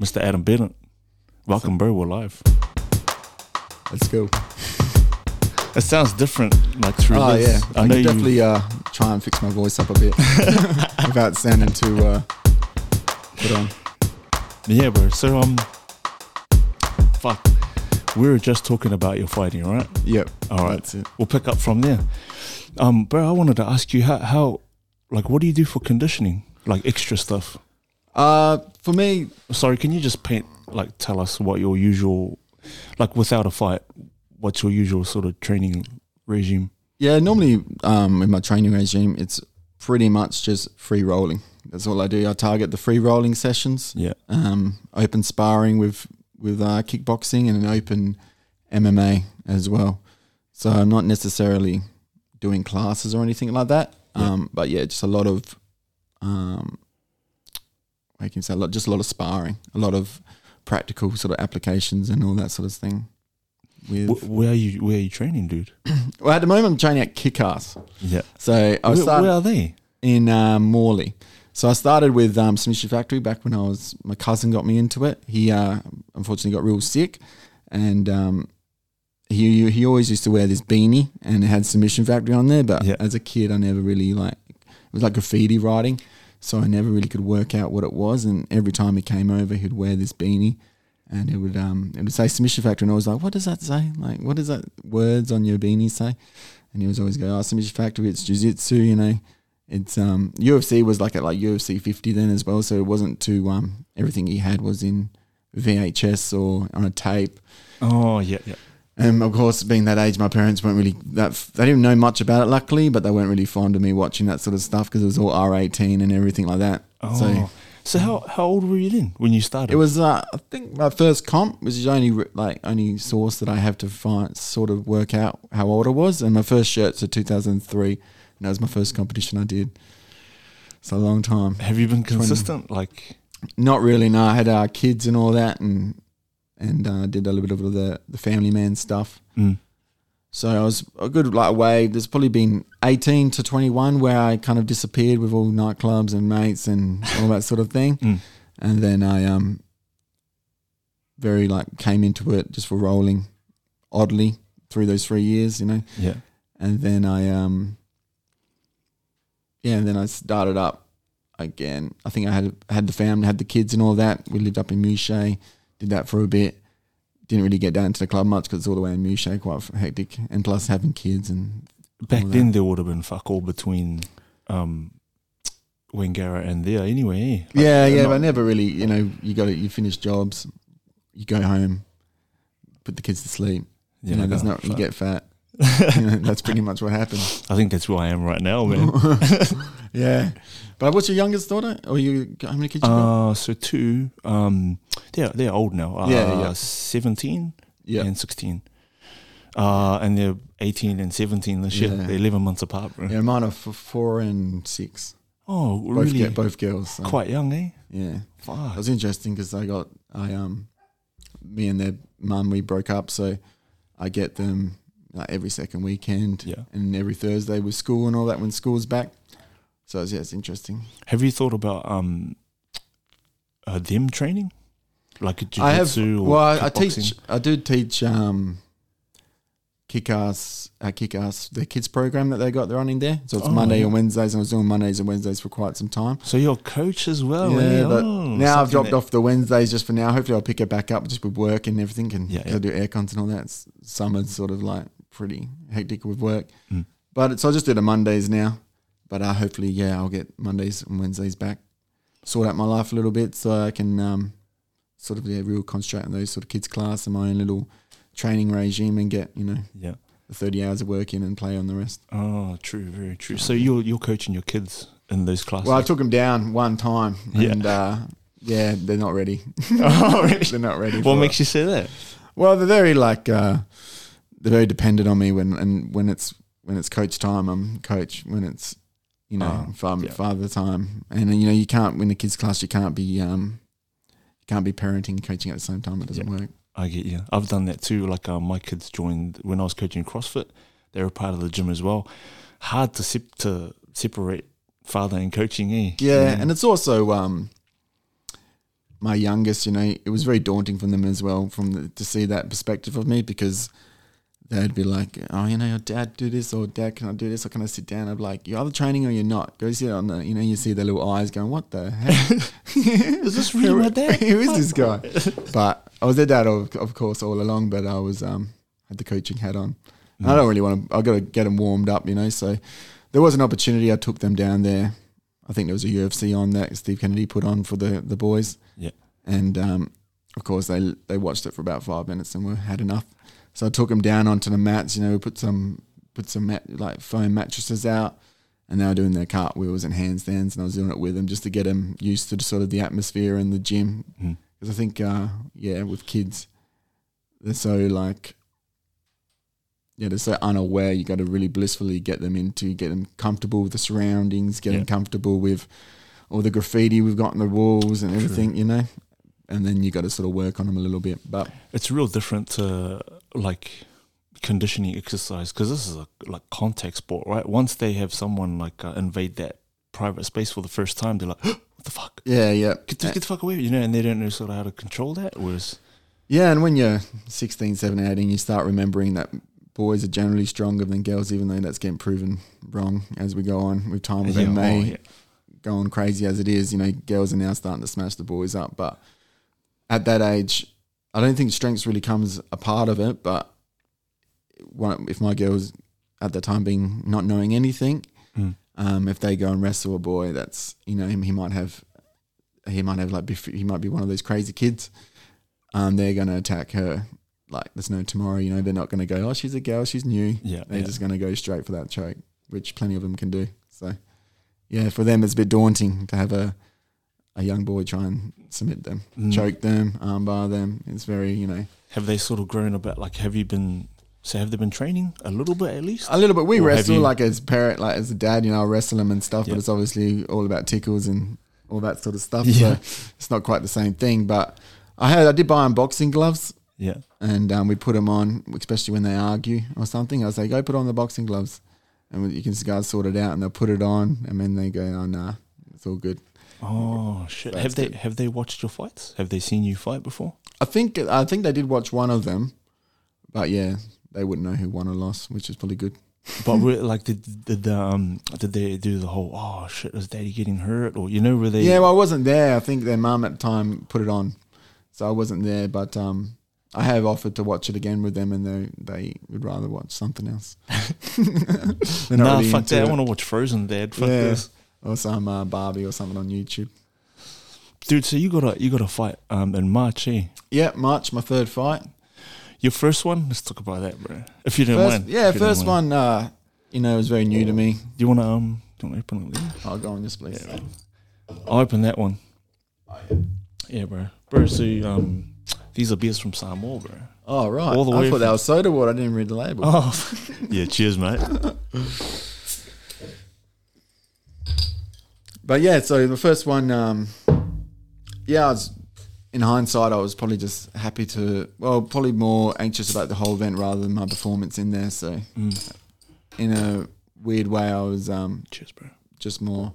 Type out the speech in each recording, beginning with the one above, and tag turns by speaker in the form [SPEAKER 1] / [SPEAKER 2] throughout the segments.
[SPEAKER 1] Mr. Adam Bennett. Welcome, bro. We're live.
[SPEAKER 2] Let's go.
[SPEAKER 1] It sounds different, like through
[SPEAKER 2] Oh yeah,
[SPEAKER 1] this.
[SPEAKER 2] I,
[SPEAKER 1] know
[SPEAKER 2] can
[SPEAKER 1] you-
[SPEAKER 2] definitely uh, try and fix my voice up a bit without sounding too uh, put on.
[SPEAKER 1] Yeah, bro. So um, fuck. We were just talking about your fighting, right?
[SPEAKER 2] Yep.
[SPEAKER 1] All right.
[SPEAKER 2] That's it.
[SPEAKER 1] We'll pick up from there. Um, bro, I wanted to ask you how, how, like, what do you do for conditioning, like extra stuff?
[SPEAKER 2] Uh, for me,
[SPEAKER 1] Sorry, can you just paint, like, tell us what your usual, like, without a fight, what's your usual sort of training regime?
[SPEAKER 2] yeah, normally um, in my training regime, it's pretty much just free rolling. That's all I do. I target the free rolling sessions.
[SPEAKER 1] Yeah.
[SPEAKER 2] um, open sparring with with uh, kickboxing and an open MMA as well. So I'm not necessarily doing classes or anything like that.
[SPEAKER 1] Yeah.
[SPEAKER 2] Um, but yeah, just a lot of um, I can you say a lot, just a lot of sparring, a lot of practical sort of applications and all that sort of thing. With
[SPEAKER 1] Wh- where are you? Where are you training, dude?
[SPEAKER 2] well, at the moment I'm training at Kickass.
[SPEAKER 1] Yeah.
[SPEAKER 2] So I
[SPEAKER 1] Where,
[SPEAKER 2] was starting
[SPEAKER 1] where are they?
[SPEAKER 2] in uh, Morley. So I started with um, Submission Factory back when I was my cousin got me into it. He uh, unfortunately got real sick, and um, he he always used to wear this beanie and it had Submission Factory on there. But
[SPEAKER 1] Yeah.
[SPEAKER 2] as a kid, I never really like it was like graffiti writing, so I never really could work out what it was. And every time he came over, he'd wear this beanie. And it would um it would say submission factory, and I was like, what does that say? Like, what does that words on your beanie say? And he was always going, oh, submission factory, it's jiu-jitsu, you know, it's um UFC was like at like UFC 50 then as well, so it wasn't too um everything he had was in VHS or on a tape.
[SPEAKER 1] Oh, yeah, yeah.
[SPEAKER 2] And of course, being that age, my parents weren't really that f- they didn't know much about it, luckily, but they weren't really fond of me watching that sort of stuff because it was all R18 and everything like that.
[SPEAKER 1] Oh.
[SPEAKER 2] So um,
[SPEAKER 1] So, how how old were you then when you started?
[SPEAKER 2] it was uh, I think my first comp was the only re- like only source that I have to find sort of work out how old I was, and my first shirts are 2003, and that was my first competition I did. It's a long time.
[SPEAKER 1] Have you been consistent? Like,
[SPEAKER 2] Not really. No, I had uh, kids and all that, and and uh, did a little bit of the the family man stuff.
[SPEAKER 1] mm,
[SPEAKER 2] So I was a good like wave. There's probably been 18 to 21 where I kind of disappeared with all nightclubs and mates and all that sort of thing,
[SPEAKER 1] mm.
[SPEAKER 2] and then I um very like came into it just for rolling, oddly through those three years, you know.
[SPEAKER 1] yeah,
[SPEAKER 2] and then I um yeah, and then I started up again. I think I had had the family, had the kids, and all that. We lived up in Mouchet, did that for a bit. Didn't really get down to the club much because it's all the way in Mouchet, quite hectic, and plus having kids and
[SPEAKER 1] back
[SPEAKER 2] All
[SPEAKER 1] then there would have been fuck all between um, Wengara and there anyway. eh? Like,
[SPEAKER 2] yeah,
[SPEAKER 1] they're
[SPEAKER 2] yeah.
[SPEAKER 1] not-
[SPEAKER 2] But I never really, you know, you got to you finish jobs, you go home, put the kids to sleep.
[SPEAKER 1] yeah,
[SPEAKER 2] you know,
[SPEAKER 1] like,
[SPEAKER 2] there's
[SPEAKER 1] oh,
[SPEAKER 2] not you
[SPEAKER 1] fuck.
[SPEAKER 2] get fat. you know, that's pretty much what happened.
[SPEAKER 1] I think that's where I am right now, man.
[SPEAKER 2] yeah. But what's your youngest daughter? Or you? How many kids? you got?
[SPEAKER 1] uh, so two, um, they're they're old now. Uh,
[SPEAKER 2] Yeah, yeah.
[SPEAKER 1] seventeen
[SPEAKER 2] Yeah.
[SPEAKER 1] and sixteen. Uh, and they're 18 and 17 this year.
[SPEAKER 2] Yeah.
[SPEAKER 1] They're 11 months apart, bro.
[SPEAKER 2] Yeah, mine are f- four and six.
[SPEAKER 1] Oh,
[SPEAKER 2] Both
[SPEAKER 1] really?
[SPEAKER 2] get both girls. so,
[SPEAKER 1] Quite young, eh?
[SPEAKER 2] Yeah, it
[SPEAKER 1] Fuck.
[SPEAKER 2] was interesting because I got I um, me and their mum we broke up, so I get them like every second weekend
[SPEAKER 1] Yeah.
[SPEAKER 2] and every Thursday with school and all that when school's back. So it's, yeah, it's interesting.
[SPEAKER 1] Have you thought about um uh, them training, like a jiu-jitsu
[SPEAKER 2] I have
[SPEAKER 1] or
[SPEAKER 2] well, I, I
[SPEAKER 1] kickboxing?
[SPEAKER 2] teach. I do teach um, kick ass, uh, kick ass, their kids program that they got running there. So it's
[SPEAKER 1] Oh,
[SPEAKER 2] Monday
[SPEAKER 1] yeah.
[SPEAKER 2] and Wednesdays, and I was doing Mondays and Wednesdays for quite some time.
[SPEAKER 1] So you're a coach as well. eh?
[SPEAKER 2] Yeah, but
[SPEAKER 1] Oh,
[SPEAKER 2] now
[SPEAKER 1] something
[SPEAKER 2] I've dropped
[SPEAKER 1] that-
[SPEAKER 2] off the Wednesdays just for now. Hopefully, I'll pick it back up just with work and everything. And
[SPEAKER 1] Yeah,
[SPEAKER 2] 'cause I do air cons and all that. It's, summer's sort of like pretty hectic with work.
[SPEAKER 1] Mm.
[SPEAKER 2] But it's, so I just do the Mondays now. But uh, hopefully, yeah, I'll get Mondays and Wednesdays back. Sort out my life a little bit so I can um, sort of yeah, real concentrate on those sort of kids' class and my own little training regime and get you know
[SPEAKER 1] Yeah.
[SPEAKER 2] the thirty hours of work in and play on the rest.
[SPEAKER 1] Oh, true. Very true. So you're you're coaching your kids in those classes.
[SPEAKER 2] Well, I took them down one time
[SPEAKER 1] Yeah.
[SPEAKER 2] and uh, yeah, they're not ready.
[SPEAKER 1] Oh, really?
[SPEAKER 2] They're not ready.
[SPEAKER 1] what
[SPEAKER 2] for it.
[SPEAKER 1] makes you say that?
[SPEAKER 2] Well, they're very like uh, they're very dependent on me when and when it's when it's coach time, I'm coach. When it's you know
[SPEAKER 1] Oh,
[SPEAKER 2] fa-
[SPEAKER 1] yeah.
[SPEAKER 2] father time, and you know you can't in the kids class you can't be um you can't be parenting and coaching at the same time. It doesn't work.
[SPEAKER 1] I get you. I've done that too. Like uh, my kids joined when I was coaching CrossFit. They were part of the gym as well. Hard to sep- to separate father and coaching. Eh?
[SPEAKER 2] Yeah, and it's also um my youngest, you know, it was very daunting for them as well from the, to see that perspective of me because they'd be like, oh, you know, your dad do this or dad, can I do this or can I sit down? I'd be like, you're either training or you're not. Go sit on the, you know, you see their little eyes going, what the heck?
[SPEAKER 1] Is this really my dad?
[SPEAKER 2] Who is this guy? But I was their dad, of, of course, all along, but I was, um, had the coaching hat on. And
[SPEAKER 1] Mm.
[SPEAKER 2] I don't really want to, I've got to get them warmed up, you know, so there was an opportunity. I took them down there. I think there was a UFC on that Steve Kennedy put on for the, the boys.
[SPEAKER 1] Yeah.
[SPEAKER 2] And um, of course, they they watched it for about five minutes and were had enough. So I took them down onto the mats. You know, we put some put some mat, like foam mattresses out, and they were doing their cartwheels and handstands, and I was doing it with them just to get them used to the, sort of the atmosphere in the gym.
[SPEAKER 1] Mm.
[SPEAKER 2] Because I think, uh, yeah, with kids, they're so like. Yeah, they're so unaware. You got to really blissfully get them into, get them comfortable with the surroundings, get
[SPEAKER 1] Yeah.
[SPEAKER 2] them comfortable with all the graffiti we've got on the walls and
[SPEAKER 1] True.
[SPEAKER 2] everything, you know and then you got to sort of work on them a little bit. But
[SPEAKER 1] It's real different to like conditioning exercise because this is a like contact sport, right? Once they have someone like uh, invade that private space for the first time, they're like, "What the fuck?
[SPEAKER 2] yeah, yeah,
[SPEAKER 1] Get the, get the fuck away!" You know, and they don't know sort of how to control that. Whereas,
[SPEAKER 2] yeah. And when you're 16, 17, 18, you start remembering that boys are generally stronger than girls, even though that's getting proven wrong as we go on with time with
[SPEAKER 1] Yeah,
[SPEAKER 2] yeah,
[SPEAKER 1] oh,
[SPEAKER 2] MMA
[SPEAKER 1] yeah.
[SPEAKER 2] going crazy as it is. You know, girls are now starting to smash the boys up, but at that age, I don't think strength really comes a part of it. But one, if my girls at the time being not knowing anything,
[SPEAKER 1] Mm.
[SPEAKER 2] um, if they go and wrestle a boy, that's you know him. He might have, he might have like bef- he might be one of those crazy kids. Um, they're gonna attack her. Like there's no tomorrow. You know they're not gonna go. Oh, she's a girl. She's new.
[SPEAKER 1] yeah,
[SPEAKER 2] They're
[SPEAKER 1] yeah.
[SPEAKER 2] just gonna go straight for that choke, which plenty of them can do. So yeah, for them it's a bit daunting to have a a young boy try and submit them,
[SPEAKER 1] Mm.
[SPEAKER 2] choke them, armbar them. It's very you know
[SPEAKER 1] have they sort of grown a bit? Like, have you been? So have they been training a little bit at least?
[SPEAKER 2] A little bit. We
[SPEAKER 1] Or have
[SPEAKER 2] wrestle
[SPEAKER 1] you-
[SPEAKER 2] like as parent, like as a dad, you know, I wrestle him and stuff,
[SPEAKER 1] Yeah.
[SPEAKER 2] but it's obviously all about tickles and all that sort of stuff.
[SPEAKER 1] Yeah.
[SPEAKER 2] So it's not quite the same thing. But I had I did buy him boxing gloves
[SPEAKER 1] Yeah,
[SPEAKER 2] and um, we put them on, especially when they argue or something. I was like, go put on the boxing gloves, and you can just go sort it out. And they'll put it on, and then they go, oh nah, it's all good.
[SPEAKER 1] Oh shit!
[SPEAKER 2] That's
[SPEAKER 1] have they
[SPEAKER 2] good.
[SPEAKER 1] have they watched your fights? Have they seen you fight before?
[SPEAKER 2] I think I think they did watch one of them, but yeah, they wouldn't know who won or lost, which is probably good.
[SPEAKER 1] But were, like, did did um did they do the whole oh shit is daddy getting hurt or you know were they
[SPEAKER 2] Yeah, well, I wasn't there. I think their mum at the time put it on, so I wasn't there. But um, I have offered to watch it again with them, and they they would rather watch something else. They're not
[SPEAKER 1] nah
[SPEAKER 2] really
[SPEAKER 1] fuck
[SPEAKER 2] into
[SPEAKER 1] that
[SPEAKER 2] it.
[SPEAKER 1] I want to watch Frozen dad fuck
[SPEAKER 2] Yeah.
[SPEAKER 1] this
[SPEAKER 2] or some uh, Barbie or something on YouTube.
[SPEAKER 1] dude so you got a you got a fight um in March eh
[SPEAKER 2] Yeah, March, my third fight.
[SPEAKER 1] your first one let's talk about that bro if you don't
[SPEAKER 2] First,
[SPEAKER 1] mind
[SPEAKER 2] yeah,
[SPEAKER 1] if you don't
[SPEAKER 2] first
[SPEAKER 1] mind.
[SPEAKER 2] one. Uh, you know, it was very new to me.
[SPEAKER 1] do you want to um do you want to open it there?
[SPEAKER 2] I'll go on this, please.
[SPEAKER 1] I'll open that one
[SPEAKER 2] Oh,
[SPEAKER 1] yeah bro bro so um these are beers from Samoa bro
[SPEAKER 2] Oh right,
[SPEAKER 1] All the way
[SPEAKER 2] I thought that
[SPEAKER 1] from-
[SPEAKER 2] was soda water. I didn't read the label.
[SPEAKER 1] oh yeah cheers mate
[SPEAKER 2] But yeah, so the first one, um, yeah, I was, in hindsight, I was probably just happy to, well, probably more anxious about the whole event rather than my performance in there. So,
[SPEAKER 1] Mm.
[SPEAKER 2] in a weird way, I was um,
[SPEAKER 1] cheers bro
[SPEAKER 2] just more,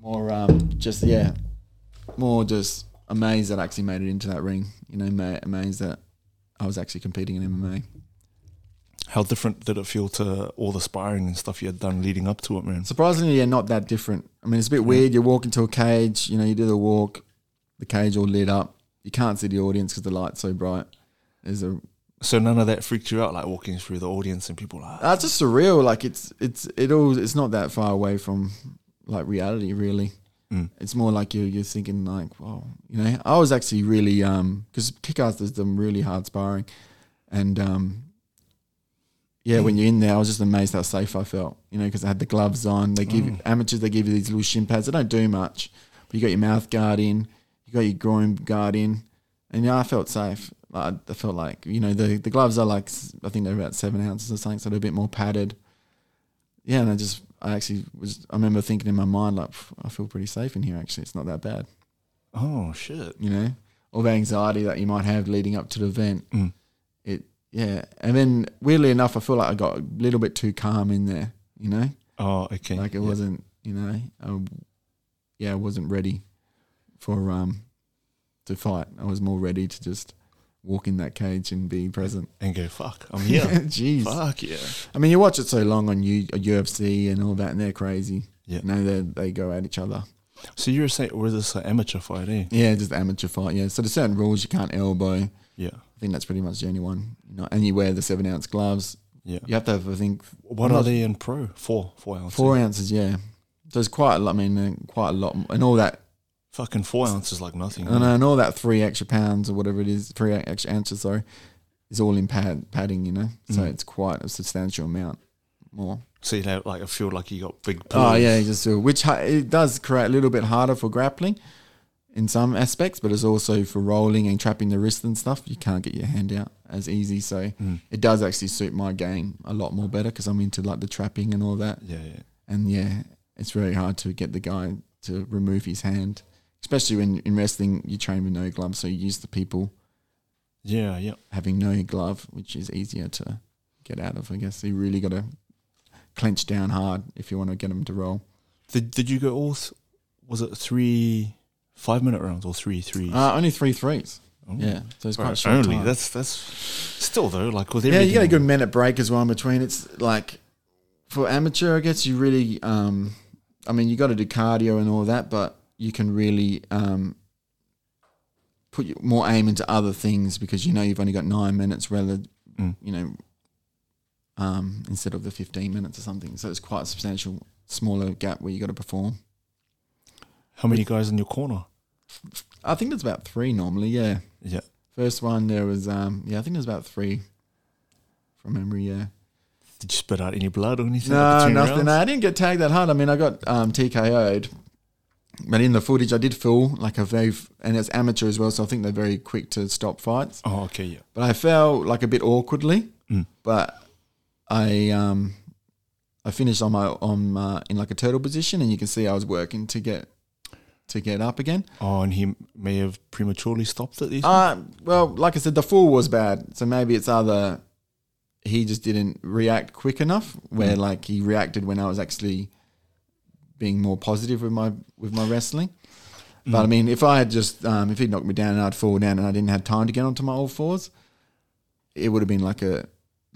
[SPEAKER 2] more, um, just yeah, more just amazed that I actually made it into that ring. You know, ma- amazed that I was actually competing in MMA.
[SPEAKER 1] How different did it feel to all the sparring and stuff you had done leading up to it, man?
[SPEAKER 2] Surprisingly, yeah, not that different. I mean, it's a bit weird. You walk into a cage, you know, you do the walk, the cage all lit up. You can't see the audience because the light's so bright. There's a
[SPEAKER 1] So none of that freaked you out, like walking through the audience and people like,
[SPEAKER 2] that's just surreal. Like it's it's it all it's not that far away from like reality, really.
[SPEAKER 1] Mm.
[SPEAKER 2] It's more like you you're thinking like, wow, you know. I was actually really um because Kickass does them really hard sparring, and um yeah, when you're in there, I was just amazed how safe I felt, you know, because I had the gloves on. They give
[SPEAKER 1] Mm.
[SPEAKER 2] amateurs they give you these little shin pads. They don't do much, but you got your mouth guard in, you got your groin guard in, and yeah, I felt safe. I, I felt like you know the the gloves are like s- I think they're about seven ounces or something, so they're a bit more padded. Yeah, and I just I actually was I remember thinking in my mind like "Pff, I feel pretty safe in here. Actually, it's not that bad,
[SPEAKER 1] "Oh shit!"
[SPEAKER 2] you know. All the anxiety that you might have leading up to the event,
[SPEAKER 1] Mm.
[SPEAKER 2] it yeah. And then weirdly enough, I feel like I got a little bit too calm in there, you know,
[SPEAKER 1] Oh, okay.
[SPEAKER 2] like it
[SPEAKER 1] Yeah.
[SPEAKER 2] wasn't you know I, yeah, I wasn't ready for um to fight. I was more ready to just walk in that cage and be present.
[SPEAKER 1] and go fuck. I'm here.
[SPEAKER 2] jeez.
[SPEAKER 1] Oh, fuck yeah.
[SPEAKER 2] I mean, you watch it so long on U- UFC and all that, and they're crazy.
[SPEAKER 1] Yeah.
[SPEAKER 2] you know, they they go at each other.
[SPEAKER 1] So you were saying we're this uh, amateur fight, eh?
[SPEAKER 2] Yeah, just amateur fight. Yeah, so there's certain rules you can't elbow. I
[SPEAKER 1] Yeah.
[SPEAKER 2] think that's pretty much the only one. You know, and you wear the seven ounce gloves.
[SPEAKER 1] Yeah.
[SPEAKER 2] You have to have, I think,
[SPEAKER 1] What
[SPEAKER 2] I'm
[SPEAKER 1] are
[SPEAKER 2] not-
[SPEAKER 1] they in pro? Four, four ounces.
[SPEAKER 2] four ounces. Yeah, so it's quite. a lot I mean, uh, quite a lot, and all that
[SPEAKER 1] Fucking four ounces, like nothing.
[SPEAKER 2] and, and all that three extra pounds or whatever it is, three e-, extra ounces, sorry, is all in pad padding, you know. So
[SPEAKER 1] Mm.
[SPEAKER 2] it's quite a substantial amount more.
[SPEAKER 1] So you know, like I feel like you got big.
[SPEAKER 2] Oh
[SPEAKER 1] pillows.
[SPEAKER 2] yeah, you just do it, which ha- it does create a little bit harder for grappling in some aspects, but it's also for rolling and trapping the wrist and stuff. You can't get your hand out as easy, so
[SPEAKER 1] Mm.
[SPEAKER 2] it does actually suit my game a lot more better because I'm into like the trapping and all that.
[SPEAKER 1] Yeah, yeah.
[SPEAKER 2] And yeah, it's very hard to get the guy to remove his hand, especially when in wrestling you train with no gloves, so you use the people
[SPEAKER 1] Yeah, yeah.
[SPEAKER 2] having no glove, which is easier to get out of, I guess. You really got to clench down hard if you want to get them to roll.
[SPEAKER 1] Did did you go all? Th- was it three five minute rounds or three three?
[SPEAKER 2] Uh, only three threes.
[SPEAKER 1] Oh.
[SPEAKER 2] Yeah, so it's quite
[SPEAKER 1] Right,
[SPEAKER 2] short.
[SPEAKER 1] only
[SPEAKER 2] time.
[SPEAKER 1] that's that's still though like with
[SPEAKER 2] yeah,
[SPEAKER 1] everything.
[SPEAKER 2] you get a good minute break as well in between. It's like for amateur, I guess you really, um, I mean, you got to do cardio and all that, but you can really um, put your, more aim into other things because you know you've only got nine minutes rather
[SPEAKER 1] Mm.
[SPEAKER 2] you know, um, instead of the 15 minutes or something. So it's quite a substantial, smaller gap where you got to perform.
[SPEAKER 1] How many guys in your corner?
[SPEAKER 2] I think it's about three normally, yeah.
[SPEAKER 1] Yeah,
[SPEAKER 2] First one, there was, um, yeah, I think it was about three from memory, yeah.
[SPEAKER 1] did you spit out any blood or anything?
[SPEAKER 2] No,
[SPEAKER 1] between
[SPEAKER 2] nothing. eh?
[SPEAKER 1] rounds?
[SPEAKER 2] No, I didn't get tagged that hard. I mean, I got um, TKO'd, but in the footage, I did feel like a very, f- and it's amateur as well, so I think they're very quick to stop fights.
[SPEAKER 1] Oh, okay, yeah.
[SPEAKER 2] but I felt like a bit awkwardly.
[SPEAKER 1] Mm.
[SPEAKER 2] But I um I finished on my on uh, in like a turtle position, and you can see I was working to get to get up again.
[SPEAKER 1] Oh, and he may have prematurely stopped it. you think?
[SPEAKER 2] Uh, well, like I said, the fall was bad, so maybe it's either he just didn't react quick enough, where like he reacted when I was actually being more positive with my with my wrestling.
[SPEAKER 1] Mm.
[SPEAKER 2] But I mean, if I had just um, if he'd knocked me down and I'd fall down and I didn't have time to get onto my all fours, it would have been like a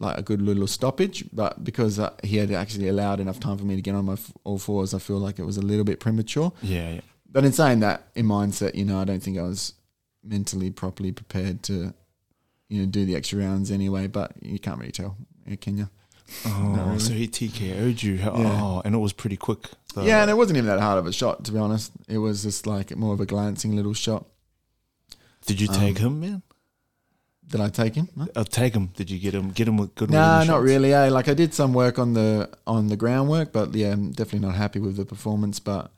[SPEAKER 2] like a good little stoppage. But because uh, he had actually allowed enough time for me to get on my f- all fours, I feel like it was a little bit premature.
[SPEAKER 1] yeah, yeah.
[SPEAKER 2] But in saying that, in mindset, you know, I don't think I was mentally properly prepared to, you know, do the extra rounds anyway. But you can't really tell, eh, can you?
[SPEAKER 1] Oh,
[SPEAKER 2] Not really.
[SPEAKER 1] so he TKO'd you. How-
[SPEAKER 2] Yeah.
[SPEAKER 1] Oh, and it was pretty quick. though.
[SPEAKER 2] yeah, and it wasn't even that hard of a shot, to be honest. It was just like more of a glancing little shot.
[SPEAKER 1] Did you
[SPEAKER 2] um,
[SPEAKER 1] tag him, man?
[SPEAKER 2] Did I take him? No,
[SPEAKER 1] Uh, tag him. Did you get him? Get him with good.
[SPEAKER 2] nah,
[SPEAKER 1] rhythm
[SPEAKER 2] not
[SPEAKER 1] shots?
[SPEAKER 2] really. Eh? Like I did some work on the on the groundwork, but yeah, I'm definitely not happy with the performance. But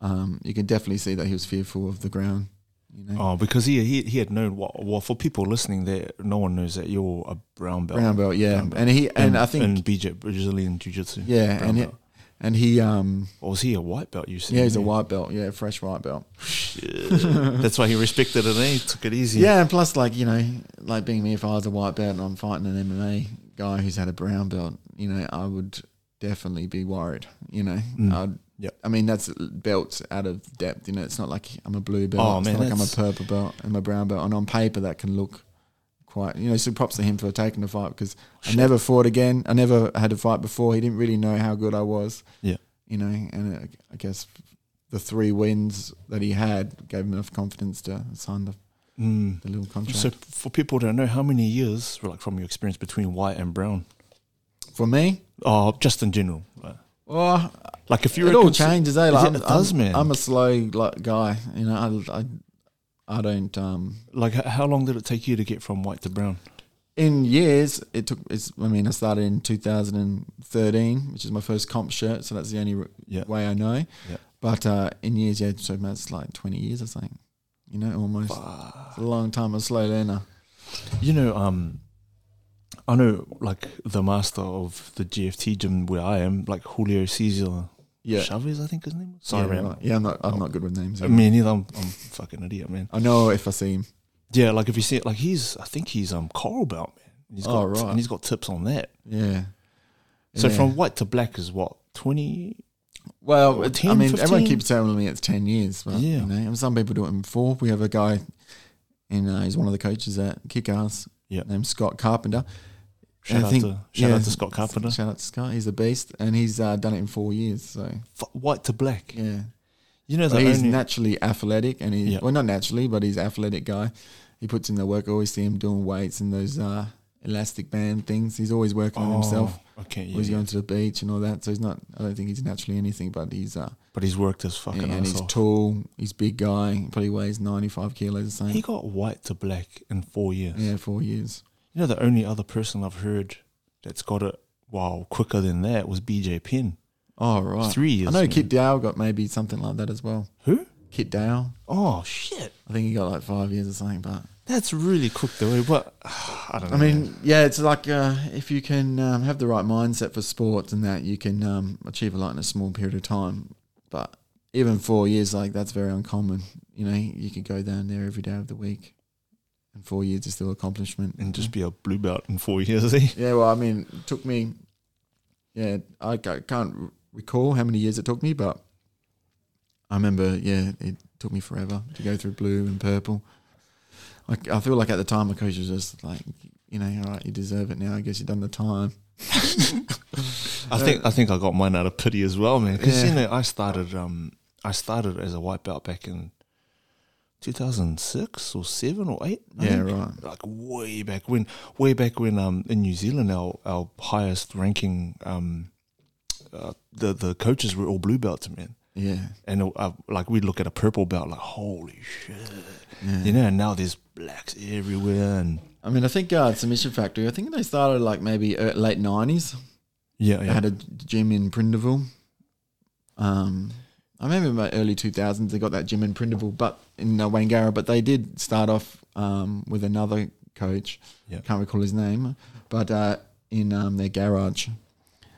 [SPEAKER 2] um, you can definitely see that he was fearful of the ground. You know,
[SPEAKER 1] Oh, because he he, he had known what. Well, for people listening, there no one knows that you're a brown belt.
[SPEAKER 2] brown belt, yeah,
[SPEAKER 1] Brown Oh, belt.
[SPEAKER 2] and he
[SPEAKER 1] in-
[SPEAKER 2] and I think
[SPEAKER 1] in BJ Brazilian Jiu Jitsu.
[SPEAKER 2] yeah,
[SPEAKER 1] brown
[SPEAKER 2] and he,
[SPEAKER 1] belt.
[SPEAKER 2] and he um
[SPEAKER 1] or was he a white belt? You said
[SPEAKER 2] Yeah, he's a white belt. Yeah, fresh white belt.
[SPEAKER 1] Shit. That's why he respected it. Eh? He took it easy.
[SPEAKER 2] Yeah, and plus, like you know, like being me, if I was a white belt and I'm fighting an MMA guy who's had a brown belt, you know, I would definitely be worried. You know,
[SPEAKER 1] Mm.
[SPEAKER 2] I'd.
[SPEAKER 1] Yep.
[SPEAKER 2] I mean, that's belts out of depth. You know, it's not like I'm a blue belt.
[SPEAKER 1] Oh,
[SPEAKER 2] it's
[SPEAKER 1] man,
[SPEAKER 2] not like I'm a
[SPEAKER 1] that's-
[SPEAKER 2] purple belt. I'm a brown belt, and on paper that can look quite. You know, so props to him for taking the fight because I
[SPEAKER 1] Shit.
[SPEAKER 2] never fought again. I never had a fight before. He didn't really know how good I was.
[SPEAKER 1] Yeah.
[SPEAKER 2] You know, and I, I guess the three wins that he had gave him enough confidence to sign the,
[SPEAKER 1] Mm.
[SPEAKER 2] the little contract.
[SPEAKER 1] So for people that don't know, how many years, like from your experience between white and brown,
[SPEAKER 2] For me,
[SPEAKER 1] oh, just in general, like-
[SPEAKER 2] oh,
[SPEAKER 1] like if you're
[SPEAKER 2] it
[SPEAKER 1] a
[SPEAKER 2] all
[SPEAKER 1] cons-
[SPEAKER 2] changes, eh?
[SPEAKER 1] Yeah,
[SPEAKER 2] Like, I'm,
[SPEAKER 1] it does,
[SPEAKER 2] I'm,
[SPEAKER 1] man.
[SPEAKER 2] I'm a slow like, guy. You know, I, I, I don't. Um,
[SPEAKER 1] like h- how long did it take you to get from white to brown?
[SPEAKER 2] in years, it took. It's. I mean, I started in 2013, which is my first comp shirt, so that's the only r-
[SPEAKER 1] Yeah.
[SPEAKER 2] way I know.
[SPEAKER 1] Yeah.
[SPEAKER 2] But uh, in years, yeah, so that's like 20 years or something. You know, almost. It's a long time. A slow learner.
[SPEAKER 1] You know, um, I know like the master of the GFT gym where I am, like Julio Cesar
[SPEAKER 2] Yeah.
[SPEAKER 1] Chavez, I think his name. was? Sorry,
[SPEAKER 2] yeah,
[SPEAKER 1] man.
[SPEAKER 2] right. yeah, I'm not. I'm not good with names.
[SPEAKER 1] I mean, either I'm, I'm a fucking idiot, man.
[SPEAKER 2] I know if I see him.
[SPEAKER 1] Yeah, like if you see it, like he's, I think he's um coral belt, man. He's got,
[SPEAKER 2] Oh, right.
[SPEAKER 1] And he's got tips on that.
[SPEAKER 2] Yeah.
[SPEAKER 1] So
[SPEAKER 2] Yeah.
[SPEAKER 1] from white to black is what twenty
[SPEAKER 2] Well,
[SPEAKER 1] Or
[SPEAKER 2] it-
[SPEAKER 1] 10,
[SPEAKER 2] I mean, everyone
[SPEAKER 1] 15?
[SPEAKER 2] keeps telling me it's 10 years. But,
[SPEAKER 1] Yeah.
[SPEAKER 2] You know, and some people do it in four. We have a guy, and uh, he's one of the coaches at Kick Ass,
[SPEAKER 1] Yeah.
[SPEAKER 2] named Scott Carpenter.
[SPEAKER 1] Shout
[SPEAKER 2] I
[SPEAKER 1] out
[SPEAKER 2] think-
[SPEAKER 1] to shout
[SPEAKER 2] yeah.
[SPEAKER 1] out to Scott Carpenter.
[SPEAKER 2] Shout out to Scott. He's a beast, and he's uh, done it in four years. So,
[SPEAKER 1] F- White to black.
[SPEAKER 2] yeah.
[SPEAKER 1] You know
[SPEAKER 2] But
[SPEAKER 1] the
[SPEAKER 2] he's
[SPEAKER 1] only
[SPEAKER 2] naturally athletic, and he
[SPEAKER 1] Yeah.
[SPEAKER 2] well, not naturally, but he's an athletic guy. He puts in the work. I always see him doing weights and those uh, elastic band things. He's always working on himself.
[SPEAKER 1] Oh, Okay,
[SPEAKER 2] Always
[SPEAKER 1] yeah.
[SPEAKER 2] going to the beach and all that. So he's not. I don't think he's naturally anything, but he's uh,
[SPEAKER 1] but he's worked his fucking
[SPEAKER 2] and,
[SPEAKER 1] ass
[SPEAKER 2] he's
[SPEAKER 1] off.
[SPEAKER 2] tall. He's a big guy. He probably weighs ninety five kilos or
[SPEAKER 1] he
[SPEAKER 2] something.
[SPEAKER 1] got white to black in four years.
[SPEAKER 2] Yeah, four years.
[SPEAKER 1] You know the only other person I've heard that's got it wow quicker than that was BJ Penn.
[SPEAKER 2] Oh right.
[SPEAKER 1] Three years.
[SPEAKER 2] I know
[SPEAKER 1] man.
[SPEAKER 2] Kit Dow got maybe something like that as well.
[SPEAKER 1] Who?
[SPEAKER 2] Kit Dow.
[SPEAKER 1] Oh shit.
[SPEAKER 2] I think he got like five years or something. But
[SPEAKER 1] That's really quick though. But I don't know.
[SPEAKER 2] I mean, yeah, it's like uh, if you can um, have the right mindset for sports and that, you can um, achieve a lot in a small period of time. But even four years, like that's very uncommon. You know, you can go down there every day of the week, and four years is still accomplishment.
[SPEAKER 1] and just be a blue belt in four years, eh?
[SPEAKER 2] yeah, well, I mean, it took me, yeah, I, ca- can't r- recall how many years it took me, but I remember, yeah, it took me forever to go through blue and purple. Like I feel like at the time, my coach was just like, you know, all right, you deserve it now. I guess you've done the time.
[SPEAKER 1] I think I think I got mine out of pity as well, man. Because
[SPEAKER 2] Yeah.
[SPEAKER 1] you know I started um I started as a white belt back in 2006 or seven or eight. I
[SPEAKER 2] yeah,
[SPEAKER 1] think.
[SPEAKER 2] right.
[SPEAKER 1] Like way back when, way back when um in New Zealand our our highest ranking um uh, the the coaches were all blue belts, man.
[SPEAKER 2] Yeah,
[SPEAKER 1] And uh, like we'd look at a purple belt, like holy shit,
[SPEAKER 2] yeah.
[SPEAKER 1] you know. And now there's blacks everywhere, and
[SPEAKER 2] I mean, I think uh, Submission Factory. I think they started like maybe uh, late nineties.
[SPEAKER 1] yeah,
[SPEAKER 2] I had a gym in Prindaville. Um, I remember in my early 2000s, they got that gym in Prindaville, but in uh, Wangara, but they did start off um, with another coach.
[SPEAKER 1] Yeah.
[SPEAKER 2] Can't recall his name, but uh, in um, their garage.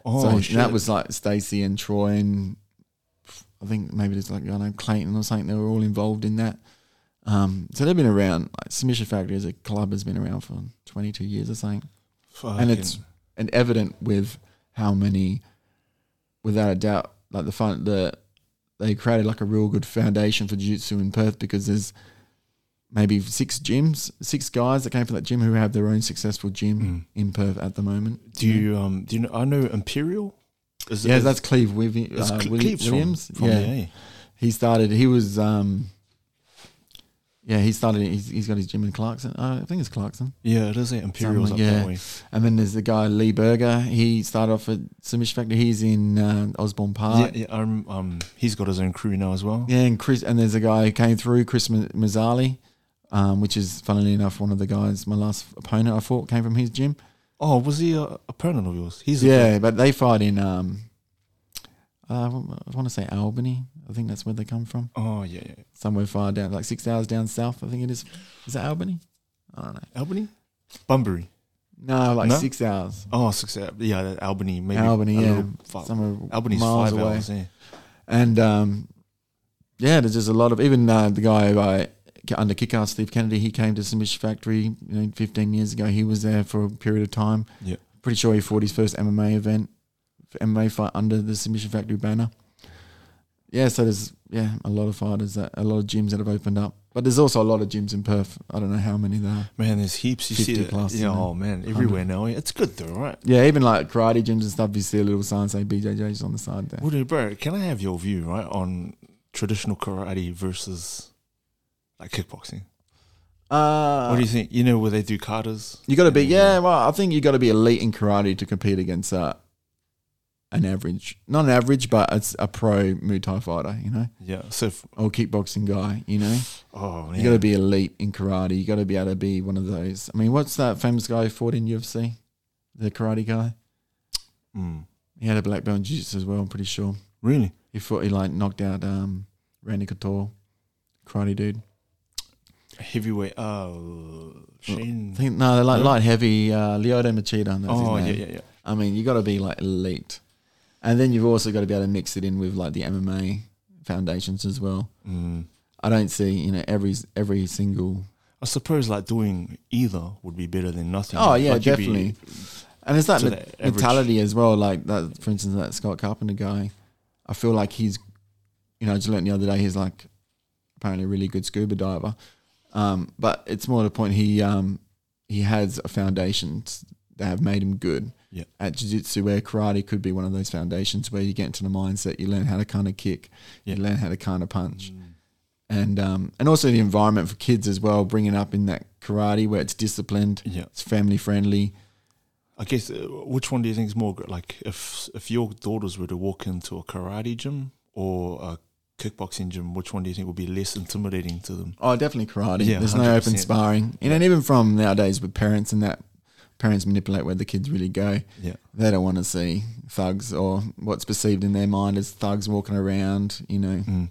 [SPEAKER 1] Oh
[SPEAKER 2] so
[SPEAKER 1] shit,
[SPEAKER 2] that was like Stacey and Troy and I think maybe there's like, I don't know, Clayton or something. They were all involved in that. Um, so they've been around. Like Submission Factory as a club has been around for 22 years or something and it's
[SPEAKER 1] Fucking-
[SPEAKER 2] and evident with how many, without a doubt, like the fun the they created like a real good foundation for jiu-jitsu in Perth because there's maybe six gyms, six guys that came from that gym who have their own successful gym
[SPEAKER 1] Mm.
[SPEAKER 2] in Perth at the moment.
[SPEAKER 1] Do you um do you know I know Imperial? Is
[SPEAKER 2] Yeah,
[SPEAKER 1] is-
[SPEAKER 2] that's Cleve Wivi-
[SPEAKER 1] is
[SPEAKER 2] uh,
[SPEAKER 1] Cle-
[SPEAKER 2] Willi-
[SPEAKER 1] Cleves from-
[SPEAKER 2] Williams.
[SPEAKER 1] from
[SPEAKER 2] yeah,
[SPEAKER 1] there.
[SPEAKER 2] he started. He was. um yeah, he started. He's, he's got his gym in Clarkson. Uh, I think it's Clarkson.
[SPEAKER 1] Yeah, it is eh? Imperial's up
[SPEAKER 2] Something,
[SPEAKER 1] that
[SPEAKER 2] yeah.
[SPEAKER 1] way.
[SPEAKER 2] And then there's the guy Lee Berger. He started off at Submission Factory. He's in uh, Osborne Park.
[SPEAKER 1] yeah, yeah, um, um, he's got his own crew now as well.
[SPEAKER 2] Yeah, and Chris, and there's a guy who came through, Chris Ma- Mazzali, um, which is funnily enough one of the guys. My last opponent I fought came from his gym.
[SPEAKER 1] Oh, was he a opponent of yours? He's a-
[SPEAKER 2] yeah, but they fight in, um, uh, I want to say Albany. I think that's where they come from.
[SPEAKER 1] oh yeah, yeah.
[SPEAKER 2] Somewhere far down, like six hours down south. I think it is. Is that Albany? I don't know.
[SPEAKER 1] Albany, Bunbury.
[SPEAKER 2] No, like
[SPEAKER 1] No?
[SPEAKER 2] six hours.
[SPEAKER 1] Oh, six. uh, Yeah, that Albany. Maybe
[SPEAKER 2] Albany,
[SPEAKER 1] a
[SPEAKER 2] yeah,
[SPEAKER 1] little far-
[SPEAKER 2] somewhere
[SPEAKER 1] Albany's
[SPEAKER 2] miles
[SPEAKER 1] five
[SPEAKER 2] away.
[SPEAKER 1] hours. Yeah.
[SPEAKER 2] And um, yeah, there's just a lot of even uh, the guy who I under Kickass Steve Kennedy, he came to Submission Factory you know, 15 years ago. He was there for a period of time.
[SPEAKER 1] Yeah.
[SPEAKER 2] pretty sure he fought his first MMA event, MMA fight under the Submission Factory banner. Yeah, so there's yeah a lot of fighters, that, a lot of gyms that have opened up, but there's also a lot of gyms in Perth. I don't know how many there are.
[SPEAKER 1] Man, there's heaps. You see
[SPEAKER 2] 50
[SPEAKER 1] that?
[SPEAKER 2] plus,
[SPEAKER 1] yeah.
[SPEAKER 2] you know,
[SPEAKER 1] Oh man, everywhere now. eh? It's good though, right?
[SPEAKER 2] Yeah, even like karate gyms and stuff. You see a little sign saying BJJ's on the side there.
[SPEAKER 1] Woody, bro, can I have your view right on traditional karate versus like kickboxing?
[SPEAKER 2] Uh,
[SPEAKER 1] what do you think? You know where they do katas?
[SPEAKER 2] You got to be, yeah. Well, I think you got to be elite in karate to compete against uh, an average, not an average, but it's a pro Muay Thai fighter, you know,
[SPEAKER 1] Yeah. So, if,
[SPEAKER 2] or kickboxing guy, you know.
[SPEAKER 1] oh man,
[SPEAKER 2] You got to be elite in karate. You got to be able to be one of those. I mean, what's that famous guy who fought in UFC? The karate guy.
[SPEAKER 1] Mm.
[SPEAKER 2] He had a black belt in jiu-jitsu as well. I'm pretty sure
[SPEAKER 1] Really?
[SPEAKER 2] he fought. He like knocked out um, Randy Couture, karate dude.
[SPEAKER 1] Heavyweight. Oh, Shane.
[SPEAKER 2] I think no, they're like
[SPEAKER 1] No?
[SPEAKER 2] light heavy. Uh, Lyoto Machida. That's
[SPEAKER 1] oh,
[SPEAKER 2] his
[SPEAKER 1] yeah,
[SPEAKER 2] name.
[SPEAKER 1] yeah, yeah.
[SPEAKER 2] I mean, you got to be like elite, and then you've also got to be able to mix it in with like the MMA foundations as well.
[SPEAKER 1] Mm.
[SPEAKER 2] I don't see you know every every single,
[SPEAKER 1] I suppose like doing either would be better than nothing.
[SPEAKER 2] Oh, yeah,
[SPEAKER 1] Like, you'd be-
[SPEAKER 2] definitely. and it's that
[SPEAKER 1] So
[SPEAKER 2] me-
[SPEAKER 1] the average-
[SPEAKER 2] mentality as well. Like that, for instance, that Scott Carpenter guy. I feel like he's, you know, I just learned the other day he's like apparently a really good scuba diver. Um, but it's more to the point he um, he has a foundation that have made him good
[SPEAKER 1] Yeah.
[SPEAKER 2] at jiu-jitsu where karate could be one of those foundations where you get into the mindset you learn how to kind of kick
[SPEAKER 1] Yeah.
[SPEAKER 2] you learn how to kind of punch
[SPEAKER 1] Mm.
[SPEAKER 2] and um, and also the environment for kids as well bringing up in that karate where it's disciplined
[SPEAKER 1] Yeah.
[SPEAKER 2] it's family friendly
[SPEAKER 1] I guess uh, which one do you think is more gr- like if if your daughters were to walk into a karate gym or a kickboxing gym, which one do you think would be less intimidating to them?
[SPEAKER 2] Oh, definitely karate.
[SPEAKER 1] Yeah,
[SPEAKER 2] There's no open
[SPEAKER 1] 100%.
[SPEAKER 2] sparring. You know, and even from nowadays with parents and that, parents manipulate where the kids really go.
[SPEAKER 1] Yeah.
[SPEAKER 2] They don't want to see thugs or what's perceived in their mind as thugs walking around, you know,
[SPEAKER 1] Mm.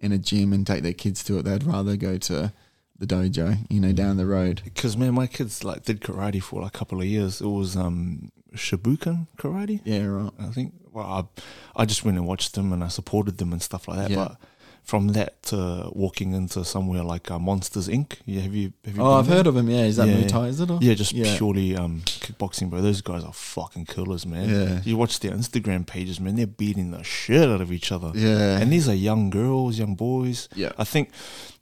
[SPEAKER 2] in a gym and take their kids to it. They'd rather go to the dojo, you know, down the road.
[SPEAKER 1] Because man, my kids like did karate for like a couple of years. It was um Shibukan karate,
[SPEAKER 2] Yeah, right.
[SPEAKER 1] I think. Well, I, I just went and watched them and I supported them and stuff like that.
[SPEAKER 2] Yeah.
[SPEAKER 1] But from that to walking into somewhere like uh, Monsters Inc. Yeah, have you? Have you
[SPEAKER 2] Oh,
[SPEAKER 1] been
[SPEAKER 2] I've
[SPEAKER 1] there?
[SPEAKER 2] heard of him. Yeah, is that
[SPEAKER 1] Yeah,
[SPEAKER 2] Muay
[SPEAKER 1] yeah.
[SPEAKER 2] Thai? Is it? Or?
[SPEAKER 1] Yeah, just
[SPEAKER 2] Yeah.
[SPEAKER 1] purely um, kickboxing, bro. Those guys are fucking killers, man.
[SPEAKER 2] Yeah.
[SPEAKER 1] You watch their Instagram pages, man. They're beating the shit out of each other.
[SPEAKER 2] Yeah.
[SPEAKER 1] And these are young girls, young boys.
[SPEAKER 2] yeah.
[SPEAKER 1] I think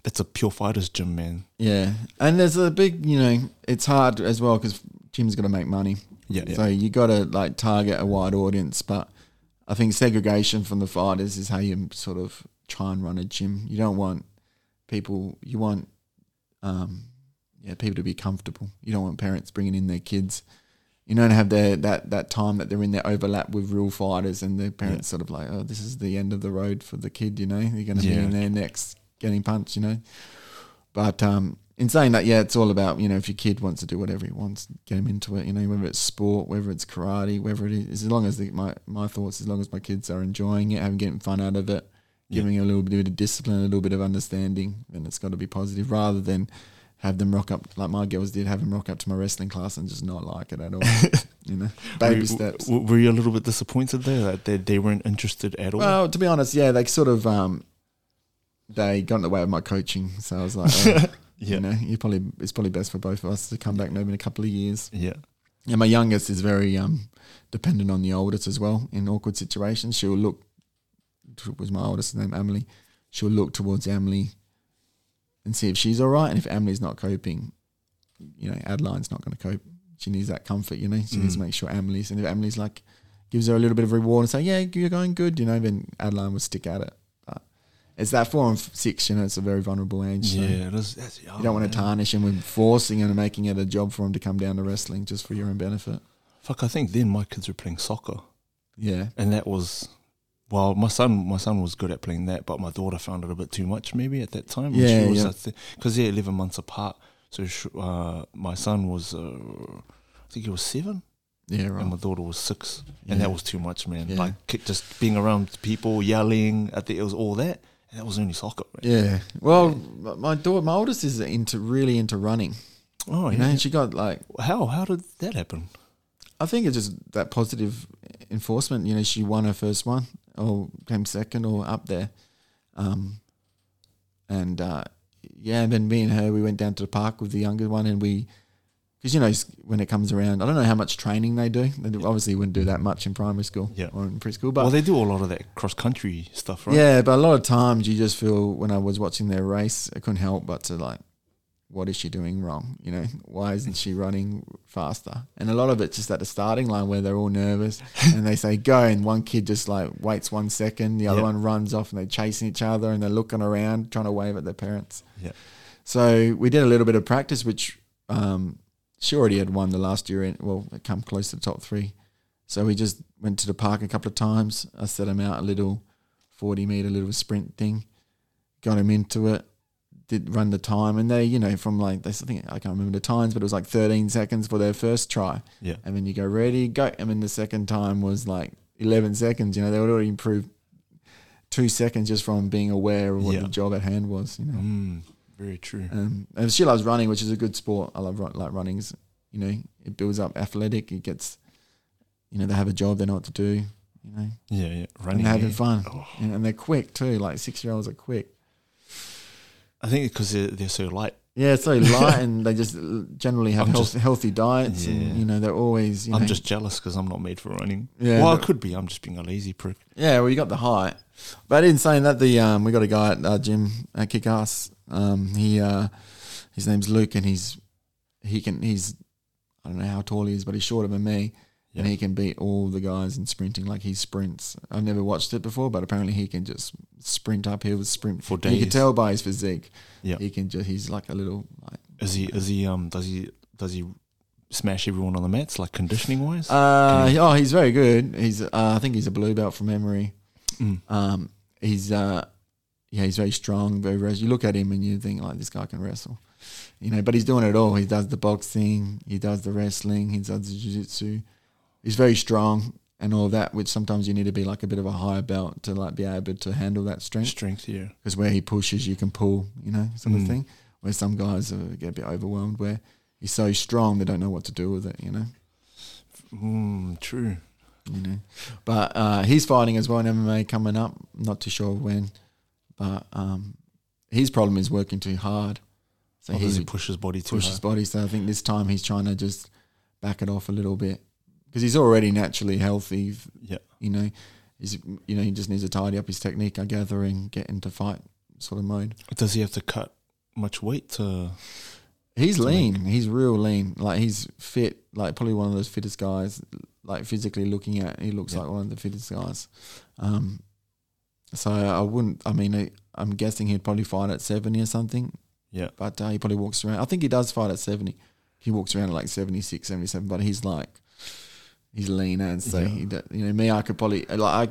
[SPEAKER 1] it's a pure fighters gym, man.
[SPEAKER 2] Yeah, and there's a big, you know, it's hard as well because Jim's got to make money.
[SPEAKER 1] Yeah, yeah.
[SPEAKER 2] So you got to like target a wide audience, but I think segregation from the fighters is how you sort of try and run a gym. You don't want people. You want, um, yeah, people to be comfortable. You don't want parents bringing in their kids. You don't have their that that time that they're in their overlap with real fighters, and their parents sort of like, oh, this is the end of the road for the kid. You know, you're going to be
[SPEAKER 1] Yeah.
[SPEAKER 2] in there next, getting punched. You know, but um, in saying that, yeah, it's all about you know if your kid wants to do whatever he wants, get him into it. You know, whether it's sport, whether it's karate, whether it is, as long as the, my my thoughts, as long as my kids are enjoying it, having getting fun out of it,
[SPEAKER 1] Yeah.
[SPEAKER 2] giving a little bit of discipline, a little bit of understanding, then it's got to be positive rather than have them rock up like my girls did, have them rock up to my wrestling class and just not like it at all. you know,
[SPEAKER 1] Were
[SPEAKER 2] baby
[SPEAKER 1] you-
[SPEAKER 2] steps.
[SPEAKER 1] w- Were you a little bit disappointed there that they, they weren't interested at all?
[SPEAKER 2] Well, to be honest, yeah, they sort of um, they got in the way of my coaching, so I was like. oh,
[SPEAKER 1] Uh, yeah.
[SPEAKER 2] You know, you probably it's probably best for both of us to come back maybe in a couple of years.
[SPEAKER 1] Yeah.
[SPEAKER 2] And my youngest is very um dependent on the oldest as well in awkward situations. She'll look was my oldest name Emily. She'll look towards Emily and see if she's all right, and if Emily's not coping, you know, Adeline's not going to cope. She needs that comfort, you know. She needs to
[SPEAKER 1] Mm.
[SPEAKER 2] make sure Emily's and if Emily's like gives her a little bit of reward and say, "Yeah, you're going good," you know, then Adeline would stick at it. But it's that four and six, you know, it's a very vulnerable age. so-
[SPEAKER 1] Yeah. Oh, That's, that's young,
[SPEAKER 2] you don't want to
[SPEAKER 1] man.
[SPEAKER 2] tarnish him with forcing him and making it a job for him to come down to wrestling just for your own benefit.
[SPEAKER 1] Fuck, I think then my kids were playing soccer.
[SPEAKER 2] Yeah.
[SPEAKER 1] and that was well my son my son was good at playing that but my daughter found it a bit too much maybe at that time
[SPEAKER 2] Yeah, yeah.
[SPEAKER 1] because they're 11 months apart so sh uh, my son was uh, i think he was seven
[SPEAKER 2] Yeah,
[SPEAKER 1] and
[SPEAKER 2] right.
[SPEAKER 1] my daughter was six
[SPEAKER 2] Yeah.
[SPEAKER 1] and that was too much man
[SPEAKER 2] Yeah.
[SPEAKER 1] like ki- just being around people yelling at the, it was all that and that was only soccer man.
[SPEAKER 2] Yeah. Well, my- my daughter, my oldest is into really into running.
[SPEAKER 1] oh
[SPEAKER 2] You
[SPEAKER 1] yeah
[SPEAKER 2] know, and she got like,
[SPEAKER 1] how how did that happen
[SPEAKER 2] I think it's just that positive enforcement. You know, she won her first one or came second or up there. Um, and uh, yeah, and then me and her, we went down to the park with the younger one and we, because you know, s- when it comes around, I don't know how much training they do. They do- obviously wouldn't do that much in primary school
[SPEAKER 1] Yeah.
[SPEAKER 2] or in preschool, but
[SPEAKER 1] well they do a lot of that cross country stuff right
[SPEAKER 2] Yeah, but a lot of times you just feel when I was watching their race, I couldn't help but to like, what is she doing wrong? You know, why isn't she running faster? And a lot of it's just at the starting line where they're all nervous and they say go, and one kid just like waits one second, the other
[SPEAKER 1] Yeah.
[SPEAKER 2] one runs off, and they're chasing each other and they're looking around trying to wave at their parents.
[SPEAKER 1] Yeah.
[SPEAKER 2] So we did a little bit of practice, which um, she already had won the last year. In, well, come close to the top three. So we just went to the park a couple of times. I set him out a little 40 meter little sprint thing, got him into it, did run the time. And they, you know, from like, they, I think, I can't remember the times, but it was like 13 seconds for their first try.
[SPEAKER 1] yeah
[SPEAKER 2] And then you go, ready, go. And then the second time was like 11 seconds. You know, they would already improved two seconds just from being aware of what
[SPEAKER 1] Yeah.
[SPEAKER 2] the job at hand was, you know.
[SPEAKER 1] Mm, very true
[SPEAKER 2] Um, and she loves running, which is a good sport. I love run, like running's, you know, it builds up athletic. It gets, you know, they have a job, they know what to do, you know,
[SPEAKER 1] yeah yeah
[SPEAKER 2] and
[SPEAKER 1] running
[SPEAKER 2] they're having
[SPEAKER 1] eh?
[SPEAKER 2] fun.
[SPEAKER 1] Oh.
[SPEAKER 2] You know, and they're quick too. Like six year olds are quick.
[SPEAKER 1] I think because they're, they're so light,
[SPEAKER 2] Yeah, it's so light, and they just l- generally have
[SPEAKER 1] I'm
[SPEAKER 2] health, healthy diets,
[SPEAKER 1] Yeah.
[SPEAKER 2] and you know they're always. You
[SPEAKER 1] I'm
[SPEAKER 2] know,
[SPEAKER 1] just jealous because I'm not made for running.
[SPEAKER 2] Yeah,
[SPEAKER 1] well, I
[SPEAKER 2] but-
[SPEAKER 1] could be. I'm just being a lazy prick.
[SPEAKER 2] yeah. Well, you got the height, but in saying that, the um, we got a guy at our gym at Kick Ass. Um, he uh, his name's Luke, and he's he can he's I don't know how tall he is, but he's shorter than me,
[SPEAKER 1] Yeah.
[SPEAKER 2] and he can beat all the guys in sprinting. Like he sprints. I've never watched it before, but apparently he can just sprint up hills, sprint
[SPEAKER 1] For
[SPEAKER 2] You can
[SPEAKER 1] days.
[SPEAKER 2] tell by his physique.
[SPEAKER 1] Yeah.
[SPEAKER 2] he can just he's like a little like
[SPEAKER 1] Is he? Is he? Um. Does he? Does he smash everyone on the mats like conditioning wise?
[SPEAKER 2] Uh,
[SPEAKER 1] Can
[SPEAKER 2] oh, he's very good. He's uh, I think he's a blue belt from memory.
[SPEAKER 1] Mm.
[SPEAKER 2] Um, he's uh, yeah, he's very strong, very res. You look at him and you think like this guy can wrestle, you know. But he's doing it all. He does the boxing, he does the wrestling, he does the jiu-jitsu. He's very strong and all that. Which sometimes you need to be like a bit of a higher belt to like be able to handle that strength.
[SPEAKER 1] Strength. Yeah.
[SPEAKER 2] Because where he pushes, you can pull, you know, sort of
[SPEAKER 1] Mm.
[SPEAKER 2] thing. Where some guys uh, get a bit overwhelmed, where he's so strong they don't know what to do with it, you know.
[SPEAKER 1] Mm, true.
[SPEAKER 2] you know. But uh, he's fighting as well in MMA coming up. Not too sure when, but um, his problem is working too hard. So
[SPEAKER 1] Or
[SPEAKER 2] he
[SPEAKER 1] does he
[SPEAKER 2] pushes
[SPEAKER 1] push his body too
[SPEAKER 2] push
[SPEAKER 1] hard?
[SPEAKER 2] his body. So I think this time he's trying to just back it off a little bit because he's already naturally healthy. f-
[SPEAKER 1] Yeah.
[SPEAKER 2] you know, he's you know he just needs to tidy up his technique. I gather and get into fight sort of mode.
[SPEAKER 1] Does he have to cut much weight to?
[SPEAKER 2] He's
[SPEAKER 1] to
[SPEAKER 2] lean. He's real lean. Like he's fit. Like probably one of those fittest guys. Like physically looking at, he looks
[SPEAKER 1] Yeah.
[SPEAKER 2] like one of the fittest guys. Um, so I wouldn't. I mean, I, I'm guessing he'd probably fight at seventy or something.
[SPEAKER 1] Yeah.
[SPEAKER 2] But uh, he probably walks around. I think he does fight at seventy. He walks around at like 76, 77, But he's like, he's lean and so
[SPEAKER 1] Yeah.
[SPEAKER 2] he do- you know me. I could probably uh, like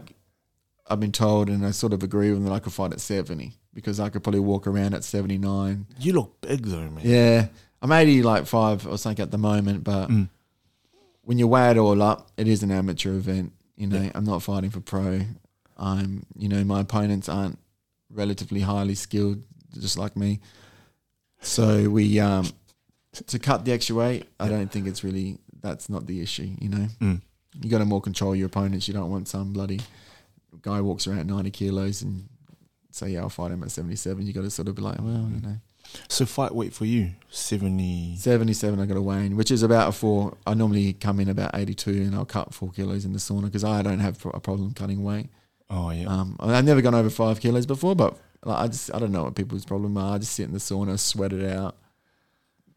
[SPEAKER 2] I, I've been told and I sort of agree with him that I could fight at seventy because I could probably walk around at seventy nine.
[SPEAKER 1] You look big though, man.
[SPEAKER 2] Yeah. I'm 80 like five or something at the moment, but
[SPEAKER 1] Mm.
[SPEAKER 2] when you weigh it all up, it is an amateur event. You know,
[SPEAKER 1] Yeah.
[SPEAKER 2] I'm not fighting for pro. I'm, you know, my opponents aren't relatively highly skilled, just like me. So we, um, to cut the extra weight, I don't think it's really, that's not the issue, you know.
[SPEAKER 1] Mm.
[SPEAKER 2] You got to more control your opponents. You don't want some bloody guy walks around at 90 kilos and say, yeah, I'll fight him at 77. You got to sort of be like, well, you know.
[SPEAKER 1] So fight weight for you seventy.
[SPEAKER 2] 77 I got to weigh in, which is about a four. I normally come in about 82 and I'll cut four kilos in the sauna because I don't have a problem cutting weight.
[SPEAKER 1] Oh yeah.
[SPEAKER 2] Um, I- I've never gone over five kilos before, but like, I just I don't know what people's problem are. I just sit in the sauna, sweat it out.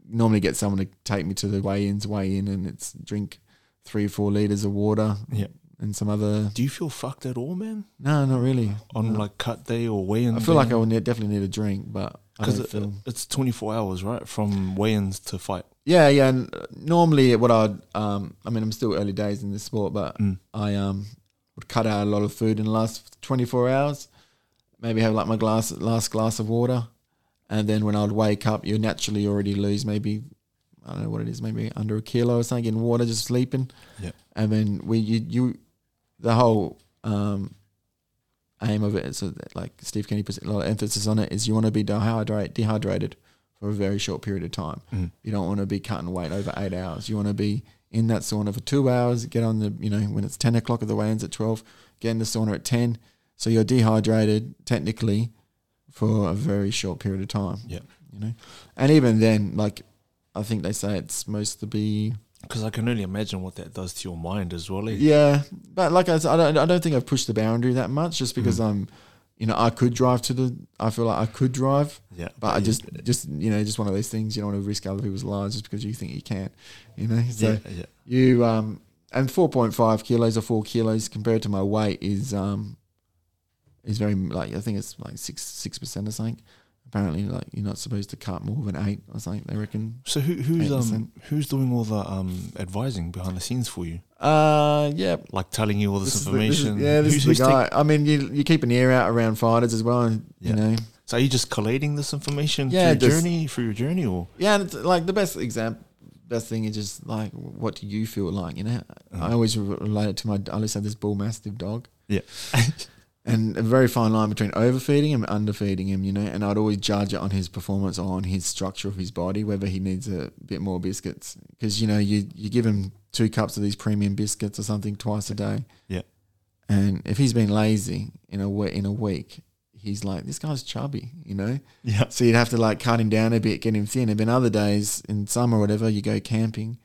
[SPEAKER 2] Normally get someone to take me to the weigh-ins, weigh in, and it's drink three or four liters of water.
[SPEAKER 1] Yeah.
[SPEAKER 2] and some other.
[SPEAKER 1] Do you feel fucked at all, man?
[SPEAKER 2] No, not really.
[SPEAKER 1] On
[SPEAKER 2] No.
[SPEAKER 1] like cut day or weigh-in?
[SPEAKER 2] I feel like I would need, definitely need a drink, but I
[SPEAKER 1] because
[SPEAKER 2] don't feel.
[SPEAKER 1] it's twenty four hours, right, from weigh-ins to fight.
[SPEAKER 2] Yeah, yeah. And uh, normally, what I'd, um, I mean, I'm still early days in this sport, but
[SPEAKER 1] Mm.
[SPEAKER 2] I um, would cut out a lot of food in the last 24 hours. Maybe have like my glass, last glass of water, and then when I'd wake up, you naturally already lose maybe, I don't know what it is, maybe under a kilo or something in water just sleeping.
[SPEAKER 1] Yeah.
[SPEAKER 2] And then we you you, the whole um, aim of it is so that, like Steve Kenny puts a lot of emphasis on it is you want to be dehydrated, dehydrated for a very short period of time.
[SPEAKER 1] Mm.
[SPEAKER 2] You don't want to be cutting weight over eight hours. You want to be in that sauna for two hours. Get on the, you know, when it's 10 o'clock of the weigh-ins at 12, get in the sauna at 10. So you're dehydrated technically for a very short period of time.
[SPEAKER 1] Yeah.
[SPEAKER 2] You know, and even then, like, I think they say it's supposed to be
[SPEAKER 1] Because I can only imagine what that does to your mind as well. eh?
[SPEAKER 2] yeah, but like I said, I don't, I don't think I've pushed the boundary that much, just because
[SPEAKER 1] Mm.
[SPEAKER 2] I'm, you know, I could drive to the. I feel like I could drive,
[SPEAKER 1] yeah.
[SPEAKER 2] but I just, just you know, just one of those things. You don't want to risk other people's lives just because you think you can, you know. So
[SPEAKER 1] yeah, yeah.
[SPEAKER 2] you um and four point five kilos or four kilos compared to my weight is um is very like I think it's like six six percent or something. Apparently, like you're not supposed to cut more than eight or something. They reckon.
[SPEAKER 1] So who, who's um
[SPEAKER 2] 8%.
[SPEAKER 1] who's doing all the um advising behind the scenes for you,
[SPEAKER 2] Uh, yeah,
[SPEAKER 1] like telling you all this,
[SPEAKER 2] This is the- this is-
[SPEAKER 1] information?
[SPEAKER 2] yeah, this
[SPEAKER 1] Who's-
[SPEAKER 2] is
[SPEAKER 1] who's
[SPEAKER 2] the
[SPEAKER 1] taking-
[SPEAKER 2] guy. I mean, you you keep an ear out around fighters as well, and you
[SPEAKER 1] Yeah.
[SPEAKER 2] know,
[SPEAKER 1] so are you just collating this information
[SPEAKER 2] Yeah,
[SPEAKER 1] through your
[SPEAKER 2] just-
[SPEAKER 1] journey, through your journey, or
[SPEAKER 2] yeah. And it's like the best example, best thing is just like, what do you feel like? You know, I
[SPEAKER 1] Mhm.
[SPEAKER 2] always re- relate it to my. I always have this bull mastiff dog.
[SPEAKER 1] Yeah.
[SPEAKER 2] and a very fine line between overfeeding him and underfeeding him. You know, and I'd always judge it on his performance or on his structure of his body, whether he needs a bit more biscuits. Because you know, you you give him two cups of these premium biscuits or something twice a day.
[SPEAKER 1] Yeah.
[SPEAKER 2] And if he's been lazy in a we- in a week, he's like, this guy's chubby, you know?
[SPEAKER 1] Yeah.
[SPEAKER 2] So you'd have to like cut him down a bit, get him thin. And then other days in summer or whatever, you go camping,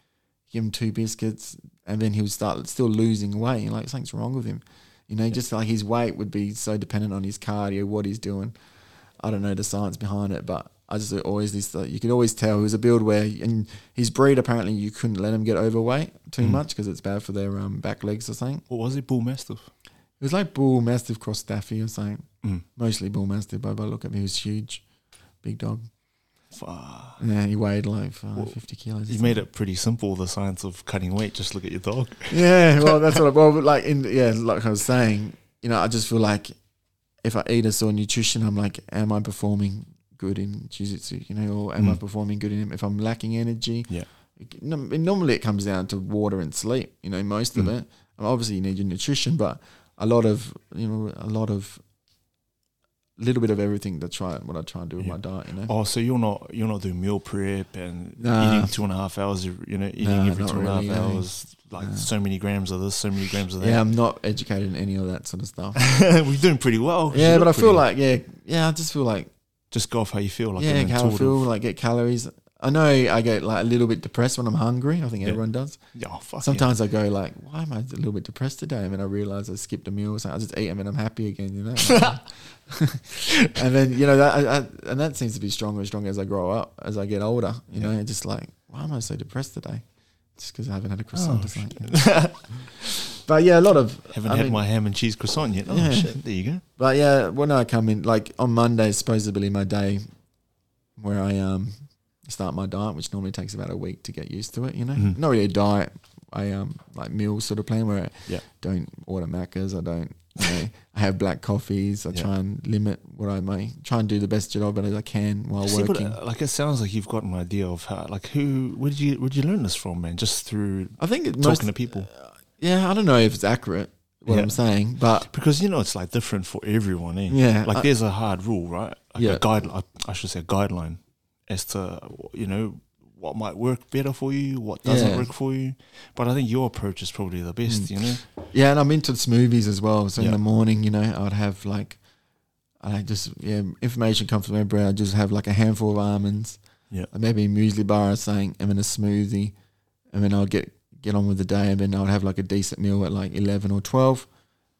[SPEAKER 2] give him two biscuits, and then he would start still losing weight. You're like, something's wrong with him. You know, just like his weight would be so dependent on his cardio, what he's doing. I don't know the science behind it, but I just always this like, you could always tell it was a build where and his breed apparently you couldn't let him get overweight too
[SPEAKER 1] Mm.
[SPEAKER 2] much because it's bad for their um, back legs or something.
[SPEAKER 1] What was it? Bull Mastiff.
[SPEAKER 2] It was like bull mastiff cross staffy or something.
[SPEAKER 1] Mm.
[SPEAKER 2] Mostly bull mastiff, but by the look at him, he was huge, big dog.
[SPEAKER 1] Fuck.
[SPEAKER 2] Yeah, he weighed like uh,
[SPEAKER 1] Well,
[SPEAKER 2] 50 kilos. or
[SPEAKER 1] You made it pretty simple. The science of cutting weight. Just look at your dog.
[SPEAKER 2] something. Yeah, well, that's what I, well, but like, in, yeah, like I was saying, you know, I just feel like if I eat a sort of nutrition, I'm like, am I performing good in jiu jitsu, you know, or am I
[SPEAKER 1] Mm.
[SPEAKER 2] performing good in, if I'm lacking energy?
[SPEAKER 1] Yeah.
[SPEAKER 2] It- nom- Normally it comes down to water and sleep, you know, most of
[SPEAKER 1] Mm.
[SPEAKER 2] it. And Obviously you need your nutrition, but a lot of, you know, a lot of, little bit of everything to try, what I try and do with
[SPEAKER 1] Yeah.
[SPEAKER 2] my diet, you know.
[SPEAKER 1] Oh, so you're not you're not doing meal prep and
[SPEAKER 2] Nah.
[SPEAKER 1] eating two and a half hours. every- You know, eating
[SPEAKER 2] Nah,
[SPEAKER 1] every
[SPEAKER 2] not
[SPEAKER 1] two and a half
[SPEAKER 2] really, eh?
[SPEAKER 1] hours. Like
[SPEAKER 2] Nah.
[SPEAKER 1] so many grams of this, so many grams of that.
[SPEAKER 2] yeah, I'm not educated in any of that sort of stuff.
[SPEAKER 1] We're doing pretty well.
[SPEAKER 2] Yeah,
[SPEAKER 1] You
[SPEAKER 2] but I
[SPEAKER 1] look Oh,
[SPEAKER 2] feel
[SPEAKER 1] pretty-
[SPEAKER 2] like yeah, yeah. I just feel like,
[SPEAKER 1] just go off how you feel. Like
[SPEAKER 2] yeah,
[SPEAKER 1] an
[SPEAKER 2] how I feel
[SPEAKER 1] intuitive-
[SPEAKER 2] like get calories. I know I get like a little bit depressed when I'm hungry. I think
[SPEAKER 1] Yeah.
[SPEAKER 2] everyone does.
[SPEAKER 1] Yeah, oh, fuck yeah.
[SPEAKER 2] Sometimes I go like, why am I a little bit depressed today? And then I realize I skipped a meal. or something. I just eat and then I'm happy again. You know. and then you know that I, I, and that seems to be stronger and stronger as I grow up, as I get older. You know,
[SPEAKER 1] Yeah.
[SPEAKER 2] know, just like why am I so depressed today? Just because I haven't had a croissant.
[SPEAKER 1] Oh,
[SPEAKER 2] or something. but yeah, a lot of
[SPEAKER 1] Haven't
[SPEAKER 2] I
[SPEAKER 1] had
[SPEAKER 2] mean-
[SPEAKER 1] my ham and cheese croissant yet. Oh
[SPEAKER 2] Yeah.
[SPEAKER 1] shit! There you go.
[SPEAKER 2] But yeah, when I come in, like on Monday is supposedly my day where I um start my diet, which normally takes about a week to get used to it. You know,
[SPEAKER 1] Mhm.
[SPEAKER 2] not really a diet. I um like meal sort of plan where I
[SPEAKER 1] Yeah.
[SPEAKER 2] don't order macas. I don't. You know, I have black coffees. I
[SPEAKER 1] Yeah.
[SPEAKER 2] try and limit what I may try and do the best job that I can while
[SPEAKER 1] See, but,
[SPEAKER 2] working.
[SPEAKER 1] uh, like it sounds like you've got an idea of how. Like who? Where did you? Where did you learn this from, man? Just through
[SPEAKER 2] I think it most,
[SPEAKER 1] talking to people,
[SPEAKER 2] yeah, I don't know if it's accurate what
[SPEAKER 1] Yeah.
[SPEAKER 2] I'm saying, but
[SPEAKER 1] because you know it's like different for everyone. Eh?
[SPEAKER 2] yeah,
[SPEAKER 1] Like
[SPEAKER 2] I-
[SPEAKER 1] there's a hard rule, right? Like
[SPEAKER 2] Uh, Yeah.
[SPEAKER 1] A guideline. I should say a guideline as to you know what might work better for you, what doesn't
[SPEAKER 2] Yeah.
[SPEAKER 1] work for you. But I think your approach is probably the best.
[SPEAKER 2] Mm.
[SPEAKER 1] You know.
[SPEAKER 2] Yeah, and I'm into smoothies as well. So in
[SPEAKER 1] Yeah.
[SPEAKER 2] the morning, you know, I'd have like, I just yeah, information comes from everywhere. I just have like a handful of almonds,
[SPEAKER 1] Yeah.
[SPEAKER 2] and maybe a muesli bar or something, and then a smoothie, and then I'll get get on with the day, and then I'll have like a decent meal at like eleven or twelve,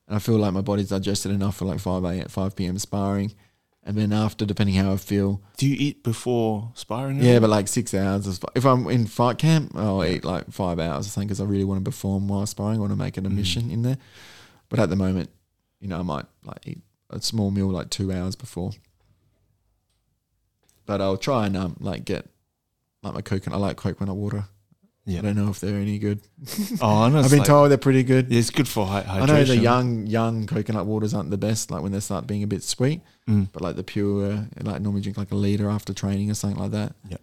[SPEAKER 2] and I feel like my body's digested enough for like five a five p.m. sparring, and then after, depending how I feel,
[SPEAKER 1] Do you eat before sparring?
[SPEAKER 2] yeah, but like six hours. Is, fi- if I'm in fight camp, I'll eat like five hours or something because I really want to perform while sparring. I want to make an
[SPEAKER 1] Mm.
[SPEAKER 2] omission in there. But at the moment, you know, I might like eat a small meal like two hours before. But I'll try and um, like get like my coconut. I like coconut water.
[SPEAKER 1] Yeah.
[SPEAKER 2] I don't know if they're any good.
[SPEAKER 1] Oh, I know.
[SPEAKER 2] I've been told they're pretty good.
[SPEAKER 1] Yeah, it's good for hy- hydration.
[SPEAKER 2] I know the young young coconut waters aren't the best. Like when they start being a bit sweet
[SPEAKER 1] Mm.
[SPEAKER 2] but like the pure, like normally drink like a liter after training or something like that.
[SPEAKER 1] Yeah.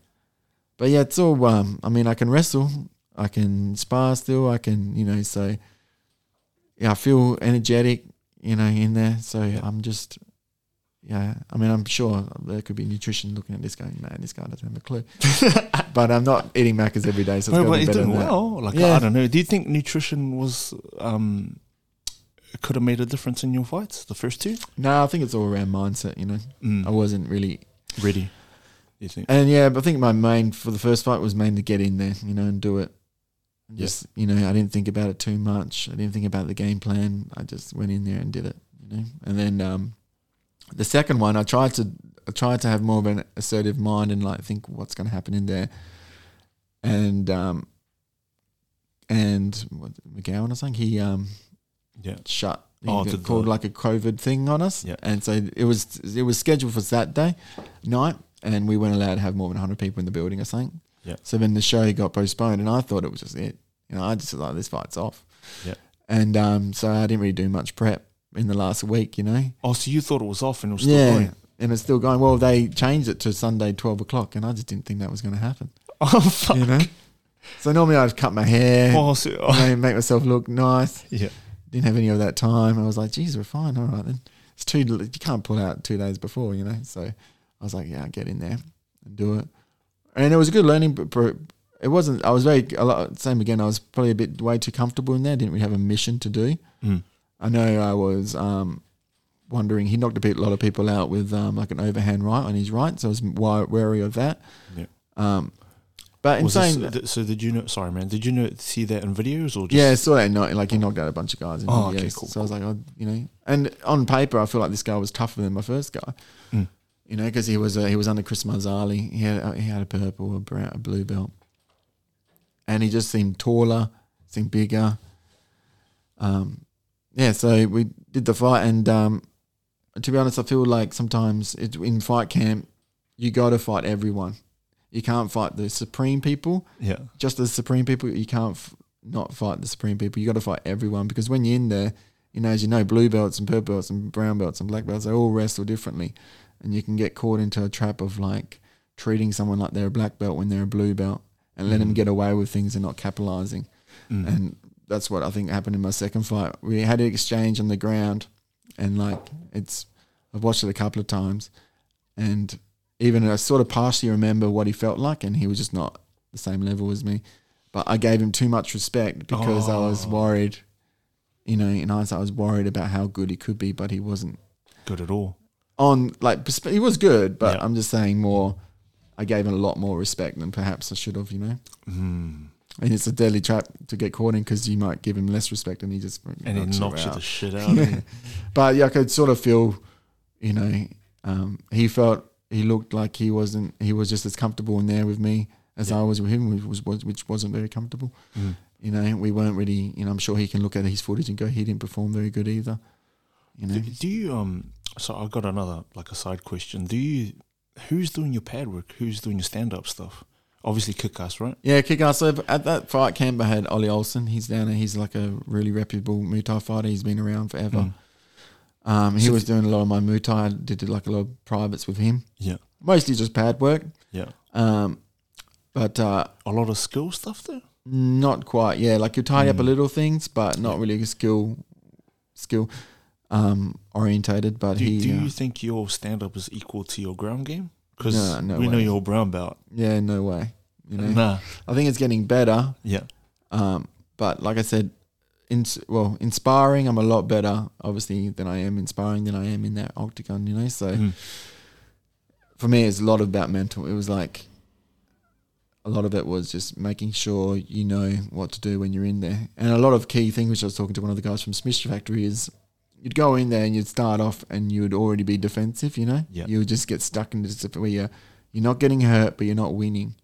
[SPEAKER 2] But yeah, it's all. Um, I mean, I can wrestle, I can spar still, I can, you know. So yeah, I feel energetic, you know, in there. So I'm just, yeah. I mean, I'm sure there could be nutrition looking at this going, man, this guy doesn't have a clue. but I'm not eating macas every day, so it's
[SPEAKER 1] No,
[SPEAKER 2] no,
[SPEAKER 1] but
[SPEAKER 2] be
[SPEAKER 1] he's
[SPEAKER 2] better
[SPEAKER 1] doing
[SPEAKER 2] than well.
[SPEAKER 1] well. Like
[SPEAKER 2] Yeah.
[SPEAKER 1] I don't know. Do you think nutrition was um could have made a difference in your fights? The first two,
[SPEAKER 2] No, I think it's all around mindset. You know,
[SPEAKER 1] Mm.
[SPEAKER 2] I wasn't really
[SPEAKER 1] ready. You think?
[SPEAKER 2] And yeah, but I think my main for the first fight was mainly get in there, you know, and do it. And
[SPEAKER 1] Yeah.
[SPEAKER 2] Just you know, I didn't think about it too much. I didn't think about the game plan. I just went in there and did it, you know. And then um, the second one, I tried to I tried to have more of an assertive mind and like think what's going to happen in there. And um, and what, McGowan or something, he um
[SPEAKER 1] Yeah.
[SPEAKER 2] shut.
[SPEAKER 1] Oh,
[SPEAKER 2] They
[SPEAKER 1] did
[SPEAKER 2] called
[SPEAKER 1] the-
[SPEAKER 2] like a COVID thing on us,
[SPEAKER 1] Yeah.
[SPEAKER 2] and so it was it was scheduled for Saturday night, and we weren't allowed to have more than hundred people in the building or something.
[SPEAKER 1] Yeah.
[SPEAKER 2] So then the show got postponed, and I thought it was just it. You know, I just was like this fight's off.
[SPEAKER 1] Yeah.
[SPEAKER 2] And um, so I didn't really do much prep in the last week, you know.
[SPEAKER 1] Oh, so you thought it was off and it was still
[SPEAKER 2] yeah.
[SPEAKER 1] going?
[SPEAKER 2] And it's still going. Well, they changed it to Sunday twelve o'clock, and I just didn't think that was going to happen.
[SPEAKER 1] Oh fuck!
[SPEAKER 2] You know. so normally I'd cut my hair,
[SPEAKER 1] Oh, so, oh,
[SPEAKER 2] you know, make myself look nice
[SPEAKER 1] yeah.
[SPEAKER 2] didn't have any of that time. I was like, geez, we're fine. All right then. It's two. You can't pull out two days before, you know. So I was like, yeah, I'll get in there and do it. And it was a good learning. But pro- it wasn't. I was very a lot, same again. I was probably a bit way too comfortable in there. Didn't really have a mission to do.
[SPEAKER 1] Mm.
[SPEAKER 2] I know I was. Um, wondering. He knocked a, bit, a lot of people out with um, like an overhand right on his right, so I was wi- wary of that.
[SPEAKER 1] Yeah.
[SPEAKER 2] Um, but in
[SPEAKER 1] Was this-
[SPEAKER 2] saying that,
[SPEAKER 1] th- so did you know? Sorry, man. Did you know see that in videos or just
[SPEAKER 2] yeah, I saw that night. Like he knocked out a bunch of guys. in
[SPEAKER 1] Oh,
[SPEAKER 2] videos.
[SPEAKER 1] okay, cool,
[SPEAKER 2] So I was like, oh, you know, and on paper, I feel like this guy was tougher than my first guy.
[SPEAKER 1] Mm.
[SPEAKER 2] You know, because he was uh, he was under Chris Mazzali. He had uh, he had a purple, a brown, a blue belt, and he just seemed taller, seemed bigger. Um, yeah. So we did the fight, and um, to be honest, I feel like sometimes it, in fight camp, you got to fight everyone. You can't fight the supreme people
[SPEAKER 1] yeah
[SPEAKER 2] just as supreme people, you can't f- not fight the supreme people. You got to fight everyone because when you're in there, you know, as you know, blue belts and purple belts and brown belts and black belts, they all wrestle differently, and you can get caught into a trap of like treating someone like they're a black belt when they're a blue belt and let them
[SPEAKER 1] Mm.
[SPEAKER 2] get away with things and not capitalizing
[SPEAKER 1] Mm.
[SPEAKER 2] and that's what I think happened in my second fight. We had an exchange on the ground, and like it's, I've watched it a couple of times, and even I sort of partially remember what he felt like, and he was just not the same level as me. But I gave him too much respect because I was
[SPEAKER 1] Oh.
[SPEAKER 2] worried, you know, in hindsight, I was worried about how good he could be, but he wasn't
[SPEAKER 1] good at all.
[SPEAKER 2] on like persp- he was good, but
[SPEAKER 1] Yeah.
[SPEAKER 2] I'm just saying more. I gave him a lot more respect than perhaps I should have, you know.
[SPEAKER 1] Mm.
[SPEAKER 2] And it's a deadly trap to get caught in because you might give him less respect and he just
[SPEAKER 1] And it knocks you
[SPEAKER 2] out.
[SPEAKER 1] the shit out. of
[SPEAKER 2] Yeah.
[SPEAKER 1] you.
[SPEAKER 2] But yeah, I could sort of feel, you know, um, he felt he looked like he wasn't. He was just as comfortable in there with me as
[SPEAKER 1] Yeah.
[SPEAKER 2] I was with him, which was- was which wasn't very comfortable.
[SPEAKER 1] Mm.
[SPEAKER 2] You know, we weren't really. You know, I'm sure he can look at his footage and go, he didn't perform very good either. You know,
[SPEAKER 1] Do, do you um? So I've got another like a side question. Do you who's doing your pad work? Who's doing your stand up stuff? Obviously, kick ass, right?
[SPEAKER 2] Yeah, kick ass. So at that fight camp, I had Ollie Olsen. He's down there. He's like a really reputable Muay Thai fighter. He's been around forever.
[SPEAKER 1] Mm.
[SPEAKER 2] Um, he
[SPEAKER 1] So
[SPEAKER 2] was doing a lot of my Muay Thai. I did like a lot of privates with him.
[SPEAKER 1] Yeah.
[SPEAKER 2] Mostly just pad work.
[SPEAKER 1] Yeah.
[SPEAKER 2] Um, but uh,
[SPEAKER 1] A lot of skill stuff there.
[SPEAKER 2] not quite. Yeah, like you tidy up a
[SPEAKER 1] Mm.
[SPEAKER 2] little things, but not really skill skill um, orientated. But
[SPEAKER 1] Do,
[SPEAKER 2] he,
[SPEAKER 1] do
[SPEAKER 2] uh,
[SPEAKER 1] you think your stand up is equal to your ground game? Because
[SPEAKER 2] No, no
[SPEAKER 1] we know
[SPEAKER 2] way.
[SPEAKER 1] you're a brown belt.
[SPEAKER 2] yeah, no way. You know,
[SPEAKER 1] Nah.
[SPEAKER 2] I think it's getting better.
[SPEAKER 1] Yeah.
[SPEAKER 2] Um, but like I said, in, well, inspiring, I'm a lot better, obviously, than I am inspiring than I am in that octagon, you know. So
[SPEAKER 1] Mm.
[SPEAKER 2] for me, it's a lot about mental. It was like a lot of it was just making sure you know what to do when you're in there. And a lot of key things, which I was talking to one of the guys from Smith Factory, is you'd go in there and you'd start off and you would already be defensive, you know.
[SPEAKER 1] Yeah.
[SPEAKER 2] You would just get stuck in this where you're, you're not getting hurt, but you're not winning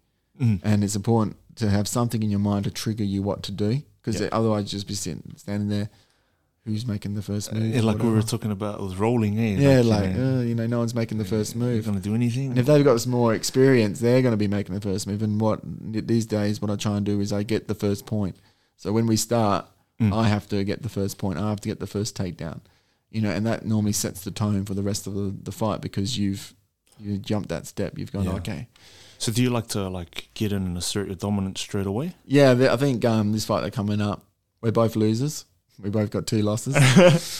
[SPEAKER 1] Mm.
[SPEAKER 2] and it's important to have something in your mind to trigger you what to do because
[SPEAKER 1] Yeah.
[SPEAKER 2] otherwise you'll just be sitting standing there who's making the first
[SPEAKER 1] Uh,
[SPEAKER 2] move
[SPEAKER 1] yeah,
[SPEAKER 2] or
[SPEAKER 1] like we were
[SPEAKER 2] whatever.
[SPEAKER 1] talking about with rolling, eh?
[SPEAKER 2] yeah like,
[SPEAKER 1] you know,
[SPEAKER 2] uh, you know no one's making the first
[SPEAKER 1] you
[SPEAKER 2] move
[SPEAKER 1] gonna do anything?
[SPEAKER 2] and if they've got some more experience they're going to be making the first move and what these days what i try and do is i get the first point so when we start
[SPEAKER 1] Mm.
[SPEAKER 2] i have to get the first point i have to get the first takedown you know and that normally sets the tone for the rest of the, the fight because you've you jumped that step you've gone
[SPEAKER 1] Yeah.
[SPEAKER 2] okay
[SPEAKER 1] so do you like to like get in and assert your dominance straight away?
[SPEAKER 2] Yeah, th- I think um, this fight they're coming up, we're both losers. We both got two losses.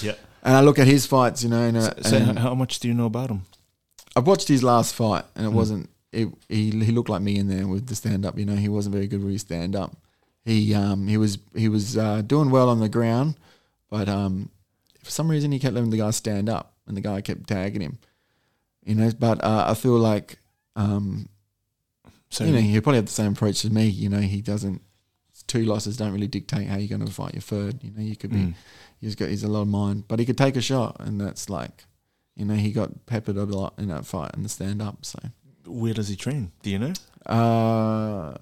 [SPEAKER 1] Yeah.
[SPEAKER 2] And I look at his fights, you know, and, uh,
[SPEAKER 1] So, so
[SPEAKER 2] and
[SPEAKER 1] how, how much do you know about him?
[SPEAKER 2] I've watched his last fight, and it
[SPEAKER 1] Mm.
[SPEAKER 2] wasn't. It, he he looked like me in there with the stand up. You know, he wasn't very good with his stand up. He um he was he was uh, doing well on the ground, but um for some reason he kept letting the guy stand up, and the guy kept tagging him. You know, but uh, I feel like um
[SPEAKER 1] So
[SPEAKER 2] you know, he'll probably have the same approach as me. You know, he doesn't. Two losses don't really dictate how you're going to fight your third. You know, you could be.
[SPEAKER 1] Mm.
[SPEAKER 2] He's got. He's a lot of mind, but he could take a shot, and that's like, you know, he got peppered a lot in that fight and the stand up. So,
[SPEAKER 1] where does he train? Do you know?
[SPEAKER 2] uh,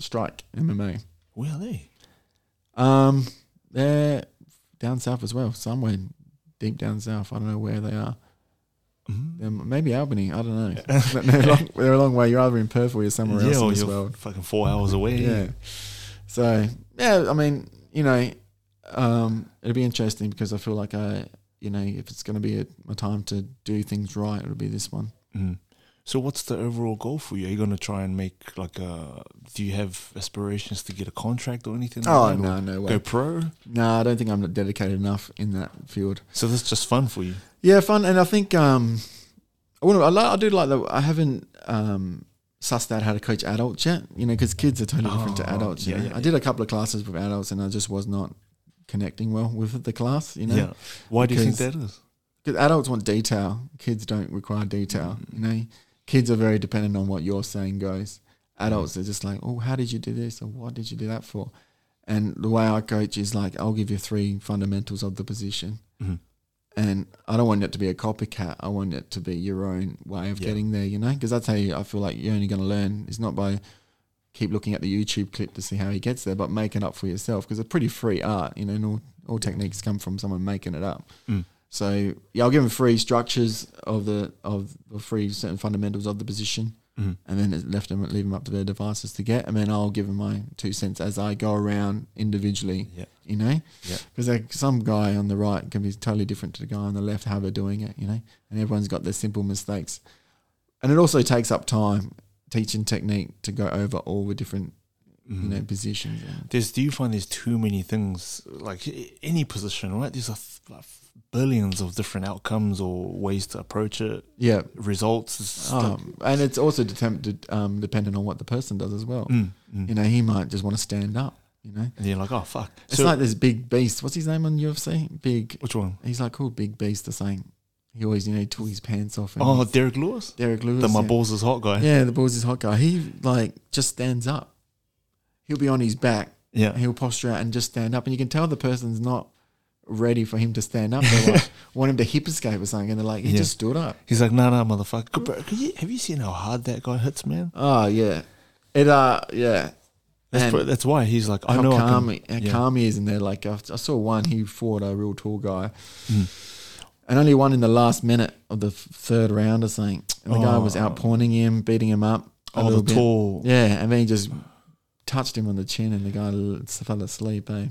[SPEAKER 2] strike MMA.
[SPEAKER 1] Where are they?
[SPEAKER 2] Um, they're down south as well, somewhere deep down south. I don't know where they are.
[SPEAKER 1] Mm.
[SPEAKER 2] They're m- maybe Albany. I don't know. But they're, a long, they're a long way. You're either in Perth or you're somewhere else in
[SPEAKER 1] or
[SPEAKER 2] this
[SPEAKER 1] you're
[SPEAKER 2] world.
[SPEAKER 1] fucking four hours away.
[SPEAKER 2] Yeah. So yeah, I mean, you know, um, it'll be interesting because I feel like I, you know, if it's going to be a, my time to do things right, it'll be this one.
[SPEAKER 1] Mm. So what's the overall goal for you? Are you going to try and make like a? Do you have aspirations to get a contract or anything?
[SPEAKER 2] Oh
[SPEAKER 1] like that, or
[SPEAKER 2] no, no
[SPEAKER 1] Go
[SPEAKER 2] way.
[SPEAKER 1] pro.
[SPEAKER 2] No, I don't think I'm dedicated enough in that field.
[SPEAKER 1] So that's just fun for you.
[SPEAKER 2] Yeah, fun, and I think um, I want to. I, like, I do like that. I haven't um sussed out how to coach adults yet. You know, because kids are totally different to
[SPEAKER 1] Oh,
[SPEAKER 2] adults. you
[SPEAKER 1] yeah,
[SPEAKER 2] know?
[SPEAKER 1] yeah,
[SPEAKER 2] I did a couple of classes with adults, and I just was not connecting well with the class. You know,
[SPEAKER 1] yeah. Why do you think
[SPEAKER 2] because-
[SPEAKER 1] that is?
[SPEAKER 2] because adults want detail. Kids don't require detail.
[SPEAKER 1] Mm.
[SPEAKER 2] You know, kids are very dependent on what you're saying goes. Adults are just like, oh, how did you do this? Or what did you do that for? And the way I coach is like, I'll give you three fundamentals of the position.
[SPEAKER 1] Mhm.
[SPEAKER 2] And I don't want it to be a copycat. I want it to be your own way of
[SPEAKER 1] Yeah.
[SPEAKER 2] getting there, you know? Because that's how you, I feel like you're only going to learn. It's not by keep looking at the YouTube clip to see how he gets there, but make it up for yourself because it's pretty free art, you know, and all, all techniques come from someone making it up.
[SPEAKER 1] Mm.
[SPEAKER 2] So yeah, I'll give them three structures of the of the three certain fundamentals of the position,
[SPEAKER 1] Mhm.
[SPEAKER 2] and then it left them leave them up to their devices to get, and then I'll give them my two cents as I go around individually,
[SPEAKER 1] Yeah.
[SPEAKER 2] you know,
[SPEAKER 1] Yeah.
[SPEAKER 2] because like some guy on the right can be totally different to the guy on the left how they're doing it, you know, and everyone's got their simple mistakes, and it also takes up time teaching technique to go over all the different you
[SPEAKER 1] Mm-hmm. Mm.
[SPEAKER 2] know positions. and-
[SPEAKER 1] There's, do you find there's too many things, like i- any position, right? There's a th- like billions of different outcomes or ways to approach it,
[SPEAKER 2] yeah.
[SPEAKER 1] results. it's like-
[SPEAKER 2] Um, and it's also determined, um, dependent on what the person does as well.
[SPEAKER 1] Mm, mm.
[SPEAKER 2] You know, he might just want to stand up. You know,
[SPEAKER 1] and you're like, oh, fuck.
[SPEAKER 2] it's
[SPEAKER 1] So,
[SPEAKER 2] like this big beast. What's his name on UFC? Big.
[SPEAKER 1] which one?
[SPEAKER 2] He's like called Big Beast or something. He always, you know, took his pants off. And
[SPEAKER 1] Oh, Derek Lewis?
[SPEAKER 2] Derek Lewis.
[SPEAKER 1] The My
[SPEAKER 2] yeah.
[SPEAKER 1] Balls is Hot guy.
[SPEAKER 2] Yeah, the balls is hot guy. He like just stands up. He'll be on his back.
[SPEAKER 1] Yeah.
[SPEAKER 2] and He'll posture out and just stand up, and you can tell the person's not ready for him to stand up. They like, want him to hip escape or something, and they're like, he
[SPEAKER 1] Yeah.
[SPEAKER 2] just stood up.
[SPEAKER 1] He's like, nah, nah, motherfucker. Good, bro. Could you- Have you seen how hard that guy hits, man?
[SPEAKER 2] Oh yeah, it uh yeah.
[SPEAKER 1] That's,
[SPEAKER 2] And-
[SPEAKER 1] pr- that's why he's like, I
[SPEAKER 2] how
[SPEAKER 1] know I
[SPEAKER 2] calm,
[SPEAKER 1] can.
[SPEAKER 2] how
[SPEAKER 1] yeah.
[SPEAKER 2] calm he is in there. Like I, I saw one, he fought a real tall guy,
[SPEAKER 1] Mm.
[SPEAKER 2] and only one in the last minute of the f- third round or something. And the guy was
[SPEAKER 1] Oh.
[SPEAKER 2] out pointing him, beating him up. a
[SPEAKER 1] Oh,
[SPEAKER 2] little
[SPEAKER 1] the
[SPEAKER 2] bit.
[SPEAKER 1] tall.
[SPEAKER 2] Yeah, and then he just touched him on the chin, and the guy l- fell asleep. Eh?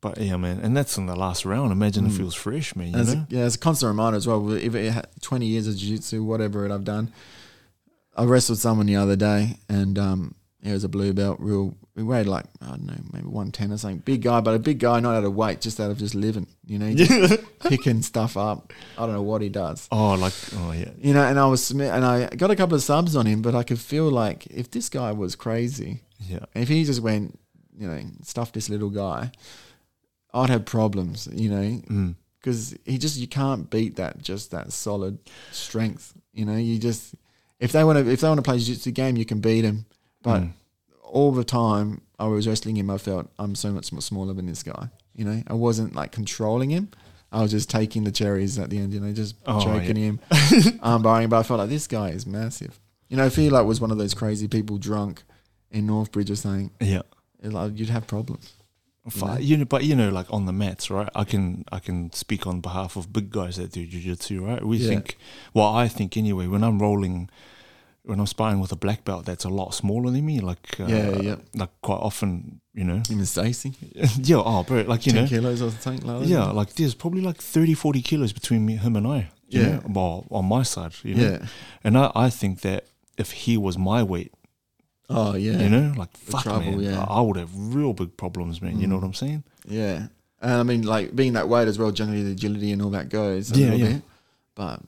[SPEAKER 1] But yeah, man. And that's in the last round. Imagine
[SPEAKER 2] Mm.
[SPEAKER 1] if he was fresh, man. You
[SPEAKER 2] And it's
[SPEAKER 1] know?
[SPEAKER 2] a, yeah, it's a constant reminder as well. If it had twenty years of jiu-jitsu, whatever it I've done, I wrestled someone the other day, and um, he was a blue belt, real. He weighed like I don't know, maybe one ten or something. Big guy, but a big guy, not out of weight, just out of just living. You know, just picking stuff up. I don't know what he does.
[SPEAKER 1] Oh, like, oh, yeah.
[SPEAKER 2] You know, and I was submit, and I got a couple of subs on him, but I could feel like if this guy was crazy,
[SPEAKER 1] Yeah.
[SPEAKER 2] if he just went, you know, stuff this little guy, I'd have problems. You know,
[SPEAKER 1] Mm.
[SPEAKER 2] because he just you can't beat that just that solid strength. You know, you just if they want to if they want to play jiu-jitsu game, you can beat him. But
[SPEAKER 1] Mm.
[SPEAKER 2] all the time I was wrestling him, I felt I'm so much more smaller than this guy. You know, I wasn't like controlling him. I was just taking the cherries at the end. You know, just
[SPEAKER 1] Oh,
[SPEAKER 2] choking him, arm barring. But I felt like this guy is massive. You know, if he like was one of those crazy people drunk in Northbridge or something,
[SPEAKER 1] Yeah.
[SPEAKER 2] like, you'd have problems.
[SPEAKER 1] Fi- You know, but you know, like on the mats, right? I can I can speak on behalf of big guys that do jujitsu, right? We
[SPEAKER 2] Yeah.
[SPEAKER 1] think, well, I think anyway. When I'm rolling, when I'm sparring with a black belt that's a lot smaller than me, like uh,
[SPEAKER 2] Yeah, yeah.
[SPEAKER 1] like quite often, you know,
[SPEAKER 2] Even Stacey,
[SPEAKER 1] yeah, oh, bro, like you
[SPEAKER 2] ten
[SPEAKER 1] know,
[SPEAKER 2] kilos or something like that.
[SPEAKER 1] yeah, like there's probably like 30, 40 kilos between me, him and I. you
[SPEAKER 2] Yeah.
[SPEAKER 1] know, well, on my side, you know,
[SPEAKER 2] yeah.
[SPEAKER 1] and I, I think that if he was my weight,
[SPEAKER 2] Oh yeah.
[SPEAKER 1] you know, like fuck,
[SPEAKER 2] trouble,
[SPEAKER 1] man,
[SPEAKER 2] yeah. Mm.
[SPEAKER 1] I I would have real big problems, man. You know what I'm saying?
[SPEAKER 2] Yeah. And I mean, like being that weight as well, generally the agility and all that goes. A
[SPEAKER 1] Yeah,
[SPEAKER 2] little
[SPEAKER 1] yeah.
[SPEAKER 2] Bit. But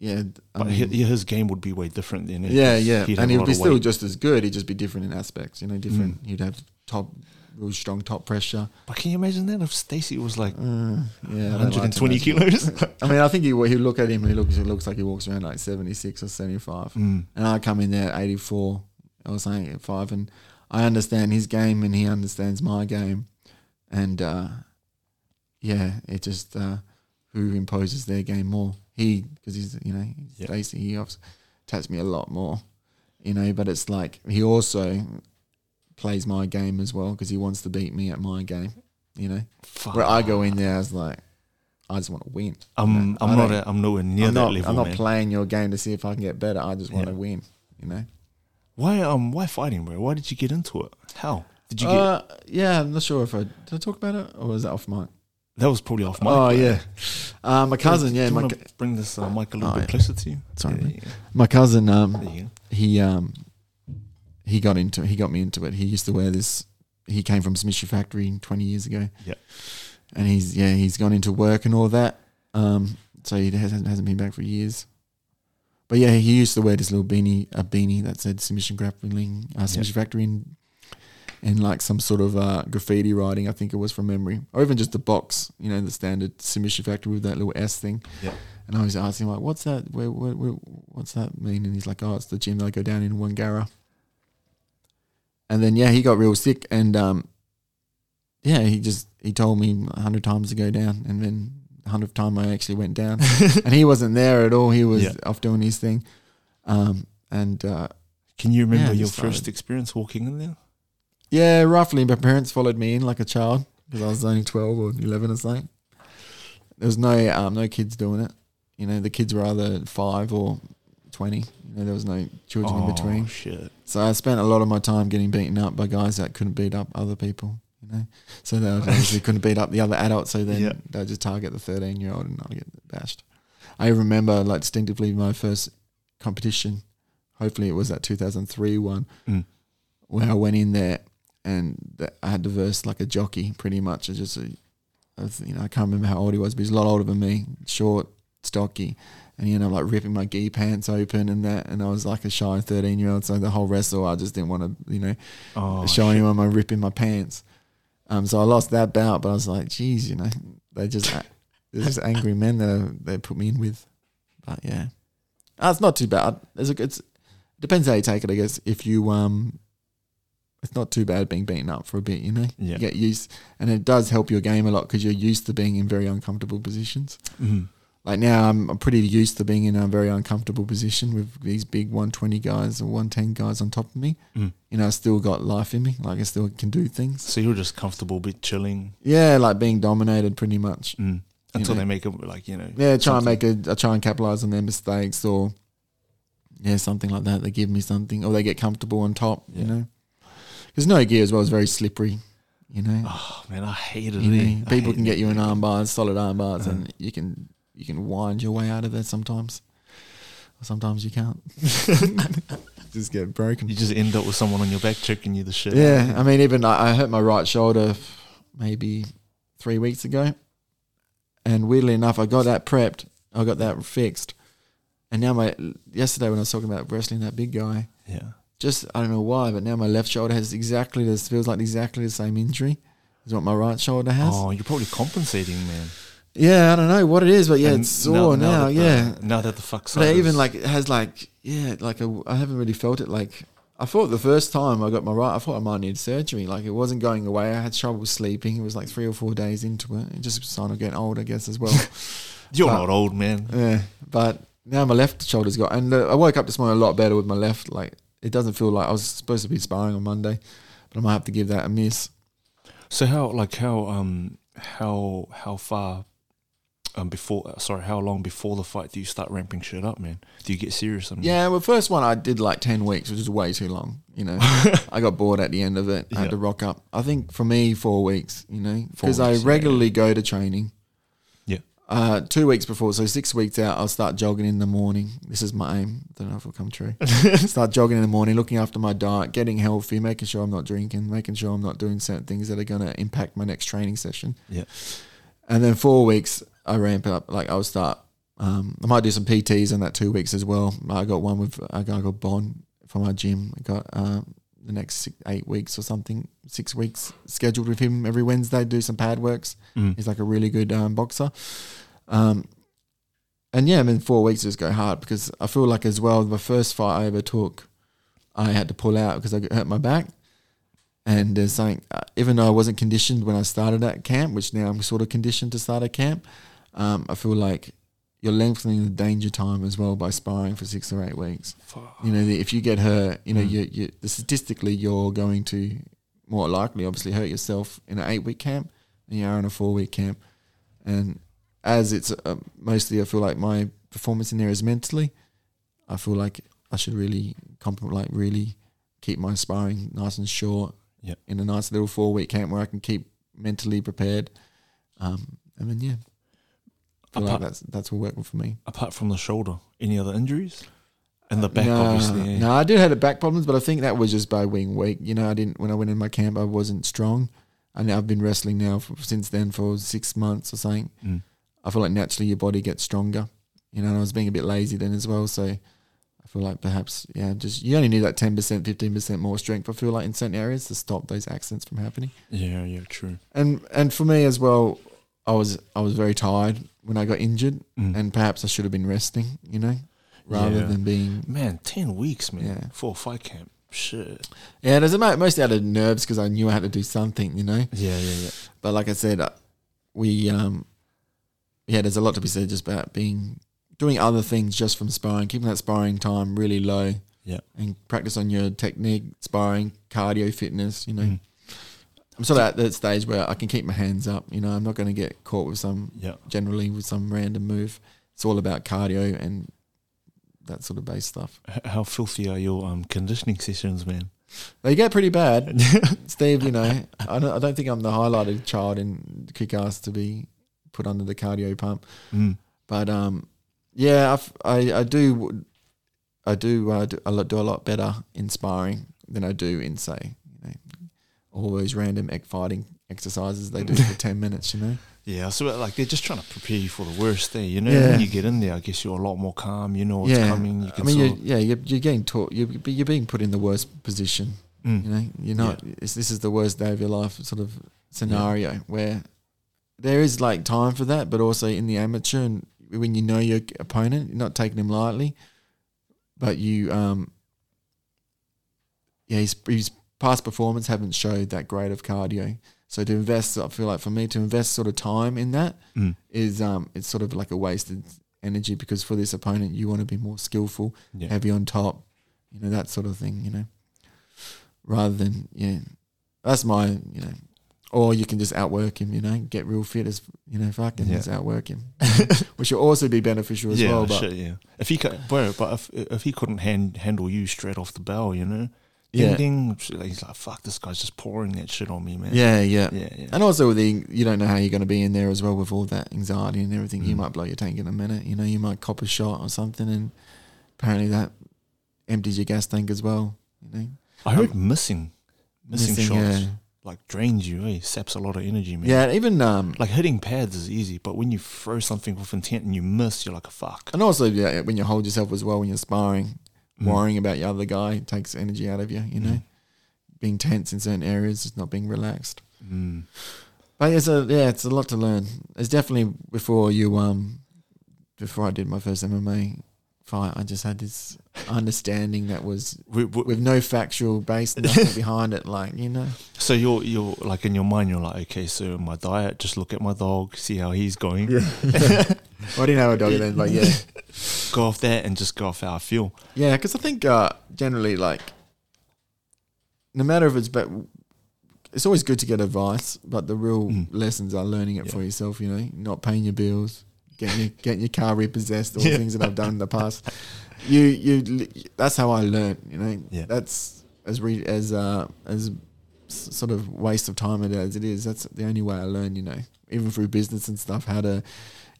[SPEAKER 2] yeah, th- I
[SPEAKER 1] But
[SPEAKER 2] mean,
[SPEAKER 1] hi- his game would be way different. You know,
[SPEAKER 2] yeah,
[SPEAKER 1] 'cause
[SPEAKER 2] yeah.
[SPEAKER 1] he'd have a
[SPEAKER 2] and he'd
[SPEAKER 1] lot
[SPEAKER 2] be
[SPEAKER 1] of
[SPEAKER 2] still
[SPEAKER 1] weight. Mm.
[SPEAKER 2] just as good. He'd just be different in aspects, you know, different. He'd have top, real strong top pressure.
[SPEAKER 1] But can you imagine that if Stacy was like
[SPEAKER 2] Uh, yeah. I don't like to
[SPEAKER 1] 120
[SPEAKER 2] imagine.
[SPEAKER 1] kilos?
[SPEAKER 2] I mean, I think he, wa- he look at him, he looks, he looks like he walks around like 76 or 75.
[SPEAKER 1] Mm,
[SPEAKER 2] And I come in there at 84, I was saying at 5, and I understand his game and he understands my game. And uh, yeah, it just uh, who imposes their game more. He, because he's, you know,
[SPEAKER 1] Yeah.
[SPEAKER 2] Stacey, he obs- attacks me a lot more, you know, but it's like he also plays my game as well because he wants to beat me at my game, you know,
[SPEAKER 1] fuck.
[SPEAKER 2] where I go in there as like, I just want to win.
[SPEAKER 1] I'm,
[SPEAKER 2] No, I
[SPEAKER 1] I'm not
[SPEAKER 2] don't-
[SPEAKER 1] a, I'm nowhere near
[SPEAKER 2] I'm
[SPEAKER 1] that
[SPEAKER 2] not,
[SPEAKER 1] level,
[SPEAKER 2] I'm not
[SPEAKER 1] man.
[SPEAKER 2] playing your game to see if I can get better. I just want to
[SPEAKER 1] Yeah.
[SPEAKER 2] win, you know.
[SPEAKER 1] why um why fighting, bro? Why did you get into it? How did you get?
[SPEAKER 2] Uh, yeah, I'm not sure if I did I talk about it or was that off mic?
[SPEAKER 1] that was probably off mic.
[SPEAKER 2] oh
[SPEAKER 1] right?
[SPEAKER 2] yeah, uh, my
[SPEAKER 1] Do you-
[SPEAKER 2] cousin.
[SPEAKER 1] do
[SPEAKER 2] Yeah,
[SPEAKER 1] you
[SPEAKER 2] my,
[SPEAKER 1] wanna bring this uh, mic a little
[SPEAKER 2] Oh,
[SPEAKER 1] bit
[SPEAKER 2] yeah.
[SPEAKER 1] closer to you.
[SPEAKER 2] Sorry,
[SPEAKER 1] yeah,
[SPEAKER 2] man.
[SPEAKER 1] yeah.
[SPEAKER 2] my cousin.
[SPEAKER 1] There
[SPEAKER 2] Um,
[SPEAKER 1] you go.
[SPEAKER 2] he um, he got into he got me into it. He used to wear this. He came from Smishy Factory 20 years ago.
[SPEAKER 1] Yeah.
[SPEAKER 2] and he's yeah he's gone into work and all that. Um, so he hasn't hasn't been back for years. But yeah, he used to wear this little beanie, a beanie that said submission grappling, uh, submission factory in, and like some sort of uh, graffiti writing, I think it was from memory, or even just the box, you know, the standard submission factory with that little S thing.
[SPEAKER 1] Yeah.
[SPEAKER 2] And I was asking like, "What's that? Where, where, where, what's that mean?" And he's like, "Oh, it's the gym that I go down in Wangara." And then yeah, he got real sick, and um, yeah, he just he told me a hundred times to go down, and then the hundredth time I actually went down, and he wasn't there at all. He was
[SPEAKER 1] Yeah.
[SPEAKER 2] off doing his thing, um, and uh,
[SPEAKER 1] Can you remember
[SPEAKER 2] Yeah,
[SPEAKER 1] your
[SPEAKER 2] just started.
[SPEAKER 1] first experience walking in there?
[SPEAKER 2] Yeah, roughly. My parents followed me in like a child because I was only twelve or eleven or something. There was no um, no kids doing it. You know, the kids were either five or twenty. You know, there was no children in between.
[SPEAKER 1] Oh, shit.
[SPEAKER 2] So I spent a lot of my time getting beaten up by guys that couldn't beat up other people. You know, so they obviously couldn't beat up the other adults. So then
[SPEAKER 1] Yeah.
[SPEAKER 2] they would just target the thirteen year old and I get bashed. I remember like distinctively my first competition. Hopefully, it was that two thousand three one
[SPEAKER 1] Mm.
[SPEAKER 2] where I went in there and th- I had to verse like a jockey, pretty much. I just, a, I was, you know, I can't remember how old he was, but he's a lot older than me, short, stocky, and you know, like ripping my gi pants open and that. And I was like a shy thirteen year old, so the whole wrestle, I just didn't want to, you know,
[SPEAKER 1] Oh,
[SPEAKER 2] show
[SPEAKER 1] shit.
[SPEAKER 2] anyone my rip in my pants. Um, so I lost that bout, but I was like, geez, you know, they just they're just angry men that are, they put me in with. But yeah, Ah, it's not too bad. It's a, it's depends how you take it, I guess. If you um, it's not too bad being beaten up for a bit, you know.
[SPEAKER 1] Yeah.
[SPEAKER 2] You get used, and it does help your game a lot because you're used to being in very uncomfortable positions.
[SPEAKER 1] Mhm.
[SPEAKER 2] Like now, I'm, I'm pretty used to being in a very uncomfortable position with these big 120 guys or 110 guys on top of me
[SPEAKER 1] Mm.
[SPEAKER 2] you know, I still got life in me. Like I still can do things.
[SPEAKER 1] So you're just comfortable, bit chilling
[SPEAKER 2] Yeah, like being dominated pretty much.
[SPEAKER 1] mm. until
[SPEAKER 2] know.
[SPEAKER 1] they make it like you know.
[SPEAKER 2] Yeah, try
[SPEAKER 1] something.
[SPEAKER 2] and make a I try and capitalize on their mistakes or yeah, something like that. They give me something or they get comfortable on top, you
[SPEAKER 1] Yeah.
[SPEAKER 2] know. Because no gear as well is very slippery, you know.
[SPEAKER 1] Oh man, I hated
[SPEAKER 2] You
[SPEAKER 1] it.
[SPEAKER 2] know,
[SPEAKER 1] eh? I
[SPEAKER 2] people
[SPEAKER 1] hated
[SPEAKER 2] can get
[SPEAKER 1] it.
[SPEAKER 2] you in arm bars, solid arm bars,
[SPEAKER 1] Uh-huh.
[SPEAKER 2] and you can you can wind your way out of there sometimes. Sometimes you can't. Just get broken.
[SPEAKER 1] You just end up with someone on your back checking you the shit. out.
[SPEAKER 2] Yeah, uh, I mean, even I, I hurt my right shoulder f- maybe three weeks ago, and weirdly enough, I got that prepped, I got that fixed, and now my yesterday when I was talking about wrestling that big guy,
[SPEAKER 1] yeah.
[SPEAKER 2] just I don't know why, but now my left shoulder has exactly this feels like exactly the same injury as what my right shoulder has.
[SPEAKER 1] Oh, you're probably compensating, man.
[SPEAKER 2] Yeah, I don't know what it is, but yeah,
[SPEAKER 1] And
[SPEAKER 2] it's sore now.
[SPEAKER 1] that uh, the-
[SPEAKER 2] yeah,
[SPEAKER 1] now that the fuck.
[SPEAKER 2] but I even like it has like yeah like I I haven't really felt it like I thought the first time I got my right I thought I might need surgery like it wasn't going away I had trouble sleeping it was like three or four days into it It's just a sign of getting old I guess as well
[SPEAKER 1] you're
[SPEAKER 2] but-
[SPEAKER 1] not old, man.
[SPEAKER 2] yeah but now my left shoulder's got and uh, I woke up this morning a lot better with my left like it doesn't feel like I was supposed to be sparring on Monday but I might have to give that a miss
[SPEAKER 1] So how like how um how how far um before uh, sorry how long before the fight do you start ramping shit up, man? Do you get serious? I mean,
[SPEAKER 2] yeah well first one I did like 10 weeks which is way too long you know I got bored at the end of it. I
[SPEAKER 1] Yeah.
[SPEAKER 2] had to rock up. I think for me, four weeks, you know,
[SPEAKER 1] Four
[SPEAKER 2] because I
[SPEAKER 1] weeks, yeah,
[SPEAKER 2] regularly go to training.
[SPEAKER 1] Yeah.
[SPEAKER 2] Uh, two weeks before, so six weeks out, I'll start jogging in the morning. This is my aim. Don't know if it'll come true. start jogging in the morning, looking after my diet, getting healthy, making sure I'm not drinking, making sure I'm not doing certain things that are going to impact my next training session.
[SPEAKER 1] Yeah.
[SPEAKER 2] And then four weeks, I ramp up. Like I'll start. Um, I might do some PTs in that two weeks as well. I got one with I got, I got Bond for my gym. I got um, the next six, eight weeks or something, six weeks scheduled with him every Wednesday. Do some pad works.
[SPEAKER 1] Mm.
[SPEAKER 2] He's like a really good um, boxer. Um, and yeah, I mean, four weeks just go hard because I feel like as well the first fight I ever took, I had to pull out because I got- hurt my back. And there's something, uh, even though I wasn't conditioned when I started at camp, which now I'm sort of conditioned to start at camp, um, I feel like you're lengthening the danger time as well by sparring for six or eight weeks.
[SPEAKER 1] Fuck.
[SPEAKER 2] You know, the, if you get hurt, you know,
[SPEAKER 1] Mm.
[SPEAKER 2] you, you, the statistically you're going to more likely, obviously, hurt yourself in an eight week camp than you are in a four week camp. And as it's uh, mostly, I feel like my performance in there is mentally. I feel like I should really comp- like really keep my sparring nice and short.
[SPEAKER 1] Yep.
[SPEAKER 2] In a nice little four week camp where I can keep mentally prepared. Um, I mean, yeah. I feel
[SPEAKER 1] Apart-
[SPEAKER 2] like that's that's what working for me.
[SPEAKER 1] apart from the shoulder, any other injuries? And the back,
[SPEAKER 2] no,
[SPEAKER 1] obviously. eh?
[SPEAKER 2] No, I did have the back problems, but I think that was just by being weak. You know, I didn't when I went in my camp, I wasn't strong, and I've been wrestling now for, since then for six months or something.
[SPEAKER 1] Mm.
[SPEAKER 2] I feel like naturally your body gets stronger. You know, and I was being a bit lazy then as well, so I feel like perhaps yeah, just you only need like ten percent, fifteen percent more strength. I feel like in certain areas to stop those accidents from happening.
[SPEAKER 1] Yeah, yeah, true.
[SPEAKER 2] And and for me as well, I was I was very tired when I got injured,
[SPEAKER 1] Mm.
[SPEAKER 2] and perhaps I should have been resting, you know, rather
[SPEAKER 1] Yeah.
[SPEAKER 2] than being
[SPEAKER 1] man, ten weeks, man,
[SPEAKER 2] Yeah.
[SPEAKER 1] for a fight camp. Shit.
[SPEAKER 2] yeah. There's a mo- mostly out of nerves because I knew I had to do something, you know.
[SPEAKER 1] Yeah, yeah, yeah.
[SPEAKER 2] But like I said, uh, we um, yeah, there's a lot to be said just about being doing other things just from sparring, keeping that sparring time really low,
[SPEAKER 1] Yeah.
[SPEAKER 2] and practice on your technique, sparring, cardio, fitness. You know,
[SPEAKER 1] Mm.
[SPEAKER 2] I'm sort of at that stage where I can keep my hands up. You know, I'm not going to get caught with some
[SPEAKER 1] Yeah.
[SPEAKER 2] generally with some random move. It's all about cardio and that sort of base stuff.
[SPEAKER 1] H- how filthy are your um conditioning sessions, man?
[SPEAKER 2] They get pretty bad, Steve. You know, I don't, I don't think I'm the highlighted child in kick ass to be put under the cardio pump.
[SPEAKER 1] Mm.
[SPEAKER 2] But um, yeah, I've, I I do I do uh, do, a lot, do a lot better in sparring than I do in say you know all those random egg fighting exercises they do for ten minutes. You know,
[SPEAKER 1] Yeah, so uh, like they're just trying to prepare you for the worst day, you know.
[SPEAKER 2] Yeah.
[SPEAKER 1] When you get in there, I guess you're a lot more calm. You know what's
[SPEAKER 2] yeah.
[SPEAKER 1] coming. You
[SPEAKER 2] I
[SPEAKER 1] can
[SPEAKER 2] mean,
[SPEAKER 1] sort
[SPEAKER 2] you're, yeah, you're, you're getting taught you're be- you're being put in the worst position.
[SPEAKER 1] of- Mm.
[SPEAKER 2] You know, you're not. It's, this is the worst day of your life sort of scenario where there is like time for that, but also in the amateur and when you know your opponent, you're not taking him lightly, but you um yeah, his, his past performance haven't showed that grade of cardio. So to invest, I feel like for me to invest sort of time in that
[SPEAKER 1] Mm.
[SPEAKER 2] is um it's sort of like a wasted energy because for this opponent you want to be more skillful
[SPEAKER 1] Yeah.
[SPEAKER 2] heavy on top, you know, that sort of thing, you know. Rather than, yeah, that's my, you know, or you can just outwork him, you know, get real fit as, you know, fucking
[SPEAKER 1] Yeah.
[SPEAKER 2] just outwork him, which will also be beneficial as
[SPEAKER 1] yeah,
[SPEAKER 2] well. But
[SPEAKER 1] shit, yeah. If he could, bro, but if if he couldn't hand, handle you straight off the bell, you know, ding
[SPEAKER 2] yeah,
[SPEAKER 1] ding, shit, like, he's like, fuck, this guy's just pouring that shit on me, man.
[SPEAKER 2] yeah, yeah,
[SPEAKER 1] yeah, yeah.
[SPEAKER 2] And also, with the, you don't know how you're going to be in there as well with all that anxiety and everything. You
[SPEAKER 1] Mm.
[SPEAKER 2] might blow your tank in a minute, you know, you might cop a shot or something, and apparently that empties your gas tank as well, you know.
[SPEAKER 1] I heard missing, missing, shots
[SPEAKER 2] yeah.
[SPEAKER 1] like drains you. Eh? Saps a lot of energy, man.
[SPEAKER 2] Yeah, even um,
[SPEAKER 1] Like hitting pads is easy, but when you throw something with intent and you miss, you're like a fuck.
[SPEAKER 2] And also, yeah, when you hold yourself as well when you're sparring,
[SPEAKER 1] Mm.
[SPEAKER 2] worrying about your other guy takes energy out of you. You know,
[SPEAKER 1] Mm.
[SPEAKER 2] being tense in certain areas, just not being relaxed.
[SPEAKER 1] Mm.
[SPEAKER 2] But it's a yeah, it's a lot to learn. It's definitely before you um, before I did my first MMA fight, I just had this understanding that was
[SPEAKER 1] We, we,
[SPEAKER 2] with no factual base, nothing behind it. Like you know,
[SPEAKER 1] so you're you're like in your mind, you're like, okay, so my diet, just look at my dog, see how he's going,
[SPEAKER 2] Well, I didn't have a dog then, but yeah.
[SPEAKER 1] go off that, and just go off how I feel.
[SPEAKER 2] Yeah, because I think uh, generally, like, no matter if it's but it's always good to get advice, but the real
[SPEAKER 1] Mm.
[SPEAKER 2] lessons are learning it
[SPEAKER 1] Yeah.
[SPEAKER 2] for yourself. You know, not paying your bills, getting your, getting your car repossessed, all
[SPEAKER 1] Yeah.
[SPEAKER 2] the things that I've done in the past. You you li- that's how I learned. You know,
[SPEAKER 1] Yeah.
[SPEAKER 2] that's as re, as uh, as s- sort of waste of time as it is. That's the only way I learn. You know, even through business and stuff, how to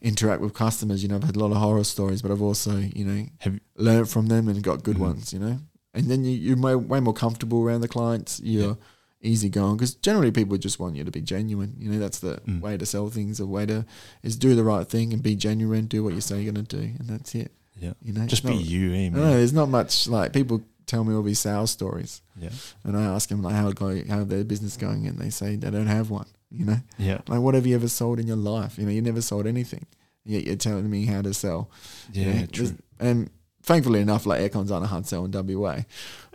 [SPEAKER 2] interact with customers. You know, I've had a lot of horror stories, but I've also you know
[SPEAKER 1] Have you-
[SPEAKER 2] learned from them and got good
[SPEAKER 1] Mhm.
[SPEAKER 2] ones, you know. And then you, you're way, way more comfortable around the clients. You're easy going because generally people just want you to be genuine. You know, that's the
[SPEAKER 1] Mm.
[SPEAKER 2] way to sell things. The way to is do the right thing and be genuine. Do what you say you're going to do, and that's it.
[SPEAKER 1] Yeah,
[SPEAKER 2] You know,
[SPEAKER 1] just
[SPEAKER 2] It's
[SPEAKER 1] be
[SPEAKER 2] not-
[SPEAKER 1] you, eh,
[SPEAKER 2] I
[SPEAKER 1] man.
[SPEAKER 2] don't know, there's not much like people tell me all these sales stories,
[SPEAKER 1] Yeah,
[SPEAKER 2] and I ask them like how it go, how their business going, and they say they don't have one. You know,
[SPEAKER 1] yeah,
[SPEAKER 2] like what have you ever sold in your life? You know, you never sold anything. Yet you're telling me how to sell.
[SPEAKER 1] yeah,
[SPEAKER 2] You know,
[SPEAKER 1] true.
[SPEAKER 2] there's- And thankfully enough, like aircons aren't a hard sell in WA,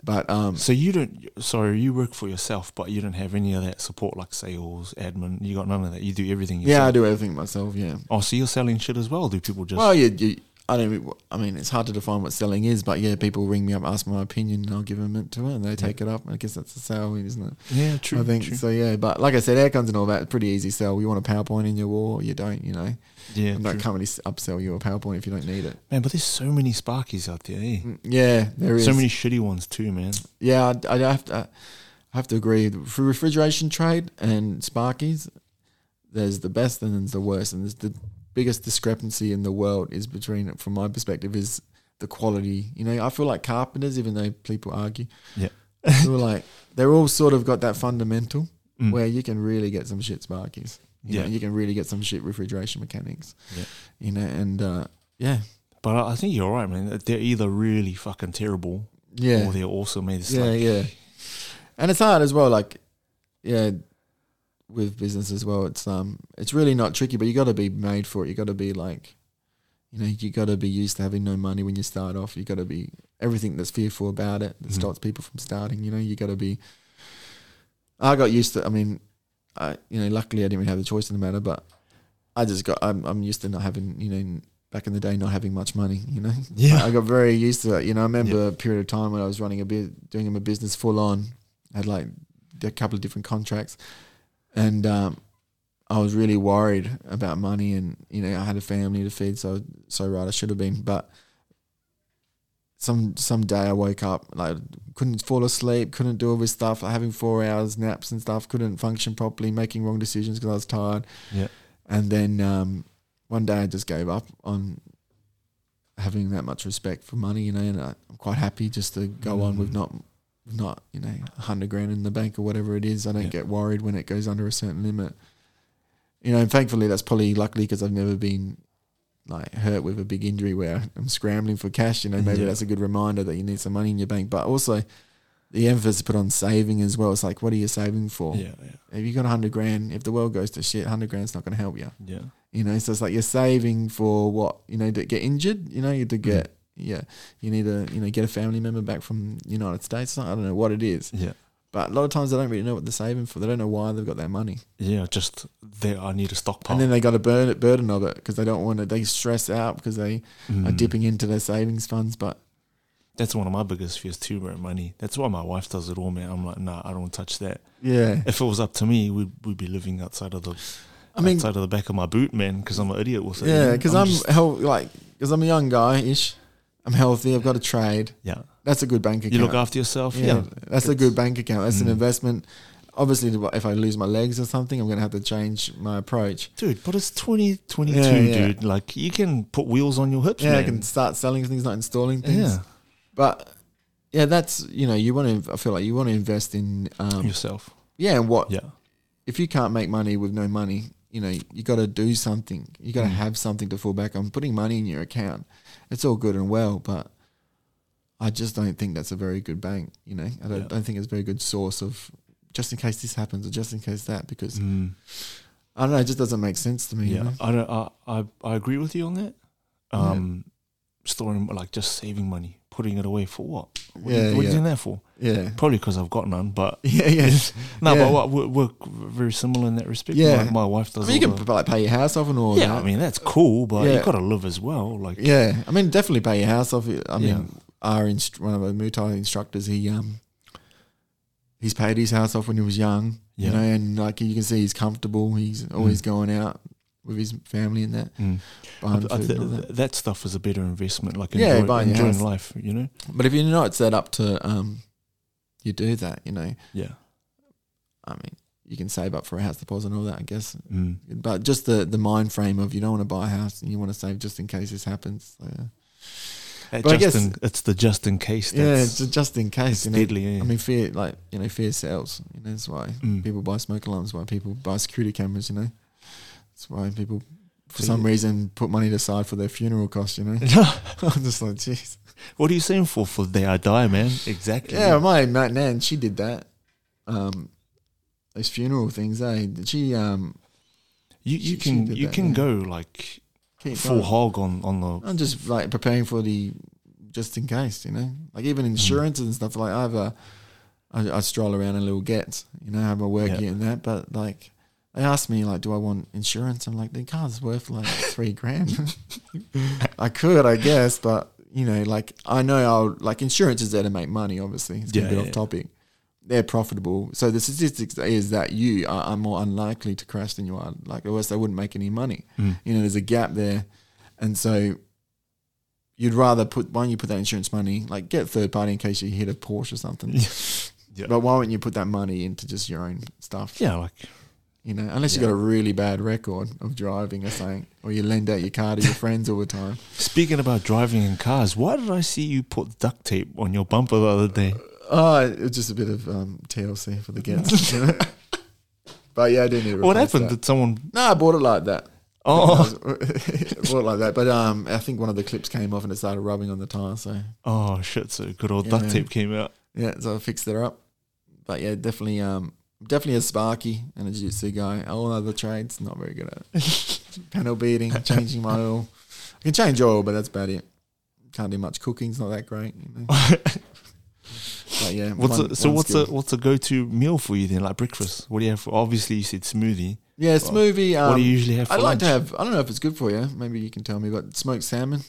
[SPEAKER 2] but um,
[SPEAKER 1] So you don't. Sorry, you work for yourself, but you don't have any of that support, like sales, admin. You got none of that. You do everything
[SPEAKER 2] yeah, I
[SPEAKER 1] yourself.
[SPEAKER 2] do everything myself. Yeah.
[SPEAKER 1] Oh, so you're selling shit as well? Do people just?
[SPEAKER 2] Well, you, you, I don't. I mean, it's hard to define what selling is, but yeah, people ring me up, ask my opinion, and I'll give them it to her, and they take it up. I guess that's a sale, isn't it?
[SPEAKER 1] yeah, true.
[SPEAKER 2] I think
[SPEAKER 1] true.
[SPEAKER 2] so. Yeah, but like I said, aircons and all that, pretty easy sell. You want a PowerPoint in your wall, or you don't. You know,
[SPEAKER 1] Yeah,
[SPEAKER 2] I'm not
[SPEAKER 1] true.
[SPEAKER 2] can't really s- upsell you a PowerPoint if you don't need it.
[SPEAKER 1] man. But there's so many Sparkies out there. Eh?
[SPEAKER 2] Mm, Yeah, there is
[SPEAKER 1] So many shitty ones too, man.
[SPEAKER 2] Yeah, I, I have to. I have to agree. For refrigeration trade and Sparkies, there's the best and there's the worst, and there's the biggest discrepancy in the world is between, from my perspective, is the quality. You know, I feel like carpenters, even though people argue,
[SPEAKER 1] Yeah.
[SPEAKER 2] I feel like they're all sort of got that fundamental
[SPEAKER 1] Mm.
[SPEAKER 2] where you can really get some shit Sparkies. You
[SPEAKER 1] Yeah.
[SPEAKER 2] know, you can really get some shit refrigeration mechanics.
[SPEAKER 1] Yeah.
[SPEAKER 2] You know, and uh, yeah,
[SPEAKER 1] But I I think you're right, man. They're either really fucking terrible or
[SPEAKER 2] Yeah.
[SPEAKER 1] they're awesome. man. It's
[SPEAKER 2] yeah,
[SPEAKER 1] like,
[SPEAKER 2] yeah. And it's hard as well, like yeah, with business as well. It's um it's really not tricky, but you gotta be made for it. You gotta be like you know, you gotta be used to having no money when you start off. You gotta be everything that's fearful about it that
[SPEAKER 1] Mhm.
[SPEAKER 2] stops people from starting, you know, you gotta be I got used to I mean I you know, luckily I didn't really have the choice in the matter, but I just got I'm I'm used to not having, you know, back in the day not having much money, you know. I, I got very used to it. You know, I remember a period of time when I was running a bit, doing my business full on. had like a couple of different contracts, and um, I was really worried about money. And you know, I had a family to feed, so so right, I should have been. But some some day I woke up like couldn't fall asleep, couldn't do all this stuff, like having four hours naps and stuff, couldn't function properly, making wrong decisions because I was tired.
[SPEAKER 1] Yeah.
[SPEAKER 2] and then um, one day I just gave up on having that much respect for money, you know, and I, I'm quite happy just to go on with
[SPEAKER 1] Mm.
[SPEAKER 2] not, with not you know, a hundred grand in the bank or whatever it is. I don't
[SPEAKER 1] Yeah.
[SPEAKER 2] get worried when it goes under a certain limit, you know. And thankfully, that's probably luckily because I've never been like hurt with a big injury where I'm scrambling for cash. You know, maybe
[SPEAKER 1] Yeah.
[SPEAKER 2] that's a good reminder that you need some money in your bank, but also the emphasis put on saving as well. It's like, what are you saving for?
[SPEAKER 1] yeah, yeah,
[SPEAKER 2] If you got a hundred grand, if the world goes to shit, hundred grand's not going to help you.
[SPEAKER 1] yeah.
[SPEAKER 2] You know, so it's like you're saving for what you know to get injured. You know, you to get
[SPEAKER 1] Mm.
[SPEAKER 2] yeah, you need to you know get a family member back from the United States. I don't know what it is,
[SPEAKER 1] Yeah.
[SPEAKER 2] but a lot of times they don't really know what they're saving for. They don't know why they've got that money,
[SPEAKER 1] Yeah, just there. I need a stockpile.
[SPEAKER 2] and then they got a burden burden of it because they don't want to. They stress out because they are
[SPEAKER 1] Mm.
[SPEAKER 2] dipping into their savings funds. But
[SPEAKER 1] That's one of my biggest fears too, man. Money. That's why my wife does it all, man. I'm like, nah, I don't touch that.
[SPEAKER 2] yeah,
[SPEAKER 1] If it was up to me, we'd, we'd be living outside of the
[SPEAKER 2] I mean,
[SPEAKER 1] outside of the back of my boot, man. Because I'm an idiot with it. you
[SPEAKER 2] yeah,
[SPEAKER 1] know?
[SPEAKER 2] because I'm,
[SPEAKER 1] just-
[SPEAKER 2] hel- like because I'm a young guy ish. I'm healthy. I've got a trade.
[SPEAKER 1] yeah.
[SPEAKER 2] That's a good bank account.
[SPEAKER 1] You look after yourself. Yeah.
[SPEAKER 2] that's a
[SPEAKER 1] It's-
[SPEAKER 2] good bank account. That's an
[SPEAKER 1] Mm.
[SPEAKER 2] investment. Obviously, the- if I lose my legs or something, I'm going to have to change my approach.
[SPEAKER 1] dude. But it's 2022,
[SPEAKER 2] Yeah, yeah.
[SPEAKER 1] dude. Like you can put wheels on your hips,
[SPEAKER 2] Yeah,
[SPEAKER 1] man.
[SPEAKER 2] I can start selling things, not installing things.
[SPEAKER 1] yeah,
[SPEAKER 2] But yeah, that's you know, you want to. I feel like you want to invest in. Um,
[SPEAKER 1] yourself.
[SPEAKER 2] yeah, and what
[SPEAKER 1] Yeah,
[SPEAKER 2] if you can't make money with no money? You know, you got to do something. You got to
[SPEAKER 1] Mm.
[SPEAKER 2] have something to fall back on. Putting money in your account, it's all good and well, but I just don't think that's a very good bank. You know, I don't,
[SPEAKER 1] Yeah.
[SPEAKER 2] don't think it's a very good source of just in case this happens or just in case that because
[SPEAKER 1] Mm.
[SPEAKER 2] I don't know. It just doesn't make sense to me. you
[SPEAKER 1] yeah.
[SPEAKER 2] know?
[SPEAKER 1] I don't. I, I I agree with you on that. Um, storing like just saving money, putting it away for what? What, are,
[SPEAKER 2] Yeah,
[SPEAKER 1] you, what are you
[SPEAKER 2] yeah.
[SPEAKER 1] doing that for?
[SPEAKER 2] yeah,
[SPEAKER 1] Probably because I've got none, but
[SPEAKER 2] yeah, yeah.
[SPEAKER 1] No,
[SPEAKER 2] Yeah.
[SPEAKER 1] but what, we're, we're very similar in that respect.
[SPEAKER 2] Yeah.
[SPEAKER 1] my, my wife
[SPEAKER 2] I
[SPEAKER 1] does.
[SPEAKER 2] mean, you
[SPEAKER 1] all
[SPEAKER 2] can
[SPEAKER 1] the-
[SPEAKER 2] like pay your house off and all
[SPEAKER 1] yeah, I
[SPEAKER 2] that.
[SPEAKER 1] mean that's cool, but
[SPEAKER 2] Yeah.
[SPEAKER 1] you've got to live as well. Like,
[SPEAKER 2] yeah, I mean, definitely pay your house off. I mean,
[SPEAKER 1] Yeah.
[SPEAKER 2] our inst- one of our Muay Thai instructors, he um, he's paid his house off when he was young.
[SPEAKER 1] Yeah.
[SPEAKER 2] You know, and like you can see, he's comfortable. He's always going out with his family and that.
[SPEAKER 1] Mm.
[SPEAKER 2] buying
[SPEAKER 1] I- I
[SPEAKER 2] food
[SPEAKER 1] th-
[SPEAKER 2] and all that.
[SPEAKER 1] that stuff is a better investment. Like,
[SPEAKER 2] Yeah,
[SPEAKER 1] enjoy,
[SPEAKER 2] buying your
[SPEAKER 1] enjoying
[SPEAKER 2] house.
[SPEAKER 1] life, you know.
[SPEAKER 2] But if you're not set up to um, you do that. You know,
[SPEAKER 1] Yeah,
[SPEAKER 2] I mean, you can save up for a house deposit and all that. I guess
[SPEAKER 1] mm.
[SPEAKER 2] but just the the mind frame of you don't want to buy a house and you want to save just in case this happens. So, yeah,
[SPEAKER 1] That
[SPEAKER 2] But I
[SPEAKER 1] Uh, just
[SPEAKER 2] guess-
[SPEAKER 1] in- it's the just in case.
[SPEAKER 2] yeah,
[SPEAKER 1] That's,
[SPEAKER 2] ju- just in case.
[SPEAKER 1] it's
[SPEAKER 2] You know,
[SPEAKER 1] deadly. Yeah.
[SPEAKER 2] I mean, fear like you know, fear sells. You know, that's why
[SPEAKER 1] Mm.
[SPEAKER 2] people buy smoke alarms. Why people buy security cameras. You know, that's why people for
[SPEAKER 1] So
[SPEAKER 2] some
[SPEAKER 1] you-
[SPEAKER 2] reason put money aside for their funeral costs. You know, I'm just like, jeez.
[SPEAKER 1] what are you saying for? For there I die, man. Exactly.
[SPEAKER 2] Yeah, my Matt Nan, she did that. Um, those funeral things, eh? Did she um
[SPEAKER 1] you you
[SPEAKER 2] She- she
[SPEAKER 1] can
[SPEAKER 2] did
[SPEAKER 1] you
[SPEAKER 2] that,
[SPEAKER 1] can
[SPEAKER 2] yeah.
[SPEAKER 1] go like
[SPEAKER 2] keep
[SPEAKER 1] full
[SPEAKER 2] going?
[SPEAKER 1] hog on on the
[SPEAKER 2] I'm just like preparing for the just in case, you know. Like even
[SPEAKER 1] Mm.
[SPEAKER 2] insurance and stuff. Like I have a, I, I stroll around a little get, you know, I have a work
[SPEAKER 1] Yeah.
[SPEAKER 2] here and that. But like they asked me, like, do I want insurance? I'm like, the car's worth like three grand. I could, I guess, but you know, like I know I'll like insurance is there to make money. Obviously, it's
[SPEAKER 1] Yeah,
[SPEAKER 2] gonna be
[SPEAKER 1] yeah,
[SPEAKER 2] off
[SPEAKER 1] yeah.
[SPEAKER 2] topic. They're profitable, so the statistics is that you are, are more unlikely to crash than you are. Like, or else they wouldn't make any money
[SPEAKER 1] Mm.
[SPEAKER 2] you know, there's a gap there. And so you'd rather put, why don't you put that insurance money, like get third party in case you hit a Porsche or something.
[SPEAKER 1] Yeah.
[SPEAKER 2] But why wouldn't you put that money into just your own stuff?
[SPEAKER 1] yeah like
[SPEAKER 2] You know, unless you
[SPEAKER 1] Yeah.
[SPEAKER 2] got a really bad record of driving or something, or you lend out your car to your friends all the time.
[SPEAKER 1] Speaking about driving in cars, why did I see you put duct tape on your bumper the other day?
[SPEAKER 2] Oh, it was just a bit of um, TLC for the gets. you know? but yeah, I do need to
[SPEAKER 1] What
[SPEAKER 2] replace
[SPEAKER 1] happened?
[SPEAKER 2] That.
[SPEAKER 1] Did someone?
[SPEAKER 2] No, I bought it like that.
[SPEAKER 1] Oh,
[SPEAKER 2] bought like that. But um, I think one of the clips came off and it started rubbing on the tire. So
[SPEAKER 1] oh shit! So good old
[SPEAKER 2] Yeah,
[SPEAKER 1] duct
[SPEAKER 2] man.
[SPEAKER 1] tape came out.
[SPEAKER 2] yeah, so I fixed that up. But yeah, definitely, um, definitely a sparky and a jiu-jitsu guy. All other trades, not very good at. It. Panel beating, changing my oil. I can change oil, but that's about it. Can't do much cooking. It's not that great. You know? But yeah,
[SPEAKER 1] what's
[SPEAKER 2] one-
[SPEAKER 1] a, so
[SPEAKER 2] one
[SPEAKER 1] what's
[SPEAKER 2] skill.
[SPEAKER 1] a what's a go to meal for you then? Like breakfast? What do you have? For, obviously, you said smoothie.
[SPEAKER 2] yeah smoothie? Um,
[SPEAKER 1] what do you usually have? For
[SPEAKER 2] I'd
[SPEAKER 1] lunch?
[SPEAKER 2] like to have. I don't know if it's good for you. Maybe you can tell me. But smoked salmon,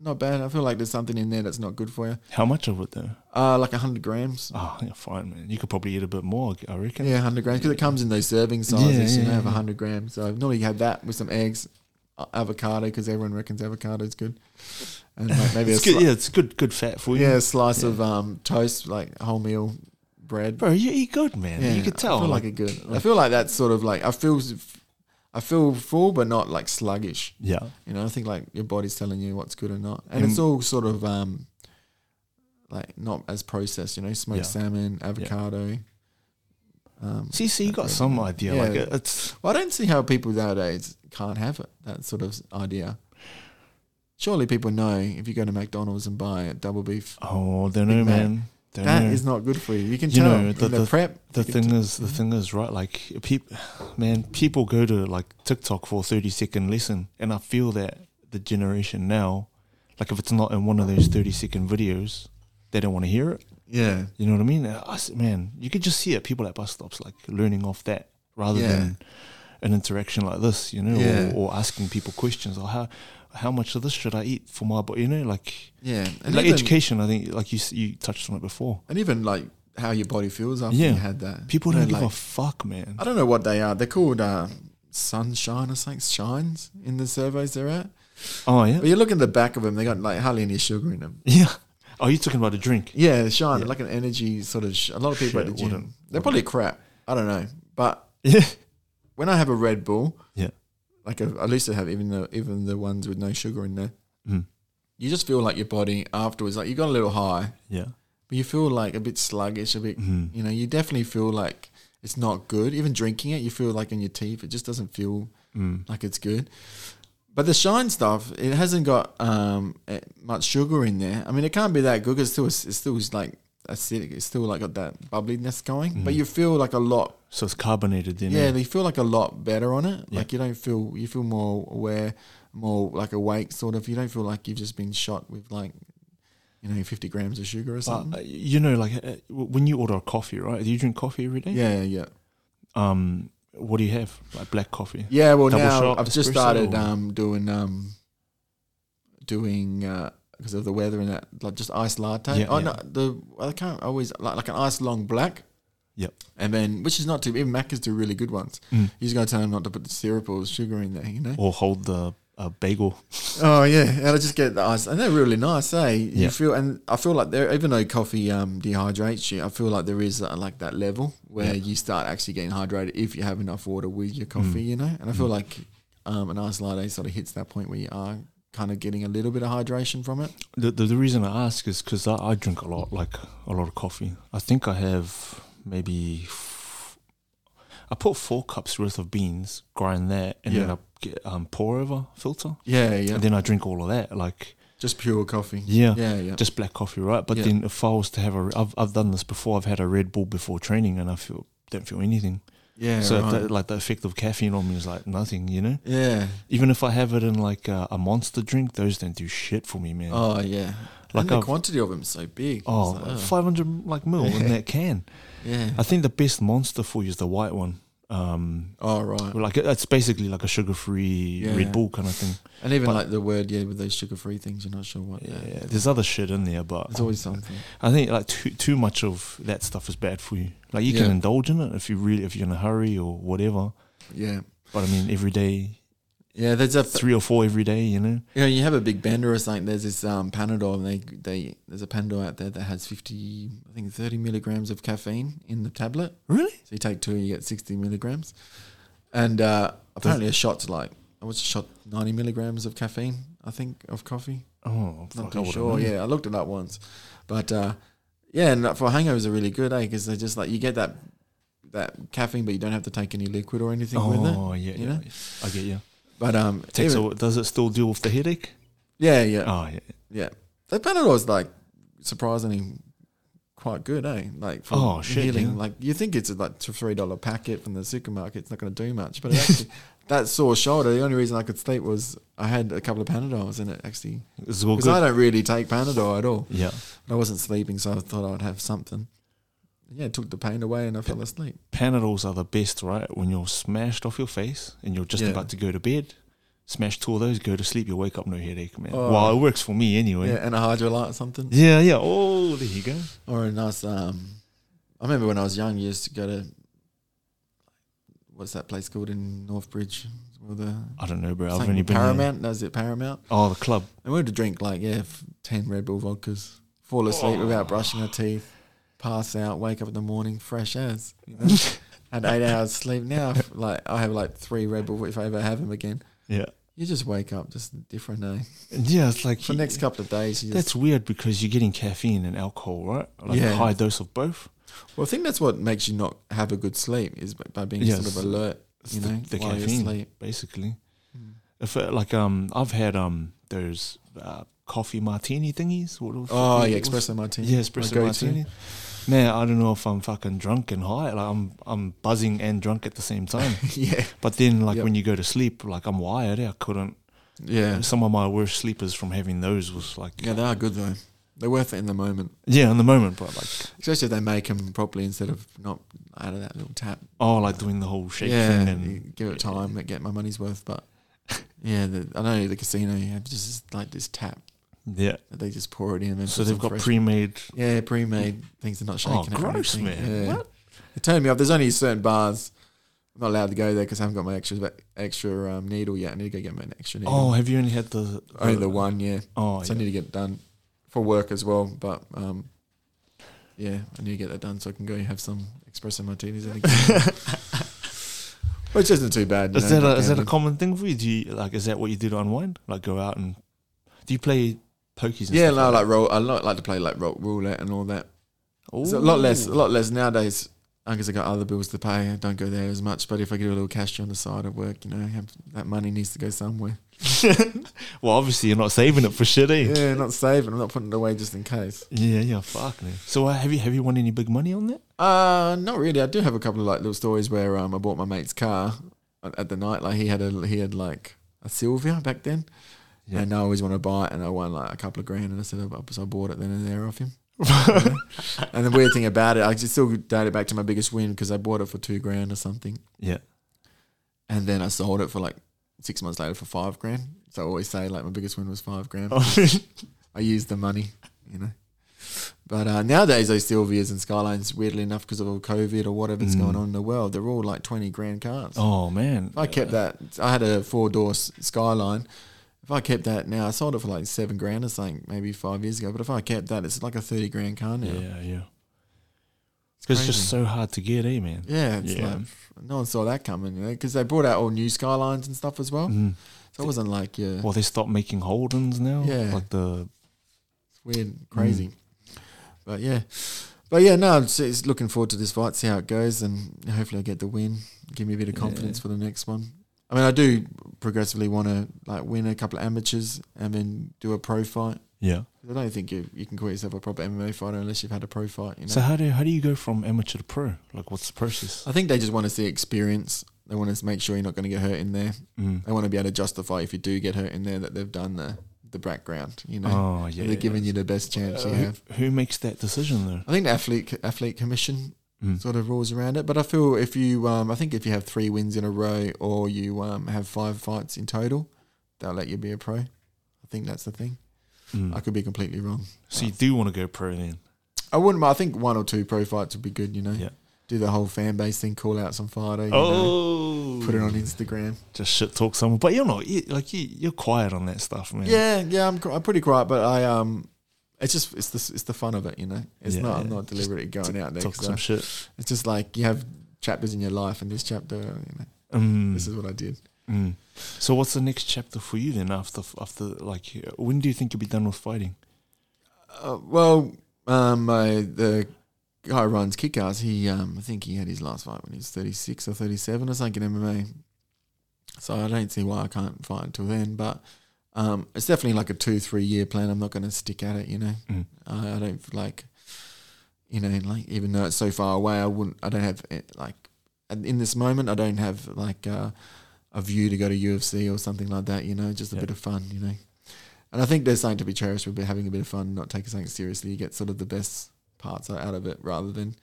[SPEAKER 2] not bad. I feel like there's something in there that's not good for you.
[SPEAKER 1] How much of it though?
[SPEAKER 2] Uh, like hundred grams.
[SPEAKER 1] Oh, yeah, fine, man. You could probably eat a bit more. I reckon.
[SPEAKER 2] Yeah, hundred grams because it comes in those serving
[SPEAKER 1] Yeah,
[SPEAKER 2] sizes. you
[SPEAKER 1] yeah,
[SPEAKER 2] know, have
[SPEAKER 1] yeah.
[SPEAKER 2] hundred grams. So normally you have that with some eggs, a- avocado because everyone reckons avocado is good, and like maybe a
[SPEAKER 1] it's good.
[SPEAKER 2] sli-
[SPEAKER 1] Yeah, it's good. Good fat for you.
[SPEAKER 2] yeah, a slice of um toast like wholemeal bread.
[SPEAKER 1] bro, you eat good, man.
[SPEAKER 2] Yeah,
[SPEAKER 1] you could tell.
[SPEAKER 2] I feel like, a good. I feel like that's sort of like I feel, s- I feel full but not like sluggish.
[SPEAKER 1] yeah,
[SPEAKER 2] You know, I think like your body's telling you what's good or not, and
[SPEAKER 1] And-
[SPEAKER 2] it's all sort of um, like not as processed. You know, smoked
[SPEAKER 1] Yeah.
[SPEAKER 2] salmon, avocado. Um,
[SPEAKER 1] See, so you got some idea.
[SPEAKER 2] Yeah.
[SPEAKER 1] Like it- it's
[SPEAKER 2] well, I don't see how people nowadays can't have it. That sort of idea. Surely people know if you go to McDonald's and buy a double beef,
[SPEAKER 1] oh, don't know,
[SPEAKER 2] Big Mac.
[SPEAKER 1] man. Don't
[SPEAKER 2] that
[SPEAKER 1] know.
[SPEAKER 2] is not good for you. You can
[SPEAKER 1] You
[SPEAKER 2] tell
[SPEAKER 1] know,
[SPEAKER 2] in
[SPEAKER 1] the-
[SPEAKER 2] the,
[SPEAKER 1] the-
[SPEAKER 2] prep.
[SPEAKER 1] the
[SPEAKER 2] you can
[SPEAKER 1] thing
[SPEAKER 2] t-
[SPEAKER 1] is, the thing is, right? Like, peop, man, people go to like TikTok for a thirty second lesson, and I feel that the generation now, like, if it's not in one of those thirty second videos, they don't want to hear it.
[SPEAKER 2] yeah,
[SPEAKER 1] You know what I mean? Uh, Us, man, you could just see it. People at bus stops like learning off that rather
[SPEAKER 2] Yeah.
[SPEAKER 1] than an interaction like this. You know,
[SPEAKER 2] Yeah.
[SPEAKER 1] or, or asking people questions or how how much of this should I eat for my body? You know, like
[SPEAKER 2] yeah,
[SPEAKER 1] like
[SPEAKER 2] even-
[SPEAKER 1] education. I think like you s- you touched on it before.
[SPEAKER 2] and even like how your body feels after
[SPEAKER 1] Yeah.
[SPEAKER 2] you had that.
[SPEAKER 1] People
[SPEAKER 2] You know,
[SPEAKER 1] don't give
[SPEAKER 2] like- Uh,
[SPEAKER 1] a fuck, man.
[SPEAKER 2] I don't know what they are. They're called uh, sunshine or something. Shines in the surveys they're at.
[SPEAKER 1] Oh yeah,
[SPEAKER 2] But you look at the back of them, they got like hardly any sugar in them.
[SPEAKER 1] yeah. Oh, you're talking about a drink?
[SPEAKER 2] Yeah, shine
[SPEAKER 1] Yeah.
[SPEAKER 2] like an energy sort of. Sh- a lot of people at
[SPEAKER 1] Shit,
[SPEAKER 2] the gym,
[SPEAKER 1] wouldn't-
[SPEAKER 2] they're probably crap. I don't know, but
[SPEAKER 1] Yeah,
[SPEAKER 2] when I have a Red Bull,
[SPEAKER 1] Yeah.
[SPEAKER 2] like a, I used to have even the even the ones with no sugar in there.
[SPEAKER 1] Mm.
[SPEAKER 2] You just feel like your body afterwards, like you got a little high,
[SPEAKER 1] yeah.
[SPEAKER 2] but you feel like a bit sluggish, a bit.
[SPEAKER 1] Mhm.
[SPEAKER 2] You know, you definitely feel like it's not good. Even drinking it, you feel like in your teeth, it just doesn't feel
[SPEAKER 1] Mm.
[SPEAKER 2] like it's good. But the shine stuff, it hasn't got um, eh, much sugar in there. I mean, it can't be that good because still, it's still is like acidic. It's still like got that bubbliness going. But you feel like a lot,
[SPEAKER 1] So it's carbonated then.
[SPEAKER 2] yeah,
[SPEAKER 1] eh?
[SPEAKER 2] you feel like a lot better on it.
[SPEAKER 1] Yeah.
[SPEAKER 2] Like you don't feel, you feel more aware, more like awake, sort of. You don't feel like you've just been shot with like, you know, fifty grams of sugar or something.
[SPEAKER 1] But uh, you know, like uh, w- when you order a coffee, right? Do you drink coffee every day?
[SPEAKER 2] yeah, yeah,
[SPEAKER 1] Um, what do you have? Like black coffee.
[SPEAKER 2] yeah. Well,
[SPEAKER 1] Double
[SPEAKER 2] now
[SPEAKER 1] shot
[SPEAKER 2] I've just
[SPEAKER 1] espresso
[SPEAKER 2] started
[SPEAKER 1] or-
[SPEAKER 2] um, doing um, doing because of the weather and that, like just iced latte.
[SPEAKER 1] Yeah,
[SPEAKER 2] oh
[SPEAKER 1] yeah.
[SPEAKER 2] no, the I can't always like like an iced long black.
[SPEAKER 1] Yep.
[SPEAKER 2] And then, which is not too, even Macca's do really good ones.
[SPEAKER 1] Mm.
[SPEAKER 2] You just got to tell them not to put the syrup or sugar in there, you know?
[SPEAKER 1] Or hold the uh, bagel.
[SPEAKER 2] Oh, yeah. And I just get the ice. And they're really nice, eh? You
[SPEAKER 1] Yeah.
[SPEAKER 2] feel, and I feel like there, even though coffee um, dehydrates you, I feel like there is uh, like that level where
[SPEAKER 1] Yeah. Mm.
[SPEAKER 2] you start actually getting hydrated if you have enough water with your coffee, you know? And I feel like um, an iced latte sort of hits that point where you are kind of getting a little bit of hydration from it.
[SPEAKER 1] The, the the reason I ask is because I, I drink a lot, like a lot of coffee. I think I have maybe f- I put four cups worth of beans, grind that, and then
[SPEAKER 2] Yeah.
[SPEAKER 1] I get um, pour over filter,
[SPEAKER 2] Yeah, yeah.
[SPEAKER 1] and then I drink all of that. Like
[SPEAKER 2] Just pure coffee.
[SPEAKER 1] yeah,
[SPEAKER 2] Yeah, yeah.
[SPEAKER 1] just black coffee, right? But
[SPEAKER 2] Yeah.
[SPEAKER 1] then if I was to have a, I've I've done this before. I've had a Red Bull before training, and I feel don't feel anything.
[SPEAKER 2] yeah,
[SPEAKER 1] so
[SPEAKER 2] right.
[SPEAKER 1] the, like the effect of caffeine on me is like nothing, you know.
[SPEAKER 2] yeah.
[SPEAKER 1] Even if I have it in like a, a monster drink, those don't do shit for me, man.
[SPEAKER 2] Oh yeah,
[SPEAKER 1] Like
[SPEAKER 2] and the
[SPEAKER 1] I've-
[SPEAKER 2] quantity of them is so big. It's
[SPEAKER 1] Oh,
[SPEAKER 2] like,
[SPEAKER 1] like 500 like mil in that can.
[SPEAKER 2] yeah.
[SPEAKER 1] I think the best monster for you is the white one. Um,
[SPEAKER 2] Oh right,
[SPEAKER 1] like it's basically like a sugar-free
[SPEAKER 2] Yeah.
[SPEAKER 1] Red Bull kind of thing.
[SPEAKER 2] and even
[SPEAKER 1] but-
[SPEAKER 2] like the word yeah with those sugar-free things, you're not sure what.
[SPEAKER 1] Yeah,
[SPEAKER 2] Yeah,
[SPEAKER 1] there's other shit in there, but
[SPEAKER 2] it's always something.
[SPEAKER 1] I think like too too much of that stuff is bad for you. Like you can
[SPEAKER 2] Yeah.
[SPEAKER 1] indulge in it if you really if you're in a hurry or whatever.
[SPEAKER 2] Yeah,
[SPEAKER 1] But I mean, every day,
[SPEAKER 2] yeah. There's a
[SPEAKER 1] three or four every day, you know.
[SPEAKER 2] you know you have a big bender or something. There's this um Panadol, and they they there's a Panadol out there that has 50, I think 30 milligrams of caffeine in the tablet.
[SPEAKER 1] Really?
[SPEAKER 2] So you take two, you get 60 milligrams, and uh, apparently a shot's like what's a shot 90 milligrams of caffeine, I think, of coffee.
[SPEAKER 1] Oh,
[SPEAKER 2] Not
[SPEAKER 1] fuck, I
[SPEAKER 2] too
[SPEAKER 1] would've
[SPEAKER 2] sure.
[SPEAKER 1] known.
[SPEAKER 2] Yeah, I looked it up once, but uh, yeah, and for hangovers are really good, eh? Because they're just like you get that that caffeine, but you don't have to take any liquid or anything with it.
[SPEAKER 1] Oh yeah,
[SPEAKER 2] you
[SPEAKER 1] yeah,
[SPEAKER 2] know?
[SPEAKER 1] yeah. I get you.
[SPEAKER 2] But um,
[SPEAKER 1] Takes
[SPEAKER 2] even-
[SPEAKER 1] a, does it still deal with the headache?
[SPEAKER 2] yeah, yeah,
[SPEAKER 1] Oh yeah.
[SPEAKER 2] yeah. The Panadol's like surprisingly quite good, eh? Like for
[SPEAKER 1] Oh, shit,
[SPEAKER 2] healing.
[SPEAKER 1] yeah.
[SPEAKER 2] Like you think it's like a three dollar packet from the supermarket. It's not going to do much, but it actually, that sore shoulder. The only reason I could sleep was I had a couple of Panadols, and it actually
[SPEAKER 1] It's all
[SPEAKER 2] because I
[SPEAKER 1] good.
[SPEAKER 2] don't really take Panadol at all.
[SPEAKER 1] Yeah.
[SPEAKER 2] I wasn't sleeping, so I thought I'd have something. Yeah, it took the pain away, and I fell asleep.
[SPEAKER 1] Panadols are the best, right? When you're smashed off your face and you're just
[SPEAKER 2] Yeah.
[SPEAKER 1] about to go to bed, smash two of those, go to sleep, you wake up no headache, man.
[SPEAKER 2] Oh.
[SPEAKER 1] Well, it works for me anyway.
[SPEAKER 2] Yeah, and a hydrolite or something.
[SPEAKER 1] Yeah, yeah. Oh, there you go.
[SPEAKER 2] Or a nice. Um, I remember when I was young, you used to go to what's that place called in Northbridge? Or the
[SPEAKER 1] I don't know, bro. I've
[SPEAKER 2] something
[SPEAKER 1] only been there.
[SPEAKER 2] Paramount. That was it, Paramount.
[SPEAKER 1] Oh, the club.
[SPEAKER 2] And we had to drink like yeah, f- ten Red Bull vodkas, fall asleep without brushing our teeth, pass out, wake up in the morning fresh as. You know? Had eight hours sleep. Now, if, like I have like three Red Bull if I ever have them again.
[SPEAKER 1] Yeah.
[SPEAKER 2] You just wake up just different day.
[SPEAKER 1] Yeah, it's like
[SPEAKER 2] For the next couple of days, you just
[SPEAKER 1] That's weird because you're getting caffeine and alcohol, right? Like
[SPEAKER 2] Yeah.
[SPEAKER 1] a high dose of both.
[SPEAKER 2] Well, I think that's what makes you not have a good sleep is by by being
[SPEAKER 1] Yes.
[SPEAKER 2] sort of alert,
[SPEAKER 1] It's
[SPEAKER 2] you
[SPEAKER 1] the,
[SPEAKER 2] know,
[SPEAKER 1] the
[SPEAKER 2] while
[SPEAKER 1] caffeine,
[SPEAKER 2] you're asleep.
[SPEAKER 1] basically. If it, like um, I've had um those uh, coffee martini thingies. What, what-
[SPEAKER 2] Oh
[SPEAKER 1] what-
[SPEAKER 2] yeah,
[SPEAKER 1] what's-
[SPEAKER 2] espresso martini.
[SPEAKER 1] Yeah,
[SPEAKER 2] My
[SPEAKER 1] espresso
[SPEAKER 2] go-to.
[SPEAKER 1] martini. Man, I don't know if I'm fucking drunk and high. Like I'm, I'm buzzing and drunk at the same time.
[SPEAKER 2] yeah,
[SPEAKER 1] But then, like
[SPEAKER 2] Yep.
[SPEAKER 1] when you go to sleep, like I'm wired. I couldn't.
[SPEAKER 2] yeah,
[SPEAKER 1] Some of my worst sleepers from having those was like,
[SPEAKER 2] yeah. They are good though. They're worth it in the moment,
[SPEAKER 1] yeah, in the moment, but like,
[SPEAKER 2] especially if they make them properly instead of not out of that little tap.
[SPEAKER 1] oh, like doing the whole shake
[SPEAKER 2] yeah,
[SPEAKER 1] thing and
[SPEAKER 2] you give it time, and get my money's worth. But yeah, the, I know the casino you have just this- like this tap
[SPEAKER 1] yeah.
[SPEAKER 2] that they just pour it in. And
[SPEAKER 1] So
[SPEAKER 2] put
[SPEAKER 1] they've
[SPEAKER 2] some
[SPEAKER 1] got
[SPEAKER 2] fresh-
[SPEAKER 1] pre-made.
[SPEAKER 2] yeah pre-made things. They're not shaking.
[SPEAKER 1] Oh,
[SPEAKER 2] it or
[SPEAKER 1] gross,
[SPEAKER 2] anything.
[SPEAKER 1] man!
[SPEAKER 2] Yeah.
[SPEAKER 1] What?
[SPEAKER 2] It turned me off. There's only certain bars. I'm not allowed to go there because I haven't got my extra extra um, needle yet. I need to go get my extra needle.
[SPEAKER 1] Oh, have you only had the
[SPEAKER 2] only the one, yeah.
[SPEAKER 1] Oh,
[SPEAKER 2] so I
[SPEAKER 1] yeah.
[SPEAKER 2] need to get it done for work as well. But um, yeah, I need to get that done so I can go have some espresso martinis. I think. Which isn't too bad. you
[SPEAKER 1] Is
[SPEAKER 2] know,
[SPEAKER 1] that a,
[SPEAKER 2] not
[SPEAKER 1] is that a
[SPEAKER 2] gambling.
[SPEAKER 1] common thing for you? Do you like? Is that what you do to unwind? Like go out and do you play pokies? And
[SPEAKER 2] yeah,
[SPEAKER 1] stuff
[SPEAKER 2] no,
[SPEAKER 1] that?
[SPEAKER 2] like roll. I like, like to play like roll, roulette and all that. It's a
[SPEAKER 1] Ooh.
[SPEAKER 2] lot less, a lot less nowadays. Because I got other bills to pay, I don't go there as much. But if I get a little cash on the side at work, you know, I have, that money needs to go somewhere.
[SPEAKER 1] well, obviously you're not saving it for shit, eh? Yeah,
[SPEAKER 2] Yeah, not saving. I'm not putting it away just in case.
[SPEAKER 1] yeah, fuck me. So uh, have you have you won any big money on that?
[SPEAKER 2] Uh, not really. I do have a couple of like little stories where um I bought my mate's car at at the night. Like he had a he had like a Sylvia back then,
[SPEAKER 1] Yeah.
[SPEAKER 2] and I always wanted to buy it, and I won like a couple of grand, and I said I, so I bought it then and there off him. and the weird thing about it, I just still date it back to my biggest win because I bought it for two grand or something,
[SPEAKER 1] Yeah.
[SPEAKER 2] and then I sold it for like six months later for five grand. So I always say like my biggest win was five grand. I use the money, you know. But uh, nowadays, those Sylvias and Skylines, weirdly enough, because of all COVID or whatever's
[SPEAKER 1] Mm.
[SPEAKER 2] going on in the world, they're all like 20 grand cars.
[SPEAKER 1] oh man.
[SPEAKER 2] If I kept that, I had a four door Skyline. If I kept that now, I sold it for like seven grand or something maybe five years ago. But if I kept that, it's like a 30 grand car now.
[SPEAKER 1] Yeah, yeah.
[SPEAKER 2] it's
[SPEAKER 1] 'Cause
[SPEAKER 2] crazy.
[SPEAKER 1] it's just so hard to get, eh, man?
[SPEAKER 2] yeah, it's
[SPEAKER 1] Yeah.
[SPEAKER 2] like no one saw that coming, you know, because they brought out all new Skylines and stuff as well.
[SPEAKER 1] Mm.
[SPEAKER 2] So it wasn't like, yeah.
[SPEAKER 1] Well, they stopped making Holdens now.
[SPEAKER 2] Yeah.
[SPEAKER 1] Like the
[SPEAKER 2] It's weird,
[SPEAKER 1] Mm.
[SPEAKER 2] crazy. But yeah, but yeah, no, it's, it's looking forward to this fight, see how it goes, and hopefully I get the win. Give me a bit of confidence
[SPEAKER 1] Yeah.
[SPEAKER 2] for the next one. I mean, I do progressively want to like win a couple of amateurs and then do a pro fight.
[SPEAKER 1] yeah.
[SPEAKER 2] I don't think you, you can call yourself a proper MMA fighter unless you've had a pro fight. You know,
[SPEAKER 1] So how do how do you go from amateur to pro? Like, what's the process?
[SPEAKER 2] I think they just want to see experience. They want to make sure you're not going to get hurt in there.
[SPEAKER 1] Mm.
[SPEAKER 2] They want to be able to justify if you do get hurt in there that they've done the the background. You know,
[SPEAKER 1] Oh yeah.
[SPEAKER 2] they're giving you the best chance
[SPEAKER 1] Uh,
[SPEAKER 2] you have.
[SPEAKER 1] who, who makes that decision though?
[SPEAKER 2] I think the athlete athlete commission
[SPEAKER 1] Mm.
[SPEAKER 2] sort of rules around it. But I feel if you, um, I think if you have three wins in a row or you um, have five fights in total, they'll let you be a pro. I think that's the thing.
[SPEAKER 1] Mm.
[SPEAKER 2] I could be completely wrong.
[SPEAKER 1] So you do want to go pro then?
[SPEAKER 2] I wouldn't. mind- I think one or two pro fights would be good. You know,
[SPEAKER 1] Yeah.
[SPEAKER 2] do the whole fan base thing, call out some fighter. You know,
[SPEAKER 1] Oh,
[SPEAKER 2] put it on Instagram.
[SPEAKER 1] Just shit talk someone, but you're not you, like you. You're quiet on that stuff, man.
[SPEAKER 2] Yeah, yeah, I'm, qu- I'm pretty quiet, but I um. It's just it's the it's the fun of it, you know. It's
[SPEAKER 1] Yeah,
[SPEAKER 2] not I'm
[SPEAKER 1] yeah.
[SPEAKER 2] not
[SPEAKER 1] Just
[SPEAKER 2] deliberately going out there.
[SPEAKER 1] talk
[SPEAKER 2] 'cause
[SPEAKER 1] some
[SPEAKER 2] I-
[SPEAKER 1] shit.
[SPEAKER 2] it's just like you have chapters in your life, and this chapter, you know,
[SPEAKER 1] Mm,
[SPEAKER 2] this is what I did.
[SPEAKER 1] mm. So what's the next chapter for you then? After after like when do you think you'll be done with fighting?
[SPEAKER 2] Uh, well, um, my the guy who runs kick ass, he um, I think he had his last fight when he was thirty six or thirty seven or something in MMA. So I don't see why I can't fight until then. But um, it's definitely like a two three year plan. I'm not going to stick at it. You know,
[SPEAKER 1] Mm.
[SPEAKER 2] I, I don't like, you know, like even though it's so far away, I wouldn't. I don't have eh, like and in this moment. I don't have like uh, a view to go to UFC or something like that. You know, just a
[SPEAKER 1] Yeah.
[SPEAKER 2] bit of fun. You know. And I think there's something to be cherished with having a bit of fun, not taking something seriously. You get sort of the best parts out of it rather than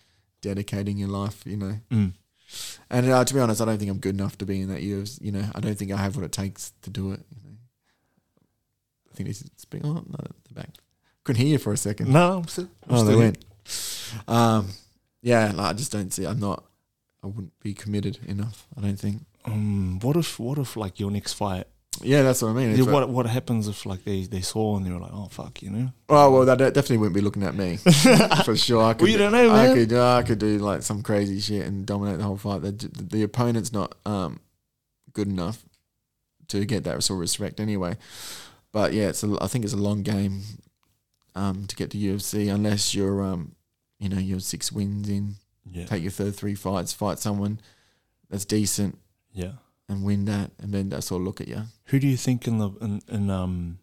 [SPEAKER 2] dedicating your life, you know.
[SPEAKER 1] Mm.
[SPEAKER 2] And uh, to be honest, I don't think I'm good enough to be in that UFC. You know, I don't think I have what it takes to do it. You know. I think this is big. Oh no, the back. Couldn't hear you for a second.
[SPEAKER 1] No, I'm still. I'm
[SPEAKER 2] oh, they
[SPEAKER 1] still here.
[SPEAKER 2] went. Um, yeah, like, I just don't see. I'm not. I wouldn't be committed enough. I don't think.
[SPEAKER 1] Um, what if what if like your next fight?
[SPEAKER 2] Yeah, that's what I mean. It's
[SPEAKER 1] Yeah,
[SPEAKER 2] like-
[SPEAKER 1] what what happens if like they they saw and they were like, oh fuck, you know?
[SPEAKER 2] Oh well, they de- definitely wouldn't be looking at me for sure. I could,
[SPEAKER 1] Well, you don't know,
[SPEAKER 2] I
[SPEAKER 1] man.
[SPEAKER 2] could, I could do like some crazy shit and dominate the whole fight. The, the opponent's not um, good enough to get that sort of respect anyway. But yeah, it's a, I think it's a long game um, to get to UFC unless you're, um, you know, you're six wins in,
[SPEAKER 1] Yeah,
[SPEAKER 2] take your third three fights, fight someone that's decent
[SPEAKER 1] yeah.
[SPEAKER 2] and win that, and then they'll sort of look at you.
[SPEAKER 1] Who do you think in the in, in um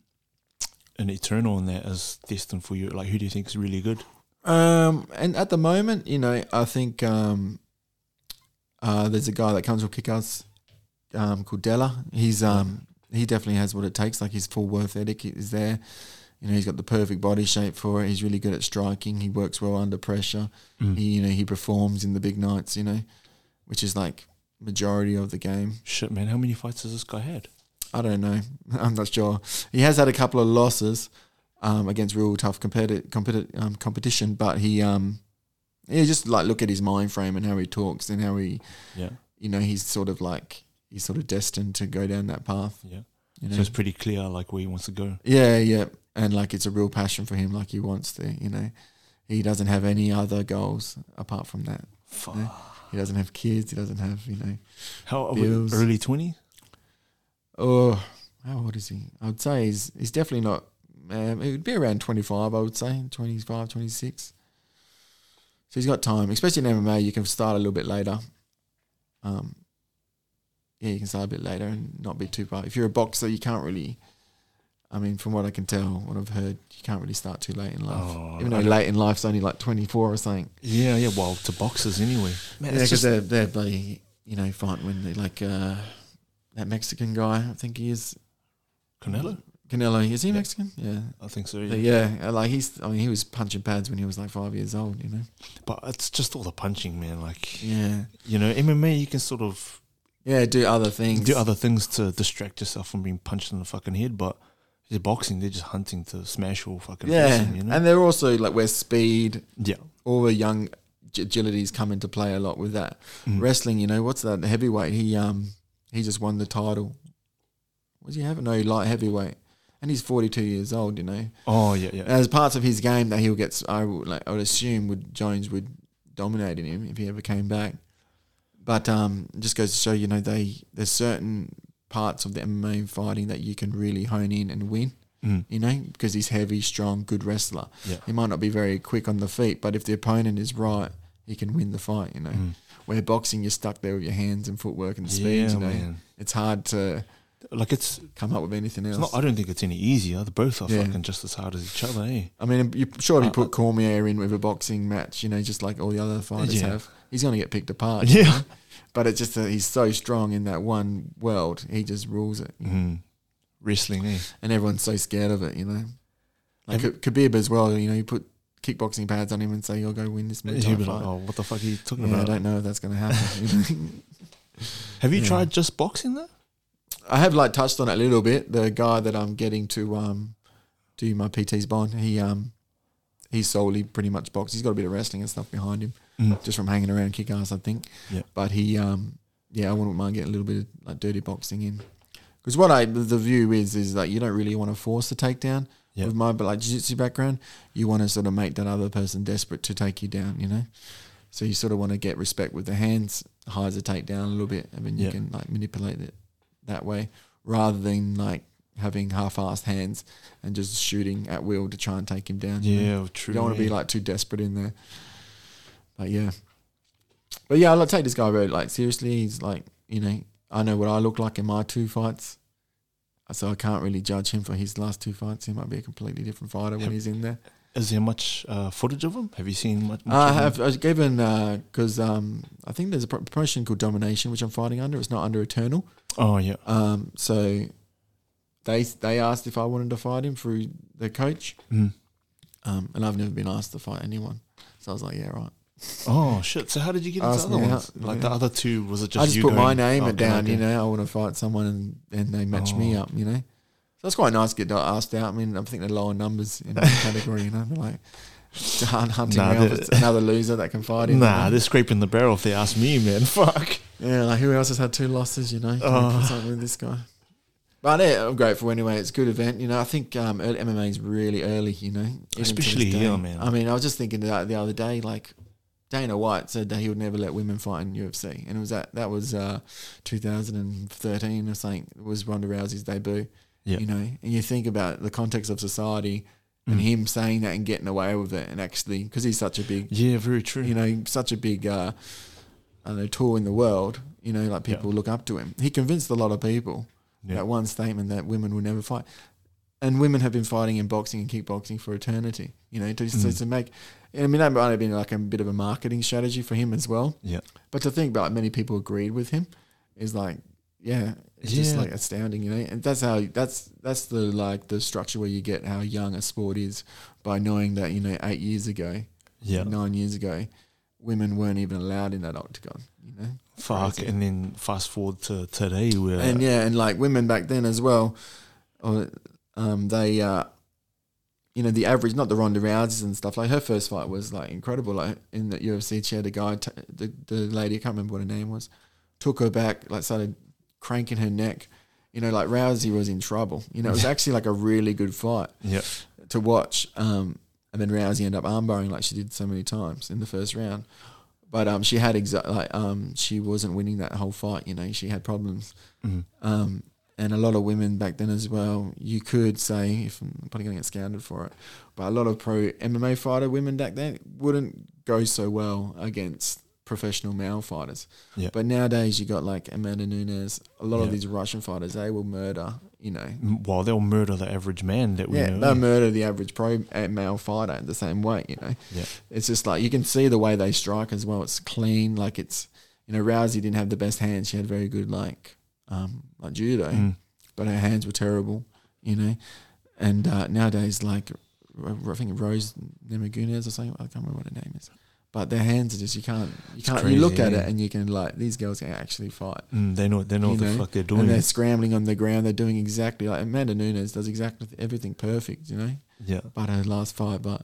[SPEAKER 1] in Eternal in that is destined for you? Like, who do you think is really good?
[SPEAKER 2] Um, and at the moment, you know, I think um, uh, there's a guy that comes with kickouts um, called Della. He's um, he definitely has what it takes. Like his full worth ethic is there. You know, he's got the perfect body shape for it. He's really good at striking. He works well under pressure. He, you know, he performs in the big nights. You know, which is like majority of the game.
[SPEAKER 1] Shit, man, how many fights has this guy had?
[SPEAKER 2] I don't know. I'm not sure. He has had a couple of losses um, against real tough competi- competi- um, competition, but he, um, yeah, just like look at his mind frame and how he talks and how he,
[SPEAKER 1] Yeah,
[SPEAKER 2] you know, he's sort of like he's sort of destined to go down that path.
[SPEAKER 1] yeah.
[SPEAKER 2] You know?
[SPEAKER 1] So it's pretty clear like where he wants to go.
[SPEAKER 2] yeah, yeah, and like it's a real passion for him. Like he wants to, you know, he doesn't have any other goals apart from that.
[SPEAKER 1] Fuck.
[SPEAKER 2] Yeah. He doesn't have kids. He doesn't have, you know,
[SPEAKER 1] How are we,
[SPEAKER 2] Bills.
[SPEAKER 1] early twenties?
[SPEAKER 2] Oh, how old is he? I would say he's he's definitely not. Um, it would be around 25, I would say, 25, 26. So he's got time, especially in MMA. You can start a little bit later. Um, yeah, you can start a bit later and not be too far. If you're a boxer, you can't really. I mean, from what I can tell, what I've heard, you can't really start too late in life.
[SPEAKER 1] Oh,
[SPEAKER 2] Even though
[SPEAKER 1] I don't-
[SPEAKER 2] late in life's only like 24 or something.
[SPEAKER 1] Yeah, yeah. Well, to boxers anyway. Man,
[SPEAKER 2] Yeah,
[SPEAKER 1] it's
[SPEAKER 2] because
[SPEAKER 1] just-
[SPEAKER 2] they're they're bloody, you know, fighting when they like uh, that Mexican guy. I think he is.
[SPEAKER 1] Canelo.
[SPEAKER 2] Canelo, is he
[SPEAKER 1] Yeah.
[SPEAKER 2] Mexican? Yeah.
[SPEAKER 1] I think so.
[SPEAKER 2] Yeah.
[SPEAKER 1] Yeah.
[SPEAKER 2] yeah, uh, like he's. I mean, he was punching pads when he was like five years old. You know.
[SPEAKER 1] But it's just all the punching, man. Like
[SPEAKER 2] Yeah.
[SPEAKER 1] you know, MMA, you can sort of
[SPEAKER 2] Yeah. Do other things.
[SPEAKER 1] do other things to distract yourself from being punched in the fucking head, but the boxing, they're just hunting to smash all fucking
[SPEAKER 2] yeah,
[SPEAKER 1] person, you know?
[SPEAKER 2] and they're also like where speed,
[SPEAKER 1] yeah.
[SPEAKER 2] all the young ag- agilities come into play a lot with that
[SPEAKER 1] Mm.
[SPEAKER 2] wrestling. You know, what's that heavyweight? He um he just won the title. Was he having no light heavyweight? And he's forty two years old. You know,
[SPEAKER 1] Oh, yeah, yeah.
[SPEAKER 2] as parts of his game that he'll get. s- I would, like, I would assume would Jones would dominate in him if he ever came back. But um, it just goes to show, you know, they there's certain parts of the MMA fighting that you can really hone in and win.
[SPEAKER 1] Mm.
[SPEAKER 2] You know, because he's heavy, strong, good wrestler.
[SPEAKER 1] Yeah.
[SPEAKER 2] He might not be very quick on the feet, but if the opponent is right, he can win the fight. You know,
[SPEAKER 1] Mm.
[SPEAKER 2] where boxing you're stuck there with your hands and footwork and speed.
[SPEAKER 1] Yeah,
[SPEAKER 2] you know,
[SPEAKER 1] man.
[SPEAKER 2] it's hard to
[SPEAKER 1] Like, it's,
[SPEAKER 2] come up with anything else.
[SPEAKER 1] it's not, I don't think it's any easier. They both are
[SPEAKER 2] Yeah.
[SPEAKER 1] fucking just as hard as each other, eh?
[SPEAKER 2] I mean, you surely
[SPEAKER 1] Uh,
[SPEAKER 2] put Cormier in with a boxing match, you know, just like all the other fighters
[SPEAKER 1] Yeah.
[SPEAKER 2] have. He's going to get picked apart.
[SPEAKER 1] Yeah.
[SPEAKER 2] But it's just that he's so strong in that one world. He just rules it.
[SPEAKER 1] Mm. Wrestling, eh?
[SPEAKER 2] And everyone's so scared of it, you know. Like
[SPEAKER 1] Have-
[SPEAKER 2] Khabib as well, you know, you put kickboxing pads on him and say, you'll go win this Muay
[SPEAKER 1] You'd
[SPEAKER 2] Thai
[SPEAKER 1] be like,
[SPEAKER 2] fight.
[SPEAKER 1] oh, what the fuck are you talking
[SPEAKER 2] Yeah, I
[SPEAKER 1] about?
[SPEAKER 2] don't know if that's going to happen. you know.
[SPEAKER 1] Have you
[SPEAKER 2] yeah.
[SPEAKER 1] tried just boxing, though?
[SPEAKER 2] I have like touched on it a little bit. The guy that I'm getting to um do my PT's bond, he um he solely pretty much box. He's got a bit of wrestling and stuff behind him,
[SPEAKER 1] Mm.
[SPEAKER 2] just from hanging around kick ass, I think.
[SPEAKER 1] Yeah.
[SPEAKER 2] But he um yeah, I wouldn't mind getting a little bit of like dirty boxing in. Because what I the view is is like you don't really want to force the takedown.
[SPEAKER 1] Yeah.
[SPEAKER 2] With my but like jiu-jitsu background, you want to sort of make that other person desperate to take you down, you know. So you sort of want to get respect with the hands, hides the takedown a little bit, and then you
[SPEAKER 1] Yeah.
[SPEAKER 2] can like manipulate it that way rather than like having half-assed hands and just shooting at will to try and take him down. you know?
[SPEAKER 1] Yeah, true.
[SPEAKER 2] you mm. don't want to be
[SPEAKER 1] eh?
[SPEAKER 2] like too desperate in there. Like yeah, but yeah, I like, take this guy very like seriously. He's like you know I know what I look like in my two fights, so I can't really judge him for his last two fights. He might be a completely different fighter when
[SPEAKER 1] Have-
[SPEAKER 2] he's in there.
[SPEAKER 1] Is there much uh, footage of him? Have you seen much? much
[SPEAKER 2] I
[SPEAKER 1] of him?
[SPEAKER 2] have I was given because um, I think there's a pro- promotion called Domination, which I'm fighting under. It's not under Eternal.
[SPEAKER 1] Oh yeah.
[SPEAKER 2] Um, so they they asked if I wanted to fight him through the coach,
[SPEAKER 1] Mm.
[SPEAKER 2] um, and I've never been asked to fight anyone. So I was like, yeah, right.
[SPEAKER 1] Oh shit! So how did you get into
[SPEAKER 2] Ask
[SPEAKER 1] the other
[SPEAKER 2] me
[SPEAKER 1] ones?
[SPEAKER 2] out,
[SPEAKER 1] Like
[SPEAKER 2] yeah.
[SPEAKER 1] the other two, was it just?
[SPEAKER 2] I just
[SPEAKER 1] you
[SPEAKER 2] put my
[SPEAKER 1] going,
[SPEAKER 2] name
[SPEAKER 1] "Oh,
[SPEAKER 2] it
[SPEAKER 1] can I
[SPEAKER 2] down.
[SPEAKER 1] do-"
[SPEAKER 2] You know, I want to fight someone, and, and they match me
[SPEAKER 1] Oh.
[SPEAKER 2] up. You know, so that's quite nice to get asked out. I mean, I think they're lower numbers in my category. You know, they're like hunt- hunting
[SPEAKER 1] Nah,
[SPEAKER 2] around
[SPEAKER 1] the-
[SPEAKER 2] for another loser that can fight him. you
[SPEAKER 1] Nah,
[SPEAKER 2] know?
[SPEAKER 1] they're scraping the barrel if they ask me, man. Fuck.
[SPEAKER 2] Yeah, like who else has had two losses, you know? Can we
[SPEAKER 1] Oh.
[SPEAKER 2] put something with this guy. But yeah, I'm grateful anyway. It's a good event, you know. I think um, early, MMA is really early, you know. even to this
[SPEAKER 1] Especially
[SPEAKER 2] day.
[SPEAKER 1] here, man.
[SPEAKER 2] I mean, I was just thinking that the other day, like Dana White said that he would never let women fight in UFC, and it was that that was uh, 2013 or something. It was Ronda Rousey's debut,
[SPEAKER 1] Yeah.
[SPEAKER 2] you know. And you think about the context of society and
[SPEAKER 1] Mm.
[SPEAKER 2] him saying that and getting away with it, and actually because he's such a big
[SPEAKER 1] Yeah, very true.
[SPEAKER 2] you know, such a big, uh, I don't know, tool in the world. You know, like
[SPEAKER 1] Yeah.
[SPEAKER 2] people look up to him. He convinced a lot of people
[SPEAKER 1] Yeah.
[SPEAKER 2] that one statement that women will never fight, and women have been fighting in boxing and kickboxing for eternity. You know, to, so
[SPEAKER 1] Mm.
[SPEAKER 2] to make, I mean, that might have been like a bit of a marketing strategy for him as well.
[SPEAKER 1] Yeah.
[SPEAKER 2] But to think about like, many people agreed with him is like, yeah, it's just
[SPEAKER 1] Yeah.
[SPEAKER 2] like astounding. You know, and that's how that's that's the like the structure where you get how young a sport is by knowing that you know eight years ago
[SPEAKER 1] yeah.
[SPEAKER 2] nine years ago, women weren't even allowed in that octagon, you know?
[SPEAKER 1] Fuck.
[SPEAKER 2] Crazy.
[SPEAKER 1] And then fast forward to today, where
[SPEAKER 2] And yeah, and like women back then as well, or, um, they, uh, you know, the average, not the Ronda Rouseys and stuff, like her first fight was like incredible. Like in the UFC, she had a guy, t- the, the lady, I can't remember what her name was, took her back, like started cranking her neck. You know, like Rousey was in trouble. You know, it was actually like a really good fight.
[SPEAKER 1] yeah,
[SPEAKER 2] to watch. Um, and then Rousey ended up armbarring like she did so many times in the first round. But um, she had exa- like um, she wasn't winning that whole fight. You know, she had problems.
[SPEAKER 1] Mhm.
[SPEAKER 2] Um, and a lot of women back then as well. You could say, if I'm probably going to get scounded for it, but a lot of pro MMA fighter women back then wouldn't go so well against professional male fighters.
[SPEAKER 1] Yeah.
[SPEAKER 2] But nowadays you got like Amanda Nunes, a lot of
[SPEAKER 1] Yeah.
[SPEAKER 2] these Russian fighters, they will murder. You know,
[SPEAKER 1] M- well, they'll murder the average man that we
[SPEAKER 2] yeah,
[SPEAKER 1] know.
[SPEAKER 2] they'll murder the average pro uh, male fighter in the same way, you know.
[SPEAKER 1] Yeah.
[SPEAKER 2] It's just like you can see the way they strike as well. It's clean, like it's you know, Rousey didn't have the best hands. She had very good like um like judo,
[SPEAKER 1] Mm.
[SPEAKER 2] but her hands were terrible, you know. And uh, nowadays like I think Rose Nemagunes or something, I can't remember what her name is. But their hands are just you can't you can't you look
[SPEAKER 1] crazy,
[SPEAKER 2] at
[SPEAKER 1] yeah.
[SPEAKER 2] it and you can like these girls can actually fight.
[SPEAKER 1] Mm, they know. They know
[SPEAKER 2] You
[SPEAKER 1] what the
[SPEAKER 2] know,
[SPEAKER 1] fuck they're
[SPEAKER 2] And
[SPEAKER 1] doing.
[SPEAKER 2] they're scrambling on the ground. They're doing exactly like Amanda Nunes does exactly everything perfect, you know
[SPEAKER 1] yeah.
[SPEAKER 2] but her last fight, but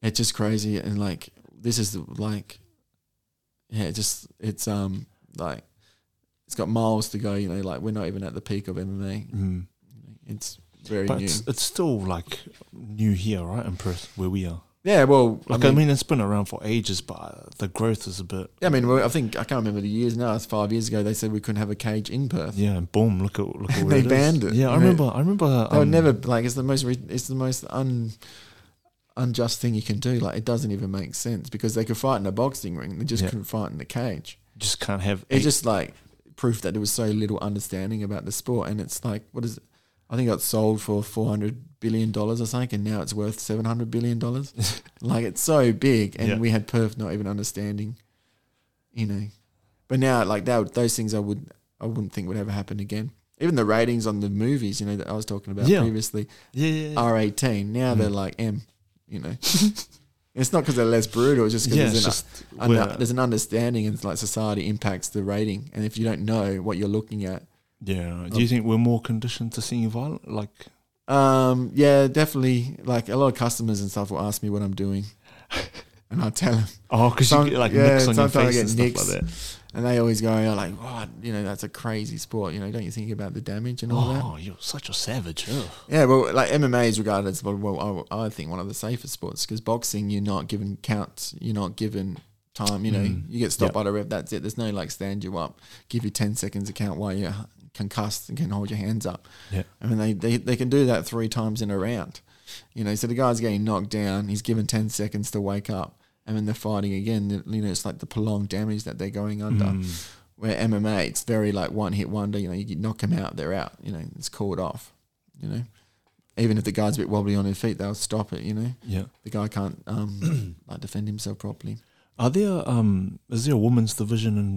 [SPEAKER 2] it's just crazy and like this is like yeah, it just it's um like it's got miles to go, you know, like we're not even at the peak of MMA.
[SPEAKER 1] Mm.
[SPEAKER 2] It's very
[SPEAKER 1] But
[SPEAKER 2] new.
[SPEAKER 1] it's, it's still like new here, right? In Perth, where we are.
[SPEAKER 2] yeah, well
[SPEAKER 1] Like I mean, it's been around for ages, but uh, the growth is a bit.
[SPEAKER 2] yeah, I mean well, I think I can't remember the years now, it's five years ago they said we couldn't have a cage in Perth.
[SPEAKER 1] Yeah, and boom! Look at look at where
[SPEAKER 2] They
[SPEAKER 1] it is.
[SPEAKER 2] banned it.
[SPEAKER 1] Yeah, I
[SPEAKER 2] And they-
[SPEAKER 1] remember. I remember.
[SPEAKER 2] They'll
[SPEAKER 1] um,
[SPEAKER 2] never like it's the most re- it's the most un unjust thing you can do. Like it doesn't even make sense because they could fight in a boxing ring, they just
[SPEAKER 1] Yeah.
[SPEAKER 2] couldn't fight in the cage.
[SPEAKER 1] Just can't have.
[SPEAKER 2] it's
[SPEAKER 1] eight-
[SPEAKER 2] just like proof that there was so little understanding about the sport and it's like what is it i think it got sold for 400 billion dollars or something and now it's worth 700 billion dollars like it's so big and
[SPEAKER 1] Yeah.
[SPEAKER 2] we had perth not even understanding you know but now like that those things i would i wouldn't think would ever happen again even the ratings on the movies you know that i was talking about
[SPEAKER 1] Yeah.
[SPEAKER 2] previously
[SPEAKER 1] yeah, yeah, Mm. yeah.
[SPEAKER 2] are 18 now they're like m you know it's not because they're less brutal it's just because
[SPEAKER 1] yeah, it's
[SPEAKER 2] there's an
[SPEAKER 1] just
[SPEAKER 2] under,
[SPEAKER 1] where-
[SPEAKER 2] there's an understanding and like society impacts the rating and if you don't know what you're looking at
[SPEAKER 1] yeah. Do you think we're more conditioned to seeing violent? Like,
[SPEAKER 2] um yeah definitely like a lot of customers and stuff will ask me what i'm doing and i tell them
[SPEAKER 1] oh, because
[SPEAKER 2] Some-
[SPEAKER 1] you get like
[SPEAKER 2] yeah,
[SPEAKER 1] nicks on your
[SPEAKER 2] sometimes I
[SPEAKER 1] face
[SPEAKER 2] get
[SPEAKER 1] and stuff
[SPEAKER 2] nicks.
[SPEAKER 1] like that.
[SPEAKER 2] and they always go oh, like what you know that's a crazy sport you know don't you think about the damage and all
[SPEAKER 1] Oh, you're such a savage. Ugh.
[SPEAKER 2] that yeah well like mma is regarded as well, well I, I think one of the safest sports because boxing you're not given counts you're not given time you know
[SPEAKER 1] Mm.
[SPEAKER 2] you get stopped
[SPEAKER 1] Yeah.
[SPEAKER 2] by the ref that's it there's no like stand you up give you 10 seconds to count while you're concussed and can hold your hands up
[SPEAKER 1] Yeah.
[SPEAKER 2] I mean, they, they, they can do that three times in a round. You know, so the guy's getting knocked down. He's given 10 seconds to wake up. and then they're fighting again. the- You know, it's like the prolonged damage that they're going under.
[SPEAKER 1] Mm.
[SPEAKER 2] Where MMA, it's very like one hit wonder. You know, you knock them out, they're out. You know, it's called off. You know, even if the guy's a bit wobbly on his feet, they'll stop it. You know,
[SPEAKER 1] Yeah.
[SPEAKER 2] the guy can't um, like defend himself properly.
[SPEAKER 1] Are there um is there a women's division in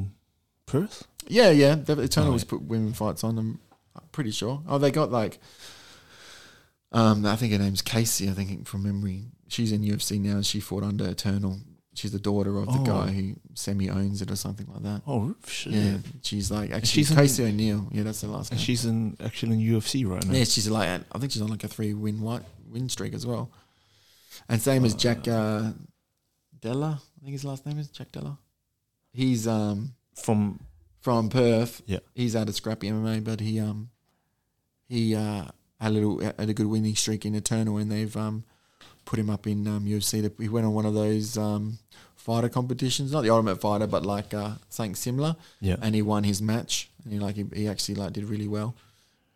[SPEAKER 1] Perth?
[SPEAKER 2] Yeah, yeah. The Eternal
[SPEAKER 1] Oh,
[SPEAKER 2] was
[SPEAKER 1] yeah.
[SPEAKER 2] put women fights on. I'm pretty sure. Oh, they got like, um, I think her name's Casey. I think from memory, she's in UFC now. and She fought under Eternal. She's the daughter of the
[SPEAKER 1] Oh.
[SPEAKER 2] guy who semi owns it or something like that.
[SPEAKER 1] Oh shit.
[SPEAKER 2] Yeah, she's like actually
[SPEAKER 1] she's in-
[SPEAKER 2] Casey O'Neill. Yeah, that's the last.
[SPEAKER 1] And
[SPEAKER 2] name.
[SPEAKER 1] she's in actually in UFC right now.
[SPEAKER 2] yeah, she's like I think she's on like a three win white win streak as well. And same as Jack uh, Della, I think his last name is Jack Della. He's um
[SPEAKER 1] From
[SPEAKER 2] from Perth.
[SPEAKER 1] Yeah.
[SPEAKER 2] he's out of scrappy MMA, but he um he uh had a little had a good winning streak in Eternal, and they've um put him up in um, UFC. He went on one of those um fighter competitions, not the Ultimate Fighter, but like uh, something similar,
[SPEAKER 1] yeah.
[SPEAKER 2] and he won his match. And he like he, he actually like did really well.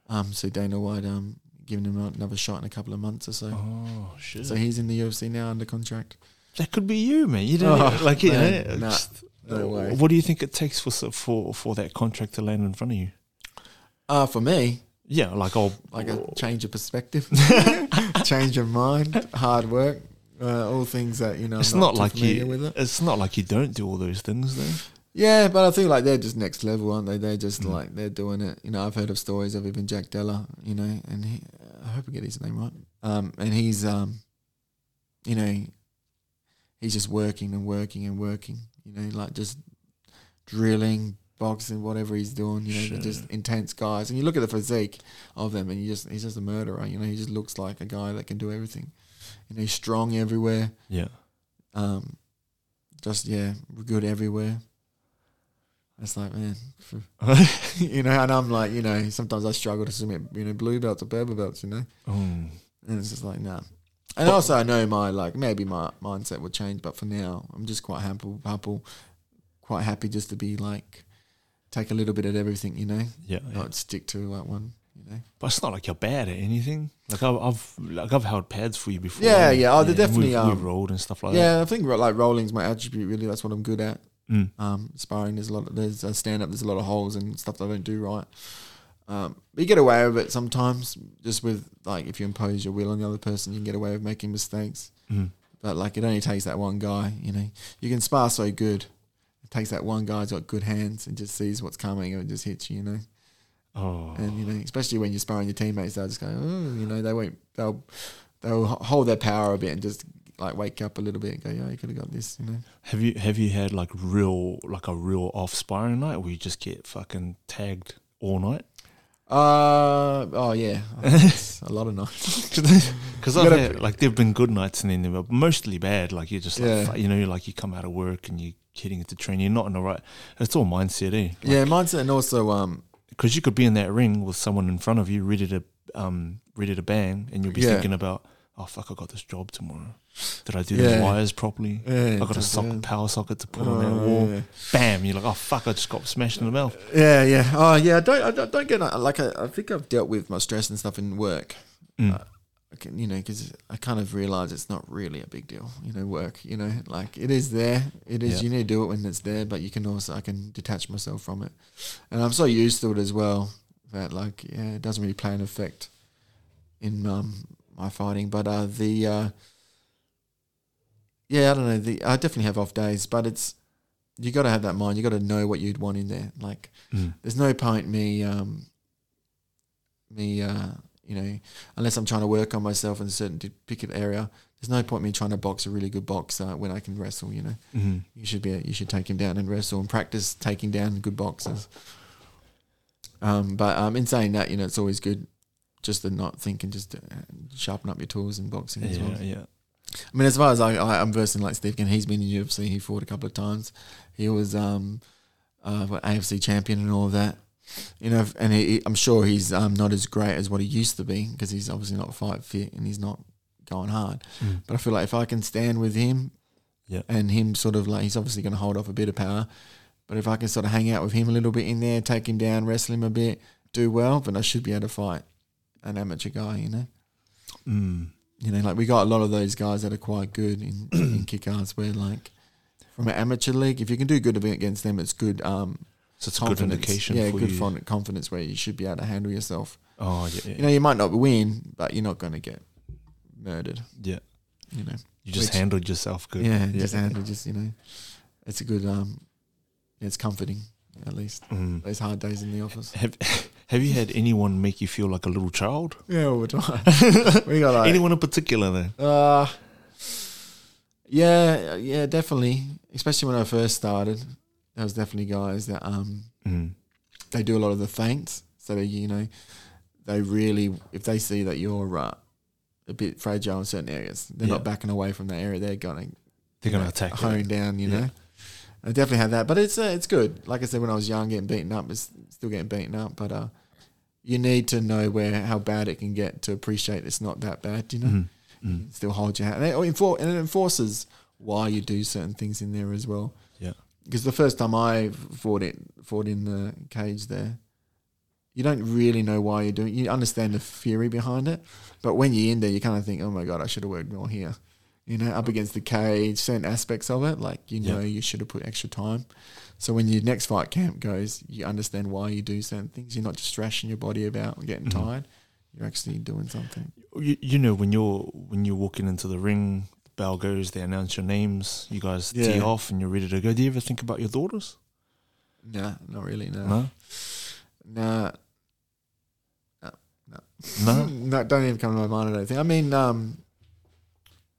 [SPEAKER 2] Um, so Dana White um giving him another shot in a couple of months or so.
[SPEAKER 1] Oh shit.
[SPEAKER 2] So he's in the UFC now under contract.
[SPEAKER 1] that could be you, man. You don't
[SPEAKER 2] Oh,
[SPEAKER 1] like you
[SPEAKER 2] man,
[SPEAKER 1] know,
[SPEAKER 2] nah,
[SPEAKER 1] just- uh,
[SPEAKER 2] no way.
[SPEAKER 1] What do you think it takes for so- for for that contract to land in front of you?
[SPEAKER 2] Uh, for me,
[SPEAKER 1] Yeah, like oh,
[SPEAKER 2] like a change of perspective, change of mind, hard work, uh, all things that you know. I'm
[SPEAKER 1] it's not,
[SPEAKER 2] too
[SPEAKER 1] like
[SPEAKER 2] familiar
[SPEAKER 1] you.
[SPEAKER 2] with it.
[SPEAKER 1] It's not like you don't do all those things though.
[SPEAKER 2] Yeah, but I think like they're just next level, aren't they? They're just
[SPEAKER 1] Mm.
[SPEAKER 2] like they're doing it. You know, I've heard of stories of even Jack Della, you know, and he, I hope I get his name right. Um, and he's um, you know, he's just working and working and working. You know, like just drilling, boxing, whatever he's doing. You know, they're just
[SPEAKER 1] Sure.
[SPEAKER 2] intense guys. And you look at the physique of them, and you just he's just a murderer. You know, he just looks like a guy that can do everything. You know, he's strong everywhere.
[SPEAKER 1] Yeah.
[SPEAKER 2] Um, just yeah, we're good everywhere. It's like man, for, you know, and I'm like, you know, sometimes I struggle to submit, you know, blue belts or purple belts, you know,
[SPEAKER 1] Mm.
[SPEAKER 2] and it's just like nah. And also, I know my like maybe my mindset will change, but for now, I'm just quite happy, happy quite happy just to be like take a little bit of everything, you know,
[SPEAKER 1] yeah, yeah.
[SPEAKER 2] not stick to like one, you know.
[SPEAKER 1] But it's not like you're bad at anything. Like I've, I've like I've held pads for you before.
[SPEAKER 2] Yeah, yeah, oh, they're
[SPEAKER 1] and
[SPEAKER 2] definitely,
[SPEAKER 1] We've,
[SPEAKER 2] um,
[SPEAKER 1] we've rolled and stuff like
[SPEAKER 2] yeah, I think like rolling's my attribute. Really, that's what I'm good at.
[SPEAKER 1] that. Mm.
[SPEAKER 2] um, sparring. There's a lot. Of, there's uh, stand up. There's a lot of holes and stuff that I don't do right. Um, but you get away with it sometimes, just with like if you impose your will on the other person, you can get away with making mistakes.
[SPEAKER 1] Mm.
[SPEAKER 2] But like it only takes that one guy. You know, you can spar so good. It takes that one guy who's got good hands and just sees what's coming and just hits you. You know,
[SPEAKER 1] Oh,
[SPEAKER 2] and you know, especially when you're sparring your teammates, they'll just go, oh, you know, they won't. They'll they'll h- hold their power a bit and just like wake up a little bit and go, yeah, you could have got this. You know.
[SPEAKER 1] have you have you had like real like a real off sparring night where you just get fucking tagged all night?
[SPEAKER 2] Uh oh yeah, It's a lot of nights.
[SPEAKER 1] Because I've
[SPEAKER 2] gotta-
[SPEAKER 1] had, like there've been good nights and then there were mostly bad. Like you're just like
[SPEAKER 2] Yeah.
[SPEAKER 1] fu- you know like you come out of work and you're heading into training. You're not in the right. It's all mindset, eh?
[SPEAKER 2] yeah, mindset and also um
[SPEAKER 1] because you could be in that ring with someone in front of you ready to um ready to bang and you'll be
[SPEAKER 2] Yeah.
[SPEAKER 1] thinking about oh fuck i got this job tomorrow did i do
[SPEAKER 2] Yeah.
[SPEAKER 1] the wires properly
[SPEAKER 2] yeah,
[SPEAKER 1] i got a socket, power socket to put on that
[SPEAKER 2] Oh,
[SPEAKER 1] wall
[SPEAKER 2] yeah.
[SPEAKER 1] bam you're like oh fuck i just got smashed in the mouth
[SPEAKER 2] yeah, yeah. Oh yeah, I don't I don't, don't get uh, like I, I think I've dealt with my stress and stuff in work.
[SPEAKER 1] Mm.
[SPEAKER 2] Uh, I can, you know, because I kind of realize it's not really a big deal. You know, work. You know, like it is there. It is.
[SPEAKER 1] Yeah.
[SPEAKER 2] You need to do it when it's there, but you can also I can detach myself from it, and I'm so used to it as well that like yeah, it doesn't really play an effect in um my fighting. But uh the uh yeah, I don't know. The I definitely have off days, but it's you got to have that mind. You got to know what you'd want in there. Like
[SPEAKER 1] Mm.
[SPEAKER 2] there's no point me um me uh you know unless i'm trying to work on myself in a certain particular area there's no point me trying to box a really good boxer when i can wrestle you know
[SPEAKER 1] Mhm.
[SPEAKER 2] you should be you should take him down and wrestle and practice taking down good boxers um but um in saying that you know it's always good just to not think and just uh, sharpen up your tools in boxing as well
[SPEAKER 1] yeah yeah
[SPEAKER 2] I mean, as far as I, I I'm versing like Steve Kinn, he's been in UFC. He fought a couple of times. He was um, uh, what, AFC champion and all of that. You know, and he, he- I'm sure he's um, not as great as what he used to be because he's obviously not fight fit and he's not going hard.
[SPEAKER 1] Mm.
[SPEAKER 2] But I feel like if I can stand with him,
[SPEAKER 1] Yeah.
[SPEAKER 2] and him sort of like he's obviously going to hold off a bit of power, but if I can sort of hang out with him a little bit in there, take him down, wrestle him a bit, do well, then I should be able to fight an amateur guy. You know.
[SPEAKER 1] Mm.
[SPEAKER 2] you know, like we got a lot of those guys that are quite good in, in kick-arts where like from an amateur league, if you can do good against them, it's good um,
[SPEAKER 1] So it's a good
[SPEAKER 2] confidence.
[SPEAKER 1] indication
[SPEAKER 2] yeah,
[SPEAKER 1] for
[SPEAKER 2] good
[SPEAKER 1] you.
[SPEAKER 2] fon- confidence where you should be able to handle yourself.
[SPEAKER 1] Oh yeah, yeah.
[SPEAKER 2] You know, you might not win, but you're not going to get murdered.
[SPEAKER 1] yeah.
[SPEAKER 2] You know,
[SPEAKER 1] You just
[SPEAKER 2] which-
[SPEAKER 1] handled yourself good.
[SPEAKER 2] yeah, just handle, just you know, it's a good. um It's comforting, at least
[SPEAKER 1] Mm.
[SPEAKER 2] those hard days in the office.
[SPEAKER 1] Have Have you had anyone make you feel like a little child?
[SPEAKER 2] Yeah, all the time. we got like
[SPEAKER 1] anyone in particular? Though.
[SPEAKER 2] Uh, yeah, yeah, definitely. Especially when I first started, there was definitely guys that um
[SPEAKER 1] Mm.
[SPEAKER 2] they do a lot of the thanks. So they, you know, they really if they see that you're uh, a bit fragile in certain areas, they're
[SPEAKER 1] Yeah.
[SPEAKER 2] not backing away from that area. They're gonna
[SPEAKER 1] They're gonna
[SPEAKER 2] know,
[SPEAKER 1] attack it.
[SPEAKER 2] hone down. You
[SPEAKER 1] Yeah.
[SPEAKER 2] know, I definitely had that, but it's uh, it's good. Like I said, when I was young, getting beaten up is still getting beaten up, but uh, you need to know where how bad it can get to appreciate it's not that bad. You know
[SPEAKER 1] Mm. Mm.
[SPEAKER 2] still hold your hand. And it, enfor- and it enforces why you do certain things in there as well.
[SPEAKER 1] Yeah.
[SPEAKER 2] Because the first time I fought it, fought in the cage there, you don't really know why you're doing. You understand the theory behind it, but when you're in there, you kind of think, "Oh my god, I should have worked more here." You know, up against the cage, certain aspects of it, like you
[SPEAKER 1] Yeah.
[SPEAKER 2] know, you should have put extra time. So when your next fight camp goes, you understand why you do certain things. You're not just thrashing your body about and getting
[SPEAKER 1] Mhm.
[SPEAKER 2] tired. You're actually doing something.
[SPEAKER 1] You, you know when you're when you're walking into the ring, the bell goes. They announce your names. You guys tee
[SPEAKER 2] Yeah.
[SPEAKER 1] off, and you're ready to go. Do you ever think about your daughters?
[SPEAKER 2] Nah, not really. No.
[SPEAKER 1] No,
[SPEAKER 2] Nah,
[SPEAKER 1] no.
[SPEAKER 2] no, don't even come to my mind. I don't think. I mean, um,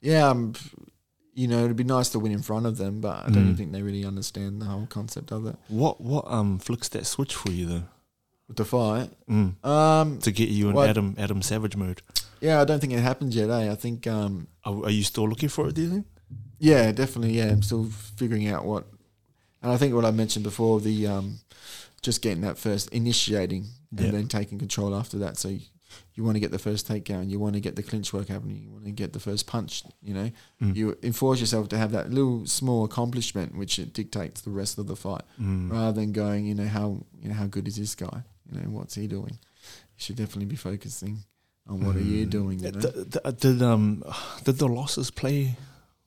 [SPEAKER 2] yeah, um, you know, it'd be nice to win in front of them, but I don't
[SPEAKER 1] Mm.
[SPEAKER 2] think they really understand the whole concept of it.
[SPEAKER 1] What what um flicks that switch for you though?
[SPEAKER 2] With the fight,
[SPEAKER 1] Mm.
[SPEAKER 2] um,
[SPEAKER 1] To get you in
[SPEAKER 2] What?
[SPEAKER 1] Adam Adam Savage mode.
[SPEAKER 2] yeah, I don't think it happens yet. Eh? I think, um,
[SPEAKER 1] Are, are you still looking for it? Do you think?
[SPEAKER 2] yeah, definitely, yeah. I'm still figuring out what, and I think what I mentioned before, the um, just getting that first initiating and
[SPEAKER 1] Yeah.
[SPEAKER 2] then taking control after that. So. You, you want to get the first take going. You want to get the clinch work happening. You want to get the first punch. You know,
[SPEAKER 1] Mm.
[SPEAKER 2] you enforce yourself to have that little small accomplishment which it dictates the rest of the fight
[SPEAKER 1] Mm.
[SPEAKER 2] rather than going you know how you know how good is this guy you know what's he doing you should definitely be focusing on what are you
[SPEAKER 1] Mm.
[SPEAKER 2] doing you
[SPEAKER 1] Th-
[SPEAKER 2] know?
[SPEAKER 1] th- th- did um did the losses play?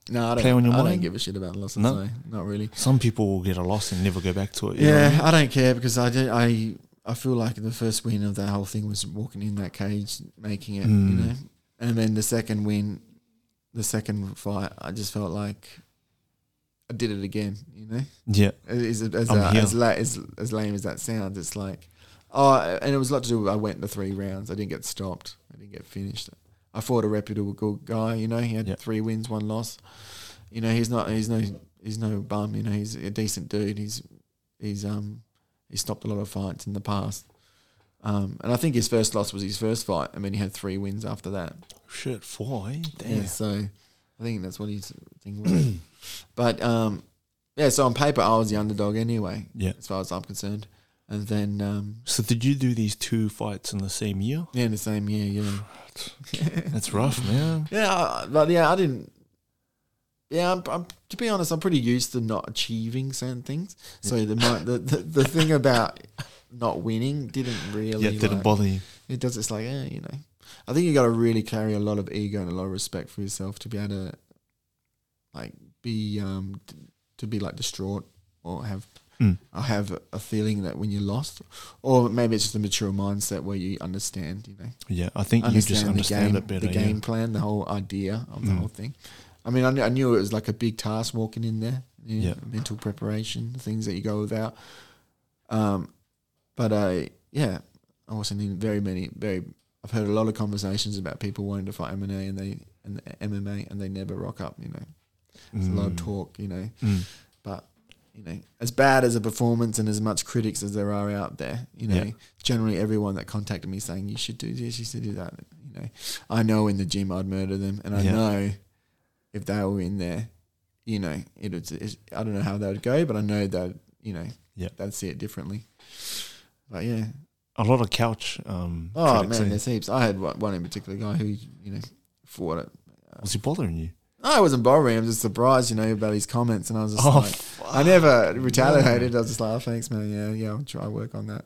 [SPEAKER 2] no I don't,
[SPEAKER 1] play on your
[SPEAKER 2] I don't
[SPEAKER 1] mind?
[SPEAKER 2] give a shit about losses
[SPEAKER 1] No?
[SPEAKER 2] no not really
[SPEAKER 1] Some people will get a loss and never go back to it. you know what I
[SPEAKER 2] yeah
[SPEAKER 1] mean?
[SPEAKER 2] I don't care because I do, I I feel like the first win of that whole thing was walking in that cage making it you
[SPEAKER 1] Mm.
[SPEAKER 2] know and then the second win the second fight I just felt like I did it again you know
[SPEAKER 1] yeah.
[SPEAKER 2] as as,
[SPEAKER 1] I'm
[SPEAKER 2] uh,
[SPEAKER 1] here.
[SPEAKER 2] as, la- as as lame as that sounds, it's like, oh, and it was a lot to do with I went the three rounds. I didn't get stopped. I didn't get finished. I fought a reputable good guy. You know, he had
[SPEAKER 1] Yeah.
[SPEAKER 2] three wins, one loss. You know, he's not. He's no. He's no bum. You know, he's a decent dude. He's he's um he stopped a lot of fights in the past. Um, and I think his first loss was his first fight. I mean, he had three wins after that.
[SPEAKER 1] Oh, Shit, four. Eh? Damn.
[SPEAKER 2] Yeah, so I think that's what he's thing was. but um, yeah, so on paper I was the underdog anyway.
[SPEAKER 1] Yeah.
[SPEAKER 2] as far as I'm concerned. And then um,
[SPEAKER 1] So did you do these two fights in the same year?
[SPEAKER 2] yeah, in the same year, yeah,
[SPEAKER 1] That's rough, man.
[SPEAKER 2] yeah, I- but yeah, I didn't. Yeah, I'm, I'm, to be honest, I'm pretty used to not achieving certain things. So the my, the, the the thing about not winning didn't really
[SPEAKER 1] Yeah, it didn't
[SPEAKER 2] like-
[SPEAKER 1] bother you.
[SPEAKER 2] It does. It's like, eh, you know. I think you got to really carry a lot of ego and a lot of respect for yourself to be able to, like, be um, t- to be like distraught or have
[SPEAKER 1] Mm.
[SPEAKER 2] or have a feeling that when you're lost, or maybe it's just a mature mindset where you understand, you know,
[SPEAKER 1] Yeah, I think you just understand
[SPEAKER 2] the game,
[SPEAKER 1] it better.
[SPEAKER 2] the
[SPEAKER 1] yeah.
[SPEAKER 2] game plan, the whole idea of the
[SPEAKER 1] Mm.
[SPEAKER 2] whole thing. I mean, I knew, I knew it was like a big task walking in there. you know,
[SPEAKER 1] Yeah.
[SPEAKER 2] mental preparation, things that you go without. Um, but I, yeah, I wasn't in very many. Very, I've heard a lot of conversations about people wanting to fight MMA and they and MMA and they never rock up. You know, it's a lot of
[SPEAKER 1] Mm.
[SPEAKER 2] talk. You know,
[SPEAKER 1] Mm.
[SPEAKER 2] but you know, as bad as a performance and as much critics as there are out there, you know,
[SPEAKER 1] Yeah.
[SPEAKER 2] generally everyone that contacted me saying you should do this, you should do that, you know, I know in the gym I'd murder them, and I
[SPEAKER 1] Yeah.
[SPEAKER 2] know if they were in there, you know, it would. It's, I don't know how that would go, but I know that you know,
[SPEAKER 1] Yeah.
[SPEAKER 2] they'd see it differently. But yeah,
[SPEAKER 1] A lot of couch. Um,
[SPEAKER 2] oh
[SPEAKER 1] critics,
[SPEAKER 2] man,
[SPEAKER 1] eh?
[SPEAKER 2] there's heaps. I had one, one in particular guy who you know fought it.
[SPEAKER 1] was he bothering you?
[SPEAKER 2] No, I wasn't bothering. I'm just surprised, you know, about his comments, and I was just
[SPEAKER 1] Oh,
[SPEAKER 2] like, I never retaliated. I was just like, oh, thanks, man. Yeah, yeah, I'll try work on that.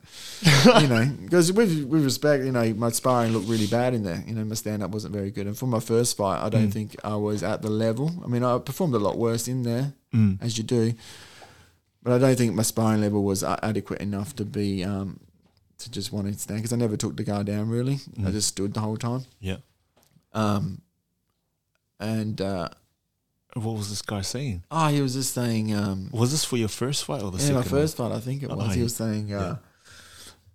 [SPEAKER 2] you know, because with with respect, you know, my sparring looked really bad in there. You know, my stand up wasn't very good, and for my first fight, I don't
[SPEAKER 1] Mm.
[SPEAKER 2] think I was at the level. I mean, I performed a lot worse in there,
[SPEAKER 1] Mm.
[SPEAKER 2] as you do, but I don't think my sparring level was a- adequate enough to be um, to just want to stand because I never took the guy down really. I
[SPEAKER 1] Mm.
[SPEAKER 2] just stood the whole time.
[SPEAKER 1] Yeah.
[SPEAKER 2] Um, and uh,
[SPEAKER 1] What was this guy saying?
[SPEAKER 2] oh, he was just saying, um,
[SPEAKER 1] Was this for your first fight or the
[SPEAKER 2] yeah,
[SPEAKER 1] second?
[SPEAKER 2] my first fight, I think it
[SPEAKER 1] Oh,
[SPEAKER 2] was. He
[SPEAKER 1] yeah.
[SPEAKER 2] was saying, uh,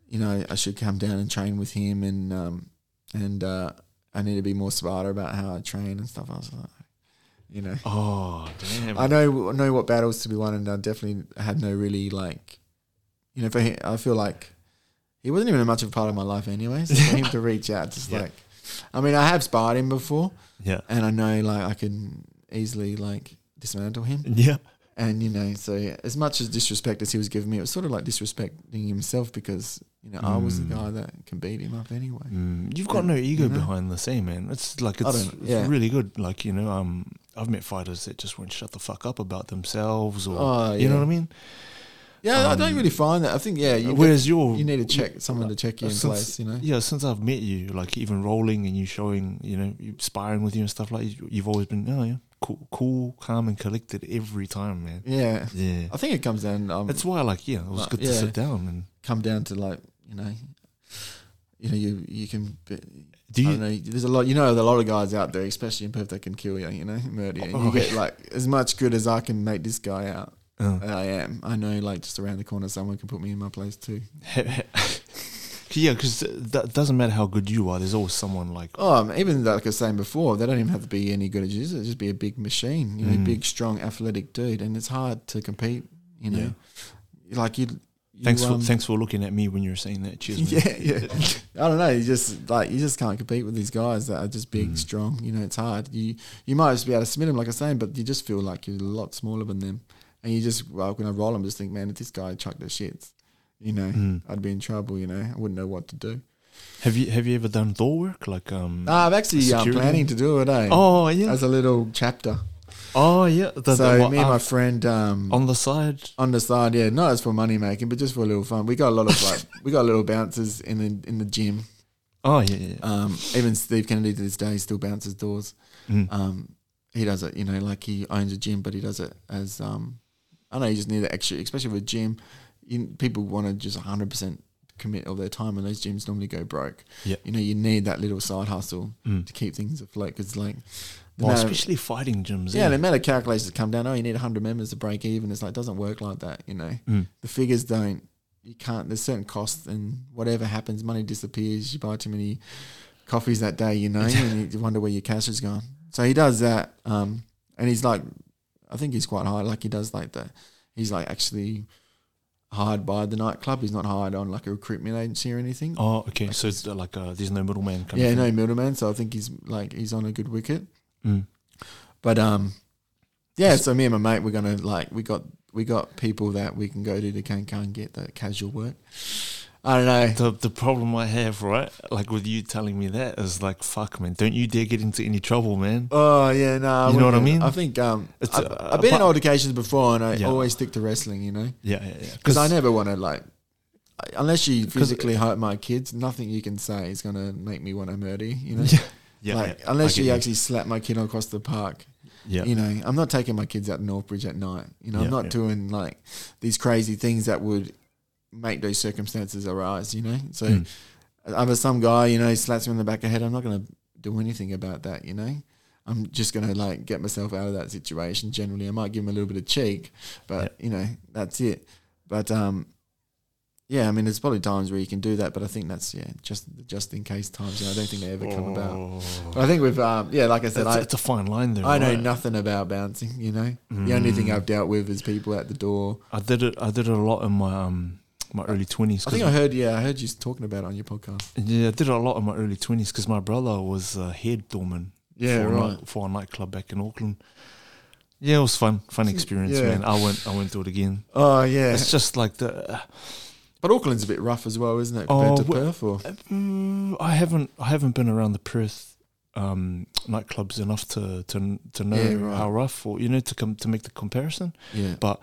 [SPEAKER 2] you know, I should come down and train with him, and um, and uh, I need to be more smarter about how I train and stuff. I was like, you know,
[SPEAKER 1] One? Oh damn!
[SPEAKER 2] I know I know what battles to be won, and I definitely had no really like, you know, for him, I feel like he wasn't even much of a part of my life anyway. So for him to reach out, just
[SPEAKER 1] Yeah.
[SPEAKER 2] like, I mean, I have sparred him before,
[SPEAKER 1] yeah,
[SPEAKER 2] and I know like I can easily like dismantle him.
[SPEAKER 1] yeah,
[SPEAKER 2] And you know, so as much as disrespect as he was giving me, it was sort of like disrespecting himself because you know I was the
[SPEAKER 1] Mm.
[SPEAKER 2] guy that can beat him up anyway.
[SPEAKER 1] Mm, you've got no ego
[SPEAKER 2] You know?
[SPEAKER 1] behind the scene, man. It's like
[SPEAKER 2] I
[SPEAKER 1] it's,
[SPEAKER 2] don't-
[SPEAKER 1] it's
[SPEAKER 2] yeah.
[SPEAKER 1] really good. Like you know, um, I've met fighters that just won't shut the fuck up about themselves, or
[SPEAKER 2] Oh,
[SPEAKER 1] you know
[SPEAKER 2] yeah.
[SPEAKER 1] what I mean.
[SPEAKER 2] Yeah, I don't
[SPEAKER 1] Um,
[SPEAKER 2] really find that. I think yeah, you,
[SPEAKER 1] Whereas you're,
[SPEAKER 2] you need to check someone to check you in
[SPEAKER 1] Since-
[SPEAKER 2] place. You know,
[SPEAKER 1] yeah, since I've met you, like even rolling and you showing, you know, you sparring with you and stuff like, you, you've always been, oh yeah, cool, cool, calm and collected every time, man.
[SPEAKER 2] yeah.
[SPEAKER 1] Yeah,
[SPEAKER 2] I think it comes down. Um,
[SPEAKER 1] that's why, like, yeah, it was
[SPEAKER 2] Like,
[SPEAKER 1] good to
[SPEAKER 2] yeah.
[SPEAKER 1] sit down and
[SPEAKER 2] come down to like you know, you know you you can. Be,
[SPEAKER 1] do
[SPEAKER 2] I
[SPEAKER 1] you
[SPEAKER 2] don't know. There's a lot, you know, there are a lot of guys out there, especially in Perth, that can kill you, you know, murder you. And you
[SPEAKER 1] Oh,
[SPEAKER 2] get like as much good as I can make this guy out.
[SPEAKER 1] Uh,
[SPEAKER 2] I am. I know, like just around the corner, someone can put me in my place too.
[SPEAKER 1] yeah, because that doesn't matter how good you are. There's always someone like,
[SPEAKER 2] Oh, um, even like I was saying before, they don't even have to be any good at jiu-jitsu. Just be a big machine, you know,
[SPEAKER 1] Mm.
[SPEAKER 2] big, strong, athletic dude, and it's hard to compete. You know, like you. you
[SPEAKER 1] thanks for
[SPEAKER 2] um,
[SPEAKER 1] thanks for looking at me when you were saying that. Cheers. man.
[SPEAKER 2] Yeah, yeah. I don't know. You just like you just can't compete with these guys that are just big,
[SPEAKER 1] Mm.
[SPEAKER 2] strong. You know, it's hard. You you might just be able to submit them, like I was saying, but you just feel like you're a lot smaller than them, and you just well, when I roll them, just think, man, if this guy chucked the shits, you know,
[SPEAKER 1] Mm.
[SPEAKER 2] I'd be in trouble. You know, I wouldn't know what to do.
[SPEAKER 1] Have you have you ever done door work? Like, um,
[SPEAKER 2] No, I'm actually um,
[SPEAKER 1] Security?
[SPEAKER 2] planning to do it. Eh?
[SPEAKER 1] oh yeah,
[SPEAKER 2] as a little chapter.
[SPEAKER 1] oh yeah. The- the-
[SPEAKER 2] so
[SPEAKER 1] what,
[SPEAKER 2] me and
[SPEAKER 1] uh,
[SPEAKER 2] my friend um, on,
[SPEAKER 1] on the side.
[SPEAKER 2] the side, yeah, not as for money making, but just for a little fun. We got a lot of like we got little bouncers in the in the gym.
[SPEAKER 1] Oh yeah, yeah.
[SPEAKER 2] Um, even Steve Kennedy to this day still bounces doors.
[SPEAKER 1] Mm.
[SPEAKER 2] Um, he does it, you know, like he owns a gym, but he does it as um, I don't know. You just need the extra, especially with a gym. You, people want to just 100 percent commit all their time, and those gyms normally go broke.
[SPEAKER 1] Yeah.
[SPEAKER 2] you know, you need that little side hustle
[SPEAKER 1] Mm.
[SPEAKER 2] to keep things afloat. Because like, the
[SPEAKER 1] Well,
[SPEAKER 2] amount of-
[SPEAKER 1] especially fighting gyms. eh?
[SPEAKER 2] Yeah,
[SPEAKER 1] Yeah.
[SPEAKER 2] the amount of calculators that come down, oh, you need 100 members to break even. It's like, it doesn't work like that, you know.
[SPEAKER 1] Mm.
[SPEAKER 2] The figures don't, you can't, there's certain costs and whatever happens, money disappears. You buy too many coffees that day, you know, and you wonder where your cash is gone. So he does that. Um, and he's like, I think he's quite high. Like, he does like that. He's like actually hired by the nightclub. He's not hired on like a recruitment agency or anything.
[SPEAKER 1] Oh, okay. So it's like uh, there's no middleman. Kind
[SPEAKER 2] yeah,
[SPEAKER 1] of
[SPEAKER 2] no
[SPEAKER 1] thing.
[SPEAKER 2] middleman. So I think he's like, he's on a good wicket.
[SPEAKER 1] Mm.
[SPEAKER 2] But um, yeah. So me and my mate, we're gonna like we got we got people that we can go to to can can get the casual work. I don't know.
[SPEAKER 1] The the problem I have, right, like with you telling me that is like, fuck, man, don't you dare get into any trouble, man.
[SPEAKER 2] Oh yeah, no. I
[SPEAKER 1] You know what I
[SPEAKER 2] wouldn't.
[SPEAKER 1] mean?
[SPEAKER 2] I think um,
[SPEAKER 1] It's,
[SPEAKER 2] I,
[SPEAKER 1] uh,
[SPEAKER 2] I've been in
[SPEAKER 1] but-
[SPEAKER 2] altercations before, and I
[SPEAKER 1] Yeah.
[SPEAKER 2] always stick to wrestling. You know,
[SPEAKER 1] Yeah, yeah, yeah.
[SPEAKER 2] because I never want to like. Unless you
[SPEAKER 1] 'Cause-
[SPEAKER 2] physically hurt my kids, nothing you can say is gonna make me want to murder you. You know,
[SPEAKER 1] Yeah,
[SPEAKER 2] like
[SPEAKER 1] yeah, I
[SPEAKER 2] unless
[SPEAKER 1] get
[SPEAKER 2] you actually slap my kid across the park,
[SPEAKER 1] Yeah.
[SPEAKER 2] you know, I'm not taking my kids out to Northbridge at night. You know,
[SPEAKER 1] Yeah,
[SPEAKER 2] I'm not
[SPEAKER 1] yeah.
[SPEAKER 2] doing like these crazy things that would make those circumstances arise. You know, so
[SPEAKER 1] Mm.
[SPEAKER 2] either some guy, you know, slaps me on the back of the head. I'm not going to do anything about that. You know, I'm just going to like get myself out of that situation. Generally, I might give him a little bit of cheek, but you know, that's it. But um, yeah, I mean, there's probably times where you can do that, but I think that's yeah, just just in case times. And I don't think they ever come
[SPEAKER 1] Oh.
[SPEAKER 2] about. But I think we've um, yeah, like I said,
[SPEAKER 1] It's,
[SPEAKER 2] I,
[SPEAKER 1] it's a fine line there.
[SPEAKER 2] I know
[SPEAKER 1] right?
[SPEAKER 2] nothing about bouncing, you know. The only thing
[SPEAKER 1] Mm.
[SPEAKER 2] I've dealt with is people at the door.
[SPEAKER 1] I did it. I did it a lot in my um my early twenties.
[SPEAKER 2] I think I heard, yeah, I heard you talking about it on your podcast.
[SPEAKER 1] yeah, I did it a lot in my early twenties because my brother was a head doorman. for A night, for a nightclub back in Auckland. Yeah, it was fun, fun experience,
[SPEAKER 2] Yeah.
[SPEAKER 1] man. I won't, I won't do it again.
[SPEAKER 2] Oh, yeah.
[SPEAKER 1] It's just like the. Uh,
[SPEAKER 2] But Auckland's a bit rough as well, isn't it? Compared
[SPEAKER 1] Oh,
[SPEAKER 2] to
[SPEAKER 1] well-
[SPEAKER 2] Perth, or
[SPEAKER 1] mm, I haven't, I haven't been around the Perth um, nightclubs enough to to to know
[SPEAKER 2] Yeah, right.
[SPEAKER 1] how rough or you know to come to make the comparison.
[SPEAKER 2] Yeah.
[SPEAKER 1] But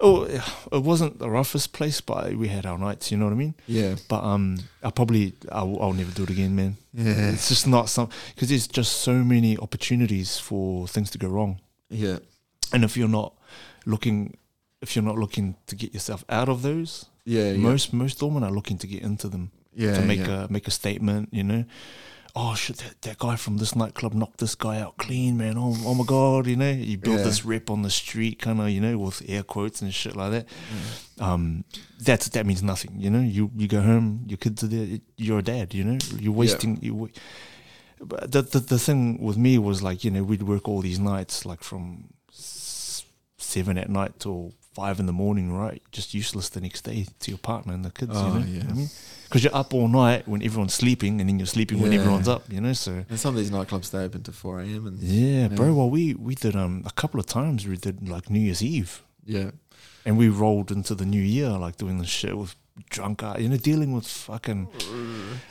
[SPEAKER 1] oh, it wasn't the roughest place, but we had our nights. You know what I mean?
[SPEAKER 2] Yeah.
[SPEAKER 1] But um, I probably I'll, I'll never do it again, man.
[SPEAKER 2] Yeah.
[SPEAKER 1] It's just not some because there's just so many opportunities for things to go wrong,
[SPEAKER 2] Yeah.
[SPEAKER 1] and if you're not looking, if you're not looking to get yourself out of those,
[SPEAKER 2] Yeah. Yeah.
[SPEAKER 1] most most doormen are looking to get into them
[SPEAKER 2] yeah,
[SPEAKER 1] to make
[SPEAKER 2] yeah.
[SPEAKER 1] a make a statement, you know. Oh shit! That, that guy from this nightclub knocked this guy out clean, man. Oh, oh my god, you know. You build
[SPEAKER 2] Yeah.
[SPEAKER 1] this rep on the street, kind of, you know, with air quotes and shit like that. Um, that's that means nothing, you know. You you go home, your kids are there, you're a dad, you know. You're wasting. You, wa- but the, the the thing with me was like, you know, we'd work all these nights, like from s- seven at night till five in the morning, right? Just useless the next day to your partner and the kids,
[SPEAKER 2] Oh,
[SPEAKER 1] you know.
[SPEAKER 2] yeah.
[SPEAKER 1] what I mean? because you're up all night when everyone's sleeping, and then you're sleeping when
[SPEAKER 2] Yeah.
[SPEAKER 1] everyone's up. You know, so
[SPEAKER 2] And some of these nightclubs stay open to four a.m. and
[SPEAKER 1] yeah,
[SPEAKER 2] Yeah.
[SPEAKER 1] bro. Well, we we did um a couple of times. We did like New Year's Eve,
[SPEAKER 2] yeah,
[SPEAKER 1] and we rolled into the new year like doing this shit with drunk, art, you know, dealing with fucking.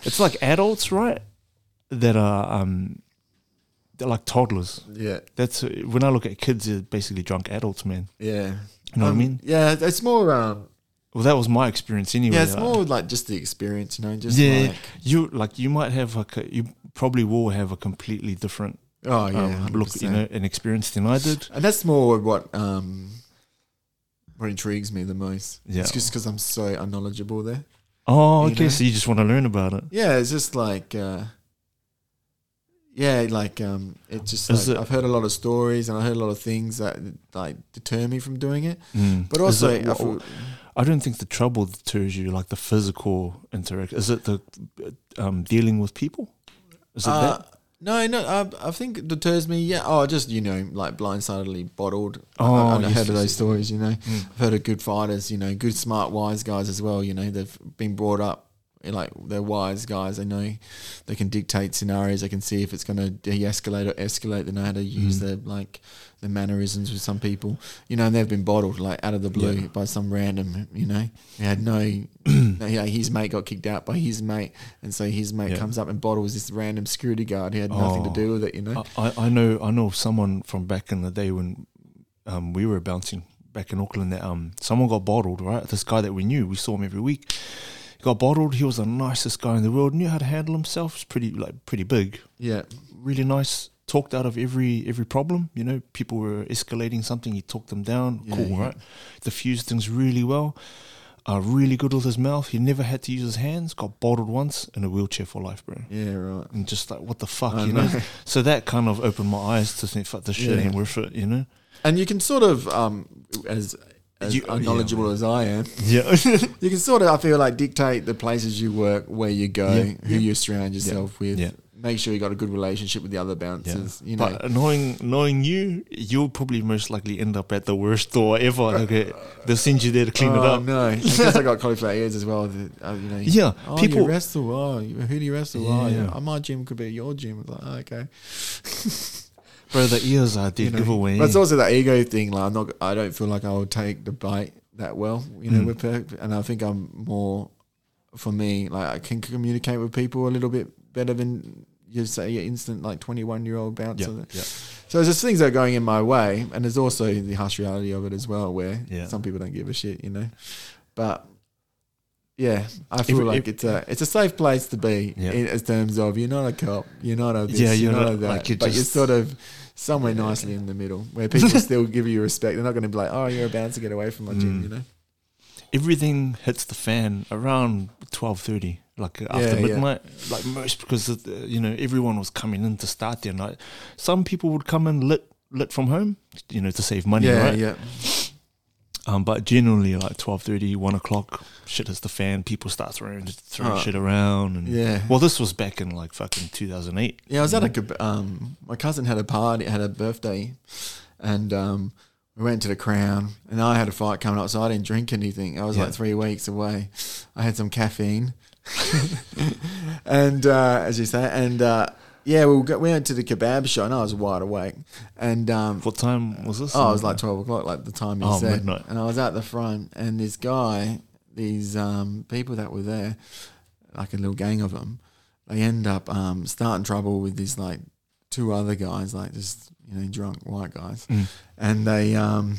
[SPEAKER 1] It's like adults, right? That are um, they're like toddlers.
[SPEAKER 2] yeah,
[SPEAKER 1] That's when I look at kids, they're basically drunk adults, man.
[SPEAKER 2] yeah.
[SPEAKER 1] You know
[SPEAKER 2] Um,
[SPEAKER 1] what I mean?
[SPEAKER 2] Yeah, it's more. Um,
[SPEAKER 1] Well, that was my experience anyway.
[SPEAKER 2] yeah, it's
[SPEAKER 1] like-
[SPEAKER 2] more like just the experience, you know. Just
[SPEAKER 1] Yeah.
[SPEAKER 2] like
[SPEAKER 1] you like you might have like a, you probably will have a completely different
[SPEAKER 2] oh yeah,
[SPEAKER 1] um, look, you
[SPEAKER 2] 100%.
[SPEAKER 1] know, an experience than I did.
[SPEAKER 2] And that's more what um, what intrigues me the most.
[SPEAKER 1] Yeah.
[SPEAKER 2] it's just because I'm so unknowledgeable there.
[SPEAKER 1] Oh,
[SPEAKER 2] You
[SPEAKER 1] okay.
[SPEAKER 2] know?
[SPEAKER 1] So you just want to learn about it.
[SPEAKER 2] Yeah, it's just like. Uh, yeah, like um, it just
[SPEAKER 1] Is
[SPEAKER 2] like,
[SPEAKER 1] it-
[SPEAKER 2] I've heard a lot of stories and I heard a lot of things that like deter me from doing it. But
[SPEAKER 1] Is
[SPEAKER 2] also,
[SPEAKER 1] it-
[SPEAKER 2] I
[SPEAKER 1] wha-
[SPEAKER 2] feel,
[SPEAKER 1] I don't think the trouble deters you, like the physical interaction. Is it the um, dealing with people? Is it
[SPEAKER 2] Uh,
[SPEAKER 1] that?
[SPEAKER 2] No, no. I, I think it deters me. Yeah. Oh, just you know, like blindsidedly bottled.
[SPEAKER 1] Oh,
[SPEAKER 2] I, I've
[SPEAKER 1] yes,
[SPEAKER 2] heard
[SPEAKER 1] yes,
[SPEAKER 2] of those
[SPEAKER 1] yes.
[SPEAKER 2] stories. You know,
[SPEAKER 1] Mm.
[SPEAKER 2] I've heard of good fighters. You know, good, smart, wise guys as well. You know, they've been brought up eh, like they're wise guys. They know they can dictate scenarios. They can see if it's going to de-escalate or escalate. They know how to use
[SPEAKER 1] Mm.
[SPEAKER 2] their like their mannerisms with some people. You know, and they've been bottled like out of the blue
[SPEAKER 1] Yeah.
[SPEAKER 2] by some random. You know, he had no. no yeah, his mate got kicked out by his mate, and so his mate
[SPEAKER 1] Yeah.
[SPEAKER 2] comes up and bottles this random security guard who had nothing to
[SPEAKER 1] Oh.
[SPEAKER 2] do with it. You know.
[SPEAKER 1] I, I- I know. I know of someone from back in the day when um, we were bouncing back in Auckland that um, someone got bottled. Right, this guy that we knew, we saw him every week. He got bottled. He was the nicest guy in the world. Knew how to handle himself. He's pretty like pretty big.
[SPEAKER 2] Yeah.
[SPEAKER 1] really nice. Talked out of every every problem. You know, people were escalating something. He talked them down.
[SPEAKER 2] Yeah,
[SPEAKER 1] cool,
[SPEAKER 2] yeah.
[SPEAKER 1] right? Diffused things really well. Uh, really good with his mouth. He never had to use his hands. Got bottled once in a wheelchair for life, bro.
[SPEAKER 2] Yeah. Right.
[SPEAKER 1] And just like what the fuck,
[SPEAKER 2] I
[SPEAKER 1] you know? So that kind of opened my eyes to think, fuck, this shit
[SPEAKER 2] Yeah.
[SPEAKER 1] ain't worth it, you know?
[SPEAKER 2] And you can sort of um as as
[SPEAKER 1] You-
[SPEAKER 2] unknowledgeable as I am,
[SPEAKER 1] Yeah,
[SPEAKER 2] you can sort of I feel like dictate the places you work, where you go,
[SPEAKER 1] Yeah.
[SPEAKER 2] who you surround yourself with.
[SPEAKER 1] Yeah.
[SPEAKER 2] Make sure you got a good relationship with the other bouncers. You know.
[SPEAKER 1] But knowing knowing you, you'll probably most likely end up at the worst door ever. Okay, they'll send you there to clean it
[SPEAKER 2] Oh,
[SPEAKER 1] up.
[SPEAKER 2] No, I guess I got cauliflower ears as well. That, uh, you know,
[SPEAKER 1] Yeah,
[SPEAKER 2] oh,
[SPEAKER 1] people-
[SPEAKER 2] you wrestle. Oh, you- who do you wrestle? Oh,
[SPEAKER 1] Yeah.
[SPEAKER 2] yeah. oh, my gym could be your gym. It's like, oh, okay,
[SPEAKER 1] Bro, the ears are dead
[SPEAKER 2] you know.
[SPEAKER 1] giveaway.
[SPEAKER 2] But it's also that ego thing. Like, I'm not. I don't feel like I would take the bite that well. You know,
[SPEAKER 1] Mm.
[SPEAKER 2] we're perfect, and I think I'm more. For me, like I can communicate with people a little bit better than you say your instant like 21 year old
[SPEAKER 1] yeah,
[SPEAKER 2] bouncer.
[SPEAKER 1] yeah.
[SPEAKER 2] So there's just things that are going in my way, and there's also the harsh reality of it as well, where
[SPEAKER 1] Yeah.
[SPEAKER 2] some people don't give a shit, you know. But yeah, I feel
[SPEAKER 1] If-
[SPEAKER 2] like
[SPEAKER 1] if-
[SPEAKER 2] it's a it's a safe place to be
[SPEAKER 1] Yeah.
[SPEAKER 2] in, in terms of you're not a cop, you're not a this,
[SPEAKER 1] Yeah,
[SPEAKER 2] you're,
[SPEAKER 1] you're
[SPEAKER 2] not,
[SPEAKER 1] not-
[SPEAKER 2] a that,
[SPEAKER 1] like, you're
[SPEAKER 2] but you're
[SPEAKER 1] just-
[SPEAKER 2] sort of somewhere nicely in the middle where people still give you respect. They're not going to be like, oh, you're about to get away from my gym,
[SPEAKER 1] Mm.
[SPEAKER 2] you know.
[SPEAKER 1] everything hits the fan around twelve thirty, like
[SPEAKER 2] Yeah,
[SPEAKER 1] after
[SPEAKER 2] yeah.
[SPEAKER 1] midnight, like most because of the, you know everyone was coming in to start their night. Some people would come in lit lit from home, you know, to save money,
[SPEAKER 2] yeah,
[SPEAKER 1] right?
[SPEAKER 2] yeah,
[SPEAKER 1] Um, but generally like 12.30, 1 o'clock, shit hits the fan. People start throwing throwing
[SPEAKER 2] Oh.
[SPEAKER 1] shit around, and
[SPEAKER 2] yeah.
[SPEAKER 1] well, this was back in like fucking two thousand eight.
[SPEAKER 2] Yeah, I was at a keb- um, my cousin had a party, had a birthday, and um, we went to the Crown, and I had a fight coming up, so I didn't drink anything. I was
[SPEAKER 1] Yeah.
[SPEAKER 2] like three weeks away. I had some caffeine, and uh, as you say, and uh, yeah, we go, we went to the kebab shop, and I was wide awake, and um,
[SPEAKER 1] What time was this?
[SPEAKER 2] Oh, it was like twelve o'clock, like the time you
[SPEAKER 1] Oh,
[SPEAKER 2] said.
[SPEAKER 1] midnight.
[SPEAKER 2] And I was at the front, and this guy, these um, people that were there, like a little gang of them, they end up um, starting trouble with these like two other guys, like just you know drunk white guys,
[SPEAKER 1] Mm.
[SPEAKER 2] and they um,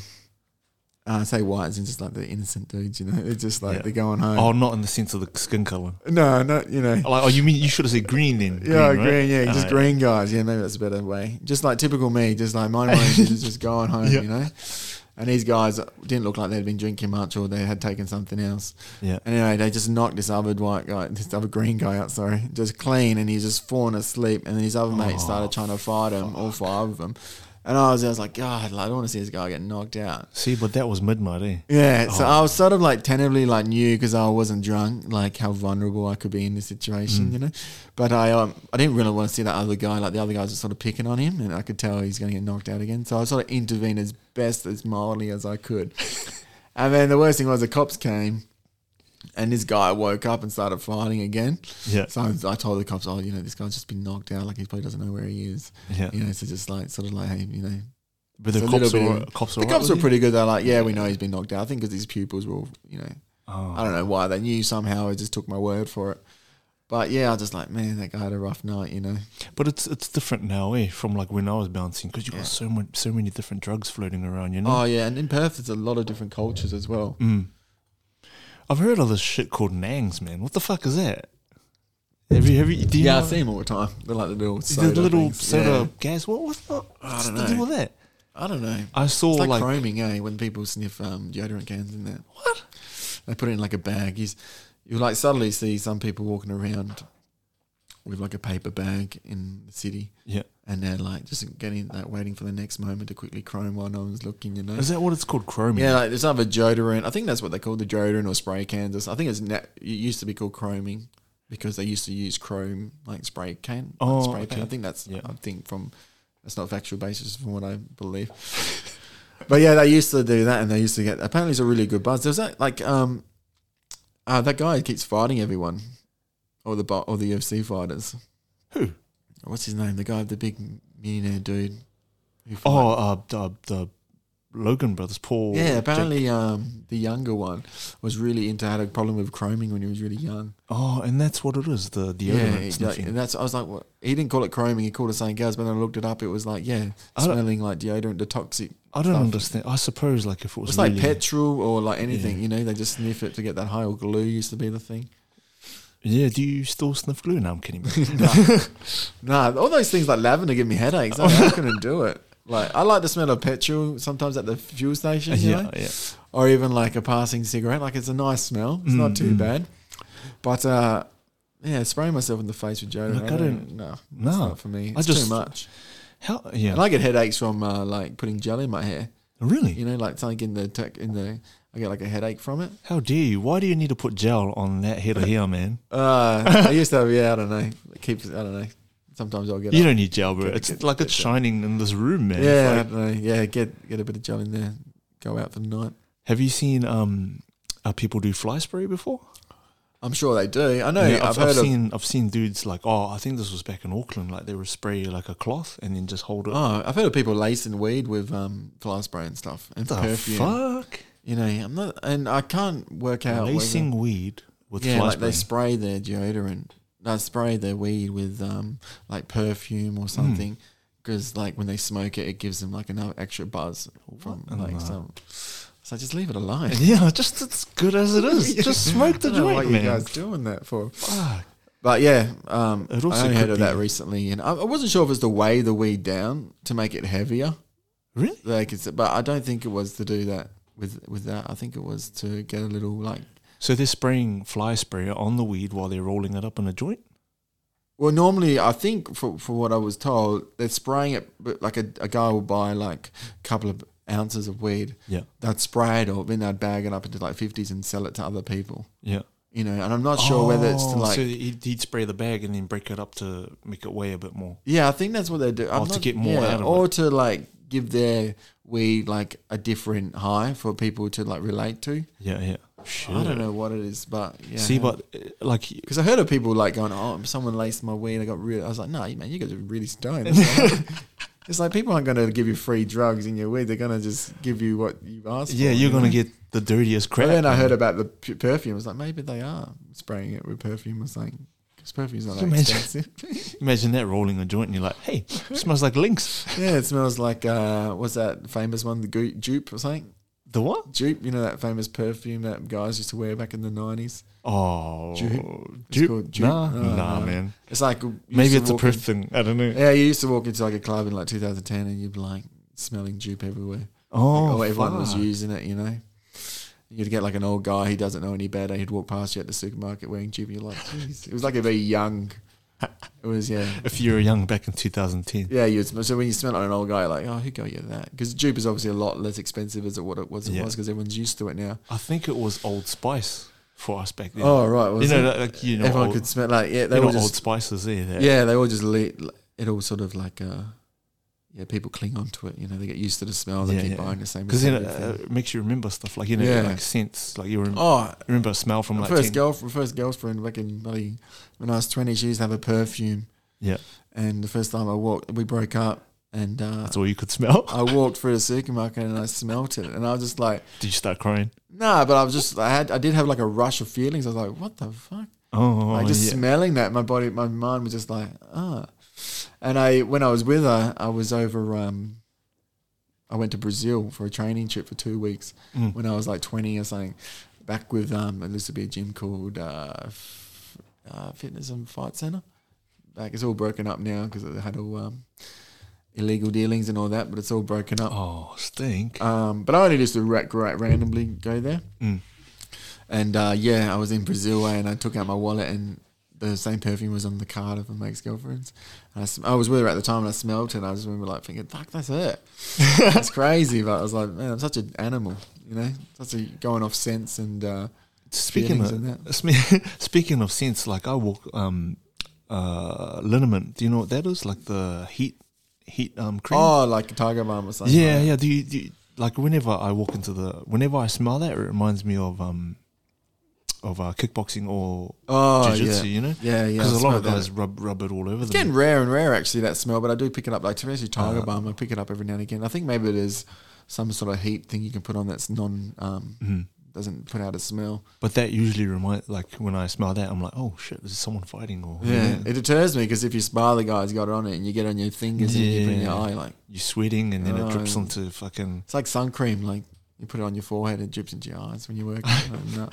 [SPEAKER 2] uh, I say white as in just like the innocent dudes, you know, they're just like
[SPEAKER 1] Yeah.
[SPEAKER 2] they're going home.
[SPEAKER 1] Oh, not in the sense of the skin color.
[SPEAKER 2] No, no, you know.
[SPEAKER 1] Like, oh, you mean you should have said green then?
[SPEAKER 2] Yeah, green, yeah,
[SPEAKER 1] Ah,
[SPEAKER 2] just green guys. Yeah, maybe that's a better way. Just like typical me, just like my mind is just going home,
[SPEAKER 1] Yeah.
[SPEAKER 2] you know. And these guys didn't look like they'd been drinking much or they had taken something else.
[SPEAKER 1] Yeah.
[SPEAKER 2] Anyway, they just knocked this other white guy, this other green guy out, sorry, just clean, and he's just falling asleep. And then his other mate
[SPEAKER 1] Oh,
[SPEAKER 2] started trying to fight him, all five of them. And I was, I was like, God, like, I don't want to see this guy get knocked out.
[SPEAKER 1] See, but that was midnight, eh?
[SPEAKER 2] Yeah, so I was sort of like tentatively like knew because I wasn't drunk, like how vulnerable I could be in this situation, you know. But I um, I didn't really want to see that other guy. Like the other guys were sort of picking on him, and I could tell he's going to get knocked out again. So I sort of intervened as best as mildly as I could. and then the worst thing was the cops came, and this guy woke up and started fighting again.
[SPEAKER 1] Yeah.
[SPEAKER 2] So I, I told the cops, oh, you know, this guy's just been knocked out. Like he probably doesn't know where he is.
[SPEAKER 1] Yeah.
[SPEAKER 2] You know, so just like sort of like hey, you know,
[SPEAKER 1] But the
[SPEAKER 2] It's a
[SPEAKER 1] cops
[SPEAKER 2] little bit
[SPEAKER 1] were
[SPEAKER 2] of-
[SPEAKER 1] cops were,
[SPEAKER 2] the
[SPEAKER 1] all right with
[SPEAKER 2] cops were
[SPEAKER 1] you?
[SPEAKER 2] pretty good. They're like, yeah, we know he's been knocked out. I think because his pupils were, all, you know,
[SPEAKER 1] Oh.
[SPEAKER 2] I don't know why they knew somehow. I just took my word for it. But yeah, I was just like, man, that guy had a rough night, you know.
[SPEAKER 1] But it's it's different now, eh? From like when I was bouncing, because you got so much, so many different drugs floating around, you know.
[SPEAKER 2] Oh yeah, and in Perth, there's a lot of different cultures as well.
[SPEAKER 1] Mm. I've heard of this shit called nangs, man. What the fuck is that? Have you have you? Do you
[SPEAKER 2] yeah, I
[SPEAKER 1] know-
[SPEAKER 2] see them all the time. They're like the little soda
[SPEAKER 1] the little
[SPEAKER 2] things.
[SPEAKER 1] soda gas. What what's the, what's
[SPEAKER 2] don't
[SPEAKER 1] the deal
[SPEAKER 2] know.
[SPEAKER 1] with that?
[SPEAKER 2] Yeah. I don't know.
[SPEAKER 1] I saw
[SPEAKER 2] It's like,
[SPEAKER 1] like,
[SPEAKER 2] chroming, eh? When people sniff um, deodorant cans and that. What? They put it in like a bag. You, s- you like suddenly see some people walking around with like a paper bag in the city,
[SPEAKER 1] yeah.
[SPEAKER 2] and they're like just getting like waiting for the next moment to quickly chrome while no one's looking. You know,
[SPEAKER 1] Is that what it's called? Chroming.
[SPEAKER 2] Yeah, like there's other deodorant. I think that's what they call the deodorant or spray cans. I think it's na- it used to be called chroming because they used to use chrome like spray can. like
[SPEAKER 1] Oh,
[SPEAKER 2] spray
[SPEAKER 1] okay.
[SPEAKER 2] paint. I think that's
[SPEAKER 1] Yeah.
[SPEAKER 2] I think from that's not a factual basis from what I believe. but yeah, they used to do that, and they used to get apparently it's a really good buzz. There's that like um, uh, that guy who keeps fighting everyone, or the bo- or the UFC fighters.
[SPEAKER 1] Who?
[SPEAKER 2] What's his name? The guy, the big millionaire dude. Who fights-
[SPEAKER 1] Oh, uh, the, the Logan brothers, Paul.
[SPEAKER 2] yeah,
[SPEAKER 1] Jake-
[SPEAKER 2] apparently um, the younger one was really into had a problem with chroming when he was really young.
[SPEAKER 1] Oh, and that's what it is. The the
[SPEAKER 2] yeah,
[SPEAKER 1] yeah,
[SPEAKER 2] he- like, and that's I was like, what? He didn't call it chroming; he called it something else. But then I looked it up; it was like, yeah,
[SPEAKER 1] I don't-
[SPEAKER 2] smelling like deodorant, the toxic.
[SPEAKER 1] I don't
[SPEAKER 2] stuff.
[SPEAKER 1] understand. I suppose like if it was
[SPEAKER 2] It's
[SPEAKER 1] really,
[SPEAKER 2] like petrol or like anything,
[SPEAKER 1] Yeah.
[SPEAKER 2] you know. They just sniff it to get that high. Or glue used to be the thing.
[SPEAKER 1] Yeah, do you still sniff glue? No, I'm kidding. bro.
[SPEAKER 2] Nah, all those things like lavender give me headaches. I, I couldn't do it. Like I like the smell of petrol sometimes at the fuel station. You
[SPEAKER 1] yeah,
[SPEAKER 2] know?
[SPEAKER 1] yeah.
[SPEAKER 2] or even like a passing cigarette. Like it's a nice smell. It's not too
[SPEAKER 1] Mm, mm.
[SPEAKER 2] bad. But uh, yeah, spraying myself in the face with Joe.
[SPEAKER 1] Look, I don't-
[SPEAKER 2] No,
[SPEAKER 1] no.
[SPEAKER 2] it's not for me. It's
[SPEAKER 1] I just-
[SPEAKER 2] too much.
[SPEAKER 1] How? Yeah,
[SPEAKER 2] And I get headaches from uh, like putting gel in my hair.
[SPEAKER 1] really.
[SPEAKER 2] You know, like something in the tech in the. I get like a headache from it.
[SPEAKER 1] How dare you? Why do you need to put gel on that head of hair, man?
[SPEAKER 2] Uh, I used to have. Yeah, I don't know. It keeps. I don't know. Sometimes I'll get.
[SPEAKER 1] You
[SPEAKER 2] up.
[SPEAKER 1] don't need gel, bro.
[SPEAKER 2] Get-
[SPEAKER 1] It's
[SPEAKER 2] get-
[SPEAKER 1] like it's
[SPEAKER 2] get-
[SPEAKER 1] shining in this room, man.
[SPEAKER 2] yeah, I
[SPEAKER 1] Like,
[SPEAKER 2] don't know. Yeah, get get a bit of gel in there. Go out for the night.
[SPEAKER 1] have you seen um, uh, people do fly spray before?
[SPEAKER 2] I'm sure they do. I know.
[SPEAKER 1] Yeah,
[SPEAKER 2] I've, heard of.
[SPEAKER 1] seen I've seen dudes like oh I think this was back in Auckland like they would spray like a cloth and then just hold it.
[SPEAKER 2] Oh, I've heard of people lacing weed with um, fly spray and stuff and
[SPEAKER 1] the
[SPEAKER 2] perfume.
[SPEAKER 1] fuck?
[SPEAKER 2] You know, I'm not, and I can't work out. whether-
[SPEAKER 1] Lacing weed with
[SPEAKER 2] yeah,
[SPEAKER 1] fly
[SPEAKER 2] like
[SPEAKER 1] spray.
[SPEAKER 2] they spray their deodorant, they spray their weed with um like perfume or
[SPEAKER 1] Hmm.
[SPEAKER 2] something, because like when they smoke it, it gives them like another extra buzz from
[SPEAKER 1] I don't
[SPEAKER 2] like
[SPEAKER 1] know.
[SPEAKER 2] some. So just leave it alone.
[SPEAKER 1] yeah, just as good as it is. Just smoke the
[SPEAKER 2] I don't know what
[SPEAKER 1] joint,
[SPEAKER 2] you
[SPEAKER 1] man.
[SPEAKER 2] guys doing that for?
[SPEAKER 1] Fuck.
[SPEAKER 2] But yeah, um,
[SPEAKER 1] It also
[SPEAKER 2] I only heard
[SPEAKER 1] could
[SPEAKER 2] of that
[SPEAKER 1] be-
[SPEAKER 2] recently, and I, I wasn't sure if it was to weigh the weed down to make it heavier.
[SPEAKER 1] Really?
[SPEAKER 2] Like it's, but I don't think it was to do that with with that. I think it was to get a little like
[SPEAKER 1] So they're spraying fly spray on the weed while they're rolling it up in a joint.
[SPEAKER 2] Well, normally, I think for, for what I was told, they're spraying it, but like a, a guy will buy like a couple of ounces of weed.
[SPEAKER 1] Yeah.
[SPEAKER 2] They'd spray it or then they'd bag it up into like 50s and sell it to other people,
[SPEAKER 1] Yeah.
[SPEAKER 2] you know. And I'm not sure whether it's to
[SPEAKER 1] Oh,
[SPEAKER 2] like.
[SPEAKER 1] so he'd, he'd spray the bag and then break it up to make it weigh a bit more.
[SPEAKER 2] yeah, I think that's what they do. I'm
[SPEAKER 1] Or to
[SPEAKER 2] not-
[SPEAKER 1] get more
[SPEAKER 2] yeah,
[SPEAKER 1] out of
[SPEAKER 2] Or to like give their weed like a different high for people to like relate to.
[SPEAKER 1] Yeah, yeah. Sure.
[SPEAKER 2] I don't know what it is, but yeah.
[SPEAKER 1] See, but uh, like,
[SPEAKER 2] Because I heard of people like going, oh, someone laced my weed. I got really, I was like, no, man, you guys are really stoned. It's like, it's like people aren't going to give you free drugs in your weed. They're going to just give you what you asked for.
[SPEAKER 1] yeah, you're
[SPEAKER 2] you know?
[SPEAKER 1] gonna get the dirtiest
[SPEAKER 2] But
[SPEAKER 1] crap.
[SPEAKER 2] then I
[SPEAKER 1] man.
[SPEAKER 2] heard about the pu- perfume. I was like, maybe they are spraying it with perfume or something. 'Cause Because perfume's not
[SPEAKER 1] Can
[SPEAKER 2] that
[SPEAKER 1] you imagine?
[SPEAKER 2] expensive.
[SPEAKER 1] Imagine that rolling a joint and you're like, hey, smells like links.
[SPEAKER 2] yeah, it smells like uh, what's that famous one? The Goo Jupe or something?
[SPEAKER 1] The what?
[SPEAKER 2] Jupe, you know that famous perfume that guys used to wear back in the nineties.
[SPEAKER 1] Oh,
[SPEAKER 2] Jupe. It's
[SPEAKER 1] Jupe?
[SPEAKER 2] called Jupe. Oh,
[SPEAKER 1] Nah,
[SPEAKER 2] No,
[SPEAKER 1] nah,
[SPEAKER 2] no.
[SPEAKER 1] man.
[SPEAKER 2] It's like you used
[SPEAKER 1] Maybe
[SPEAKER 2] to
[SPEAKER 1] it's a
[SPEAKER 2] walk
[SPEAKER 1] Perth thing. I don't know.
[SPEAKER 2] In, yeah, you used to walk into like a club in like 2010, and you'd be like smelling Jupe everywhere.
[SPEAKER 1] Oh,
[SPEAKER 2] Oh, everyone was
[SPEAKER 1] fuck.
[SPEAKER 2] using it, you know. You'd get like an old guy who doesn't know any better. He'd walk past you at the supermarket wearing Jupe. You're like, jeez. It was like a very young. It was yeah,
[SPEAKER 1] If you were young back in 2010,
[SPEAKER 2] yeah. You would, so when you smell it on an old guy, like, oh, who got you that? Because Jupe is obviously a lot less expensive as it what it was. It
[SPEAKER 1] Yeah.
[SPEAKER 2] was because everyone's used to it now.
[SPEAKER 1] I think it was Old Spice for us back then.
[SPEAKER 2] Oh right, was
[SPEAKER 1] you know,
[SPEAKER 2] it?
[SPEAKER 1] like- like you know,
[SPEAKER 2] everyone
[SPEAKER 1] old,
[SPEAKER 2] could smell like yeah, they
[SPEAKER 1] you know
[SPEAKER 2] were just
[SPEAKER 1] old spices there. that-
[SPEAKER 2] Yeah, they all just lit. It all sort of like uh, yeah, people cling onto it. You know, they get used to the smell. They
[SPEAKER 1] Yeah,
[SPEAKER 2] keep
[SPEAKER 1] yeah.
[SPEAKER 2] buying the same.
[SPEAKER 1] Because then it
[SPEAKER 2] recipe
[SPEAKER 1] uh,
[SPEAKER 2] thing.
[SPEAKER 1] makes you uh, remember stuff like you know,
[SPEAKER 2] Yeah.
[SPEAKER 1] like scents. Like you rem-
[SPEAKER 2] oh,
[SPEAKER 1] remember a smell from
[SPEAKER 2] my
[SPEAKER 1] like
[SPEAKER 2] first
[SPEAKER 1] 10
[SPEAKER 2] girlfriend, first girlfriend back in bloody when I was twenty, she used to have a perfume.
[SPEAKER 1] Yeah.
[SPEAKER 2] and the first time I walked, we broke up, and uh,
[SPEAKER 1] That's all you could smell.
[SPEAKER 2] I walked through the supermarket and I smelt it, and I was just like,
[SPEAKER 1] Did you start crying?
[SPEAKER 2] nah. But I was just, I had, I did have like a rush of feelings. I was like, what the fuck.
[SPEAKER 1] Oh,
[SPEAKER 2] like just
[SPEAKER 1] yeah.
[SPEAKER 2] smelling that, my body, my mind was just like, ah. And I, when I was with her, I was over. Um, I went to Brazil for a training trip for two weeks
[SPEAKER 1] Mm.
[SPEAKER 2] when I was like twenty or something. Back with um, there used to be a gym called uh, F- uh, Fitness and Fight Center. Like it's all broken up now because it had all um, illegal dealings and all that, but it's all broken up.
[SPEAKER 1] Oh, stink.
[SPEAKER 2] Um, but I only just ra- ra- randomly go there.
[SPEAKER 1] Mm.
[SPEAKER 2] And uh, yeah, I was in Brazil eh, and I took out my wallet and the same perfume was on the card of my ex girlfriend's. I, sm- I was with her at the time and I smelled it and I just remember like thinking, fuck, that's it. that's crazy. But I was like, man, I'm such an animal, you know, such a going off sense and uh,
[SPEAKER 1] Speaking
[SPEAKER 2] feelings
[SPEAKER 1] of
[SPEAKER 2] and that.
[SPEAKER 1] Sme- Speaking of scents, like I walk um uh liniment. Do you know what that is? Like the heat heat um cream.
[SPEAKER 2] Oh, like a tiger balm or something.
[SPEAKER 1] yeah,
[SPEAKER 2] like
[SPEAKER 1] yeah. Do you, do you like whenever I walk into the whenever I smell that, it reminds me of um of uh, kickboxing or
[SPEAKER 2] that. Oh,
[SPEAKER 1] jiu-jitsu.
[SPEAKER 2] yeah.
[SPEAKER 1] You know,
[SPEAKER 2] Yeah, yeah.
[SPEAKER 1] because
[SPEAKER 2] I
[SPEAKER 1] a lot of
[SPEAKER 2] smelled that.
[SPEAKER 1] guys rub rub it all over
[SPEAKER 2] It's
[SPEAKER 1] them.
[SPEAKER 2] getting rare and rare actually that smell, but I do pick it up. Like especially tiger
[SPEAKER 1] Uh,
[SPEAKER 2] balm, I pick it up every now and again. I think maybe there's some sort of heat thing you can put on that's non um,
[SPEAKER 1] Mhm.
[SPEAKER 2] doesn't put out a smell.
[SPEAKER 1] But that usually reminds like when I smell that, I'm like, oh shit, is someone fighting or
[SPEAKER 2] Yeah, it deters me because if you spar the guy's got it on it and you get it on your fingers and you put it in your
[SPEAKER 1] Yeah.
[SPEAKER 2] eye, like
[SPEAKER 1] you're sweating and then
[SPEAKER 2] Oh,
[SPEAKER 1] it drips
[SPEAKER 2] yeah.
[SPEAKER 1] onto fucking.
[SPEAKER 2] it's like sun cream. Like you put it on your forehead, it drips into your eyes when you work. like, no.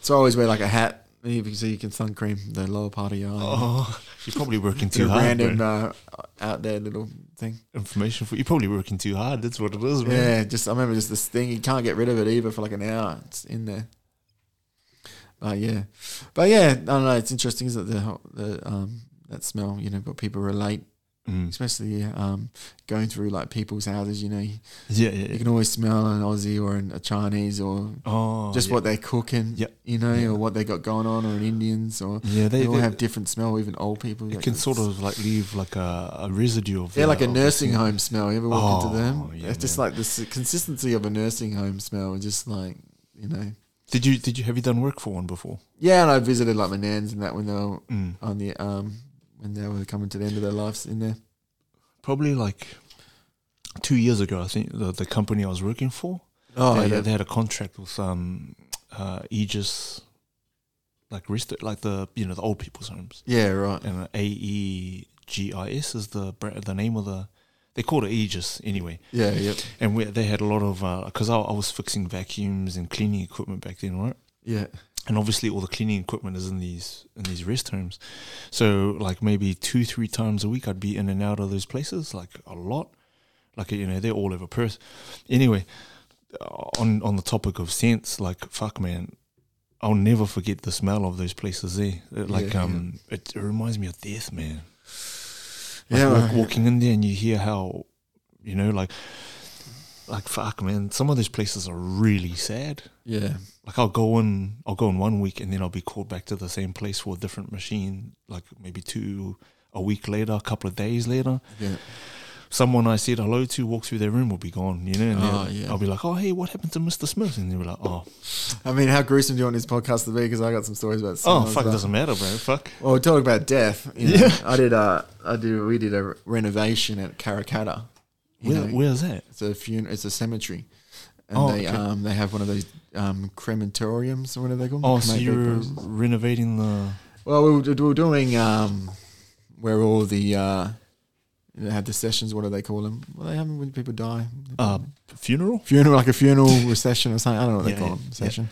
[SPEAKER 2] So I always wear like a hat. You can- So you can sun cream the lower part of your eye.
[SPEAKER 1] Oh, you're probably working
[SPEAKER 2] It's a
[SPEAKER 1] too hard. bro.
[SPEAKER 2] random uh, out there little thing.
[SPEAKER 1] information for you're probably working too hard. That's what it is, man.
[SPEAKER 2] Yeah, just I remember just this thing. You can't get rid of it either for like an hour. It's in there. But yeah, but yeah, I don't know. It's interesting, isn't it? The, whole- the um that smell, you know, but people relate,
[SPEAKER 1] Mm.
[SPEAKER 2] especially um going through like people's houses. You know, you,
[SPEAKER 1] Yeah, yeah. yeah.
[SPEAKER 2] can always smell an Aussie or an, a Chinese or
[SPEAKER 1] Oh,
[SPEAKER 2] just
[SPEAKER 1] yeah.
[SPEAKER 2] what they're cooking.
[SPEAKER 1] Yep.
[SPEAKER 2] you know,
[SPEAKER 1] Yeah.
[SPEAKER 2] or what they got going on, or an Indians, or
[SPEAKER 1] Yeah,
[SPEAKER 2] they,
[SPEAKER 1] they,
[SPEAKER 2] all
[SPEAKER 1] they-
[SPEAKER 2] have different smell. Even old people,
[SPEAKER 1] It can sort of like leave like a, a residue of
[SPEAKER 2] Yeah, like a
[SPEAKER 1] of the
[SPEAKER 2] nursing
[SPEAKER 1] scent.
[SPEAKER 2] home smell. You ever walk into
[SPEAKER 1] Oh,
[SPEAKER 2] them?
[SPEAKER 1] yeah,
[SPEAKER 2] it's just
[SPEAKER 1] man.
[SPEAKER 2] like the s- consistency of a nursing home smell. It's just like you know.
[SPEAKER 1] Did you did you have you done work for one before?
[SPEAKER 2] Yeah, and I visited like my nans and that when they were
[SPEAKER 1] Mm.
[SPEAKER 2] on the um when they were coming to the end of their lives in there.
[SPEAKER 1] Probably like two years ago. I think the, the company I was working for.
[SPEAKER 2] Oh
[SPEAKER 1] they,
[SPEAKER 2] yeah,
[SPEAKER 1] they had a contract with um uh, Aegis, like rest like the you know the old people's homes,
[SPEAKER 2] yeah, right.
[SPEAKER 1] and A E G I S is the bra- the name of the. They called it Aegis anyway.
[SPEAKER 2] Yeah, yep,
[SPEAKER 1] and we, they had a lot of because I, I was fixing vacuums and cleaning equipment back then, right?
[SPEAKER 2] yeah,
[SPEAKER 1] And obviously, all the cleaning equipment is in these in these rest homes. So, like maybe two, three times a week, I'd be in and out of those places, like a lot. Like you know, they're all over Perth. Anyway, uh, on on the topic of scents, like fuck, man. I'll never forget the smell of those places there. It, like,
[SPEAKER 2] Yeah,
[SPEAKER 1] um, It, it reminds me of death, man. Like
[SPEAKER 2] yeah.
[SPEAKER 1] walk-
[SPEAKER 2] well,
[SPEAKER 1] walking in there and you hear how, you know, like, like fuck, man. Some of those places are really sad.
[SPEAKER 2] yeah,
[SPEAKER 1] Like I'll go in, I'll go in one week and then I'll be called back to the same place for a different machine. Like maybe two, a week later, a couple of days later,
[SPEAKER 2] yeah,
[SPEAKER 1] someone I said hello to walks through their room will be gone. You know, and
[SPEAKER 2] Oh,
[SPEAKER 1] they'll-
[SPEAKER 2] yeah.
[SPEAKER 1] I'll be like, oh hey, what happened to Mister Smith? And they'll be like, oh,
[SPEAKER 2] I mean, how gruesome do you want this podcast to be? Because I got some stories about.
[SPEAKER 1] oh
[SPEAKER 2] smells,
[SPEAKER 1] fuck,
[SPEAKER 2] but-
[SPEAKER 1] doesn't matter, bro. Fuck.
[SPEAKER 2] Well, we're talking about death. You know,
[SPEAKER 1] Yeah.
[SPEAKER 2] I did. Uh, I did. We did a renovation at Karakata. you
[SPEAKER 1] Where,
[SPEAKER 2] know.
[SPEAKER 1] where's that?
[SPEAKER 2] It's a fun- It's a cemetery, and
[SPEAKER 1] Oh,
[SPEAKER 2] they
[SPEAKER 1] okay.
[SPEAKER 2] um they have one of those um crematoriums or what are they called?
[SPEAKER 1] Oh, so
[SPEAKER 2] Crematory
[SPEAKER 1] you're
[SPEAKER 2] places.
[SPEAKER 1] renovating the
[SPEAKER 2] Well, we were, we were doing um, where all the uh, they had the sessions. What do they call them? Well, they have them when people die.
[SPEAKER 1] Uh, funeral?
[SPEAKER 2] funeral, like a funeral recession or something. I don't know what
[SPEAKER 1] Yeah,
[SPEAKER 2] they call
[SPEAKER 1] yeah,
[SPEAKER 2] them. Session.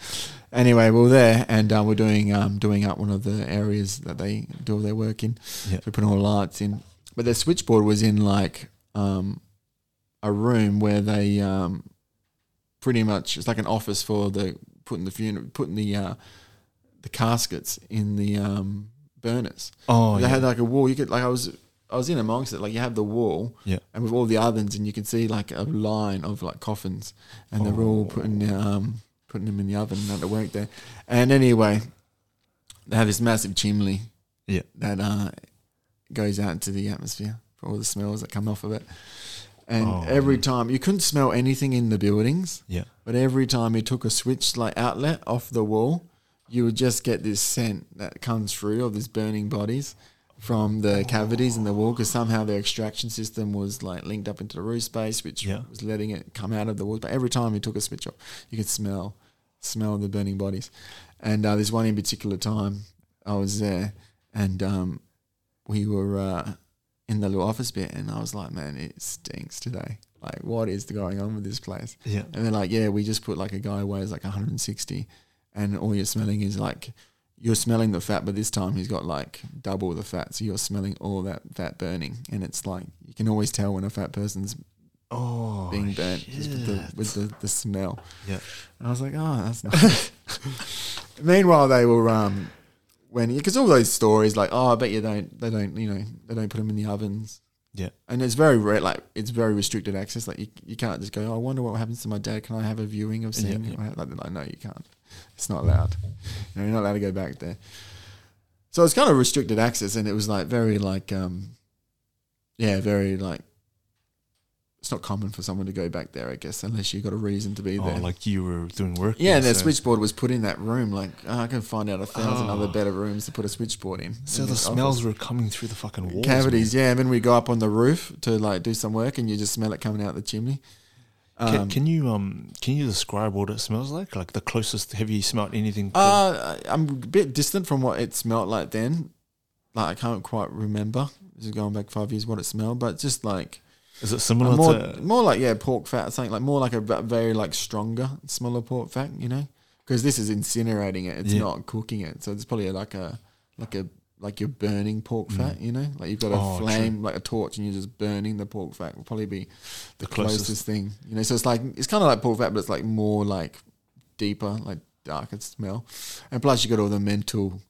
[SPEAKER 2] Anyway, we were there and uh, we're doing um, doing up one of the areas that they do all their work in.
[SPEAKER 1] Yeah.
[SPEAKER 2] So we put all the lights in, but their switchboard was in like um, a room where they um, pretty much it's like an office for the putting the funeral putting the uh, the caskets in the um, burners.
[SPEAKER 1] Oh,
[SPEAKER 2] they
[SPEAKER 1] yeah.
[SPEAKER 2] had like a wall. You could like I was I was in amongst it. Like you have the wall,
[SPEAKER 1] Yeah.
[SPEAKER 2] and with all the ovens, and you can see like a line of like coffins, and they're
[SPEAKER 1] Oh.
[SPEAKER 2] all putting um putting them in the oven and at the work there. And anyway, they have this massive chimney,
[SPEAKER 1] Yeah.
[SPEAKER 2] that uh goes out into the atmosphere for all the smells that come off of it. And
[SPEAKER 1] Oh,
[SPEAKER 2] every time you couldn't smell anything in the buildings,
[SPEAKER 1] yeah.
[SPEAKER 2] but every time you took a switch like outlet off the wall, you would just get this scent that comes through of these burning bodies from the cavities in the wall because somehow their extraction system was like linked up into the roof space, which
[SPEAKER 1] Yeah.
[SPEAKER 2] was letting it come out of the walls. But every time you took a switch off, you could smell smell the burning bodies. And uh, there's one in particular time I was there, and um, we were uh, in the little office bit, and I was like, "Man, it stinks today. Like, what is going on with this place?"
[SPEAKER 1] Yeah.
[SPEAKER 2] And they're like, yeah, we just put like a guy who weighs like 160, and all you're smelling is like, you're smelling the fat, but this time he's got like double the fat, so you're smelling all that fat burning, and it's like you can always tell when a fat person's
[SPEAKER 1] Oh,
[SPEAKER 2] being burnt just with the
[SPEAKER 1] shit.
[SPEAKER 2] with the, the smell.
[SPEAKER 1] Yeah.
[SPEAKER 2] And I was like, oh, that's nice. Meanwhile, they were um when because all those stories like, oh, I bet you don't they don't you know they don't put them in the ovens.
[SPEAKER 1] Yeah.
[SPEAKER 2] And it's very rare, like it's very restricted access. Like you, you can't just go. Oh, I wonder what happens to my dad. Can I have a viewing of
[SPEAKER 1] Yeah,
[SPEAKER 2] seeing?
[SPEAKER 1] yeah.
[SPEAKER 2] Like, they're like, no, you can't. It's not allowed. You know, you're not allowed to go back there. So it's kind of restricted access, and it was like very like um, yeah, very like it's not common for someone to go back there, I guess, unless you've got a reason to be
[SPEAKER 1] Oh,
[SPEAKER 2] there.
[SPEAKER 1] like you were doing work.
[SPEAKER 2] yeah, and
[SPEAKER 1] there,
[SPEAKER 2] their
[SPEAKER 1] so-
[SPEAKER 2] switchboard was put in that room. Like uh, I can find out a thousand
[SPEAKER 1] Oh.
[SPEAKER 2] other better rooms to put a switchboard in.
[SPEAKER 1] So
[SPEAKER 2] in
[SPEAKER 1] the
[SPEAKER 2] this
[SPEAKER 1] smells
[SPEAKER 2] office.
[SPEAKER 1] were coming through the fucking walls. man.
[SPEAKER 2] cavities. Yeah, and then we go up on the roof to like do some work, and you just smell it coming out the chimney. Um,
[SPEAKER 1] Can, can you um can you describe what it smells like? Like the closest have you smelled anything? close?
[SPEAKER 2] Uh, I- I'm a bit distant from what it smelt like then. Like I can't quite remember. This is going back five years what it smelled, but just like
[SPEAKER 1] Is it
[SPEAKER 2] a
[SPEAKER 1] similar
[SPEAKER 2] more,
[SPEAKER 1] to?
[SPEAKER 2] more like yeah, pork fat or something like more like a ve- very like stronger, smaller pork fat, you know, because this is incinerating it. It's
[SPEAKER 1] Yeah.
[SPEAKER 2] not cooking it, so it's probably like a like a like you're burning pork fat, you know, like you've got a
[SPEAKER 1] Mm. Oh, true.
[SPEAKER 2] flame like a torch and you're just burning the pork fat. Will probably be the closest.
[SPEAKER 1] closest.
[SPEAKER 2] thing, you know. So it's like it's kind of like pork fat, but it's like more like deeper, like darker smell, and plus you got all the mental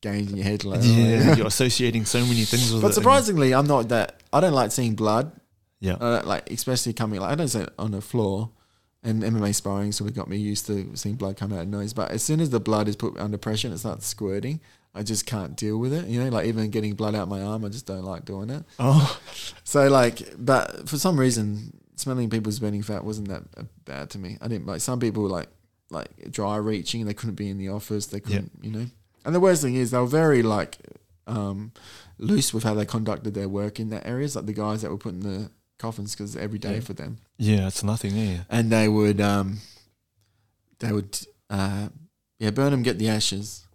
[SPEAKER 2] games in your head, like
[SPEAKER 1] Yeah, you're associating so many things with it.
[SPEAKER 2] But
[SPEAKER 1] and-
[SPEAKER 2] surprisingly, I'm not that. I don't like seeing blood.
[SPEAKER 1] Yeah.
[SPEAKER 2] I don't like especially coming like I don't say it on the floor, and MMA sparring sort of got me used to seeing blood come out of nose. But as soon as the blood is put under pressure and it starts squirting, I just can't deal with it. You know, like even getting blood out my arm, I just don't like doing it.
[SPEAKER 1] Oh,
[SPEAKER 2] So like, but for some reason, smelling people's burning fat wasn't that uh, bad to me. I didn't like some people were like like dry reaching. They couldn't be in the office. They couldn't, you know. And the worst thing is they were very like um, loose with how they conducted their work in that areas. Like the guys that were putting the coffins because every day
[SPEAKER 1] Yeah.
[SPEAKER 2] for them,
[SPEAKER 1] yeah, it's nothing. Yeah.
[SPEAKER 2] and they would um, they would uh, yeah burn them, get the ashes,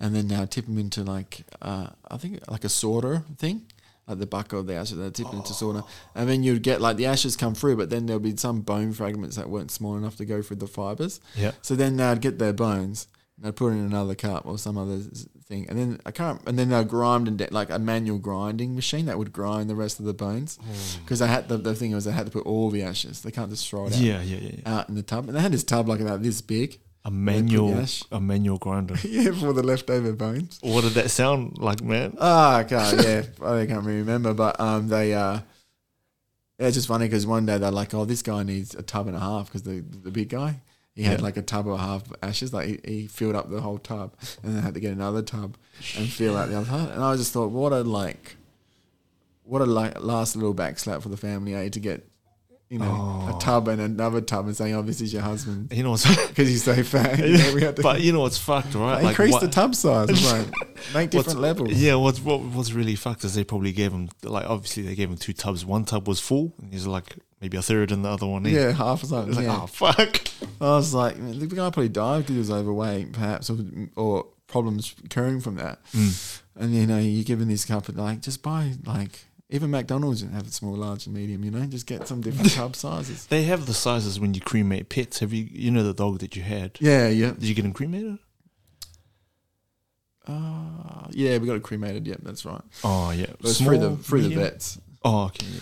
[SPEAKER 2] and then uh, tip them into like uh, I think like a sorter thing. Like the bucket of the ashes, they tip it into sorter, and then you'd get like the ashes come through, but then there'll be some bone fragments that weren't small enough to go through the fibers.
[SPEAKER 1] Yeah.
[SPEAKER 2] So then they'd get their bones and they'd put it in another cup or some other s- thing, and then I can't. And then they'd grind and de- like a manual grinding machine that would grind the rest of the bones because they had the, the thing was they had to put all the ashes. They can't just throw it out,
[SPEAKER 1] Yeah, yeah, yeah, yeah.
[SPEAKER 2] out in the tub. And they had this tub like about this big,
[SPEAKER 1] A
[SPEAKER 2] They put the
[SPEAKER 1] manual,
[SPEAKER 2] ash-
[SPEAKER 1] a manual grinder.
[SPEAKER 2] yeah, for the leftover bones.
[SPEAKER 1] What did that sound like, man?
[SPEAKER 2] Ah, I can't, yeah, I can't really remember, but um, they uh, it's just funny because one day they're like, oh, this guy needs a tub and a half because the the big guy he had
[SPEAKER 1] Yeah.
[SPEAKER 2] like a tub and a half of ashes, like he, he filled up the whole tub, and then had to get another tub and fill out the other tub, and I just thought, what a like, what a like last little backslap for the family, eh, to get. You know, a tub and another tub, and saying, "Oh, this is your husband
[SPEAKER 1] You know, it's-
[SPEAKER 2] because he's so fat." You know, we had to
[SPEAKER 1] but you know, it's fucked, right?
[SPEAKER 2] They increase
[SPEAKER 1] what-
[SPEAKER 2] the tub size. It's like, make
[SPEAKER 1] what's-
[SPEAKER 2] different levels.
[SPEAKER 1] Yeah, what's what what's really fucked is they probably gave him like obviously they gave him two tubs. One tub was full, and he's like maybe a third, and the other one.
[SPEAKER 2] Yeah, half or
[SPEAKER 1] It's
[SPEAKER 2] something.
[SPEAKER 1] like,
[SPEAKER 2] yeah.
[SPEAKER 1] oh fuck.
[SPEAKER 2] I was like, the guy probably died because he was overweight, perhaps, or, or problems occurring from that.
[SPEAKER 1] Mm.
[SPEAKER 2] And you know, you're given this cup, and like just buy like even McDonald's and have it small, large, and medium. You know, just get some different cup sizes.
[SPEAKER 1] They have the sizes when you cremate pets. Have you, you know, the dog that you had?
[SPEAKER 2] Yeah, yeah,
[SPEAKER 1] Did you get him cremated?
[SPEAKER 2] uh, yeah. We got it cremated. Yep, that's right.
[SPEAKER 1] Oh, yeah.
[SPEAKER 2] It was through the
[SPEAKER 1] Small,
[SPEAKER 2] through the
[SPEAKER 1] medium?
[SPEAKER 2] vets.
[SPEAKER 1] Oh, okay. Yeah.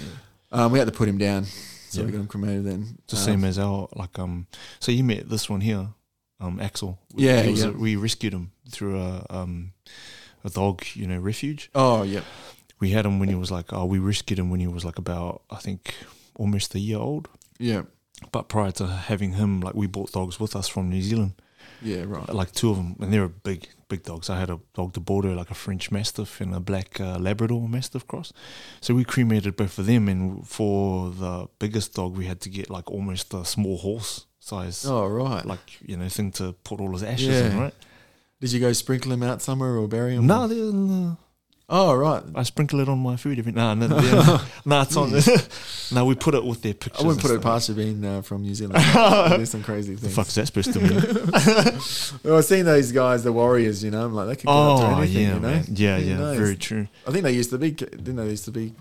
[SPEAKER 2] Um, we had to put him down, so we
[SPEAKER 1] Yeah.
[SPEAKER 2] got him cremated then.
[SPEAKER 1] It's the
[SPEAKER 2] Um,
[SPEAKER 1] same as our, like, um, so you met this one here, um, Axel.
[SPEAKER 2] Yeah,
[SPEAKER 1] He was
[SPEAKER 2] yeah.
[SPEAKER 1] a- we rescued him through a, um, a dog, you know, refuge.
[SPEAKER 2] Oh, yep.
[SPEAKER 1] We had him when he was like, oh, we rescued him when he was like about, I think, almost a year old.
[SPEAKER 2] Yeah,
[SPEAKER 1] But prior to having him, like, we bought dogs with us from New Zealand,
[SPEAKER 2] yeah, right.
[SPEAKER 1] like two of them, and they were big, big dogs. I had a dog to border, like a French Mastiff and a black uh, Labrador Mastiff cross. So we cremated both of them, and for the biggest dog, we had to get like almost a small horse size,
[SPEAKER 2] Oh, right. Like,
[SPEAKER 1] like you know, thing to put all his ashes in,
[SPEAKER 2] Yeah.
[SPEAKER 1] right?
[SPEAKER 2] did you go sprinkle him out somewhere or bury him?
[SPEAKER 1] No, they're in the-
[SPEAKER 2] Oh, right.
[SPEAKER 1] I sprinkle it on my food every. Nah, no, they're- nah, it's on. no, we put it with their pictures.
[SPEAKER 2] I wouldn't
[SPEAKER 1] and
[SPEAKER 2] put it
[SPEAKER 1] stuff.
[SPEAKER 2] past you being uh, from New Zealand. They do some crazy
[SPEAKER 1] The
[SPEAKER 2] things.
[SPEAKER 1] fuck's that supposed to mean?
[SPEAKER 2] Well, I've seen those guys, the Warriors. You know, I'm like they could go up
[SPEAKER 1] oh,
[SPEAKER 2] to anything.
[SPEAKER 1] yeah,
[SPEAKER 2] you know,
[SPEAKER 1] man. yeah,
[SPEAKER 2] Who
[SPEAKER 1] yeah,
[SPEAKER 2] knows?
[SPEAKER 1] very true.
[SPEAKER 2] I think they used to be. Didn't they used to be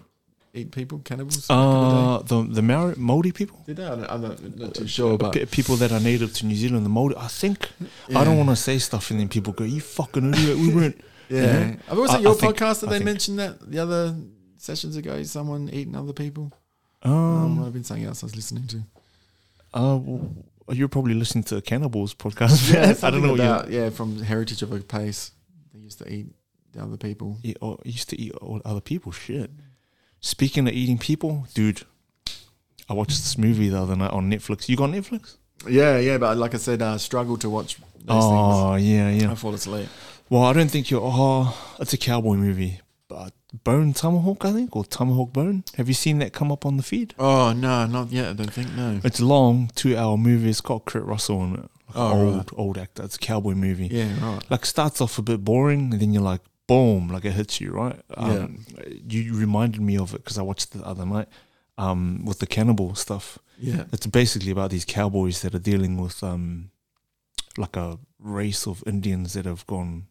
[SPEAKER 2] eat people, cannibals? back in the
[SPEAKER 1] Uh, the the Maori, Maori people.
[SPEAKER 2] day? Did they? I don't, I'm not, not too sure, but
[SPEAKER 1] Pe- people that are native to New Zealand, the Maori. I think I don't want to say stuff, and then people go, "You fucking idiot, we weren't."
[SPEAKER 2] Yeah,
[SPEAKER 1] Yeah.
[SPEAKER 2] I've also
[SPEAKER 1] I-
[SPEAKER 2] your
[SPEAKER 1] I think-
[SPEAKER 2] podcast that
[SPEAKER 1] I
[SPEAKER 2] they
[SPEAKER 1] think-
[SPEAKER 2] mentioned that the other sessions ago. Someone eating other people. Um, might
[SPEAKER 1] Um,
[SPEAKER 2] have been something else I was listening to.
[SPEAKER 1] uh, well, you're probably listening to Cannibals podcast. man. I don't
[SPEAKER 2] something
[SPEAKER 1] know. what
[SPEAKER 2] about, yeah, from Heritage of a Place, they used to eat the other people.
[SPEAKER 1] you, you, oh, you used to eat all other people. Shit. Speaking of eating people, dude, I watched this movie the other night on Netflix. You got Netflix?
[SPEAKER 2] Yeah, yeah, but like I said, I struggle to watch those
[SPEAKER 1] oh yeah,
[SPEAKER 2] things.
[SPEAKER 1] yeah.
[SPEAKER 2] I fall asleep.
[SPEAKER 1] Well, I don't think you're. Oh, it's a cowboy movie, but Bone Tomahawk, I think, or Tomahawk Bone. Have you seen that come up on the feed?
[SPEAKER 2] Oh no, not yet. I don't think no.
[SPEAKER 1] It's a long, two hour movie. It's got Kurt Russell in it. Like
[SPEAKER 2] Oh,
[SPEAKER 1] an old,
[SPEAKER 2] right.
[SPEAKER 1] old actor. It's a cowboy movie.
[SPEAKER 2] Yeah, right.
[SPEAKER 1] Like starts off a bit boring, and then you're like, boom, like it hits you, right? Um, You reminded me of it because I watched it the other night um, with the cannibal stuff.
[SPEAKER 2] Yeah,
[SPEAKER 1] It's basically about these cowboys that are dealing with um, like a race of Indians that have gone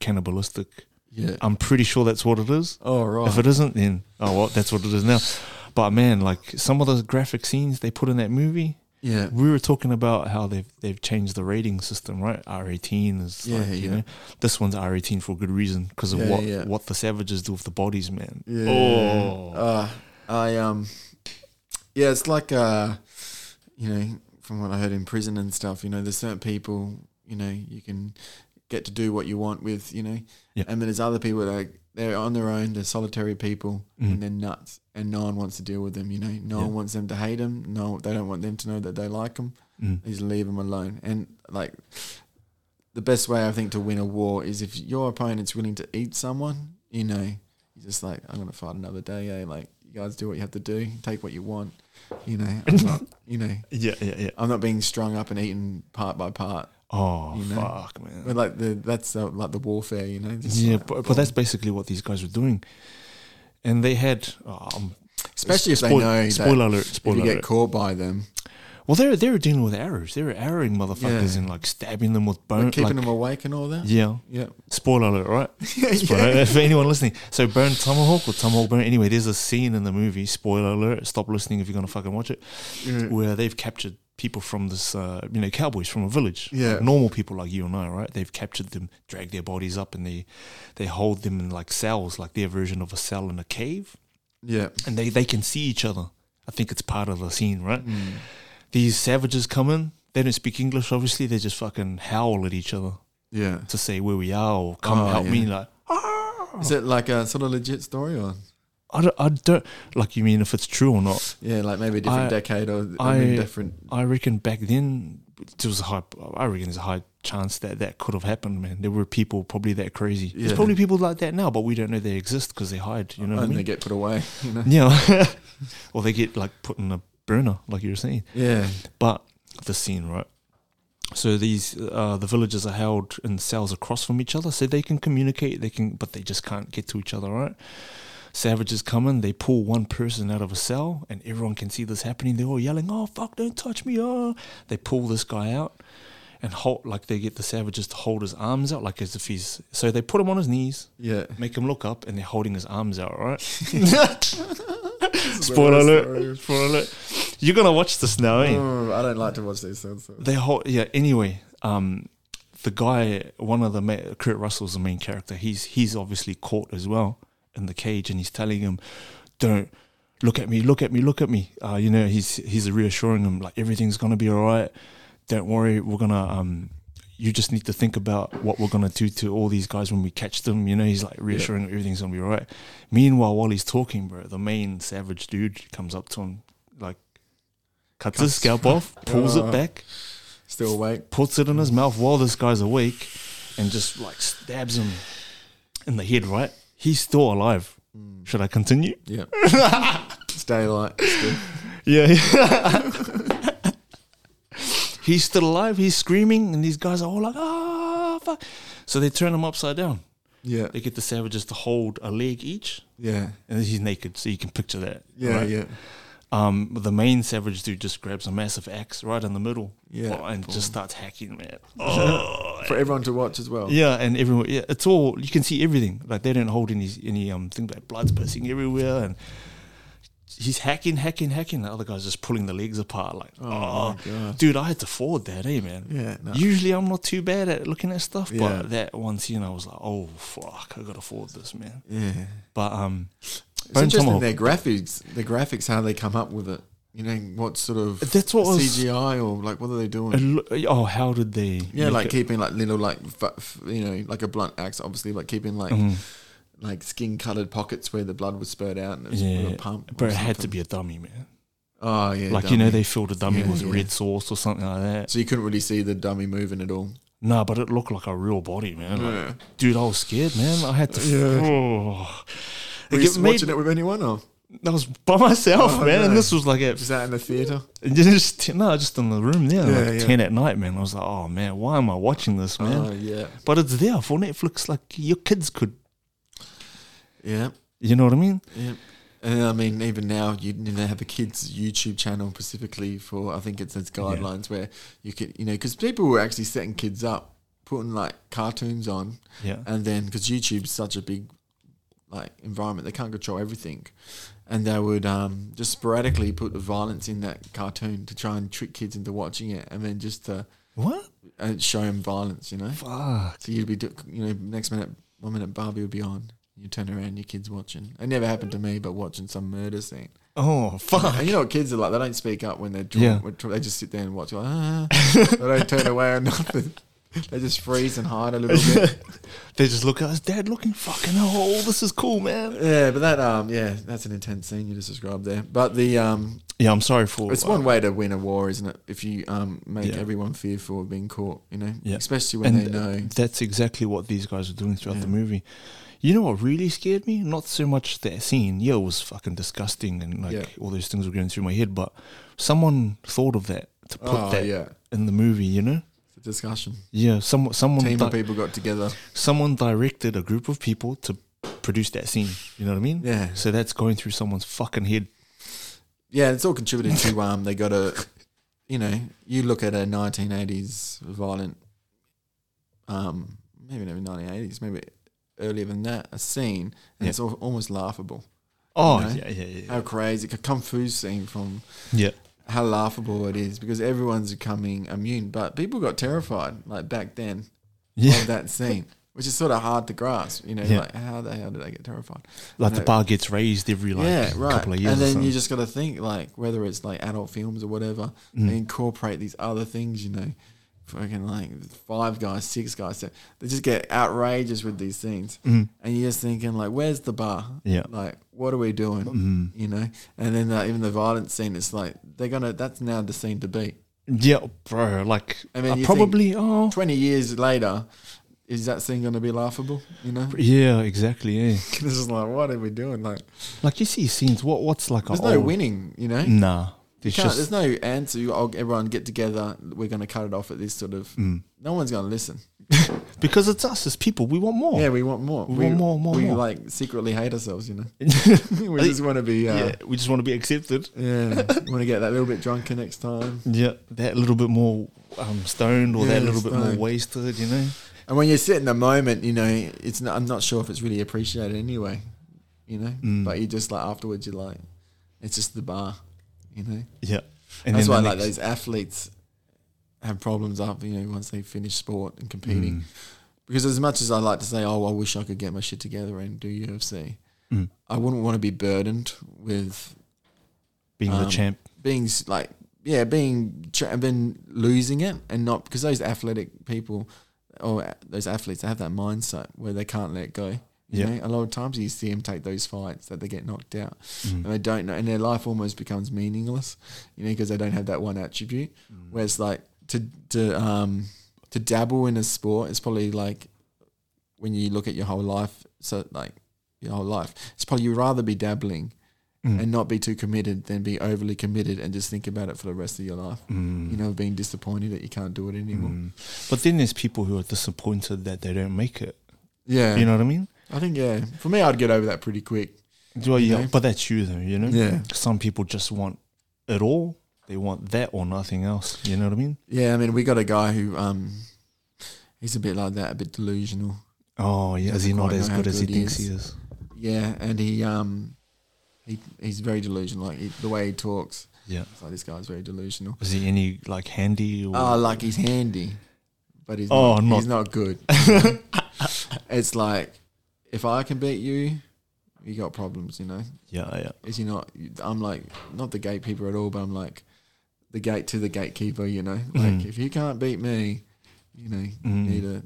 [SPEAKER 1] cannibalistic.
[SPEAKER 2] yeah.
[SPEAKER 1] I'm pretty sure that's what it is.
[SPEAKER 2] Oh right.
[SPEAKER 1] If it isn't, then oh well, that's what it is now. But man, like some of the graphic scenes they put in that movie,
[SPEAKER 2] yeah,
[SPEAKER 1] we were talking about how they've they've changed the rating system, right? R eighteen is
[SPEAKER 2] Yeah,
[SPEAKER 1] like, you
[SPEAKER 2] yeah.
[SPEAKER 1] know this one's R eighteen for a good reason because of
[SPEAKER 2] Yeah,
[SPEAKER 1] what
[SPEAKER 2] yeah.
[SPEAKER 1] what the savages do with the bodies, man.
[SPEAKER 2] yeah.
[SPEAKER 1] Oh.
[SPEAKER 2] Uh, I um, yeah. It's like uh, you know, from what I heard in prison and stuff. You know, there's certain people. You know, you can get to do what you want with. You know,
[SPEAKER 1] Yeah.
[SPEAKER 2] and then there's other people that are, they're on their own. They're solitary people,
[SPEAKER 1] Mm.
[SPEAKER 2] and they're nuts, and no one wants to deal with them. You know, no one
[SPEAKER 1] Yeah.
[SPEAKER 2] wants them to hate them. No, they don't want them to know that they like them.
[SPEAKER 1] Mm.
[SPEAKER 2] is leave them alone. And like the best way I think to win a war is if your opponent's willing to eat someone, you know, you're just like, I'm gonna fight another day, eh? Like you guys do what you have to do, take what you want, you know. I'm not, you know,
[SPEAKER 1] Yeah, yeah, yeah.
[SPEAKER 2] I'm not being strung up and eaten part by part.
[SPEAKER 1] Oh
[SPEAKER 2] You know?
[SPEAKER 1] fuck, man.
[SPEAKER 2] But like the that's uh, like the warfare, you know. just
[SPEAKER 1] yeah,
[SPEAKER 2] like-
[SPEAKER 1] but, but that's basically what these guys were doing, and they had. Oh, um,
[SPEAKER 2] especially if they
[SPEAKER 1] spoil-
[SPEAKER 2] know
[SPEAKER 1] Spoiler
[SPEAKER 2] that
[SPEAKER 1] alert!
[SPEAKER 2] if
[SPEAKER 1] Spoiler
[SPEAKER 2] you
[SPEAKER 1] alert!
[SPEAKER 2] get caught by them,
[SPEAKER 1] well, they were they were dealing with arrows. They were arrowing motherfuckers
[SPEAKER 2] Yeah.
[SPEAKER 1] and like stabbing them with
[SPEAKER 2] like
[SPEAKER 1] bones.
[SPEAKER 2] keeping them awake and all that.
[SPEAKER 1] Yeah.
[SPEAKER 2] Yeah,
[SPEAKER 1] Spoiler alert, right? Spoiler alert for anyone listening. So burn tomahawk or tomahawk burn. Anyway, there's a scene in the movie. Spoiler alert. Stop listening if you're gonna fucking watch it.
[SPEAKER 2] yeah,
[SPEAKER 1] Where they've captured people from this, uh, you know, cowboys from a village.
[SPEAKER 2] Yeah.
[SPEAKER 1] Like normal people like you and I, right? They've captured them, drag their bodies up, and they they hold them in like cells, like their version of a cell in a cave,
[SPEAKER 2] yeah.
[SPEAKER 1] and they they can see each other. I think it's part of the scene, right?
[SPEAKER 2] Mm.
[SPEAKER 1] These savages come in. They don't speak English, obviously. They just fucking howl at each other
[SPEAKER 2] yeah.
[SPEAKER 1] to say where we are or come
[SPEAKER 2] Oh,
[SPEAKER 1] help me.
[SPEAKER 2] yeah.
[SPEAKER 1] Like, "Ah."
[SPEAKER 2] Is it like a sort of legit story or?
[SPEAKER 1] I don't, I don't like you mean if it's true or not.
[SPEAKER 2] Yeah, like maybe a different
[SPEAKER 1] I-
[SPEAKER 2] decade or I,
[SPEAKER 1] I-
[SPEAKER 2] mean, different.
[SPEAKER 1] I reckon back then there was a high. I reckon there's a high chance that that could have happened. Man, there were people probably that crazy.
[SPEAKER 2] Yeah.
[SPEAKER 1] There's probably people like that now, but we don't know they exist because they hide. You know what I
[SPEAKER 2] and they
[SPEAKER 1] mean?
[SPEAKER 2] get put away. You know?
[SPEAKER 1] yeah, or they get like put in a burner, like you were saying.
[SPEAKER 2] Yeah,
[SPEAKER 1] But the scene, right? So these uh, the villagers are held in cells across from each other, so they can communicate. They can, but they just can't get to each other, right? Savages come in, they pull one person out of a cell, and everyone can see this happening. They're all yelling, "Oh fuck! Don't touch me!" Oh, they pull this guy out, and hold like they get the savages to hold his arms out like as if he's so they put him on his knees,
[SPEAKER 2] Yeah.
[SPEAKER 1] make him look up, and they're holding his arms out. Right?
[SPEAKER 2] Where
[SPEAKER 1] Spoiler
[SPEAKER 2] was
[SPEAKER 1] alert! Spoiler alert! You're gonna watch this now,
[SPEAKER 2] that?
[SPEAKER 1] eh?
[SPEAKER 2] Mm, I don't like to watch these things.
[SPEAKER 1] They hold yeah. Anyway, um, the guy, one of the ma- Kurt Russell's the main character. He's he's obviously caught as well in the cage, and he's telling him, "Don't look at me, look at me, look at me." Uh, you know, he's he's reassuring him like everything's gonna be all right. Don't worry, we're gonna. Um, you just need to think about what we're gonna do to all these guys when we catch them. You know, he's like reassuring him everything's gonna be all right. Meanwhile, while he's talking, bro, the main savage dude comes up to him like. Cuts his
[SPEAKER 2] Cuts-
[SPEAKER 1] scalp off, pulls
[SPEAKER 2] Ah.
[SPEAKER 1] it back,
[SPEAKER 2] Still awake.
[SPEAKER 1] puts it in his mouth while this guy's awake and just like stabs him in the head, right? He's still alive.
[SPEAKER 2] Hmm.
[SPEAKER 1] Should I continue?
[SPEAKER 2] Yeah. it's daylight. It's good.
[SPEAKER 1] Yeah. he's still alive. He's screaming, and these guys are all like, ah, fuck. So they turn him upside down.
[SPEAKER 2] Yeah.
[SPEAKER 1] They get the savages to hold a leg each,
[SPEAKER 2] Yeah.
[SPEAKER 1] and he's naked, so you can picture that.
[SPEAKER 2] Yeah.
[SPEAKER 1] right?
[SPEAKER 2] Yeah.
[SPEAKER 1] Um, the main savage dude just grabs a massive axe right in the middle,
[SPEAKER 2] Yeah.
[SPEAKER 1] oh, and just starts hacking, man. Oh,
[SPEAKER 2] For everyone to watch as well.
[SPEAKER 1] Yeah, and everyone. Yeah, it's all you can see everything. Like they don't hold any any um thing. Like blood's pissing everywhere, and he's hacking, hacking, hacking. The other guy's just pulling the legs apart. Like,
[SPEAKER 2] Oh,
[SPEAKER 1] oh,
[SPEAKER 2] my God.
[SPEAKER 1] dude, I had to forward that, eh, man.
[SPEAKER 2] Yeah. No.
[SPEAKER 1] Usually I'm not too bad at looking at stuff,
[SPEAKER 2] Yeah.
[SPEAKER 1] but that one scene I was like, oh fuck, I gotta forward this, man.
[SPEAKER 2] yeah.
[SPEAKER 1] But um,
[SPEAKER 2] It's
[SPEAKER 1] Bone
[SPEAKER 2] interesting
[SPEAKER 1] Tomahawk.
[SPEAKER 2] their graphics, their graphics, how they come up with it. You know, what sort of
[SPEAKER 1] That's what was-
[SPEAKER 2] CGI or like what are they doing?
[SPEAKER 1] it lo- oh, how did they?
[SPEAKER 2] yeah,
[SPEAKER 1] make
[SPEAKER 2] like
[SPEAKER 1] it-
[SPEAKER 2] keeping like little like f- f- you know like a blunt axe, obviously, like keeping like
[SPEAKER 1] Mhm.
[SPEAKER 2] like skin colored pockets where the blood was spurred out and it was
[SPEAKER 1] Yeah,
[SPEAKER 2] with a pump. or
[SPEAKER 1] But it had to
[SPEAKER 2] something.
[SPEAKER 1] be a dummy, man.
[SPEAKER 2] Oh yeah,
[SPEAKER 1] like you know,
[SPEAKER 2] dummy.
[SPEAKER 1] they filled a dummy
[SPEAKER 2] Yeah,
[SPEAKER 1] with
[SPEAKER 2] yeah.
[SPEAKER 1] red sauce or something like that.
[SPEAKER 2] so you couldn't really see the dummy moving at all.
[SPEAKER 1] Nah, but it looked like a real body, man. Oh, Like,
[SPEAKER 2] Yeah.
[SPEAKER 1] dude, I was scared, man. I had to.
[SPEAKER 2] Yeah.
[SPEAKER 1] Oh.
[SPEAKER 2] Were
[SPEAKER 1] It
[SPEAKER 2] you
[SPEAKER 1] get- made-
[SPEAKER 2] watching it with anyone or
[SPEAKER 1] I was by myself,
[SPEAKER 2] Oh,
[SPEAKER 1] man,
[SPEAKER 2] no.
[SPEAKER 1] and this was like at
[SPEAKER 2] was that in the theater?
[SPEAKER 1] just no, just in the room there,
[SPEAKER 2] Yeah,
[SPEAKER 1] like
[SPEAKER 2] yeah.
[SPEAKER 1] ten at night, man. I was like, oh man, why am I watching this, man?
[SPEAKER 2] Oh yeah,
[SPEAKER 1] But it's there for Netflix. Like your kids could,
[SPEAKER 2] yeah,
[SPEAKER 1] you know what I mean?
[SPEAKER 2] yeah. And I mean, even now you need to have a kids' YouTube channel specifically for. I think it's its guidelines where you could, you know, because people were actually setting kids up, putting like cartoons on,
[SPEAKER 1] Yeah,
[SPEAKER 2] and then because YouTube's such a big like environment, they can't control everything, and they would um, just sporadically put the violence in that cartoon to try and trick kids into watching it, and then just to
[SPEAKER 1] what?
[SPEAKER 2] uh, show them violence, you know.
[SPEAKER 1] Fuck.
[SPEAKER 2] So you'd be, do- you know, next minute, one minute Barbie would be on. You turn around, your kids watching. It never happened to me, but watching some murder scene.
[SPEAKER 1] Oh fuck.
[SPEAKER 2] And you know what kids are like? They don't speak up when they're drawn.
[SPEAKER 1] Yeah.
[SPEAKER 2] when They just sit there and watch. Like, ah. they don't turn away or nothing. They just freeze and hide a little bit.
[SPEAKER 1] They just look at us, Dad, looking fucking. Oh, this is cool, man.
[SPEAKER 2] Yeah, but that um, yeah, that's an intense scene you just described there. But the um,
[SPEAKER 1] Yeah, I'm sorry for.
[SPEAKER 2] it's one way to win a war, isn't it? If you um make
[SPEAKER 1] Oh, Yeah.
[SPEAKER 2] everyone fearful of being caught, you know,
[SPEAKER 1] Yeah.
[SPEAKER 2] especially when
[SPEAKER 1] And,
[SPEAKER 2] they know.
[SPEAKER 1] That's exactly what these guys were doing throughout
[SPEAKER 2] Yeah.
[SPEAKER 1] the movie. You know what really scared me? Not so much that scene. Yeah, it was fucking disgusting and like
[SPEAKER 2] Yeah.
[SPEAKER 1] all those things were going through my head, but someone thought of that to put
[SPEAKER 2] Oh
[SPEAKER 1] that
[SPEAKER 2] yeah,
[SPEAKER 1] in the movie, you know?
[SPEAKER 2] it's a discussion.
[SPEAKER 1] Yeah, some, someone
[SPEAKER 2] Team of
[SPEAKER 1] di-
[SPEAKER 2] people got together.
[SPEAKER 1] someone directed a group of people to produce that scene. You know what I mean?
[SPEAKER 2] Yeah,
[SPEAKER 1] So that's going through someone's fucking head.
[SPEAKER 2] yeah, it's all contributed to um, they got a, you know, you look at a 1980s violent, um, maybe not even 1980s, maybe earlier than that, a scene, and
[SPEAKER 1] Yeah.
[SPEAKER 2] it's al- almost laughable.
[SPEAKER 1] Oh,
[SPEAKER 2] know? Uh,
[SPEAKER 1] yeah, yeah, yeah.
[SPEAKER 2] How crazy, a kung fu scene from
[SPEAKER 1] yeah.
[SPEAKER 2] how laughable it is because everyone's becoming immune. But people got terrified like back then
[SPEAKER 1] Yeah.
[SPEAKER 2] of that scene, which is sort of hard to grasp. You know,
[SPEAKER 1] Yeah.
[SPEAKER 2] like how the hell did I get terrified?
[SPEAKER 1] Like the
[SPEAKER 2] No.
[SPEAKER 1] bar gets raised every like
[SPEAKER 2] yeah, right.
[SPEAKER 1] couple of years.
[SPEAKER 2] and
[SPEAKER 1] or
[SPEAKER 2] then you
[SPEAKER 1] something.
[SPEAKER 2] just got to think like whether it's like adult films or whatever,
[SPEAKER 1] Mm.
[SPEAKER 2] they incorporate these other things. You know, fucking like five guys, six guys. so They just get outrageous with these things,
[SPEAKER 1] Mm.
[SPEAKER 2] and you're just thinking like, where's the bar?
[SPEAKER 1] Yeah.
[SPEAKER 2] Like, what are we doing?
[SPEAKER 1] Mm.
[SPEAKER 2] You know, and then uh, even the violence scene, it's like they're gonna. That's now the scene to beat.
[SPEAKER 1] Yeah, bro. Like,
[SPEAKER 2] I mean,
[SPEAKER 1] I
[SPEAKER 2] you think-
[SPEAKER 1] probably. oh,
[SPEAKER 2] 20 years later, is that scene going to be laughable? You know?
[SPEAKER 1] yeah, exactly. eh. Yeah.
[SPEAKER 2] this is like, what are we doing? Like,
[SPEAKER 1] Like you see scenes. What? What's like?
[SPEAKER 2] there's
[SPEAKER 1] a
[SPEAKER 2] no
[SPEAKER 1] old-
[SPEAKER 2] winning, you know?
[SPEAKER 1] Nah, Mm, It's
[SPEAKER 2] Can't-
[SPEAKER 1] just
[SPEAKER 2] there's no answer. You- I'll, everyone get together. We're going to cut it off at this sort of.
[SPEAKER 1] Mm.
[SPEAKER 2] No one's going to listen.
[SPEAKER 1] because it's us as people, we want more.
[SPEAKER 2] Yeah, we want more.
[SPEAKER 1] We want more, more,
[SPEAKER 2] We
[SPEAKER 1] more.
[SPEAKER 2] like secretly hate ourselves, you know.
[SPEAKER 1] Yeah,
[SPEAKER 2] we just want to be. Uh, yeah.
[SPEAKER 1] we just want to be accepted.
[SPEAKER 2] want to get that little bit drunker next time.
[SPEAKER 1] Yeah, that little bit more um, stoned or that
[SPEAKER 2] Yeah,
[SPEAKER 1] little bit more
[SPEAKER 2] stoned.
[SPEAKER 1] wasted, you know.
[SPEAKER 2] And when you sit in the moment, you know, it's. Not, I'm not sure if it's really appreciated anyway, you know.
[SPEAKER 1] Mm.
[SPEAKER 2] But you just like afterwards, you're like, it's just the bar, you know.
[SPEAKER 1] Yeah, and
[SPEAKER 2] That's
[SPEAKER 1] then
[SPEAKER 2] why
[SPEAKER 1] the
[SPEAKER 2] like
[SPEAKER 1] next-
[SPEAKER 2] those athletes have problems after you know once they finish sport and competing.
[SPEAKER 1] Mm.
[SPEAKER 2] Because as much as I like to say, oh, I wish I could get my shit together and do UFC,
[SPEAKER 1] Mm.
[SPEAKER 2] I wouldn't want to be burdened with
[SPEAKER 1] being the
[SPEAKER 2] um,
[SPEAKER 1] champ.
[SPEAKER 2] being s- like, yeah, being tra- and then losing it and not because those athletic people or a- those athletes they have that mindset where they can't let go. You
[SPEAKER 1] Yeah.
[SPEAKER 2] know, a lot of times you see them take those fights that they get knocked out
[SPEAKER 1] Mm.
[SPEAKER 2] and they don't know, and their life almost becomes meaningless, you know, because they don't have that one attribute.
[SPEAKER 1] Mm.
[SPEAKER 2] Whereas like to to um to dabble in a sport is probably like when you look at your whole life, so like your whole life, it's probably you'd rather be dabbling
[SPEAKER 1] Mm.
[SPEAKER 2] and not be too committed than be overly committed and just think about it for the rest of your life.
[SPEAKER 1] Mm.
[SPEAKER 2] You know, being disappointed that you can't do it anymore.
[SPEAKER 1] Mm. But then there's people who are disappointed that they don't make it.
[SPEAKER 2] Yeah,
[SPEAKER 1] You know what I mean?
[SPEAKER 2] I think yeah. For me, I'd get over that pretty quick.
[SPEAKER 1] Well,
[SPEAKER 2] You
[SPEAKER 1] yeah,
[SPEAKER 2] know?
[SPEAKER 1] but that's you though, you know?
[SPEAKER 2] Yeah.
[SPEAKER 1] Some people just want it all. They want that or nothing else. You know what I mean?
[SPEAKER 2] Yeah, I mean, we got a guy who um, he's a bit like that, a bit delusional.
[SPEAKER 1] Oh, yeah. Is he
[SPEAKER 2] Doesn't
[SPEAKER 1] not
[SPEAKER 2] quite
[SPEAKER 1] as
[SPEAKER 2] know how
[SPEAKER 1] good as he
[SPEAKER 2] good he
[SPEAKER 1] thinks
[SPEAKER 2] is.
[SPEAKER 1] he is?
[SPEAKER 2] Yeah, and he um, he he's very delusional. Like he, the way he talks,
[SPEAKER 1] Yeah.
[SPEAKER 2] it's like this guy's very delusional.
[SPEAKER 1] Is he any like handy or
[SPEAKER 2] Oh, like he's handy, but he's
[SPEAKER 1] Oh,
[SPEAKER 2] not,
[SPEAKER 1] not-
[SPEAKER 2] he's not good. it's like if I can beat you, you got problems. You know,
[SPEAKER 1] yeah, yeah.
[SPEAKER 2] is he not? I'm like not the gatekeeper at all, but I'm like the gate to the gatekeeper. You know, like
[SPEAKER 1] Mhm.
[SPEAKER 2] if you can't beat me, you know, you
[SPEAKER 1] Mm.
[SPEAKER 2] need a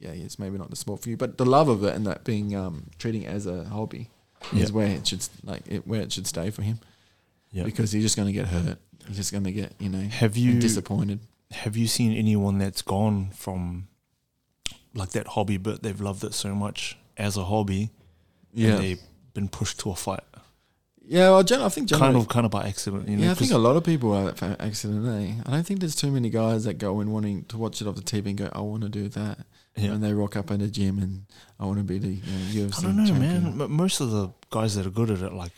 [SPEAKER 2] yeah, it's maybe not the sport for you, but the love of it and that being um, treating it as a hobby
[SPEAKER 1] Yeah.
[SPEAKER 2] is where it should like it, where it should stay for him.
[SPEAKER 1] Yeah.
[SPEAKER 2] because he's just going to get hurt. He's just going to get you know
[SPEAKER 1] Have
[SPEAKER 2] and
[SPEAKER 1] you
[SPEAKER 2] disappointed.
[SPEAKER 1] have you seen anyone that's gone from like that hobby but they've loved it so much as a hobby and they've been pushed to a fight.
[SPEAKER 2] yeah. Well, gen- I think generally,
[SPEAKER 1] Kind of kind of by accident, you know.
[SPEAKER 2] yeah, I think
[SPEAKER 1] 'cause-
[SPEAKER 2] a lot of people are that accident. Eh? I don't think there's too many guys that go in wanting to watch it off the TV and go, I want to do that.
[SPEAKER 1] yeah.
[SPEAKER 2] And they rock up in the gym and I want to be the you know, UFC
[SPEAKER 1] I don't know,
[SPEAKER 2] champion.
[SPEAKER 1] man. M- Most of the guys that are good at it, like,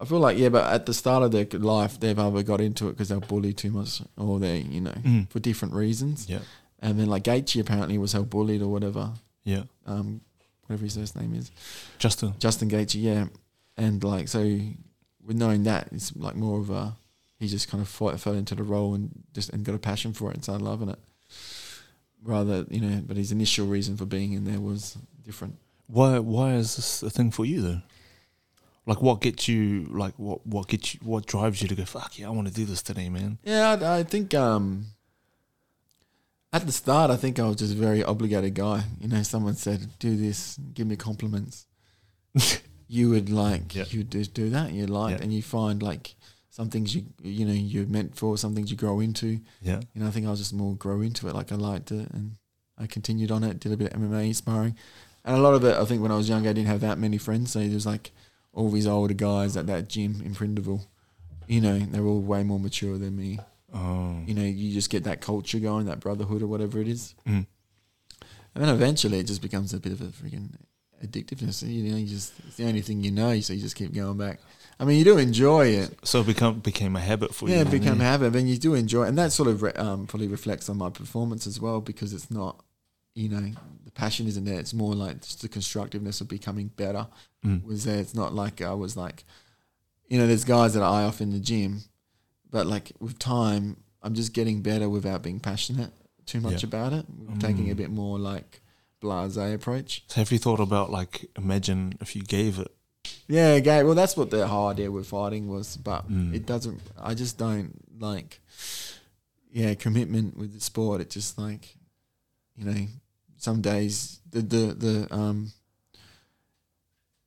[SPEAKER 2] I feel like yeah, but at the start of their life, they've either got into it because they're bullied too much, or they you know
[SPEAKER 1] Mm.
[SPEAKER 2] for different reasons.
[SPEAKER 1] yeah,
[SPEAKER 2] And then like Gaethje apparently was held bullied or whatever,
[SPEAKER 1] yeah,
[SPEAKER 2] um, whatever his first name is.
[SPEAKER 1] Justin.
[SPEAKER 2] Justin Gaethje, yeah, and like so, with knowing that, it's like more of a he just kind of fought, fell into the role and just and got a passion for it and started loving it. Rather, you know, but his initial reason for being in there was different.
[SPEAKER 1] Why? Why is this a thing for you though? Like, what gets you? Like, what? What gets you? What drives you to go? Fuck yeah, I want to do this today, man.
[SPEAKER 2] Yeah, I, I think um, at the start, I think I was just a very obligated guy. You know, someone said, "Do this, give me compliments." you would like
[SPEAKER 1] Yeah.
[SPEAKER 2] you just do that. You like,
[SPEAKER 1] Yeah.
[SPEAKER 2] and you find like some things you you know you're meant for, some things you grow into.
[SPEAKER 1] Yeah,
[SPEAKER 2] you know, I think I was just more grow into it. Like I liked it, and I continued on it. Did a bit of MMA sparring, and a lot of it. I think when I was younger, I didn't have that many friends, so there was like all these older guys at that gym in Prindleville. You know, they were all way more mature than me.
[SPEAKER 1] um,
[SPEAKER 2] You know, you just get that culture going, that brotherhood or whatever it is,
[SPEAKER 1] mm,
[SPEAKER 2] and then eventually it just becomes a bit of a freaking addictiveness. You know, you just it's the only thing you know, so you just keep going back. I mean, you do enjoy it,
[SPEAKER 1] so it become became a habit for
[SPEAKER 2] yeah,
[SPEAKER 1] you.
[SPEAKER 2] it
[SPEAKER 1] then,
[SPEAKER 2] become
[SPEAKER 1] eh?
[SPEAKER 2] habit. And you do enjoy, it. and that sort of re- um, probably reflects on my performance as well because it's not, you know, the passion isn't there. It's more like just the constructiveness of becoming better
[SPEAKER 1] Mm,
[SPEAKER 2] was there. It's not like I was like, you know, there's guys that I off in the gym, but like with time, I'm just getting better without being passionate too much
[SPEAKER 1] Yeah.
[SPEAKER 2] about it. Taking a
[SPEAKER 1] Mm.
[SPEAKER 2] bit more like blasé approach.
[SPEAKER 1] So have you thought about like imagine if you gave it?
[SPEAKER 2] Yeah, gay. Well, that's what the whole idea with fighting was, but
[SPEAKER 1] Mm.
[SPEAKER 2] it doesn't. I just don't like, yeah, commitment with the sport. It just like, you know, some days the the the um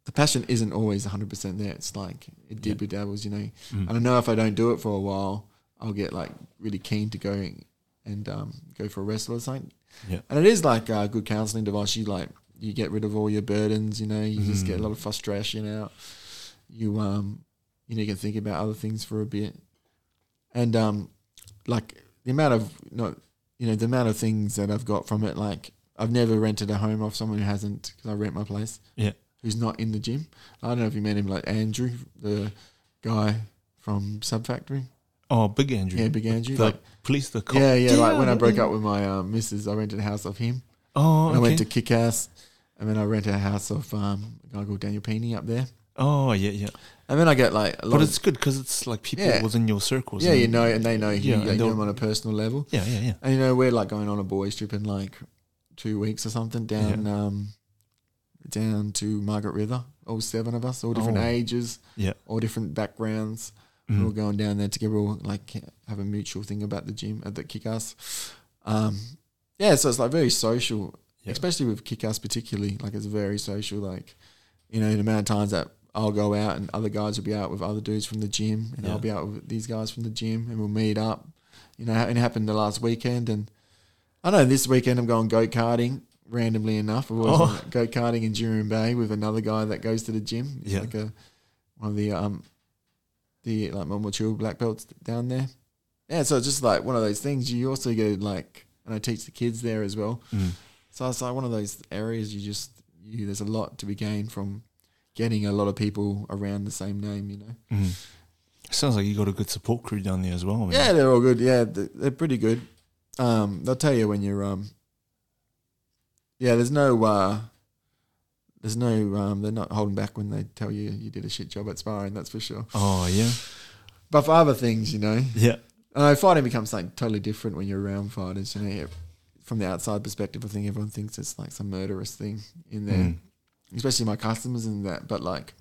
[SPEAKER 2] the passion isn't always hundred percent there. It's like it
[SPEAKER 1] Yeah.
[SPEAKER 2] dibby dabbles, you know.
[SPEAKER 1] Mm.
[SPEAKER 2] And I know if I don't do it for a while, I'll get like really keen to go and um, go for a wrestle or something.
[SPEAKER 1] Yeah.
[SPEAKER 2] And it is like a good counseling device. You like you get rid of all your burdens. You know, you just get a
[SPEAKER 1] Mhm.
[SPEAKER 2] lot of frustration out. You um, you know, you can think about other things for a bit. and um, like the amount of not you know the amount of things that I've got from it. Like I've never rented a home off someone who hasn't because I rent my place.
[SPEAKER 1] Yeah.
[SPEAKER 2] who's not in the gym. I don't know if you met him, like Andrew, the guy from Sub Factory.
[SPEAKER 1] Oh, Big Andrew.
[SPEAKER 2] Yeah, big Andrew.
[SPEAKER 1] The
[SPEAKER 2] Like
[SPEAKER 1] police, the cop.
[SPEAKER 2] yeah, yeah. Like
[SPEAKER 1] Yeah,
[SPEAKER 2] when I
[SPEAKER 1] that
[SPEAKER 2] broke
[SPEAKER 1] thing.
[SPEAKER 2] up with my uh, missus, I rented a house off him.
[SPEAKER 1] Oh,
[SPEAKER 2] And
[SPEAKER 1] okay.
[SPEAKER 2] I went to Kick Ass, and then I rented a house off um, a guy called Daniel Peeney up there.
[SPEAKER 1] oh, yeah, yeah.
[SPEAKER 2] And then I get like a lot
[SPEAKER 1] But
[SPEAKER 2] of
[SPEAKER 1] it's good because it's like people
[SPEAKER 2] Yeah.
[SPEAKER 1] within your circles.
[SPEAKER 2] yeah,
[SPEAKER 1] and-
[SPEAKER 2] you know, and they know you,
[SPEAKER 1] Yeah,
[SPEAKER 2] yeah,
[SPEAKER 1] and
[SPEAKER 2] you know
[SPEAKER 1] they'll-
[SPEAKER 2] them on a personal level.
[SPEAKER 1] Yeah, yeah, yeah.
[SPEAKER 2] And you know, we're like going on a boys trip in like two weeks or something down um down to Margaret River. All seven of us, all different
[SPEAKER 1] Oh.
[SPEAKER 2] ages,
[SPEAKER 1] Yeah.
[SPEAKER 2] all different backgrounds. We're all
[SPEAKER 1] Mm.
[SPEAKER 2] going down there together. We'll like have a mutual thing about the gym at the kick ass. Um, yeah, so it's like very social,
[SPEAKER 1] Yeah.
[SPEAKER 2] especially with kick ass particularly. Like it's very social. Like you know, the amount of times that I'll go out and other guys will be out with other dudes from the gym, and
[SPEAKER 1] Yeah.
[SPEAKER 2] I'll be out with these guys from the gym, and we'll meet up. You know, and it happened the last weekend, and I know this weekend I'm going go karting. Randomly enough, I've always
[SPEAKER 1] Oh.
[SPEAKER 2] wanted to go karting in Durum Bay with another guy that goes to the gym. He's
[SPEAKER 1] Yeah.
[SPEAKER 2] like a one of the um the like more mature black belts down there. Yeah, so it's just like one of those things. You also get like, and I teach the kids there as well.
[SPEAKER 1] Mm.
[SPEAKER 2] So it's like one of those areas you just you. There's a lot to be gained from getting a lot of people around the same name. You know.
[SPEAKER 1] Mm. Sounds like you got a good support crew down there as well. man.
[SPEAKER 2] Yeah, they're all good. Yeah, th- they're pretty good. Um, they'll tell you when you're um. Yeah, there's no uh. There's no um. They're not holding back when they tell you you did a shit job at sparring. That's for sure.
[SPEAKER 1] Oh, yeah.
[SPEAKER 2] But for other things, you know,
[SPEAKER 1] Yeah.
[SPEAKER 2] And I fighting becomes something totally different when you're around fighters. You know, yeah, from the outside perspective, I think everyone thinks it's like some murderous thing in there,
[SPEAKER 1] Mm.
[SPEAKER 2] especially my customers and that. But like,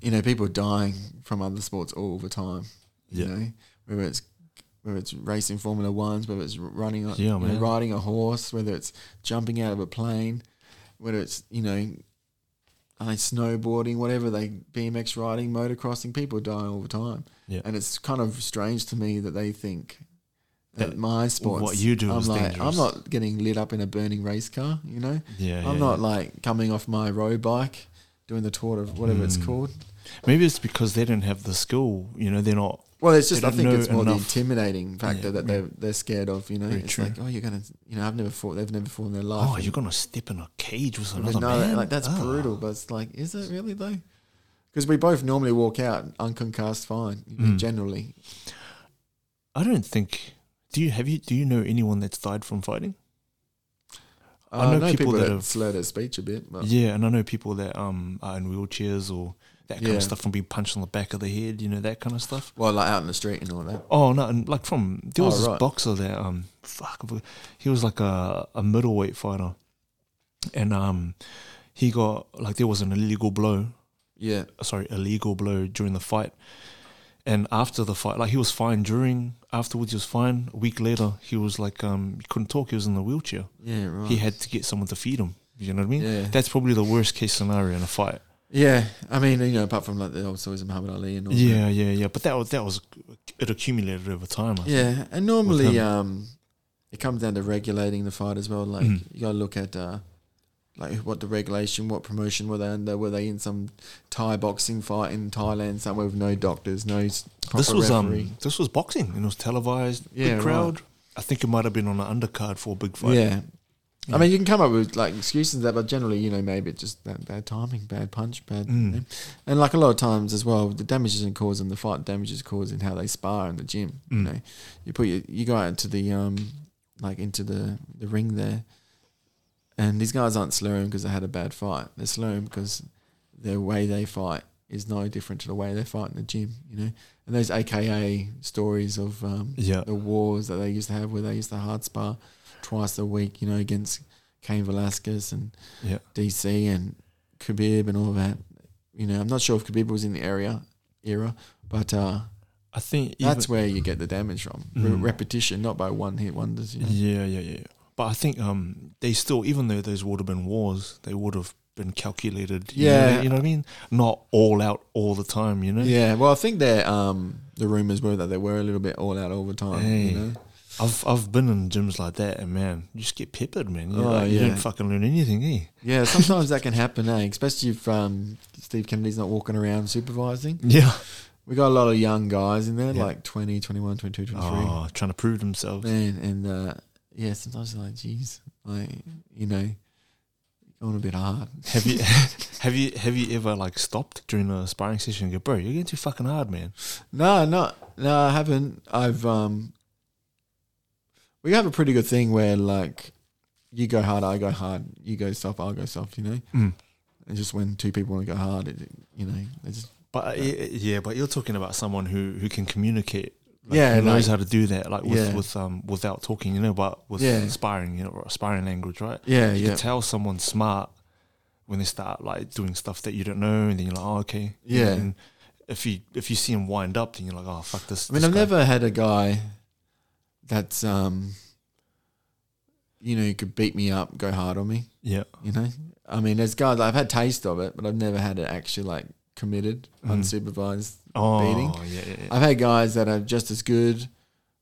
[SPEAKER 2] you know, people are dying from other sports all the time. You
[SPEAKER 1] Yeah.
[SPEAKER 2] know, whether it's whether it's racing Formula Ones, whether it's running, a,
[SPEAKER 1] Yeah,
[SPEAKER 2] you know,
[SPEAKER 1] man.
[SPEAKER 2] riding a horse, whether it's jumping out of a plane, whether it's you know. I snowboarding, whatever they BMX riding, motocrossing, people die all the time.
[SPEAKER 1] Yeah.
[SPEAKER 2] And it's kind of strange to me that they think that,
[SPEAKER 1] That
[SPEAKER 2] my sports.
[SPEAKER 1] what you do
[SPEAKER 2] I'm
[SPEAKER 1] is
[SPEAKER 2] like, I'm
[SPEAKER 1] dangerous.
[SPEAKER 2] not getting lit up in a burning race car, you know?
[SPEAKER 1] Yeah.
[SPEAKER 2] I'm
[SPEAKER 1] yeah,
[SPEAKER 2] not
[SPEAKER 1] yeah.
[SPEAKER 2] like coming off my road bike, doing the tour of whatever it's
[SPEAKER 1] Mm.
[SPEAKER 2] called.
[SPEAKER 1] Maybe it's because they don't have the skill. You know, they're not.
[SPEAKER 2] Well, it's
[SPEAKER 1] They
[SPEAKER 2] just, I
[SPEAKER 1] don't
[SPEAKER 2] think
[SPEAKER 1] know
[SPEAKER 2] it's more
[SPEAKER 1] enough.
[SPEAKER 2] the intimidating factor
[SPEAKER 1] Yeah,
[SPEAKER 2] that
[SPEAKER 1] very-
[SPEAKER 2] they're, they're scared of, you know?
[SPEAKER 1] very
[SPEAKER 2] It's
[SPEAKER 1] true.
[SPEAKER 2] like, oh, you're going to, you know, I've never fought, they've never fought in their life.
[SPEAKER 1] Oh,
[SPEAKER 2] And-
[SPEAKER 1] you're gonna step in a cage with
[SPEAKER 2] But
[SPEAKER 1] another
[SPEAKER 2] no,
[SPEAKER 1] man.
[SPEAKER 2] like that's
[SPEAKER 1] Ah.
[SPEAKER 2] brutal. But it's like, is it really though? Because we both normally walk out unconcussed, fine. you know,
[SPEAKER 1] Mm.
[SPEAKER 2] Generally,
[SPEAKER 1] I don't think. Do you have you? Do you know anyone that's died from fighting?
[SPEAKER 2] Uh, I know, people, that, have slurred their speech a bit. But
[SPEAKER 1] Yeah, and I know people that um are in wheelchairs or that kind
[SPEAKER 2] Yeah.
[SPEAKER 1] of stuff from being punched on the back of the head. You know that kind of stuff.
[SPEAKER 2] Well, like out in the street and all that.
[SPEAKER 1] Oh no! And like from there
[SPEAKER 2] Oh,
[SPEAKER 1] was this
[SPEAKER 2] right.
[SPEAKER 1] boxer that um fuck he was like a a middleweight fighter, and um he got like there was an illegal blow
[SPEAKER 2] Yeah.
[SPEAKER 1] sorry, illegal blow during the fight. And after the fight, like he was fine during, afterwards he was fine. A week later, he was like, um, he couldn't talk. He was in the wheelchair.
[SPEAKER 2] Yeah, right.
[SPEAKER 1] He had to get someone to feed him. You know what I mean?
[SPEAKER 2] Yeah.
[SPEAKER 1] That's probably the worst case scenario in a fight.
[SPEAKER 2] yeah. I mean, you know, apart from like the old stories of Muhammad Ali and all that.
[SPEAKER 1] Yeah, yeah, yeah. But that was that was it accumulated over time. I think.
[SPEAKER 2] Yeah. And normally
[SPEAKER 1] him.
[SPEAKER 2] um it comes down to regulating the fight as well. Like
[SPEAKER 1] Mm.
[SPEAKER 2] you gotta look at uh like what the regulation, what promotion were they under? Were they in some Thai boxing fight in Thailand somewhere with no doctors, no s- proper
[SPEAKER 1] This was
[SPEAKER 2] referee?
[SPEAKER 1] um this was boxing and it was televised.
[SPEAKER 2] Yeah,
[SPEAKER 1] big
[SPEAKER 2] right.
[SPEAKER 1] crowd. I think it might have been on an undercard for a big fight.
[SPEAKER 2] Yeah.
[SPEAKER 1] Yeah.
[SPEAKER 2] I mean, you can come up with like excuses and that, but generally, you know, maybe it's just that bad timing, bad punch, bad.
[SPEAKER 1] Mm.
[SPEAKER 2] And like a lot of times as well, the damage isn't caused in the fight. Damage is caused in how they spar in the gym. You
[SPEAKER 1] Mm.
[SPEAKER 2] know, you put your, you go out into the um, like into the the ring there, and these guys aren't slurring because they had a bad fight. They're slurring because the way they fight is no different to the way they fight in the gym. You know, and those AKA stories of um,
[SPEAKER 1] yeah,
[SPEAKER 2] the wars that they used to have where they used to hard spar twice a week, you know, against Cain Velasquez and
[SPEAKER 1] yeah.
[SPEAKER 2] DC and Khabib and all that. You know, I'm not sure if Khabib was in the area era, but uh,
[SPEAKER 1] I think even-
[SPEAKER 2] that's where you get the damage from Re-
[SPEAKER 1] Mm.
[SPEAKER 2] repetition, not by one hit wonders. You know?
[SPEAKER 1] Yeah, yeah, yeah. But I think um, they still, even though those would have been wars, they would have been calculated. you know-
[SPEAKER 2] Yeah.
[SPEAKER 1] you know what I mean. Not all out all the time, you know.
[SPEAKER 2] Yeah, well, I think that um, the rumors were that they were a little bit all out all the time.
[SPEAKER 1] Hey.
[SPEAKER 2] You know?
[SPEAKER 1] I've I've been in gyms like that, and man, you just get peppered, man. You're
[SPEAKER 2] Oh,
[SPEAKER 1] like, You
[SPEAKER 2] yeah.
[SPEAKER 1] don't fucking learn anything, eh?
[SPEAKER 2] Yeah, sometimes that can happen, eh? especially if um, Steve Kennedy's not walking around supervising.
[SPEAKER 1] Yeah,
[SPEAKER 2] We got a lot of young guys in there,
[SPEAKER 1] Yeah.
[SPEAKER 2] like 20, 21, 22, 23.
[SPEAKER 1] Oh, trying to prove themselves.
[SPEAKER 2] Man, and uh, yeah, sometimes you're like, geez, like, you know, going a bit hard.
[SPEAKER 1] Have you have you have you ever like stopped during a sparring session and go, bro, you're getting too fucking hard, man.
[SPEAKER 2] No, not no, I haven't. I've um we have a pretty good thing where like you go hard, I go hard, you go soft, I go soft, you know?
[SPEAKER 1] Mm.
[SPEAKER 2] And just when two people want to go hard, it, you know, they just
[SPEAKER 1] But uh, yeah. yeah, but you're talking about someone who who can communicate. Like,
[SPEAKER 2] Yeah,
[SPEAKER 1] who knows
[SPEAKER 2] like-
[SPEAKER 1] how to do that, like with,
[SPEAKER 2] Yeah.
[SPEAKER 1] with um without talking, you know, but with
[SPEAKER 2] Yeah.
[SPEAKER 1] sparring, you know, or sparring language, right?
[SPEAKER 2] yeah,
[SPEAKER 1] You
[SPEAKER 2] yeah.
[SPEAKER 1] can tell someone's smart when they start like doing stuff that you don't know, and then you're like, oh, okay,
[SPEAKER 2] Yeah.
[SPEAKER 1] And if you if you see him wind up, then you're like, oh fuck this.
[SPEAKER 2] I mean,
[SPEAKER 1] this
[SPEAKER 2] I've
[SPEAKER 1] guy."
[SPEAKER 2] never had a guy that's um you know, could beat me up, go hard on me,
[SPEAKER 1] Yeah.
[SPEAKER 2] you know? I mean, there's guys I've had taste of it, but I've never had it actually like committed,
[SPEAKER 1] Mm.
[SPEAKER 2] unsupervised
[SPEAKER 1] Oh.
[SPEAKER 2] beating.
[SPEAKER 1] Yeah. Yeah. yeah.
[SPEAKER 2] I've had guys that are just as good,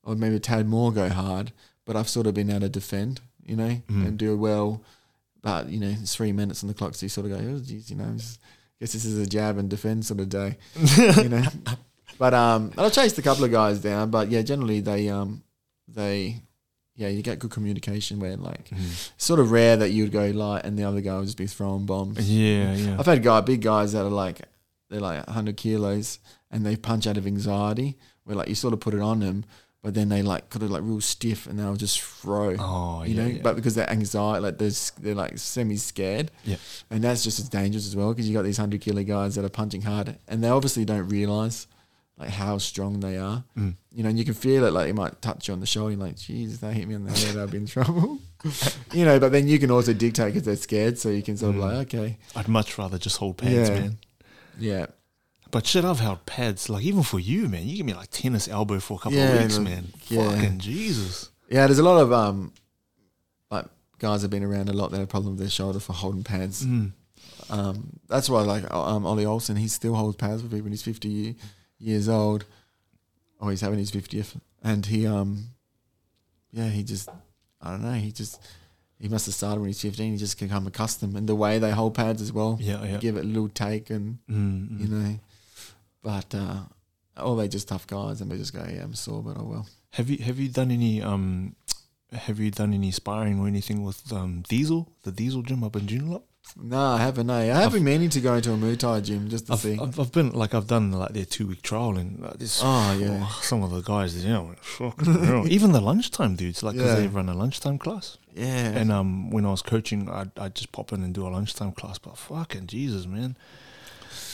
[SPEAKER 2] or maybe a tad more go hard, but I've sort of been able to defend, you know,
[SPEAKER 1] Mm.
[SPEAKER 2] and do well. But you know, it's three minutes on the clock, so you sort of go, oh, geez, you know, just, guess this is a jab and defend sort of day, you know. But um, and I chased a couple of guys down, but yeah, generally they um, they, yeah, you get good communication where like
[SPEAKER 1] Mm.
[SPEAKER 2] sort of rare that you would go light and the other guy would just be throwing bombs.
[SPEAKER 1] Yeah. Yeah.
[SPEAKER 2] I've had guy, big guys that are like they're like 100 kilos and they punch out of anxiety. Where like you sort of put it on them, but then they like got it like real stiff and they'll just throw.
[SPEAKER 1] Oh.
[SPEAKER 2] you
[SPEAKER 1] yeah,
[SPEAKER 2] know,
[SPEAKER 1] yeah.
[SPEAKER 2] but because they're anxiety, like they're s- they're like semi scared.
[SPEAKER 1] Yeah.
[SPEAKER 2] and that's just as dangerous as well because you got these 100 kilo guys that are punching hard and they obviously don't realize like how strong they are.
[SPEAKER 1] Mm.
[SPEAKER 2] You know, and you can feel it. Like it might touch you on the shoulder. You're like, geez, if they hit me on the head, I'll be in trouble. you know, but then you can also dictate because they're scared, so you can sort
[SPEAKER 1] Mm.
[SPEAKER 2] of like, okay,
[SPEAKER 1] I'd much rather just hold pads,
[SPEAKER 2] Yeah.
[SPEAKER 1] man.
[SPEAKER 2] yeah.
[SPEAKER 1] But shit, I've held pads. Like even for you, man, you give me like tennis elbow for a couple of
[SPEAKER 2] Yeah,
[SPEAKER 1] weeks,
[SPEAKER 2] no,
[SPEAKER 1] man.
[SPEAKER 2] yeah.
[SPEAKER 1] Fucking Jesus.
[SPEAKER 2] Yeah, there's a lot of um, like guys have been around a lot that have problems with their shoulder for holding pads.
[SPEAKER 1] Mm.
[SPEAKER 2] Um, that's why like um, Ollie Olsen, he still holds pads for people. when He's 50 ye- years old, or he's having his 50th, and he um, yeah, he just I don't know, he just he must have started when he's 15. He just become accustomed, and the way they hold pads as well,
[SPEAKER 1] Yeah, yeah.
[SPEAKER 2] give it a little take, and
[SPEAKER 1] Mm, mm.
[SPEAKER 2] you know, but uh, or they just tough guys, and they just go, yeah, I'm sore, but oh well.
[SPEAKER 1] Have you have you done any um have you done any sparring or anything with um Diesel, the Diesel gym up in Joondalup?
[SPEAKER 2] No, I haven't. No, I have been meaning to go into a Muay Thai gym just to
[SPEAKER 1] I've,
[SPEAKER 2] see.
[SPEAKER 1] I've I've been like I've done like their two week trial and like, this
[SPEAKER 2] oh yeah,
[SPEAKER 1] some of the guys you know fucking hell. even the lunchtime dudes like 'cause
[SPEAKER 2] Yeah.
[SPEAKER 1] they run a lunchtime class
[SPEAKER 2] yeah.
[SPEAKER 1] and um when I was coaching I'd, I'd just pop in and do a lunchtime class but fucking Jesus man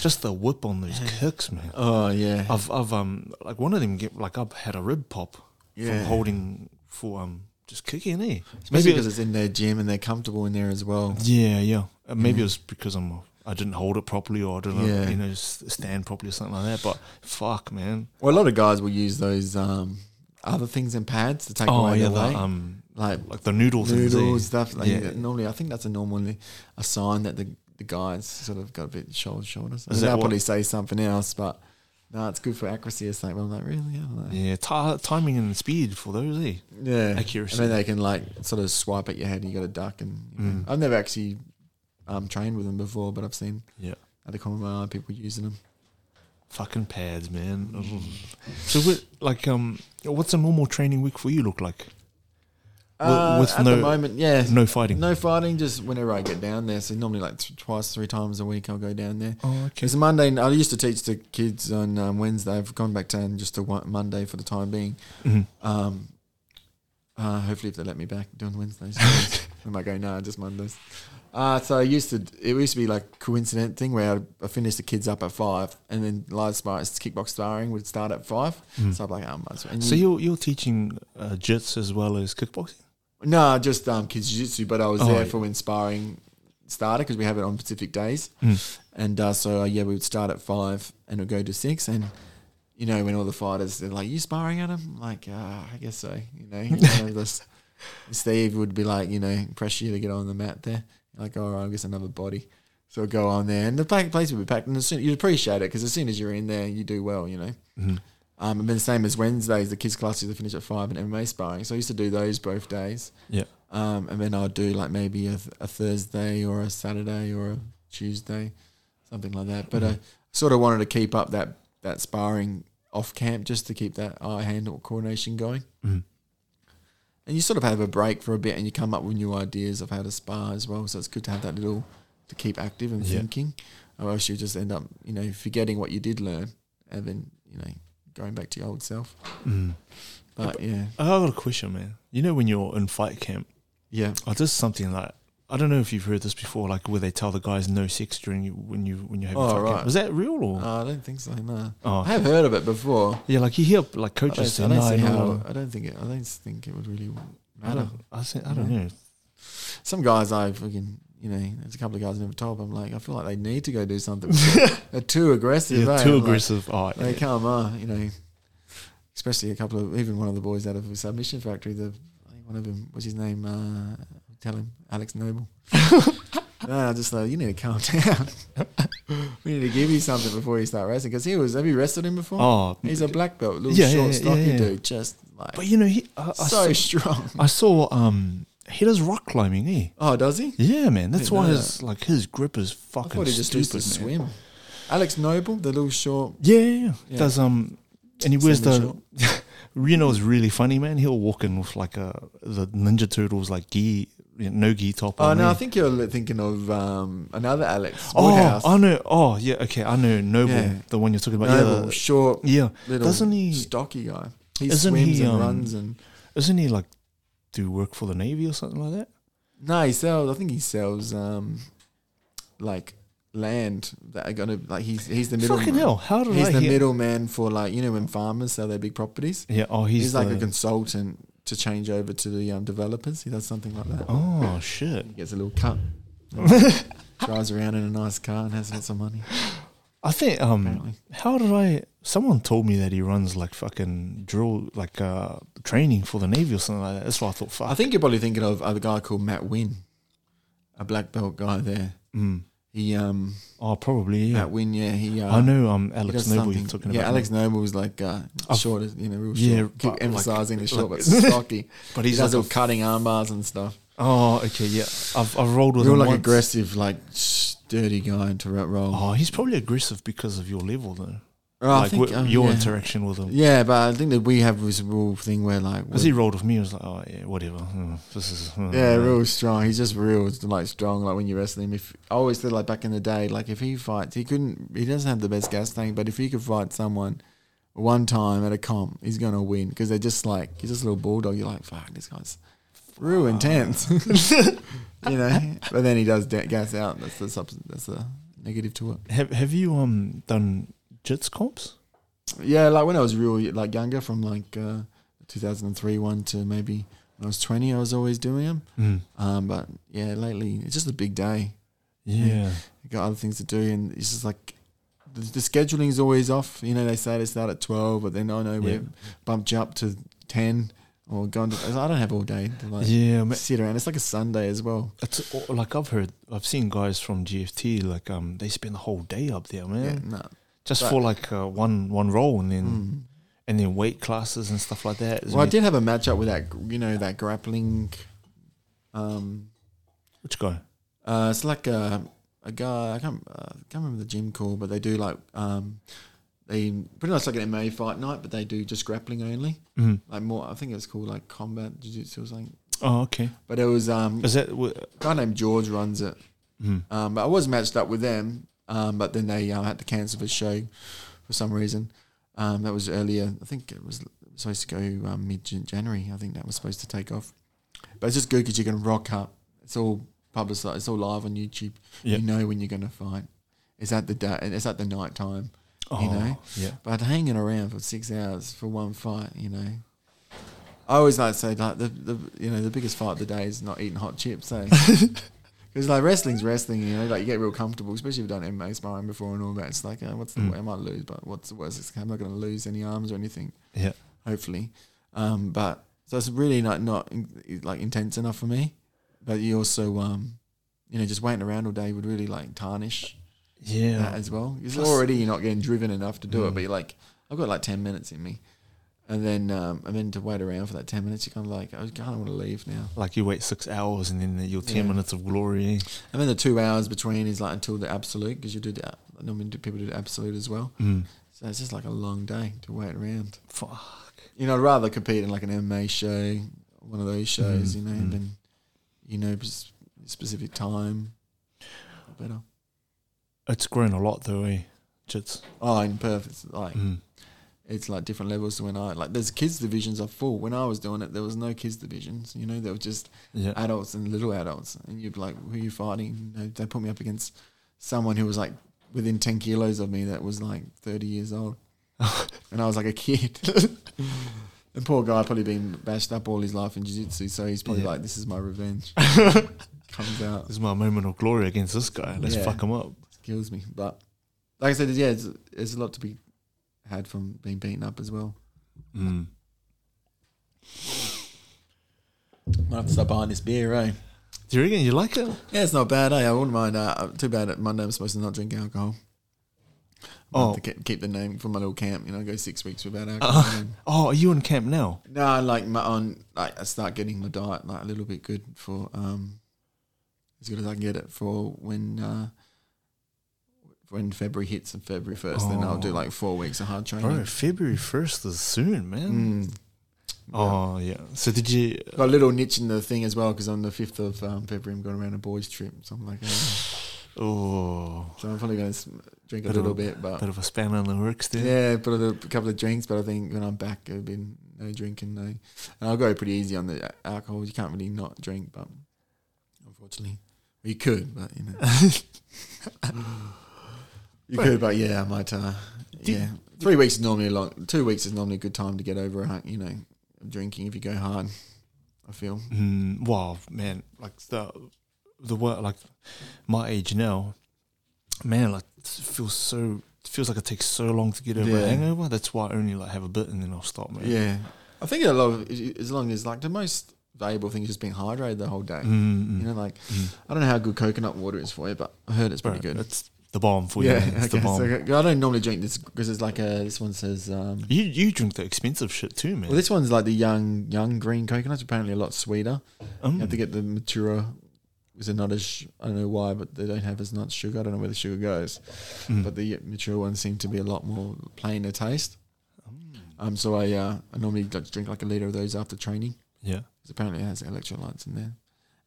[SPEAKER 1] just the whip on those kicks man
[SPEAKER 2] oh yeah,
[SPEAKER 1] I've I've um like one of them get like I've had a rib pop
[SPEAKER 2] yeah.
[SPEAKER 1] from holding for um just kicking eh
[SPEAKER 2] Especially
[SPEAKER 1] it was-
[SPEAKER 2] because it's in their gym and they're comfortable in there as well.
[SPEAKER 1] Yeah, yeah. Uh, maybe it was because I'm I didn't hold it properly or I didn't
[SPEAKER 2] Mm. Yeah.
[SPEAKER 1] you know s- stand properly or something like that. But fuck, man.
[SPEAKER 2] Well, a lot of guys will use those um, other things in pads to take
[SPEAKER 1] Oh
[SPEAKER 2] away
[SPEAKER 1] yeah,
[SPEAKER 2] their
[SPEAKER 1] the,
[SPEAKER 2] weight,
[SPEAKER 1] um,
[SPEAKER 2] like
[SPEAKER 1] like the noodles, things, eh?
[SPEAKER 2] noodles stuff. Like
[SPEAKER 1] Yeah.
[SPEAKER 2] that Normally, I think that's a normally a sign that the the guys sort of got a bit shoulder shoulders. I
[SPEAKER 1] Is
[SPEAKER 2] mean,
[SPEAKER 1] that
[SPEAKER 2] they'll
[SPEAKER 1] what-
[SPEAKER 2] probably say something else, but no, it's good for accuracy or something. I'm like, really? I don't know.
[SPEAKER 1] Yeah, ti timing and speed for those. Eh?
[SPEAKER 2] Yeah.
[SPEAKER 1] Accuracy.
[SPEAKER 2] And then they can like sort of swipe at your head and you got to duck. And you know.
[SPEAKER 1] Mm.
[SPEAKER 2] I've never actually um, trained with them before, but I've seen
[SPEAKER 1] Yeah,
[SPEAKER 2] at the corner of my eye people using them.
[SPEAKER 1] fucking pads, man.
[SPEAKER 2] Mm.
[SPEAKER 1] Ugh. so, what, like, um, what's a normal training week for you look like? Wi-
[SPEAKER 2] Uh,
[SPEAKER 1] with
[SPEAKER 2] at
[SPEAKER 1] no-
[SPEAKER 2] the moment, yeah.
[SPEAKER 1] No fighting.
[SPEAKER 2] No fighting, just whenever I get down there. So normally like th- twice, three times a week I'll go down there.
[SPEAKER 1] Oh, okay.
[SPEAKER 2] It's a Monday. and I used to teach the kids on um, Wednesday. I've gone back down just to one, Monday for the time being.
[SPEAKER 1] Mhm.
[SPEAKER 2] Um, uh, hopefully, if they let me back doing Wednesdays, I might go. No, just Mondays. Uh, so I used to. It used to be like coincident thing where I'd, I finish the kids up at five, and then live sparring, kickbox sparring would start at five.
[SPEAKER 1] Mm.
[SPEAKER 2] So I'm like, oh, might as well. And
[SPEAKER 1] So you're you're teaching uh, jits as well as kickboxing.
[SPEAKER 2] no, just um, kids jiu-jitsu, but I was
[SPEAKER 1] Oh,
[SPEAKER 2] there
[SPEAKER 1] yeah.
[SPEAKER 2] for when sparring started because we have it on Pacific days.
[SPEAKER 1] Mm.
[SPEAKER 2] And uh, so, uh, yeah, we would start at five and it would go to six. And, you know, when all the fighters, they're like, you sparring at him? Like, uh, I guess so. You know, you know this, Steve would be like, you know, pressure you to get on the mat there. Like, all right, I'll get another body. So I'd go on there. And the pla- place would be packed. And as soon, you'd appreciate it because as soon as you're in there, you do well, you know.
[SPEAKER 1] Mhm.
[SPEAKER 2] Um, and then same as Wednesdays, the kids' classes to finish at five and MMA sparring. So I used to do those both days.
[SPEAKER 1] Yeah.
[SPEAKER 2] Um, and then I'd do like maybe a, th- a Thursday or a
[SPEAKER 1] Mm-hmm.
[SPEAKER 2] Saturday or a Tuesday, something like that. But I sort of wanted uh, to keep up that that sparring off camp just to keep that eye hand coordination going.
[SPEAKER 1] Mhm.
[SPEAKER 2] And you sort of have a break for a bit and you come up with new ideas of how to spar as well. So it's good to have that little to keep active and
[SPEAKER 1] Yeah.
[SPEAKER 2] thinking. Or else you just end up, you know, forgetting what you did learn and then, you know, going back to your old self.
[SPEAKER 1] Mm.
[SPEAKER 2] But yeah.
[SPEAKER 1] I got a question, man. You know when you're in fight camp,
[SPEAKER 2] Yeah.
[SPEAKER 1] or just something like I don't know if you've heard this before, like where they tell the guys no sex during you when you when you have
[SPEAKER 2] Oh,
[SPEAKER 1] fight
[SPEAKER 2] right.
[SPEAKER 1] camp. Was that real or?
[SPEAKER 2] Uh, I don't think so, no.
[SPEAKER 1] oh,
[SPEAKER 2] I have heard of it before.
[SPEAKER 1] yeah, like you hear like
[SPEAKER 2] I don't,
[SPEAKER 1] coaches say
[SPEAKER 2] I don't
[SPEAKER 1] no,
[SPEAKER 2] see
[SPEAKER 1] no,
[SPEAKER 2] how-
[SPEAKER 1] no.
[SPEAKER 2] I don't think it, I don't think it would really
[SPEAKER 1] I
[SPEAKER 2] matter.
[SPEAKER 1] don't, I, say, I don't know.
[SPEAKER 2] Some guys I fucking you know, there's a couple of guys I never told. But I'm like, I feel like they need to go do something. They're too aggressive.
[SPEAKER 1] Yeah,
[SPEAKER 2] eh?
[SPEAKER 1] too
[SPEAKER 2] I'm like,
[SPEAKER 1] aggressive. oh,
[SPEAKER 2] they
[SPEAKER 1] yeah.
[SPEAKER 2] come, uh, you know, especially a couple of even one of the boys out of the submission factory. The I think one of them, what's his name? Uh, tell him, Alex Noble. no, I just like you need to calm down. we need to give you something before you start wrestling because he was. Have you wrestled him before?
[SPEAKER 1] Oh,
[SPEAKER 2] He's a black belt, little
[SPEAKER 1] Yeah,
[SPEAKER 2] short,
[SPEAKER 1] yeah,
[SPEAKER 2] stocky
[SPEAKER 1] yeah, yeah.
[SPEAKER 2] dude, just like
[SPEAKER 1] but you know he. I, I saw,
[SPEAKER 2] so strong.
[SPEAKER 1] I saw um he does rock climbing, eh?
[SPEAKER 2] Oh, does he?
[SPEAKER 1] Yeah, man. That's
[SPEAKER 2] Didn't
[SPEAKER 1] why
[SPEAKER 2] know
[SPEAKER 1] his like his grip is
[SPEAKER 2] I
[SPEAKER 1] fucking
[SPEAKER 2] thought he just
[SPEAKER 1] stupid.
[SPEAKER 2] used to
[SPEAKER 1] man.
[SPEAKER 2] swim. Alex Noble, the little short.
[SPEAKER 1] Yeah, yeah, yeah.
[SPEAKER 2] Yeah.
[SPEAKER 1] Does um, and he wears the.
[SPEAKER 2] semi-short.
[SPEAKER 1] You know, it's really funny, man. He'll walk in with like a the Ninja Turtles like gi, you know, no gi top.
[SPEAKER 2] Oh
[SPEAKER 1] on,
[SPEAKER 2] no, I
[SPEAKER 1] eh?
[SPEAKER 2] think you're thinking of um, another Alex
[SPEAKER 1] Oh,
[SPEAKER 2] Woodhouse.
[SPEAKER 1] I know. Oh, yeah. Okay, I know. Noble,
[SPEAKER 2] Yeah.
[SPEAKER 1] the one you're talking about.
[SPEAKER 2] Noble,
[SPEAKER 1] Yeah, the-
[SPEAKER 2] short,
[SPEAKER 1] yeah.
[SPEAKER 2] little,
[SPEAKER 1] Doesn't he-
[SPEAKER 2] stocky guy? He
[SPEAKER 1] Isn't
[SPEAKER 2] swims
[SPEAKER 1] he,
[SPEAKER 2] and
[SPEAKER 1] um,
[SPEAKER 2] runs and
[SPEAKER 1] Isn't he like do work for the navy or something like that?
[SPEAKER 2] no, he sells. I think he sells um, like land that are gonna like he's he's the middle.
[SPEAKER 1] Fucking hell! How did
[SPEAKER 2] He's
[SPEAKER 1] I
[SPEAKER 2] the
[SPEAKER 1] hear?
[SPEAKER 2] middleman for like you know when farmers sell their big properties.
[SPEAKER 1] Yeah. Oh,
[SPEAKER 2] He's,
[SPEAKER 1] he's,
[SPEAKER 2] like
[SPEAKER 1] the-
[SPEAKER 2] a consultant to change over to the um, developers. He does something like that.
[SPEAKER 1] Oh shit!
[SPEAKER 2] He gets a little cut. drives around in a nice car and has lots of money.
[SPEAKER 1] I think um.
[SPEAKER 2] Apparently,
[SPEAKER 1] How did I? Someone told me that he runs like fucking drill, like uh, training for the navy or something like that. That's why I thought, fuck.
[SPEAKER 2] I think you're probably thinking of a guy called Matt Wynn, a black belt guy there.
[SPEAKER 1] Mm.
[SPEAKER 2] He um
[SPEAKER 1] Oh, probably. Yeah.
[SPEAKER 2] Matt Wynn, yeah, he. Uh,
[SPEAKER 1] I know. Um,
[SPEAKER 2] he
[SPEAKER 1] Alex
[SPEAKER 2] does
[SPEAKER 1] Noble
[SPEAKER 2] something-
[SPEAKER 1] you're talking
[SPEAKER 2] yeah,
[SPEAKER 1] about.
[SPEAKER 2] Alex Noble was like uh,
[SPEAKER 1] I've-
[SPEAKER 2] short, you know, real short.
[SPEAKER 1] Yeah,
[SPEAKER 2] Keep
[SPEAKER 1] but like-
[SPEAKER 2] emphasizing the short,
[SPEAKER 1] like-
[SPEAKER 2] but stocky.
[SPEAKER 1] but
[SPEAKER 2] he
[SPEAKER 1] he's
[SPEAKER 2] does
[SPEAKER 1] like.
[SPEAKER 2] all
[SPEAKER 1] a-
[SPEAKER 2] cutting arm bars and stuff.
[SPEAKER 1] oh, okay. Yeah, I've I've rolled with
[SPEAKER 2] Real
[SPEAKER 1] him
[SPEAKER 2] like
[SPEAKER 1] once.
[SPEAKER 2] aggressive, like sturdy guy into rut roll.
[SPEAKER 1] Oh, he's probably aggressive because of your level though.
[SPEAKER 2] Oh,
[SPEAKER 1] like wi-
[SPEAKER 2] um,
[SPEAKER 1] your
[SPEAKER 2] yeah.
[SPEAKER 1] interaction with him.
[SPEAKER 2] Yeah, but I think that we have this real thing where like
[SPEAKER 1] As he rolled with me, I was like, oh yeah, whatever. Mm, This is mm,
[SPEAKER 2] Yeah,
[SPEAKER 1] mm.
[SPEAKER 2] real strong. He's just real, like strong. Like when you wrestle him, if I always said, like back in the day, like if he fights, he couldn't. He doesn't have the best gas tank, but if he could fight someone one time at a comp, he's gonna win because they're just like he's just a little bulldog. You're like, fuck, this guy's real intense, you know. But then he does da- gas out. That's the subs- that's the negative to it.
[SPEAKER 1] Have Have you um done jits comps?
[SPEAKER 2] Yeah, like when I was real, like younger, from like uh, 2003 one to maybe when I was 20, I was always doing them.
[SPEAKER 1] Mm.
[SPEAKER 2] Um, but yeah, lately it's just a big day.
[SPEAKER 1] Yeah.
[SPEAKER 2] you got other things to do, and it's just like the, the scheduling is always off. You know, they say they start at twelve, but then I know
[SPEAKER 1] Yeah.
[SPEAKER 2] we've bumped you up to ten or gone to. I don't have all day to like
[SPEAKER 1] yeah ma-
[SPEAKER 2] sit around. It's like a Sunday as well.
[SPEAKER 1] It's all- like I've heard, I've seen guys from GFT like um they spend the whole day up there, man,
[SPEAKER 2] Yeah, no.
[SPEAKER 1] just
[SPEAKER 2] but-
[SPEAKER 1] for like uh, one one role and then
[SPEAKER 2] Mm.
[SPEAKER 1] and then weight classes and stuff like that. Is
[SPEAKER 2] Well, I
[SPEAKER 1] me-
[SPEAKER 2] did have a matchup with that. You know, that grappling. Um,
[SPEAKER 1] Which guy?
[SPEAKER 2] uh, it's like a a guy. I can't uh, can't remember the gym call, but they do like um, they pretty much like an MMA fight night, but they do just grappling only.
[SPEAKER 1] Mm.
[SPEAKER 2] Like more, I think it was called like combat jiu-jitsu or something.
[SPEAKER 1] Oh, okay.
[SPEAKER 2] But it was um,
[SPEAKER 1] Is that? w-
[SPEAKER 2] a guy named George runs it.
[SPEAKER 1] Mm.
[SPEAKER 2] Um, but I was matched up with them, um, but then they uh, had to cancel the show for some reason. Um, that was earlier. I think it was supposed to go um, mid January. I think that was supposed to take off. But it's just good because you can rock up. It's all publicized. It's all live on YouTube.
[SPEAKER 1] Yeah.
[SPEAKER 2] You know when you're going to fight. It's at the day. It's at the night time.
[SPEAKER 1] Oh,
[SPEAKER 2] know?
[SPEAKER 1] yeah.
[SPEAKER 2] But hanging around for six hours for one fight, you know. I always like to say like the, the you know the biggest fight of the day is not eating hot chips, eh? Because like wrestling's wrestling, you know, like you get real comfortable, especially if you've done MMA sparring before and all that. It's like, oh, what's the
[SPEAKER 1] Mm.
[SPEAKER 2] way I might lose, but what's the worst? that's- I'm not going to lose any arms or anything.
[SPEAKER 1] Yeah.
[SPEAKER 2] hopefully. Um, but so it's really like not in, like intense enough for me. But you also, um, you know, just waiting around all day would really like tarnish that
[SPEAKER 1] Yeah.
[SPEAKER 2] as well. It's
[SPEAKER 1] Plus-
[SPEAKER 2] already you're not getting driven enough to do it,
[SPEAKER 1] Mm.
[SPEAKER 2] but you're like, I've got like ten minutes in me, and then um, and then to wait around for that ten minutes, you're kind of like, I kind of want to leave now.
[SPEAKER 1] Like you wait six hours and then your ten
[SPEAKER 2] Yeah.
[SPEAKER 1] minutes of glory. eh?
[SPEAKER 2] And uh, then the two hours between is like until the absolute because you do the normally do people do the absolute as well.
[SPEAKER 1] Mm.
[SPEAKER 2] So So it's just like a long day to wait around.
[SPEAKER 1] Fuck.
[SPEAKER 2] You know, I'd rather compete in like an MMA show, one of those shows, you know,
[SPEAKER 1] Mm, mm.
[SPEAKER 2] than you know s- specific time. Better.
[SPEAKER 1] It's grown a lot though, eh? Jits.
[SPEAKER 2] Oh, in Perth, it's like
[SPEAKER 1] Mm.
[SPEAKER 2] it's like different levels to when I like. There's kids divisions are full. When I was doing it, there was no kids divisions. You know, there were just
[SPEAKER 1] Yeah.
[SPEAKER 2] adults and little adults, and you'd be like, "Who are you fighting?" You know, they put me up against someone who was like within ten kilos of me, that was like thirty years old, and I was like a kid. the poor guy probably been bashed up all his life in jiu-jitsu, so he's probably
[SPEAKER 1] Yeah.
[SPEAKER 2] like, "This is my revenge." Comes out,
[SPEAKER 1] This is my moment of glory against this guy. Let's
[SPEAKER 2] Yeah.
[SPEAKER 1] fuck him up.
[SPEAKER 2] kills me. But like I said, yeah, it's, it's a lot to be had from being beaten up as well.
[SPEAKER 1] Mm.
[SPEAKER 2] Might have to stop behind this beer, eh?
[SPEAKER 1] Do you reckon you like it?
[SPEAKER 2] Yeah, it's not bad, eh? I wouldn't mind. Uh, too bad at Monday I'm supposed to not drink alcohol. I'll have
[SPEAKER 1] Oh.
[SPEAKER 2] To keep, keep the name from my little camp, you know, go six weeks without alcohol. and-
[SPEAKER 1] Oh, are you in camp now?
[SPEAKER 2] No, like my on, like I start getting my diet like a little bit good for um, as good as I can get it for when uh, when February hits and February first. Then I'll do
[SPEAKER 1] Oh.
[SPEAKER 2] like four weeks of hard training.
[SPEAKER 1] Bro, February 1st is soon, man.
[SPEAKER 2] Mm.
[SPEAKER 1] Oh, yeah. So did you.
[SPEAKER 2] Got a little niche in the thing as well because on the fifth of um, February I'm going around a boys' trip, something like that.
[SPEAKER 1] Oh,
[SPEAKER 2] So I'm probably going to drink a
[SPEAKER 1] Bit of-
[SPEAKER 2] little bit, but
[SPEAKER 1] bit of a spanner in the works there.
[SPEAKER 2] Yeah, put a, a couple of drinks, but I think when I'm back, I've been no drinking, no. And I'll go pretty easy on the a- alcohol. You can't really not drink, but unfortunately, you could, but you know, you could, but yeah, I might. Uh,
[SPEAKER 1] Do-
[SPEAKER 2] yeah, three weeks is normally a long. Two weeks is normally a good time to get over a hunk, you know, of drinking if you go hard. I feel.
[SPEAKER 1] Mm, wow, man, like the the work, like my age now, man, like it feels so it feels like it takes so long to get over
[SPEAKER 2] Yeah.
[SPEAKER 1] a hangover. That's why I only like have a bit and then I'll stop, man.
[SPEAKER 2] Yeah, I think a lot of as long as like the most valuable thing is just being hydrated the whole day.
[SPEAKER 1] Mm, mm,
[SPEAKER 2] You know, like
[SPEAKER 1] mm.
[SPEAKER 2] I don't know how good coconut water is for you, but I heard it's
[SPEAKER 1] Bro,
[SPEAKER 2] pretty good.
[SPEAKER 1] It's the bomb for you. man. It's the
[SPEAKER 2] okay,
[SPEAKER 1] bomb.
[SPEAKER 2] so I don't normally drink this because it's like a this one says. Um,
[SPEAKER 1] You you drink the expensive shit too, man.
[SPEAKER 2] well, this one's like the young young green coconut's apparently a lot sweeter.
[SPEAKER 1] Um,
[SPEAKER 2] You have to get the mature. Is it not as sh- I don't know why, but they don't have as much sugar. I don't know where the sugar goes,
[SPEAKER 1] mm.
[SPEAKER 2] but the mature ones seem to be a lot more plain to taste. Um, so I uh, I normally like drink like a liter of those after training
[SPEAKER 1] yeah,
[SPEAKER 2] because apparently it has electrolytes in there,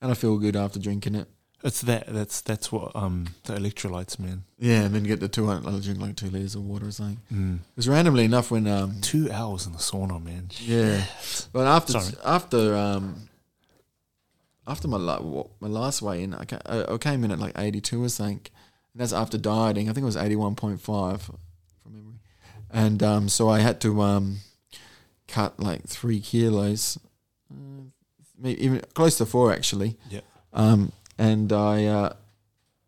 [SPEAKER 2] and I feel good after drinking it.
[SPEAKER 1] it's that. That's that's what um the electrolytes, man.
[SPEAKER 2] Yeah, and then get the two. I'll drink like two liters of water or something.
[SPEAKER 1] Mm.
[SPEAKER 2] Because randomly enough, when um,
[SPEAKER 1] Two hours in the sauna, man.
[SPEAKER 2] Yeah, but after
[SPEAKER 1] Sorry.
[SPEAKER 2] after um after my la- wa- my last weigh in, I, ca- I I came in at like eighty two or something. And that's after dieting. I think it was eighty one point five from memory, and um, so I had to um cut like three kilos, uh, maybe even close to four actually.
[SPEAKER 1] Yeah.
[SPEAKER 2] Um, and I uh,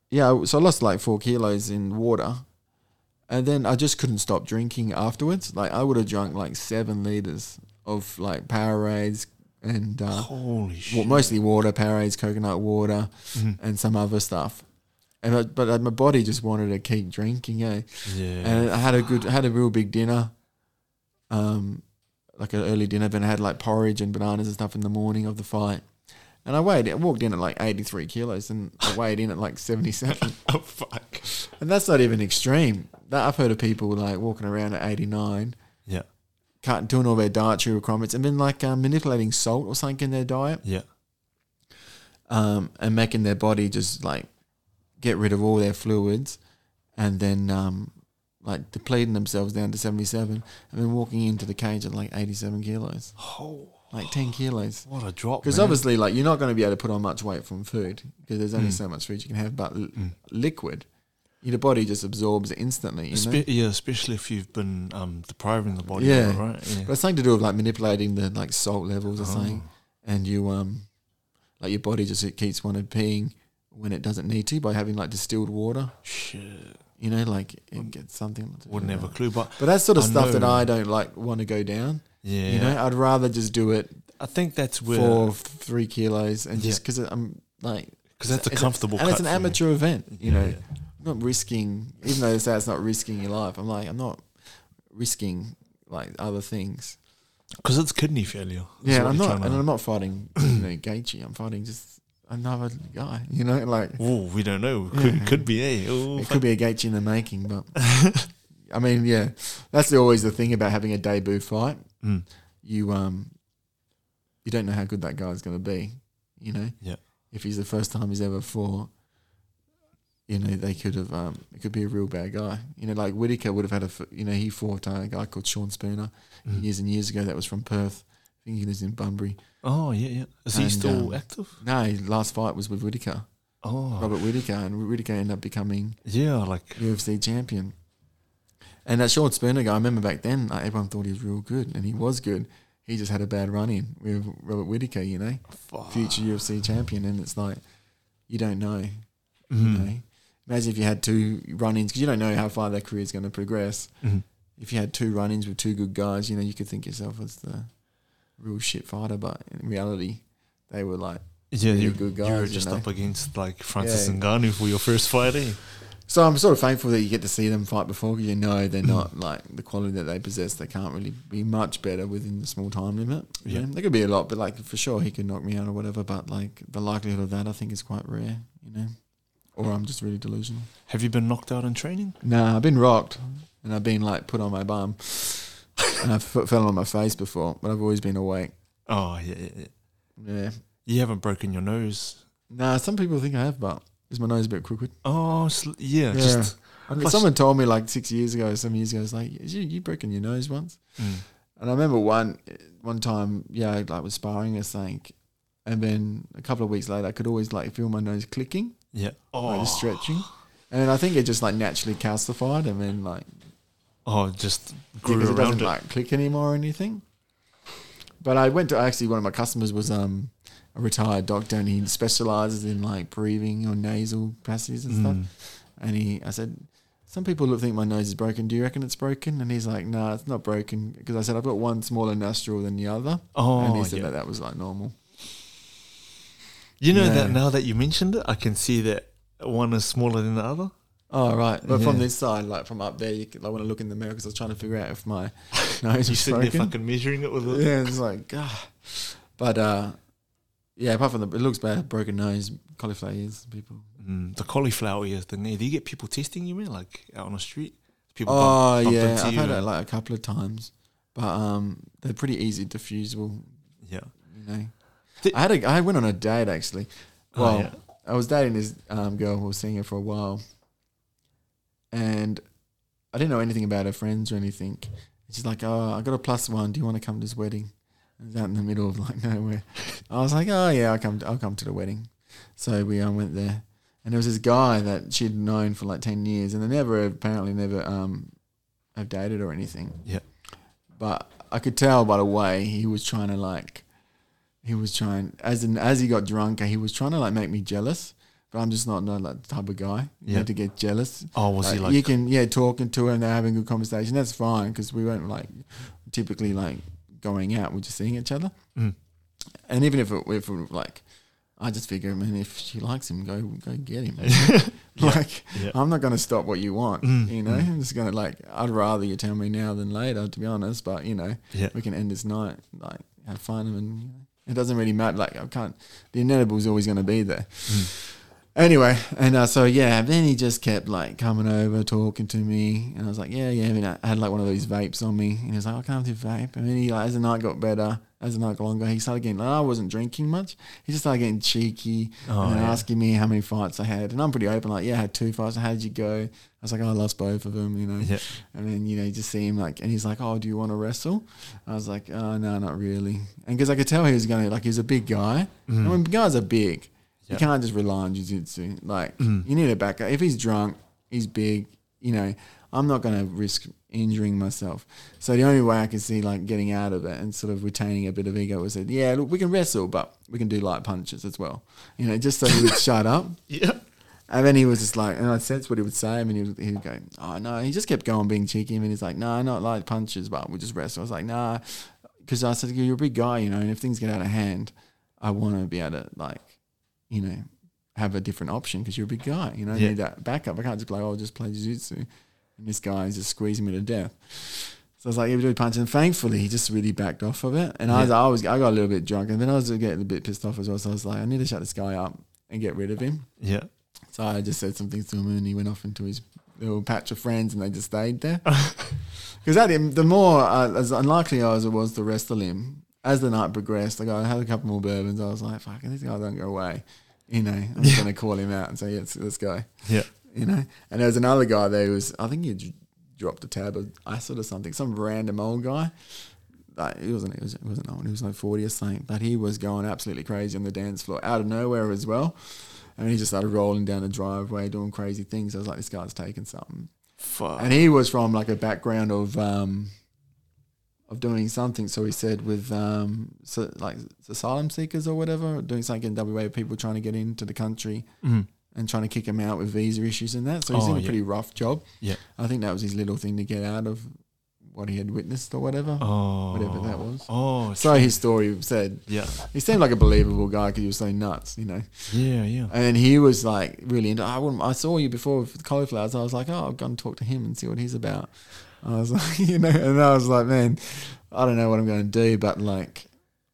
[SPEAKER 2] yeah, so I lost like four kilos in water. And then I just couldn't stop drinking afterwards. Like I would have drunk like seven liters of like Powerades and uh,
[SPEAKER 1] Holy
[SPEAKER 2] well,
[SPEAKER 1] Oh, shit.
[SPEAKER 2] mostly water, Powerades, coconut water,
[SPEAKER 1] Mhm.
[SPEAKER 2] and some other stuff. And I, but uh, my body just wanted to keep drinking. Eh?
[SPEAKER 1] Yeah.
[SPEAKER 2] And I had a good, I had a real big dinner, um, like an early dinner. Then I had like porridge and bananas and stuff in the morning of the fight. And I weighed, I walked in at like eighty three kilos, and I weighed in at like seventy seven.
[SPEAKER 1] oh fuck.
[SPEAKER 2] And that's not even extreme. That I've heard of people like walking around at 89,
[SPEAKER 1] Yeah.
[SPEAKER 2] cut, doing all their dietary requirements, and then like um, manipulating salt or something in their diet,
[SPEAKER 1] Yeah.
[SPEAKER 2] um, and making their body just like get rid of all their fluids, and then um, like depleting themselves down to 77, and then walking into the cage at like 87 kilos,
[SPEAKER 1] Oh,
[SPEAKER 2] like 10 kilos.
[SPEAKER 1] what a drop.
[SPEAKER 2] Because
[SPEAKER 1] man.
[SPEAKER 2] obviously, like you're not going to be able to put on much weight from food because there's
[SPEAKER 1] Hmm.
[SPEAKER 2] only so much food you can have. But l- liquid, your body just absorbs it instantly. You know?
[SPEAKER 1] Espe- yeah, especially if you've been um, depriving the body.
[SPEAKER 2] Yeah.
[SPEAKER 1] Yeah. right. Yeah.
[SPEAKER 2] But it's something to do with like manipulating the like salt levels or
[SPEAKER 1] Oh.
[SPEAKER 2] something, and you um, like your body just it keeps wanting peeing when it doesn't need to by having like distilled water.
[SPEAKER 1] Oh, Shit.
[SPEAKER 2] You know, like it gets something. to do
[SPEAKER 1] Wouldn't
[SPEAKER 2] with
[SPEAKER 1] have a
[SPEAKER 2] that.
[SPEAKER 1] clue, but
[SPEAKER 2] But that's sort of
[SPEAKER 1] I
[SPEAKER 2] stuff that
[SPEAKER 1] know.
[SPEAKER 2] I don't like want to go down.
[SPEAKER 1] yeah,
[SPEAKER 2] You know, I'd rather just do it
[SPEAKER 1] I think that's where
[SPEAKER 2] for three kilos and just
[SPEAKER 1] Yeah.
[SPEAKER 2] because I'm like
[SPEAKER 1] because that's a
[SPEAKER 2] it's
[SPEAKER 1] comfortable.
[SPEAKER 2] and
[SPEAKER 1] cut
[SPEAKER 2] it's an
[SPEAKER 1] for me.
[SPEAKER 2] amateur event. You
[SPEAKER 1] Yeah,
[SPEAKER 2] know,
[SPEAKER 1] yeah.
[SPEAKER 2] not risking. Even though they say it's not risking your life, I'm like I'm not risking like other things.
[SPEAKER 1] because it's kidney failure. is
[SPEAKER 2] Yeah,
[SPEAKER 1] what
[SPEAKER 2] I'm
[SPEAKER 1] you're
[SPEAKER 2] not,
[SPEAKER 1] trying
[SPEAKER 2] and
[SPEAKER 1] to-
[SPEAKER 2] I'm not fighting you know, Gaethje. I'm fighting just another guy. You know, like
[SPEAKER 1] Ooh, we don't know. Could
[SPEAKER 2] Yeah.
[SPEAKER 1] could be a.
[SPEAKER 2] it could be a Gaethje in the making, but I mean, yeah, that's the, always the thing about having a debut fight.
[SPEAKER 1] Mm.
[SPEAKER 2] You um, you don't know how good that guy's going to be. You know,
[SPEAKER 1] Yeah.
[SPEAKER 2] If he's the first time he's ever fought, you know, they could have um, it could be a real bad guy. You know, like Whitaker would have had a, f- you know, he fought uh, a guy called Sean Spooner
[SPEAKER 1] Mm.
[SPEAKER 2] years and years ago. That was from Perth. I think he lives in Bunbury.
[SPEAKER 1] Oh yeah, yeah. Is he
[SPEAKER 2] And,
[SPEAKER 1] still
[SPEAKER 2] um,
[SPEAKER 1] active?
[SPEAKER 2] No, his last fight was with Whitaker,
[SPEAKER 1] Oh
[SPEAKER 2] Robert Whitaker, and Whitaker ended up becoming
[SPEAKER 1] yeah, like
[SPEAKER 2] UFC champion. And that Sean Spooner guy, I remember back then, like, everyone thought he was real good, and he was good. He just had a bad run in with Robert Whitaker, you know,
[SPEAKER 1] fuck.
[SPEAKER 2] future UFC champion. And it's like, you don't know, you know.
[SPEAKER 1] Mm.
[SPEAKER 2] Imagine if you had two run ins, because you don't know how far their career is going to progress.
[SPEAKER 1] Mhm.
[SPEAKER 2] If you had two run ins with two good guys, you know, you could think yourself as the real shit fighter, but in reality, they were like,
[SPEAKER 1] Yeah,
[SPEAKER 2] really
[SPEAKER 1] you,
[SPEAKER 2] good
[SPEAKER 1] you
[SPEAKER 2] guys,
[SPEAKER 1] were
[SPEAKER 2] you
[SPEAKER 1] just
[SPEAKER 2] know.
[SPEAKER 1] up against like Francis
[SPEAKER 2] Yeah.
[SPEAKER 1] Ngannou for your first fight, eh?
[SPEAKER 2] So I'm sort of thankful that you get to see them fight before because you know they're not like the quality that they possess. They can't really be much better within the small time limit.
[SPEAKER 1] Yeah.
[SPEAKER 2] Yeah, they could be a lot, but like for sure he could knock me out or whatever. But like the likelihood of that, I think, is quite rare. You know, or I'm just really delusional.
[SPEAKER 1] Have you been knocked out in training?
[SPEAKER 2] Nah, I've been rocked and I've been like put on my bum and I've f- fell on my face before, but I've always been awake.
[SPEAKER 1] Oh yeah, yeah, yeah.
[SPEAKER 2] Yeah.
[SPEAKER 1] You haven't broken your nose.
[SPEAKER 2] Nah, some people think I have, but is my nose a bit crooked?
[SPEAKER 1] Oh sl- yeah,
[SPEAKER 2] Yeah.
[SPEAKER 1] just
[SPEAKER 2] I mean,
[SPEAKER 1] Plus-
[SPEAKER 2] someone told me like six years ago, some years ago, it's like you you broken your nose once.
[SPEAKER 1] mm,
[SPEAKER 2] And I remember one one time, yeah, I like was sparring or something, and then a couple of weeks later, I could always like feel my nose clicking,
[SPEAKER 1] yeah. Oh,
[SPEAKER 2] like just stretching, and then I think it just like naturally calcified, and then like
[SPEAKER 1] oh, just grew
[SPEAKER 2] because it
[SPEAKER 1] around
[SPEAKER 2] doesn't
[SPEAKER 1] it.
[SPEAKER 2] like click anymore or anything. But I went to actually one of my customers was um a retired doctor, and he specializes in like breathing or nasal passages and stuff.
[SPEAKER 1] Mm.
[SPEAKER 2] And he, I said, some people look- think my nose is broken. Do you reckon it's broken? And he's like, no, nah, it's not broken. Because I said, I've got one smaller nostril than the other. and
[SPEAKER 1] Oh
[SPEAKER 2] he said
[SPEAKER 1] yeah.
[SPEAKER 2] that that was like normal.
[SPEAKER 1] You know
[SPEAKER 2] Yeah.
[SPEAKER 1] that now that you mentioned it, I can see that one is smaller than the other.
[SPEAKER 2] Oh, right. But from
[SPEAKER 1] Yeah.
[SPEAKER 2] this side, like from up there, you could, like, when I look in the mirror, because I was trying to figure out if my nose
[SPEAKER 1] You
[SPEAKER 2] was
[SPEAKER 1] sit
[SPEAKER 2] broken.
[SPEAKER 1] there fucking measuring it with a
[SPEAKER 2] yeah, it's like, God. But uh, yeah, apart from the, it looks bad, broken nose, cauliflower ears, people.
[SPEAKER 1] Mm, the cauliflower ears thing. eh? Do you get people testing you, man? Like out on the street, people.
[SPEAKER 2] oh,
[SPEAKER 1] bump
[SPEAKER 2] yeah.
[SPEAKER 1] into
[SPEAKER 2] I've
[SPEAKER 1] you
[SPEAKER 2] had it
[SPEAKER 1] and-
[SPEAKER 2] like a couple of times. But um, they're pretty easy diffusible,
[SPEAKER 1] yeah.
[SPEAKER 2] you know.
[SPEAKER 1] Thi-
[SPEAKER 2] I had a, I went on a date actually.
[SPEAKER 1] Oh,
[SPEAKER 2] Well,
[SPEAKER 1] yeah.
[SPEAKER 2] I was dating this um, girl who was seeing her for a while, and I didn't know anything about her friends or anything. And she's like, "Oh, I got a plus one. Do you want to come to this wedding?" It was out in the middle of like nowhere. I was like, "Oh yeah, I'll come. I'll come to the wedding." So we um, went there, and there was this guy that she'd known for like ten years, and they never apparently never um, have dated or anything.
[SPEAKER 1] Yeah.
[SPEAKER 2] but I could tell by the way he was trying to like he was trying as in as he got drunk he was trying to like make me jealous but i'm just not not like the type of guy you
[SPEAKER 1] Yeah.
[SPEAKER 2] know, to get jealous
[SPEAKER 1] Oh, was he like?
[SPEAKER 2] uh, you can yeah talking to him they're having a good conversation that's fine because we weren't like typically like going out we're just seeing each other
[SPEAKER 1] Mm.
[SPEAKER 2] and even if it, if it like i just figure man if she likes him go go get him like
[SPEAKER 1] Yeah.
[SPEAKER 2] i'm not going to stop what you want
[SPEAKER 1] Mm,
[SPEAKER 2] you know i'm just going to like i'd rather you tell me now than later to be honest but you know
[SPEAKER 1] yeah.
[SPEAKER 2] we can end this night, like have fun, and you know, it doesn't really matter. Like I can't, the inevitable is always going to be there. Anyway, and uh, so yeah, then he just kept like coming over, talking to me, and I was like, yeah, yeah. And I had like one of those vapes on me, and he was like, I can't do vape. And then he, like, as the night got better, as the night got longer, he started getting. Like, I wasn't drinking much. He just started getting cheeky
[SPEAKER 1] Oh,
[SPEAKER 2] and then
[SPEAKER 1] yeah.
[SPEAKER 2] asking me how many fights I had, and I'm pretty open. Like, yeah, I had two fights. How did you go? I was like, oh, I lost both of them, you know.
[SPEAKER 1] Yeah.
[SPEAKER 2] And then, you know, you just see him like, and he's like, oh, do you want to wrestle? I was like, oh, no, not really. And because I could tell he was going to, like, he was a big guy. And when guys are big,
[SPEAKER 1] Mm. Yeah.
[SPEAKER 2] you can't just rely on jiu-jitsu. Like,
[SPEAKER 1] Mm.
[SPEAKER 2] you need a backup. If he's drunk, he's big, you know, I'm not going to risk injuring myself. So the only way I could see, like, getting out of it and sort of retaining a bit of ego was that, yeah, look, we can wrestle, but we can do light punches as well. You know, just so he would shut up.
[SPEAKER 1] Yeah.
[SPEAKER 2] And then he was just like, and I sensed what he would say. I mean, he would, he would go, oh no, he just kept going being cheeky. And he's like, no, not like punches, but we just wrestle. I was like, nah, because I said, you're a big guy, you know, and if things get out of hand, I want to be able to like, you know, have a different option because you're a big guy, you know, I
[SPEAKER 1] Yeah.
[SPEAKER 2] need that backup. I can't just play, oh, I'll just play jiu-jitsu. And this guy is just squeezing me to death. So I was like, yeah, we do punch. And thankfully, he just really backed off of it. And I was, I was, I got a little bit drunk and then I was getting a bit pissed off as well. So I was like, I need to shut this guy up and get rid of him.
[SPEAKER 1] Yeah.
[SPEAKER 2] So I just said some things to him, and he went off into his little patch of friends, and they just stayed there. Because that him, the more uh, as unlikely as it was to wrestle him, as the night progressed, like I had a couple more bourbons. I was like, "Fucking this guy don't go away," you know. I'm just gonna call him out and say, "Yes, let's go,"
[SPEAKER 1] Yeah.
[SPEAKER 2] you know. And there was another guy there who was, I think he had dropped a tab of acid or something, some random old guy. Like, he wasn't, he was, he wasn't old. He was like forty or something, but he was going absolutely crazy on the dance floor out of nowhere as well. And he just started rolling down the driveway, doing crazy things. I was like, "This guy's taking something."
[SPEAKER 1] Fuck.
[SPEAKER 2] and he was from like a background of um of doing something so he said with um so like asylum seekers or whatever doing something in WA people trying to get into the country
[SPEAKER 1] Mhm.
[SPEAKER 2] and trying to kick him out with visa issues and that so he's
[SPEAKER 1] Oh,
[SPEAKER 2] in a
[SPEAKER 1] yeah.
[SPEAKER 2] pretty rough job
[SPEAKER 1] Yeah.
[SPEAKER 2] I think that was his little thing to get out of what he had witnessed or whatever
[SPEAKER 1] Oh.
[SPEAKER 2] whatever that was.
[SPEAKER 1] Oh.
[SPEAKER 2] so his story said
[SPEAKER 1] yeah.
[SPEAKER 2] he seemed like a believable guy because he was so nuts you know
[SPEAKER 1] Yeah. Yeah.
[SPEAKER 2] and he was like really into. I wouldn't. I saw you before with cauliflowers. I was like, oh, I'll go and talk to him and see what he's about. I was like, you know, and I was like, man, I don't know what I'm going to do, but like,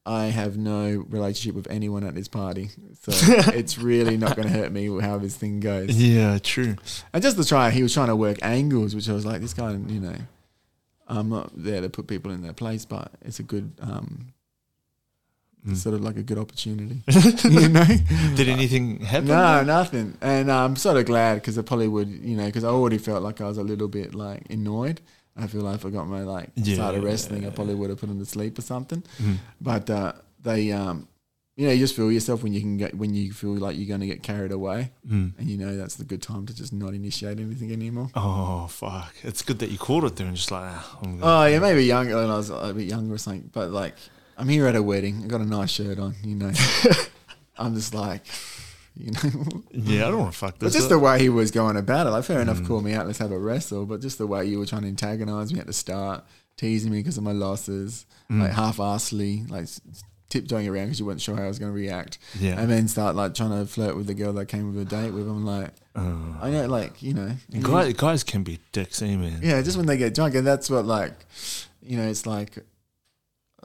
[SPEAKER 2] I have no relationship with anyone at this party, so it's really not going to hurt me how this thing goes.
[SPEAKER 1] Yeah. True.
[SPEAKER 2] And just to try, he was trying to work angles, which I was like, this guy, you know, I'm not there to put people in their place, but it's a good, um,
[SPEAKER 1] Mm.
[SPEAKER 2] sort of like a good opportunity, you know.
[SPEAKER 1] Did anything happen?
[SPEAKER 2] No, nothing. And I'm sort of glad because I probably would, you know, because I already felt like I was a little bit like annoyed. I feel like if I got my like
[SPEAKER 1] Yeah.
[SPEAKER 2] started wrestling, I probably would have put him to sleep or something.
[SPEAKER 1] Mm.
[SPEAKER 2] But uh, they, um, you know, you just feel yourself when you can get when you feel like you're going to get carried away,
[SPEAKER 1] Mm.
[SPEAKER 2] and you know that's the good time to just not initiate anything anymore.
[SPEAKER 1] Oh fuck! It's good that you caught it there and just like ah, I'm gonna-
[SPEAKER 2] Oh yeah, maybe younger when I was a bit younger or something. But like, I'm here at a wedding. I got a nice shirt on, you know. I'm just like, you know,
[SPEAKER 1] yeah, I don't want to fuck
[SPEAKER 2] But
[SPEAKER 1] this.
[SPEAKER 2] just
[SPEAKER 1] up.
[SPEAKER 2] the way he was going about it, like fair enough,
[SPEAKER 1] Mm.
[SPEAKER 2] call me out, let's have a wrestle. But just the way you were trying to antagonize me at the start, teasing me because of my losses,
[SPEAKER 1] Mm.
[SPEAKER 2] like half arsely, like s- tiptoeing around because you weren't sure how I was going to react,
[SPEAKER 1] yeah.
[SPEAKER 2] and then start like trying to flirt with the girl that I came with a date with. I'm like,
[SPEAKER 1] Oh.
[SPEAKER 2] I know, like you know, and
[SPEAKER 1] guys, guys can be dicks, eh, man?
[SPEAKER 2] yeah, just when they get drunk, and that's what like, you know, it's like,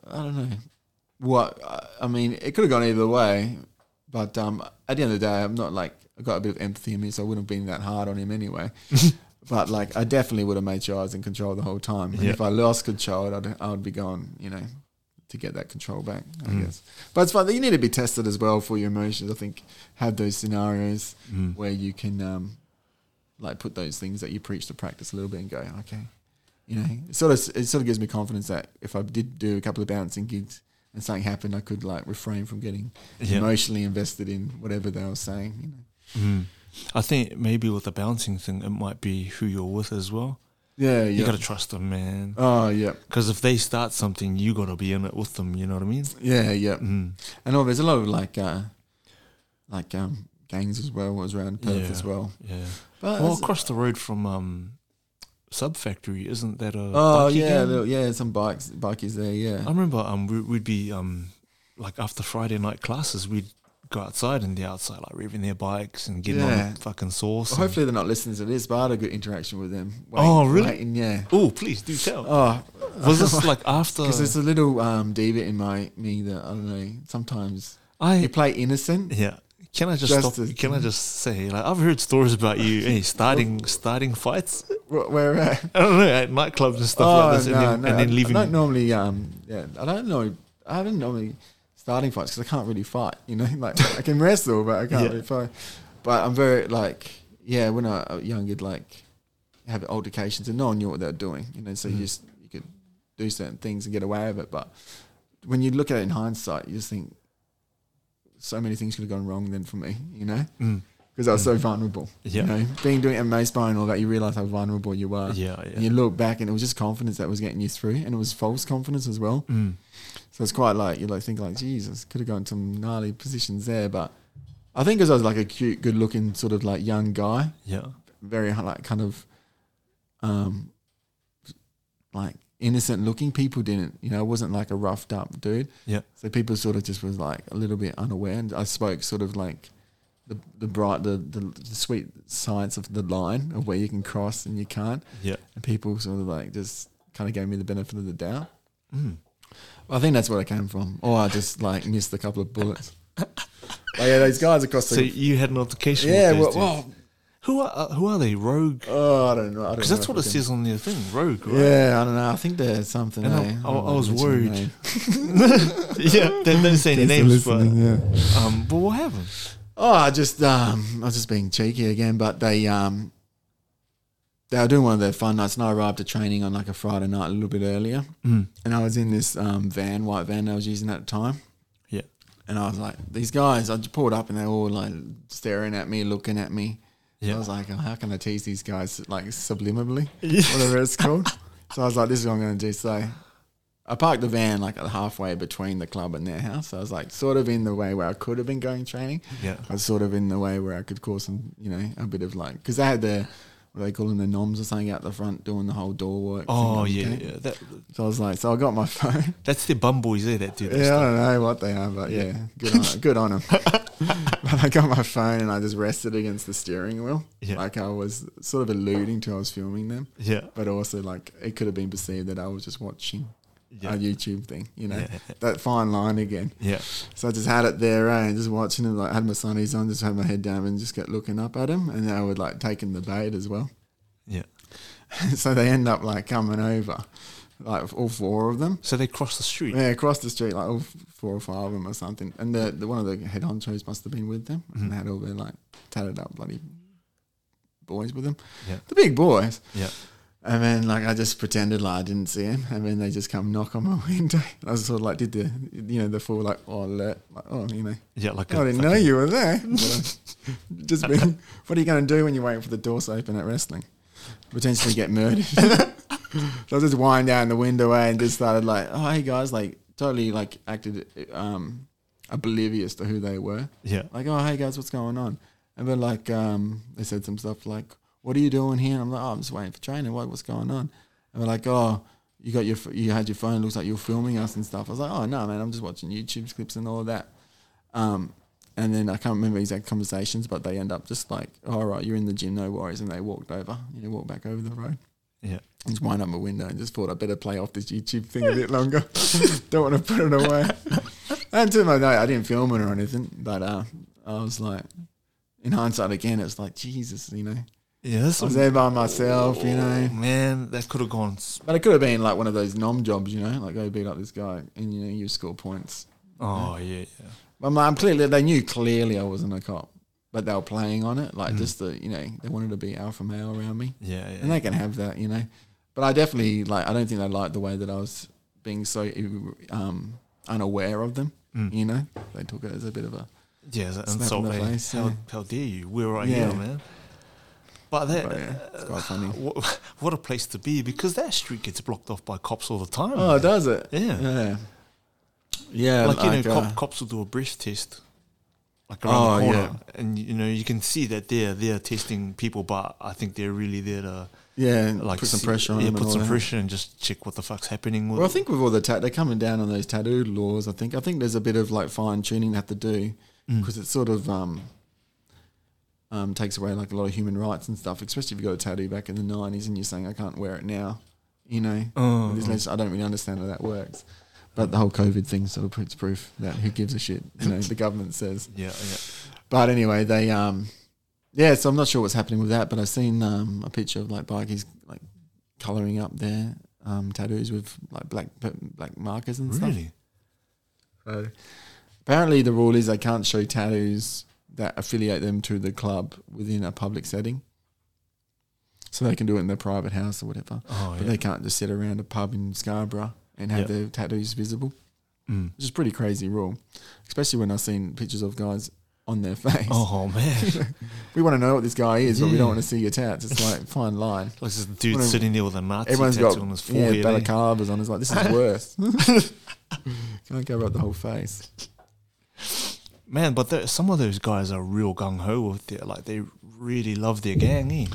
[SPEAKER 2] I don't know, what I- I mean. It could have gone either way, but um, at the end of the day, I'm not like I got a bit of empathy in me, so I wouldn't have been that hard on him anyway. but like, I definitely would have made sure I was in control the whole time. And
[SPEAKER 1] Yeah.
[SPEAKER 2] if I lost control, I'd I'd be gone, you know, to get that control back. I
[SPEAKER 1] Mm.
[SPEAKER 2] guess. But it's fun. You need to be tested as well for your emotions. I think have those scenarios
[SPEAKER 1] Mm.
[SPEAKER 2] where you can um, like put those things that you preach to practice a little bit and go, okay, you know, it sort of it sort of gives me confidence that if I did do a couple of bouncing gigs and something happened, I could like refrain from getting
[SPEAKER 1] Yeah.
[SPEAKER 2] emotionally invested in whatever they were saying. You know,
[SPEAKER 1] Mm. I think maybe with the bouncing thing, it might be who you're with as well.
[SPEAKER 2] yeah,
[SPEAKER 1] You
[SPEAKER 2] yeah.
[SPEAKER 1] gotta trust them, man.
[SPEAKER 2] Oh yeah,
[SPEAKER 1] Because if they start something, you gotta be in it with them. You know what I mean?
[SPEAKER 2] yeah, yeah.
[SPEAKER 1] Mm.
[SPEAKER 2] And all there's a lot of like, uh, like um, gangs as well was around Perth
[SPEAKER 1] Yeah.
[SPEAKER 2] as well.
[SPEAKER 1] Yeah.
[SPEAKER 2] But
[SPEAKER 1] Well,
[SPEAKER 2] it's-
[SPEAKER 1] across the road from um, Sub Factory, isn't that a?
[SPEAKER 2] oh
[SPEAKER 1] bike
[SPEAKER 2] yeah,
[SPEAKER 1] again?
[SPEAKER 2] little, yeah, some bikes, bikies there. Yeah,
[SPEAKER 1] I remember um we, we'd be um like after Friday night classes we'd go outside and the outside like revving their bikes and getting on
[SPEAKER 2] Yeah.
[SPEAKER 1] the fucking sauce.
[SPEAKER 2] Well, hopefully they're not listening to this, but I had a good interaction with them.
[SPEAKER 1] Oh, really?
[SPEAKER 2] waiting, yeah.
[SPEAKER 1] Oh please do tell.
[SPEAKER 2] Oh,
[SPEAKER 1] Was this like after?
[SPEAKER 2] because there's a little um, diva in my me that I don't know. Sometimes you
[SPEAKER 1] I
[SPEAKER 2] play innocent.
[SPEAKER 1] yeah. Can I just stop?
[SPEAKER 2] Just to-
[SPEAKER 1] Can I just say like I've heard stories about you eh, starting
[SPEAKER 2] Oh.
[SPEAKER 1] starting fights.
[SPEAKER 2] Wh- Where? Uh,
[SPEAKER 1] I don't know at nightclubs and stuff
[SPEAKER 2] oh
[SPEAKER 1] like this,
[SPEAKER 2] no,
[SPEAKER 1] and, then,
[SPEAKER 2] no,
[SPEAKER 1] and
[SPEAKER 2] I-
[SPEAKER 1] then leaving.
[SPEAKER 2] I don't normally. Um, yeah, I don't know. I haven't normally starting fights because I can't really fight. You know, like I can wrestle, but I can't
[SPEAKER 1] Yeah.
[SPEAKER 2] really fight. But I'm very like, yeah. When I was young, you'd like have altercations, and no one knew what they were doing. You know, so
[SPEAKER 1] Mhm.
[SPEAKER 2] you just you could do certain things and get away with it. But when you look at it in hindsight, you just think so many things could have gone wrong then for me. You know.
[SPEAKER 1] Mm.
[SPEAKER 2] because I was so vulnerable.
[SPEAKER 1] Yeah.
[SPEAKER 2] You know, being doing MMA sparring and all that, you realize how vulnerable you are.
[SPEAKER 1] Yeah,
[SPEAKER 2] And
[SPEAKER 1] yeah.
[SPEAKER 2] you look back, and it was just confidence that was getting you through, and it was false confidence as well.
[SPEAKER 1] Mm.
[SPEAKER 2] So it's quite like you like think like Jesus could have gone to some gnarly positions there, but I think because I was like a cute, good-looking sort of like young guy,
[SPEAKER 1] Yeah.
[SPEAKER 2] very like kind of, um, like innocent-looking. People didn't, you know, I wasn't like a roughed-up dude.
[SPEAKER 1] Yeah.
[SPEAKER 2] So people sort of just was like a little bit unaware, and I spoke sort of like the the bright, the, the, the sweet science of the line of where you can cross and you can't,
[SPEAKER 1] Yeah.
[SPEAKER 2] and people sort of like just kind of gave me the benefit of the doubt.
[SPEAKER 1] Mm.
[SPEAKER 2] I think that's where I came from, or I just like missed a couple of bullets. Like yeah, those guys across the
[SPEAKER 1] So you had an altercation.
[SPEAKER 2] yeah,
[SPEAKER 1] with those
[SPEAKER 2] well,
[SPEAKER 1] dudes.
[SPEAKER 2] well,
[SPEAKER 1] Who are uh, who are they? Rogue?
[SPEAKER 2] Oh, I don't know.
[SPEAKER 1] Because that's what it says on their thing. Rogue, right?
[SPEAKER 2] Yeah, I don't know. I think there's something.
[SPEAKER 1] And I-
[SPEAKER 2] eh?
[SPEAKER 1] I-
[SPEAKER 2] I'm
[SPEAKER 1] I was
[SPEAKER 2] not mentioning
[SPEAKER 1] worried.
[SPEAKER 2] the name.
[SPEAKER 1] yeah, they don't say any
[SPEAKER 2] Guess they're
[SPEAKER 1] names, but
[SPEAKER 2] listening, yeah.
[SPEAKER 1] um, but what happened?
[SPEAKER 2] Oh, I just um, I was just being cheeky again, but they um, they were doing one of their fun nights, and I arrived at training on like a Friday night a little bit earlier,
[SPEAKER 1] Mm.
[SPEAKER 2] and I was in this um, van, white van I was using at the time.
[SPEAKER 1] Yeah.
[SPEAKER 2] and I was like, these guys, I just pulled up, and they're all like staring at me, looking at me.
[SPEAKER 1] Yeah.
[SPEAKER 2] I was like, oh, how can I tease these guys like subliminally,
[SPEAKER 1] Yeah.
[SPEAKER 2] whatever it's called? so I was like, this is what I'm going to do. So I parked the van like halfway between the club and their house. I was like, sort of in the way where I could have been going training.
[SPEAKER 1] Yeah,
[SPEAKER 2] I was sort of in the way where I could cause some, you know, a bit of like, because they had their, what do they call them, the noms or something out the front doing the whole door work. thing
[SPEAKER 1] Oh
[SPEAKER 2] on the
[SPEAKER 1] yeah,
[SPEAKER 2] gate.
[SPEAKER 1] yeah. That,
[SPEAKER 2] So I was like, so I got my phone.
[SPEAKER 1] that's the bum boys there that do that.
[SPEAKER 2] Yeah, I
[SPEAKER 1] stuff.
[SPEAKER 2] don't know what they are, but yeah,
[SPEAKER 1] Yeah.
[SPEAKER 2] good on good on them. but I got my phone and I just rested against the steering wheel,
[SPEAKER 1] Yeah.
[SPEAKER 2] like I was sort of alluding to I was filming them,
[SPEAKER 1] yeah,
[SPEAKER 2] but also like it could have been perceived that I was just watching
[SPEAKER 1] yeah,
[SPEAKER 2] a YouTube thing, you know,
[SPEAKER 1] Yeah.
[SPEAKER 2] that fine line again.
[SPEAKER 1] yeah,
[SPEAKER 2] So I just had it there eh, and just watching them. Like had my sunnies on, just had my head down and just kept looking up at them, and I would like taking the bait as well.
[SPEAKER 1] yeah.
[SPEAKER 2] so they end up like coming over, like all four of them.
[SPEAKER 1] So they cross the street.
[SPEAKER 2] Yeah, across the street, like all f- four or five of them or something. And the, the one of the head honchos must have been with them,
[SPEAKER 1] Mm-hmm.
[SPEAKER 2] and they had all their like tatted up bloody boys with them,
[SPEAKER 1] Yeah.
[SPEAKER 2] the big boys.
[SPEAKER 1] Yeah.
[SPEAKER 2] And then like I just pretended like I didn't see him, and then they just come knock on my window. I was sort of like did the you know the full like oh alert like oh you know
[SPEAKER 1] Yeah, like
[SPEAKER 2] I
[SPEAKER 1] a
[SPEAKER 2] didn't know you were there. But, uh, just been, what are you going to do when you're waiting for the doors to open at wrestling? Potentially get murdered. so I just wind down the window eh, and just started like, oh hey guys, like totally like acted um, oblivious to who they were.
[SPEAKER 1] Yeah,
[SPEAKER 2] Like oh hey guys, what's going on? And then like um, they said some stuff like, what are you doing here? And I'm like, oh, I'm just waiting for training. What, what's going on? And they're like, oh. You got your f- you had your phone. Looks like you're filming us and stuff. I was like, oh no, man, I'm just watching YouTube clips and all of that. Um, and then I can't remember exact conversations, but they end up just like, all right, you're in the gym, no worries. And they walked over, you know, walked back over the road.
[SPEAKER 1] yeah,
[SPEAKER 2] I Just wind up my window and just thought I better play off this YouTube thing a bit longer. Don't want to put it away. and to my note, I didn't film it or anything, but uh, I was like, in hindsight again, it's like, Jesus, you know,
[SPEAKER 1] yeah. That's
[SPEAKER 2] I was there by myself, you
[SPEAKER 1] Oh.
[SPEAKER 2] know.
[SPEAKER 1] man, that could have gone. s-
[SPEAKER 2] But it could have been like one of those nom jobs, you know, like go beat up this guy and, you know, you score points.
[SPEAKER 1] Oh yeah, yeah.
[SPEAKER 2] I'm, I'm clearly they knew clearly I wasn't a cop, but they were playing on it, like just the you know they wanted to be alpha male around me,
[SPEAKER 1] Yeah, Mm. yeah.
[SPEAKER 2] and they can have that, you know. But I definitely like I don't think they liked the way that I was being so um, unaware of them,
[SPEAKER 1] Mm.
[SPEAKER 2] you know. They took it as a bit of a
[SPEAKER 1] yeah, it's an insult.
[SPEAKER 2] slap in the
[SPEAKER 1] eh?
[SPEAKER 2] face,
[SPEAKER 1] how,
[SPEAKER 2] yeah.
[SPEAKER 1] how dare you? We're right
[SPEAKER 2] Yeah.
[SPEAKER 1] here, man. But that, uh,
[SPEAKER 2] but yeah, it's quite funny.
[SPEAKER 1] what, what a place to be because that street gets blocked off by cops all the time.
[SPEAKER 2] Oh,
[SPEAKER 1] man.
[SPEAKER 2] does it?
[SPEAKER 1] Yeah.
[SPEAKER 2] yeah, yeah.
[SPEAKER 1] like, you know,
[SPEAKER 2] uh,
[SPEAKER 1] cop, cops will do a breath test, like around
[SPEAKER 2] Oh,
[SPEAKER 1] the corner, and you know you can see that they're they're testing people, but I think they're really there to
[SPEAKER 2] yeah,
[SPEAKER 1] like
[SPEAKER 2] like put some
[SPEAKER 1] see-
[SPEAKER 2] pressure on
[SPEAKER 1] yeah,
[SPEAKER 2] them. and
[SPEAKER 1] put
[SPEAKER 2] all
[SPEAKER 1] some
[SPEAKER 2] that.
[SPEAKER 1] pressure and just check what the fuck's happening. With
[SPEAKER 2] Well, I think with all the tat, they're coming down on those tattoo laws. I think I think there's a bit of like fine tuning they have to do
[SPEAKER 1] Mm.
[SPEAKER 2] because it sort of um, um, takes away like a lot of human rights and stuff. Especially if you got a tattoo back in the '90s and you're saying I can't wear it now, you know.
[SPEAKER 1] Oh,
[SPEAKER 2] There's legis- I don't really understand how that works. But the whole COVID thing sort of puts proof that who gives a shit, you know. the government says.
[SPEAKER 1] yeah, yeah.
[SPEAKER 2] But anyway, they um, yeah. So I'm not sure what's happening with that, but I've seen um a picture of like bikies like coloring up their um tattoos with like black black markers and stuff.
[SPEAKER 1] Really? Oh.
[SPEAKER 2] So apparently, the rule is they can't show tattoos that affiliate them to the club within a public setting. So they can do it in their private house or whatever,
[SPEAKER 1] Oh,
[SPEAKER 2] but
[SPEAKER 1] yeah.
[SPEAKER 2] they can't just sit around a pub in Scarborough and have
[SPEAKER 1] Yeah.
[SPEAKER 2] their tattoos visible,
[SPEAKER 1] Mm.
[SPEAKER 2] which is a pretty crazy rule, especially when I've seen pictures of guys on their face.
[SPEAKER 1] Oh man!
[SPEAKER 2] We want to know what this guy is, but we
[SPEAKER 1] Yeah.
[SPEAKER 2] don't want to see your tats. It's like fine line.
[SPEAKER 1] like this dude
[SPEAKER 2] Well,
[SPEAKER 1] sitting there with a Nazi
[SPEAKER 2] Everyone's
[SPEAKER 1] tattoo
[SPEAKER 2] got
[SPEAKER 1] on his
[SPEAKER 2] yeah,
[SPEAKER 1] forehead. eh?
[SPEAKER 2] balaclavas on. It's like this is worse. Can't cover up the whole face.
[SPEAKER 1] Man, but there, some of those guys are real gung ho with their like they really love their gang. Eh?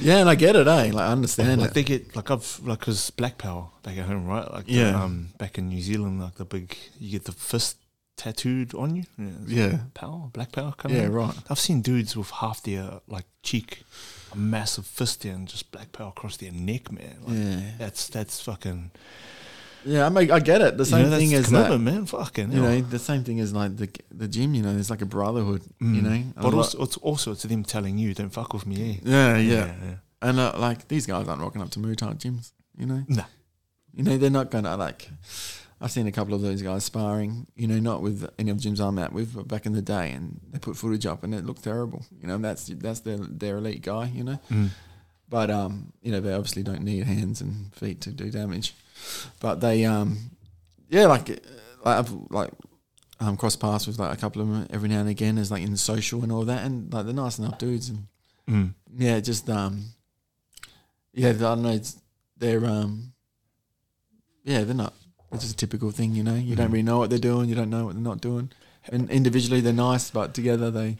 [SPEAKER 2] Yeah, and I get it, eh? Like I understand
[SPEAKER 1] like
[SPEAKER 2] it.
[SPEAKER 1] they get like I've like because Black Power back at home, right? Like the,
[SPEAKER 2] Yeah.
[SPEAKER 1] um, back in New Zealand, like the big you get the fist tattooed on you. Yeah, it's
[SPEAKER 2] Yeah.
[SPEAKER 1] power, Black Power kind
[SPEAKER 2] Yeah,
[SPEAKER 1] of.
[SPEAKER 2] right.
[SPEAKER 1] I've seen dudes with half their like cheek, a massive fist there, and just Black Power across their neck, man. Like,
[SPEAKER 2] Yeah.
[SPEAKER 1] That's that's fucking
[SPEAKER 2] Yeah, I mean, I get it. The
[SPEAKER 1] You
[SPEAKER 2] same
[SPEAKER 1] know, that's
[SPEAKER 2] thing
[SPEAKER 1] the
[SPEAKER 2] as that.
[SPEAKER 1] commitment, man. Fucking
[SPEAKER 2] You
[SPEAKER 1] hell.
[SPEAKER 2] know, the same thing as like the the gym. You know, there's like a brotherhood. You
[SPEAKER 1] Mm.
[SPEAKER 2] know, And
[SPEAKER 1] but
[SPEAKER 2] a lot-
[SPEAKER 1] also it's also it's them telling you don't fuck with me. Eh?
[SPEAKER 2] yeah, yeah, and uh, like these guys aren't rocking up to Muay Thai gyms. You know,
[SPEAKER 1] No.
[SPEAKER 2] you know they're not gonna like. I've seen a couple of those guys sparring. You know, not with any of the gyms I'm at with, but back in the day, and they put footage up and it looked terrible. You know, that's that's their their elite guy. You know,
[SPEAKER 1] Mm.
[SPEAKER 2] but um, you know, they obviously don't need hands and feet to do damage. But they um, yeah, like uh, like I've like um cross paths with like a couple of them every now and again as like in social and all that, and like they're nice enough dudes and
[SPEAKER 1] Mm.
[SPEAKER 2] yeah, just um, yeah, I don't know. It's, they're um, yeah, they're not. It's just a typical thing, you know. You don't
[SPEAKER 1] Mhm.
[SPEAKER 2] really know what they're doing. You don't know what they're not doing. And individually, they're nice, but together they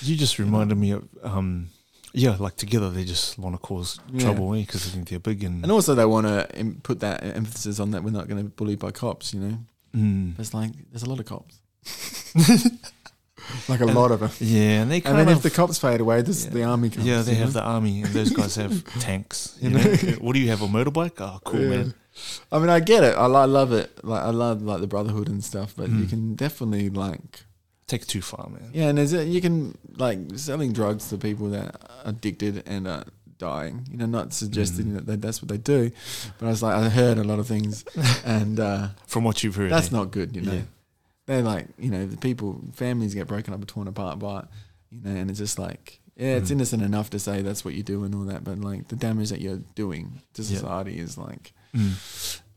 [SPEAKER 1] You just reminded me of um, yeah, like together they just want to cause
[SPEAKER 2] Yeah.
[SPEAKER 1] trouble because they think they're big and,
[SPEAKER 2] and also they want to put that emphasis on that we're not going to be bullied by cops. You know,
[SPEAKER 1] Mm.
[SPEAKER 2] it's like there's a lot of cops, like a lot of them.
[SPEAKER 1] yeah, and they
[SPEAKER 2] I
[SPEAKER 1] kind
[SPEAKER 2] mean,
[SPEAKER 1] of
[SPEAKER 2] if the cops fade away, this
[SPEAKER 1] Yeah.
[SPEAKER 2] the army comes.
[SPEAKER 1] yeah, they
[SPEAKER 2] you
[SPEAKER 1] have
[SPEAKER 2] know?
[SPEAKER 1] the army and those guys have tanks. You
[SPEAKER 2] You
[SPEAKER 1] know,
[SPEAKER 2] know?
[SPEAKER 1] what do you have a motorbike? Oh, cool,
[SPEAKER 2] Yeah.
[SPEAKER 1] man.
[SPEAKER 2] I mean, I get it. I, li- I love it. Like I love like the brotherhood and stuff, but you
[SPEAKER 1] Mm.
[SPEAKER 2] can definitely like
[SPEAKER 1] Take it too far, man.
[SPEAKER 2] Yeah, and there's a, you can like selling drugs to people that are addicted and are dying. You know, not suggesting
[SPEAKER 1] Mhm.
[SPEAKER 2] that that that's what they do, but I was like, I heard a lot of things, and uh,
[SPEAKER 1] From what you've heard,
[SPEAKER 2] that's
[SPEAKER 1] eh?
[SPEAKER 2] not good. You know,
[SPEAKER 1] Yeah.
[SPEAKER 2] they're like, you know, the people, families get broken up and torn apart by, it, you know, and it's just like, yeah, it's
[SPEAKER 1] Mhm.
[SPEAKER 2] innocent enough to say that's what you do and all that, but like the damage that you're doing to
[SPEAKER 1] Yeah.
[SPEAKER 2] society is like,
[SPEAKER 1] Mm.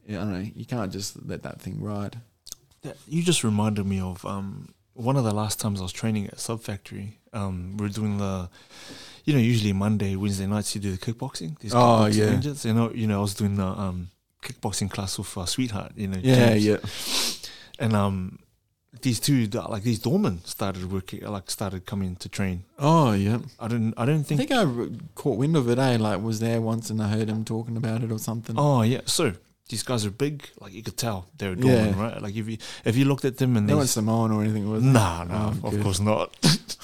[SPEAKER 2] you know, I don't know, you can't just let that thing ride.
[SPEAKER 1] That- You just reminded me of um, one of the last times I was training at Sub Factory. Um, we are doing the, you know, usually Monday, Wednesday nights you do the kickboxing. These
[SPEAKER 2] Oh,
[SPEAKER 1] kickboxing
[SPEAKER 2] yeah.
[SPEAKER 1] ranges. You know, you know, I was doing the um, kickboxing class with uh, Sweetheart. You know,
[SPEAKER 2] Yeah,
[SPEAKER 1] James.
[SPEAKER 2] yeah,
[SPEAKER 1] And um, these two, the- like these doormen, started working, like started coming to train.
[SPEAKER 2] oh yeah.
[SPEAKER 1] I didn't, I don't
[SPEAKER 2] I
[SPEAKER 1] think.
[SPEAKER 2] think I r- caught wind of it. eh? like was there once and I heard him talking about it or something.
[SPEAKER 1] Oh yeah, so. These guys are big, like you could tell they're dormant,
[SPEAKER 2] Yeah.
[SPEAKER 1] right? Like if you if you looked at them and
[SPEAKER 2] they
[SPEAKER 1] they,
[SPEAKER 2] weren't Samoan or anything, was it?
[SPEAKER 1] nah, nah,
[SPEAKER 2] Oh,
[SPEAKER 1] of
[SPEAKER 2] good.
[SPEAKER 1] course not,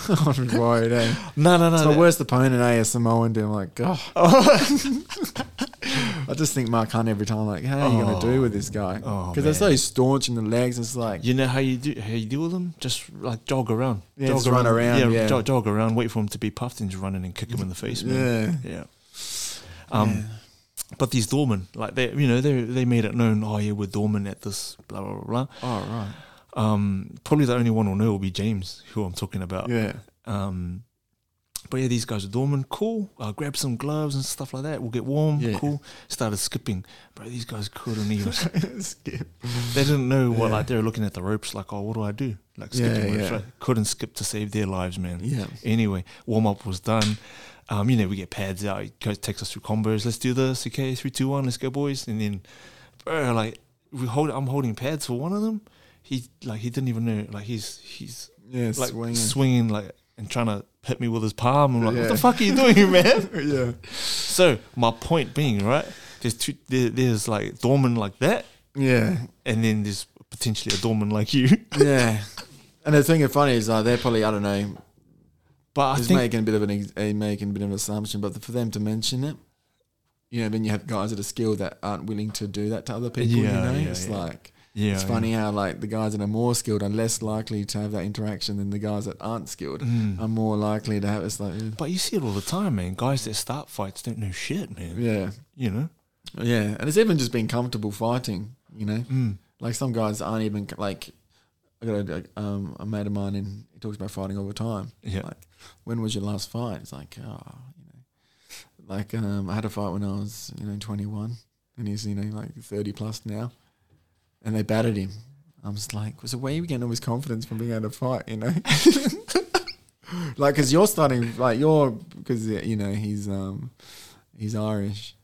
[SPEAKER 2] right, eh?
[SPEAKER 1] no, no, Oh. no.
[SPEAKER 2] It's my
[SPEAKER 1] that-
[SPEAKER 2] worst opponent, eh? A Samoan dude. I'm like, God. I just think Mark Hunt every time. Like, how are you going
[SPEAKER 1] Oh.
[SPEAKER 2] to do with this guy?
[SPEAKER 1] Oh,
[SPEAKER 2] Because they're
[SPEAKER 1] man.
[SPEAKER 2] so staunch in the legs. It's like,
[SPEAKER 1] You know how you do how you deal with them? Just like jog around,
[SPEAKER 2] Yeah,
[SPEAKER 1] jog
[SPEAKER 2] just run around, yeah.
[SPEAKER 1] Jog, jog around, wait for them to be puffed and just run in and kick them in the face, man.
[SPEAKER 2] yeah.
[SPEAKER 1] Yeah. Um, but these doormen, like they, you know, they they made it known. Oh yeah, we're doormen at this, blah blah blah. blah.
[SPEAKER 2] Oh, right.
[SPEAKER 1] Um, probably the only one will know will be James, who I'm talking about.
[SPEAKER 2] Yeah.
[SPEAKER 1] Um, but yeah, these guys are dormant. Cool. Uh, grab some gloves and stuff like that. We'll get warm.
[SPEAKER 2] Yeah.
[SPEAKER 1] Cool. Started skipping, bro. These guys couldn't even
[SPEAKER 2] Skip.
[SPEAKER 1] they didn't know what
[SPEAKER 2] Yeah.
[SPEAKER 1] like they were looking at the ropes like oh what do i do like
[SPEAKER 2] Yeah,
[SPEAKER 1] skipping ropes
[SPEAKER 2] yeah.
[SPEAKER 1] right? couldn't skip to save their lives man
[SPEAKER 2] Yeah.
[SPEAKER 1] anyway warm up was done um you know we get pads out he goes, takes us through combos let's do this okay three two one let's go boys and then bro like we hold i'm holding pads for one of them he like he didn't even know like he's he's
[SPEAKER 2] Yeah.
[SPEAKER 1] like swinging,
[SPEAKER 2] swinging.
[SPEAKER 1] like and trying to hit me with his palm i'm like what
[SPEAKER 2] Yeah.
[SPEAKER 1] the fuck are you doing man
[SPEAKER 2] yeah.
[SPEAKER 1] so my point being right there's two there, there's like dormant like that
[SPEAKER 2] Yeah.
[SPEAKER 1] and then there's potentially a doorman like you.
[SPEAKER 2] Yeah. And the thing funny is, like, they're probably, I don't know,
[SPEAKER 1] But I
[SPEAKER 2] He's
[SPEAKER 1] think
[SPEAKER 2] making a bit of an ex- uh, making a bit of an assumption, but for them to mention it, you know, then you have guys that are skilled that aren't willing to do that to other people.
[SPEAKER 1] Yeah,
[SPEAKER 2] you know,
[SPEAKER 1] yeah,
[SPEAKER 2] it's
[SPEAKER 1] yeah.
[SPEAKER 2] like
[SPEAKER 1] yeah,
[SPEAKER 2] it's funny how like the guys that are more skilled are less likely to have that interaction than the guys that aren't skilled
[SPEAKER 1] Yeah. Mm.
[SPEAKER 2] are more likely to have. It's like
[SPEAKER 1] But you see it all the time, man. Guys that start fights don't know shit, man.
[SPEAKER 2] yeah,
[SPEAKER 1] You know.
[SPEAKER 2] yeah, and it's even just being comfortable fighting. You know,
[SPEAKER 1] Mm.
[SPEAKER 2] like some guys aren't even like. I got a, um, a mate of mine, and he talks about fighting all the time.
[SPEAKER 1] Yeah.
[SPEAKER 2] Like, when was your last fight? It's like, oh, you know, like um, I had a fight when I was, you know, 21, and he's, you know, like 30 plus now, and they battered him. I was like, was so where are you getting all his confidence from being able to fight? You know, like because you're starting, like you're because you know he's um he's Irish,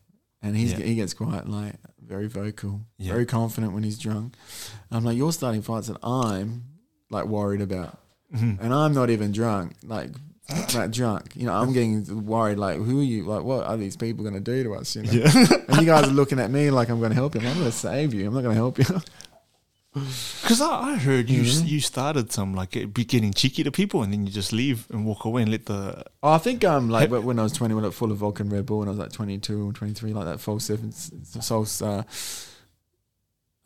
[SPEAKER 2] and he's
[SPEAKER 1] Yeah.
[SPEAKER 2] he gets quite like very vocal,
[SPEAKER 1] Yeah.
[SPEAKER 2] very confident when he's drunk. And I'm like, you're starting fights that I'm like worried about
[SPEAKER 1] Mm.
[SPEAKER 2] and I'm not even drunk, like that drunk. You know, I'm getting worried. Like, who are you? Like, what are these people going to do to us? You know,
[SPEAKER 1] Yeah.
[SPEAKER 2] and you guys are looking at me like I'm going to help you. I'm going to save you. I'm not going to help you.
[SPEAKER 1] Because I, I heard you s
[SPEAKER 2] Mhm.
[SPEAKER 1] you started some like it be getting cheeky to people and then you just leave and walk away and let the
[SPEAKER 2] I think um like when when I was 21, like full of vodka and Red Bull, and I was like 22 or 23, like that false seven, false uh,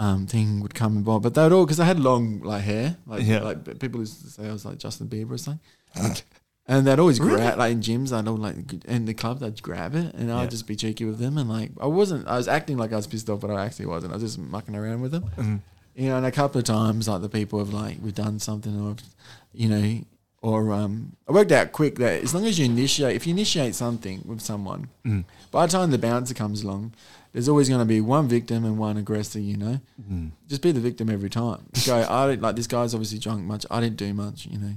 [SPEAKER 2] um, thing would come and bob. But they would all because I had long like hair, like
[SPEAKER 1] Yeah. Ah.
[SPEAKER 2] like p- people used to say I was like Justin Bieber or something. and they'd always
[SPEAKER 1] Really?
[SPEAKER 2] grab like in gyms. I'd all like g- in the club. They'd grab it, and
[SPEAKER 1] Yeah.
[SPEAKER 2] I'd just be cheeky with them. And like I wasn't. I was acting like I was pissed off, but I actually wasn't. I was just mucking around with them.
[SPEAKER 1] Mhm.
[SPEAKER 2] You know, and a couple of times like the people have like we've done something or you know or um I worked out quick that as long as you initiate if you initiate something with someone,
[SPEAKER 1] Mm.
[SPEAKER 2] by the time the bouncer comes along, there's always gonna be one victim and one aggressor, you know.
[SPEAKER 1] Mm.
[SPEAKER 2] Just be the victim every time. Go, I didn't like this guy's obviously drunk much, I didn't do much, you know.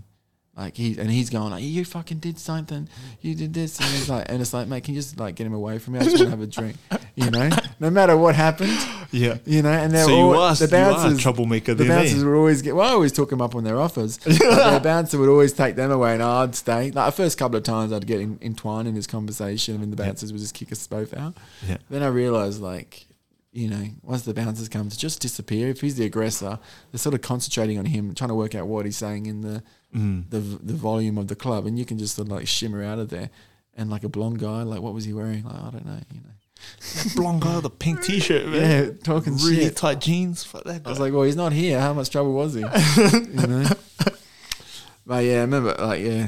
[SPEAKER 2] Like he and he's going like you fucking did something, you did this, and he's like, and it's like, mate, can you just like get him away from me? I just want to have a drink, you know. No matter what happened,
[SPEAKER 1] Yeah.
[SPEAKER 2] you know, and they're
[SPEAKER 1] So
[SPEAKER 2] all
[SPEAKER 1] you are,
[SPEAKER 2] the
[SPEAKER 1] you are a
[SPEAKER 2] bouncers.
[SPEAKER 1] troublemaker
[SPEAKER 2] the
[SPEAKER 1] there. eh?
[SPEAKER 2] bouncers would always get. Well, I always took them up on their offers. but the bouncer would always take them away, and I'd stay. Like the first couple of times, I'd get in, entwined in his conversation, and the bouncers would just kick us both out.
[SPEAKER 1] Yeah.
[SPEAKER 2] Then I realized, like, you know, once the bouncers come, to just disappear. If he's the aggressor, they're sort of concentrating on him, trying to work out what he's saying in the
[SPEAKER 1] Mm.
[SPEAKER 2] the the volume of the club, and you can just sort of like shimmer out of there. And like a blonde guy, like what was he wearing? Like I don't know, you know.
[SPEAKER 1] Blonde guy with a pink t-shirt, man.
[SPEAKER 2] Yeah, talking
[SPEAKER 1] really
[SPEAKER 2] shit.
[SPEAKER 1] tight jeans. Fuck that
[SPEAKER 2] I
[SPEAKER 1] guy.
[SPEAKER 2] was like, well, he's not here. How much trouble was he? you know. But yeah, I remember, like, yeah,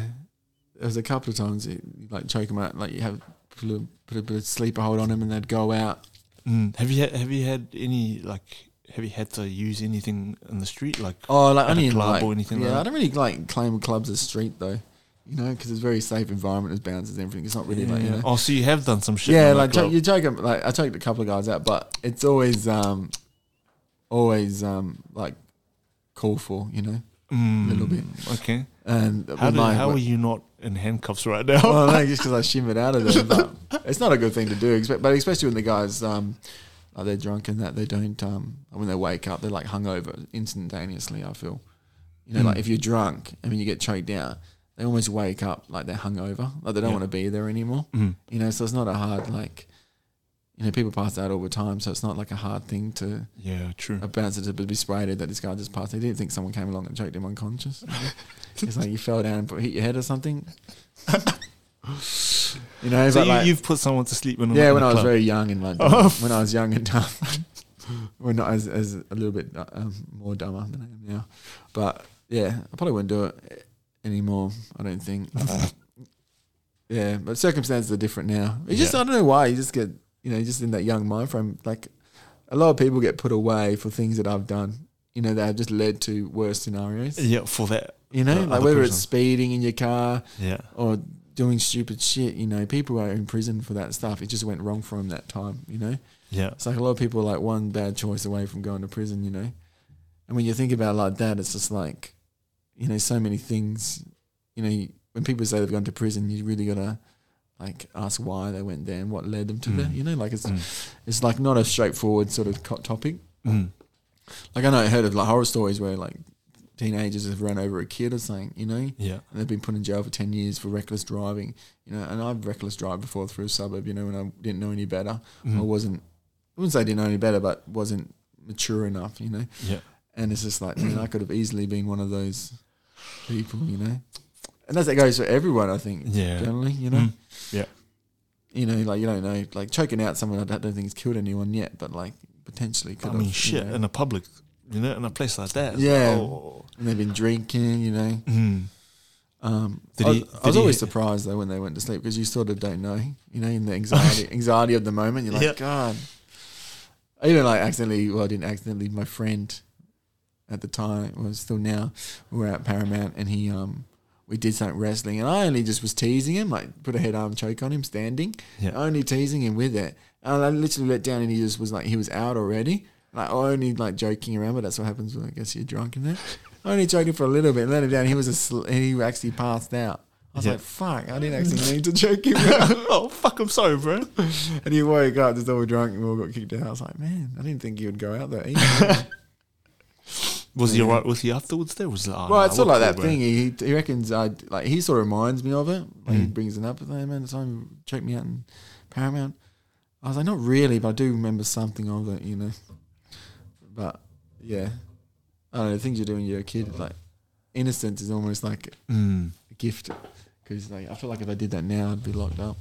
[SPEAKER 2] there was a couple of times you you, like choke him out, like you have put a, put a bit of sleeper hold on him, and they'd go out.
[SPEAKER 1] Mm. Have you had, have you had any like have you had to use anything in the street like
[SPEAKER 2] Oh, like
[SPEAKER 1] At a
[SPEAKER 2] only in,
[SPEAKER 1] club
[SPEAKER 2] like,
[SPEAKER 1] or anything
[SPEAKER 2] Yeah,
[SPEAKER 1] like that?
[SPEAKER 2] I don't really like claim clubs as street though, you know, because it's a very safe environment as bounces and everything. It's not really
[SPEAKER 1] yeah,
[SPEAKER 2] like you know.
[SPEAKER 1] Oh, so you have done some shit. in
[SPEAKER 2] yeah,
[SPEAKER 1] the
[SPEAKER 2] like cho-
[SPEAKER 1] club.
[SPEAKER 2] you choke him. Like I choked a couple of guys out, but it's always um, always um, like called for, you know,
[SPEAKER 1] Mm,
[SPEAKER 2] little bit.
[SPEAKER 1] Okay.
[SPEAKER 2] and
[SPEAKER 1] How
[SPEAKER 2] with
[SPEAKER 1] did,
[SPEAKER 2] my-
[SPEAKER 1] how are you not in handcuffs right now?
[SPEAKER 2] well, no, just because I shimmered out of there. But it's not a good thing to do, expe- but especially when the guys um, like they're drunk and that they don't um, when they wake up they're like hungover instantaneously. I feel, you know, like
[SPEAKER 1] Mm.
[SPEAKER 2] if you're drunk and when you get choked out, they almost wake up like they're hungover, like they don't
[SPEAKER 1] Yeah.
[SPEAKER 2] want to be there anymore.
[SPEAKER 1] Mm.
[SPEAKER 2] You know, so it's not a hard like, you know, people pass out all the time, so it's not like a hard thing to
[SPEAKER 1] Yeah, true.
[SPEAKER 2] a bouncer to be sprayed that this guy just passed. He didn't think someone came along and choked him unconscious. It's like you fell down and put- hit your head or something. you know,
[SPEAKER 1] So
[SPEAKER 2] but
[SPEAKER 1] you,
[SPEAKER 2] like,
[SPEAKER 1] you've put someone to sleep in. a-
[SPEAKER 2] yeah,
[SPEAKER 1] in
[SPEAKER 2] when
[SPEAKER 1] a
[SPEAKER 2] I was
[SPEAKER 1] club.
[SPEAKER 2] very young and like dumb,
[SPEAKER 1] Oh.
[SPEAKER 2] when I was young and dumb, well, not as as a little bit uh, um, more dumber than I am now, but yeah, I probably wouldn't do it anymore. I don't think. Uh, yeah, but circumstances are different now. It's just
[SPEAKER 1] Yeah.
[SPEAKER 2] I don't know why you just get you know you're just in that young mind frame. Like a lot of people get put away for things that I've done. You know, that have just led to worse scenarios.
[SPEAKER 1] yeah for that.
[SPEAKER 2] You know,
[SPEAKER 1] The
[SPEAKER 2] like
[SPEAKER 1] other
[SPEAKER 2] whether it's
[SPEAKER 1] person.
[SPEAKER 2] speeding in your car,
[SPEAKER 1] Yeah.
[SPEAKER 2] or doing stupid shit. You know, people are in prison for that stuff. It just went wrong for them that time. You know,
[SPEAKER 1] Yeah.
[SPEAKER 2] it's like a lot of people are like one bad choice away from going to prison. You know, and when you think about it like that, it's just like, you know, so many things. You know, you- when people say they've gone to prison, you really gotta like ask why they went there and what led them to
[SPEAKER 1] Mm.
[SPEAKER 2] that. You know, like it's
[SPEAKER 1] Mm.
[SPEAKER 2] it's like not a straightforward sort of co- topic.
[SPEAKER 1] Mm.
[SPEAKER 2] Like I know I heard of like horror stories where like teenagers have run over a kid or something. You know,
[SPEAKER 1] Yeah.
[SPEAKER 2] and they've been put in jail for 10 years for reckless driving you know and i've reckless drived before through a suburb you know when i didn't know any better i
[SPEAKER 1] Mm.
[SPEAKER 2] wasn't i wouldn't say i didn't know any better but wasn't mature enough you know
[SPEAKER 1] Yeah.
[SPEAKER 2] and it's just like man i could have easily been one of those people you know and that's that goes for everyone i think
[SPEAKER 1] Yeah.
[SPEAKER 2] generally you know
[SPEAKER 1] Mm. Yeah.
[SPEAKER 2] you know like you don't know like choking out someone i don't think has killed anyone yet but like potentially could
[SPEAKER 1] I
[SPEAKER 2] have
[SPEAKER 1] mean,
[SPEAKER 2] you
[SPEAKER 1] shit
[SPEAKER 2] know.
[SPEAKER 1] in a public, you know, in a place like that. it's
[SPEAKER 2] Yeah.
[SPEAKER 1] Like, oh.
[SPEAKER 2] and they've been drinking you know
[SPEAKER 1] Mm.
[SPEAKER 2] Um,
[SPEAKER 1] Did
[SPEAKER 2] I was,
[SPEAKER 1] he-
[SPEAKER 2] I was
[SPEAKER 1] did he-
[SPEAKER 2] always surprised though when they went to sleep because you sort of don't know, you know, in the anxiety anxiety of the moment, you're like,
[SPEAKER 1] Yeah.
[SPEAKER 2] God. I even like accidentally, well, I didn't accidentally. My friend at the time, well, still now, we were at Paramount and he, um, we did something wrestling and I only just was teasing him, like put a head arm choke on him standing,
[SPEAKER 1] Yeah.
[SPEAKER 2] only teasing him with it. And I literally let down and he just was like, he was out already. Like only like joking around, but that's what happens when I guess you're drunk in there. only joking for a little bit, let him down. He was a sl- he actually passed out. I was
[SPEAKER 1] Yeah.
[SPEAKER 2] like, fuck, I didn't actually need to choke him out.
[SPEAKER 1] oh fuck! I'm sorry, bro.
[SPEAKER 2] and he woke up, just all drunk, and we all got kicked out. I was like, man, I didn't think he would go out there. Either.
[SPEAKER 1] Was he
[SPEAKER 2] Yeah.
[SPEAKER 1] alright? Was he afterwards? There was. uh, Like,
[SPEAKER 2] Well, it's sort of like that thing. He, he reckons I like he sort of reminds me of it. Like he
[SPEAKER 1] Mm.
[SPEAKER 2] brings it up. Like, hey, man, the time you checked me out in Paramount. I was like, not really, but I do remember something of it, you know. But yeah, I don't know. The things you do when you're a kid, like innocence is almost like
[SPEAKER 1] Mm.
[SPEAKER 2] a gift. Because like I feel like if I did that now, I'd be locked up.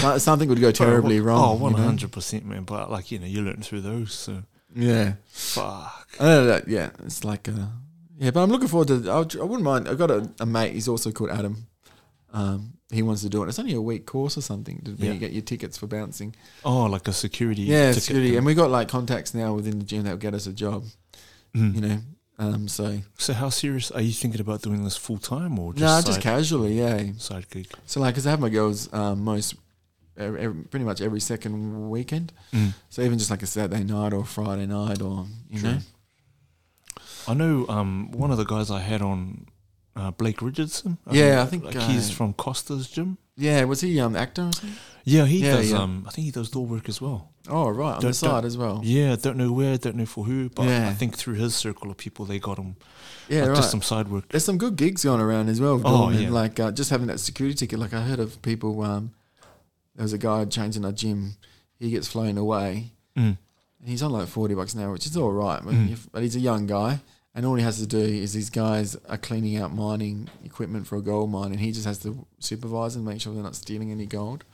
[SPEAKER 2] So- Something would go terribly
[SPEAKER 1] Oh,
[SPEAKER 2] wrong.
[SPEAKER 1] Oh,
[SPEAKER 2] you know?
[SPEAKER 1] 100 percent, man. But like you know, you learn through those. So
[SPEAKER 2] Yeah.
[SPEAKER 1] Fuck.
[SPEAKER 2] I know that. Yeah, it's like uh, yeah, but I'm looking forward to. I'll, I wouldn't mind. I've got a, a mate. He's also called Adam. Um, he wants to do it. It's only a week course or something to
[SPEAKER 1] Yeah.
[SPEAKER 2] you get your tickets for bouncing.
[SPEAKER 1] Oh, like a security.
[SPEAKER 2] Yeah,
[SPEAKER 1] ticket.
[SPEAKER 2] it's really, and we got like contacts now within the gym that will get us a job.
[SPEAKER 1] Mm.
[SPEAKER 2] You know, um, so
[SPEAKER 1] So, how serious are you thinking about doing this full time or just
[SPEAKER 2] no,
[SPEAKER 1] side,
[SPEAKER 2] just casually, yeah.
[SPEAKER 1] side gig?
[SPEAKER 2] So like, 'cause I have my girls um, most, every, every- pretty much every second weekend.
[SPEAKER 1] Mm.
[SPEAKER 2] So even just like a Saturday night or Friday night or you
[SPEAKER 1] True.
[SPEAKER 2] know,
[SPEAKER 1] I know um, one of the guys I had on, uh, Blake Richardson.
[SPEAKER 2] Yeah, I think,
[SPEAKER 1] like, he's
[SPEAKER 2] uh,
[SPEAKER 1] from Costa's gym.
[SPEAKER 2] yeah. Was he um actor? Or something?
[SPEAKER 1] Yeah, he
[SPEAKER 2] Yeah,
[SPEAKER 1] does.
[SPEAKER 2] yeah.
[SPEAKER 1] Um, I think he does door work as well.
[SPEAKER 2] Oh right, on
[SPEAKER 1] Don't-
[SPEAKER 2] the side as well.
[SPEAKER 1] Yeah, don't know where, don't know for who, but
[SPEAKER 2] Oh. Yeah.
[SPEAKER 1] I think through his circle of people, they got him.
[SPEAKER 2] Yeah,
[SPEAKER 1] like
[SPEAKER 2] right.
[SPEAKER 1] Just some side work.
[SPEAKER 2] There's some good gigs going around as well.
[SPEAKER 1] Oh,
[SPEAKER 2] Oh,
[SPEAKER 1] yeah.
[SPEAKER 2] Like uh, just having that security ticket. Like I heard of people. Um, there was a guy changing our gym. He gets flown away.
[SPEAKER 1] Mm.
[SPEAKER 2] And he's on like 40 bucks an hour, which is all right. But,
[SPEAKER 1] Mm.
[SPEAKER 2] if, but he's a young guy. And all he has to do is these guys are cleaning out mining equipment for a gold mine. And he just has to supervise and make sure they're not stealing any gold.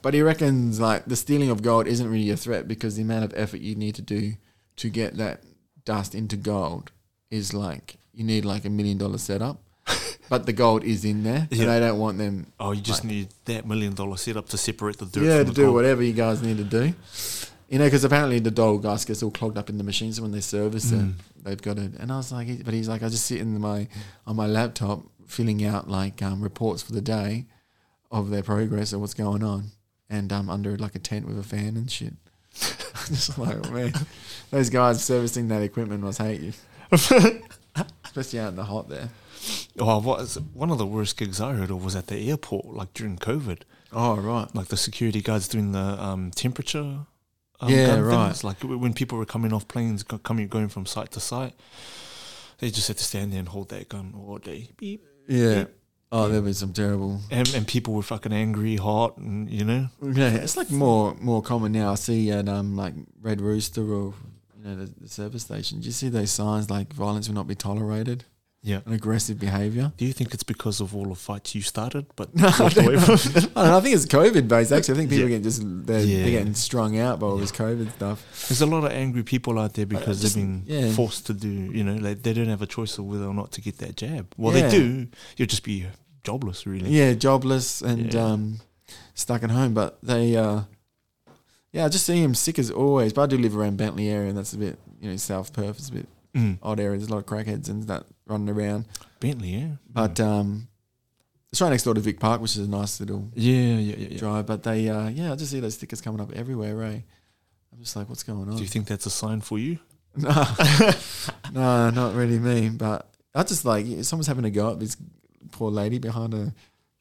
[SPEAKER 2] But he reckons like the stealing of gold isn't really a threat because the amount of effort you need to do to get that dust into gold is like you need like a million dollar setup. but the gold is in there.
[SPEAKER 1] Yeah.
[SPEAKER 2] And they don't want them
[SPEAKER 1] Oh, you just need that million dollar setup to separate the dirt.
[SPEAKER 2] yeah,
[SPEAKER 1] from
[SPEAKER 2] to
[SPEAKER 1] the
[SPEAKER 2] do
[SPEAKER 1] gold.
[SPEAKER 2] whatever you guys need to do. You know, because apparently the dole gas gets all clogged up in the machines when they service them.
[SPEAKER 1] Mm.
[SPEAKER 2] They've got it. And I was like, but he's like, I just sit in my on my laptop filling out like um, reports for the day of their progress and what's going on, and um, under like a tent with a fan and shit. just like "Oh, man, those guys servicing that equipment must hate you, especially out in the hot there.
[SPEAKER 1] Oh, what is, one of the worst gigs I heard of was at the airport, like during COVID.
[SPEAKER 2] Oh right,
[SPEAKER 1] Like the security guards doing the um, temperature. Um,
[SPEAKER 2] Yeah,
[SPEAKER 1] gun
[SPEAKER 2] right.
[SPEAKER 1] Things. Like w- when people were coming off planes, go- coming going from site to site, they just had to stand there and hold that gun all day. Beep.
[SPEAKER 2] yeah. Oh, there was some terrible
[SPEAKER 1] And, and people were fucking angry, hot, and you know.
[SPEAKER 2] Yeah, it's like more more common now. I see at um like Red Rooster or you know the, the service station. Do you see those signs like violence will not be tolerated
[SPEAKER 1] Yeah.
[SPEAKER 2] and aggressive behaviour?
[SPEAKER 1] Do you think it's because of all the fights you started, but
[SPEAKER 2] No, I,
[SPEAKER 1] walked
[SPEAKER 2] don't
[SPEAKER 1] away from?
[SPEAKER 2] know. I, don't know. I think it's COVID based. Actually, I think people
[SPEAKER 1] Yeah.
[SPEAKER 2] get just they're,
[SPEAKER 1] Yeah.
[SPEAKER 2] they're getting strung out by all this COVID stuff.
[SPEAKER 1] There's a lot of angry people out there because
[SPEAKER 2] just-
[SPEAKER 1] they've been
[SPEAKER 2] yeah.
[SPEAKER 1] forced to do, you know, like they don't have a choice of whether or not to get that jab. Well,
[SPEAKER 2] Yeah.
[SPEAKER 1] they do. You'll just be jobless, really.
[SPEAKER 2] Yeah, jobless and
[SPEAKER 1] Yeah.
[SPEAKER 2] um stuck at home. But they, uh yeah, I just see him sick as always. But I do live around Bentley area, and that's a bit you know South Perth is a bit
[SPEAKER 1] Mm.
[SPEAKER 2] odd area. There's a lot of crackheads and that running around.
[SPEAKER 1] Bentley, yeah. Mm.
[SPEAKER 2] But um, it's right next door to Vic Park, which is a nice little
[SPEAKER 1] yeah, yeah, yeah. yeah.
[SPEAKER 2] drive. But they, uh, yeah, I just see those stickers coming up everywhere, right? I'm just like, what's going on?
[SPEAKER 1] Do you think that's a sign for you?
[SPEAKER 2] no, no, not really me. But I just like yeah, someone's having a go at this poor lady behind a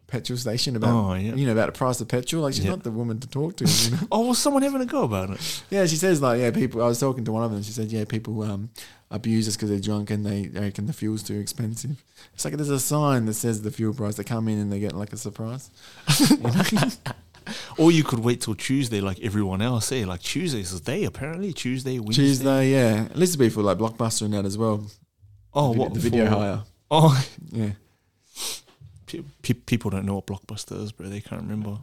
[SPEAKER 2] petrol station about.
[SPEAKER 1] oh, yeah.
[SPEAKER 2] You know about the price of petrol. Like she's
[SPEAKER 1] Yeah.
[SPEAKER 2] not the woman to talk to. You know?
[SPEAKER 1] Oh, was someone having a go about it?
[SPEAKER 2] yeah, she says like yeah, people. I was talking to one of them. She said yeah, people um, abuse us because they're drunk and they they reckon the fuel's too expensive. It's like there's a sign that says the fuel price. They come in and they get like a surprise.
[SPEAKER 1] Or you could wait till Tuesday, like everyone else, eh? Like Tuesday's the day, apparently. Tuesday, Wednesday.
[SPEAKER 2] Tuesday, yeah. At least it'd be for like Blockbuster and that as well.
[SPEAKER 1] Oh,
[SPEAKER 2] the, vid-
[SPEAKER 1] what
[SPEAKER 2] the video
[SPEAKER 1] for-
[SPEAKER 2] hire?
[SPEAKER 1] Oh,
[SPEAKER 2] Yeah,
[SPEAKER 1] pe- pe- people don't know what Blockbuster is, bro. They can't remember.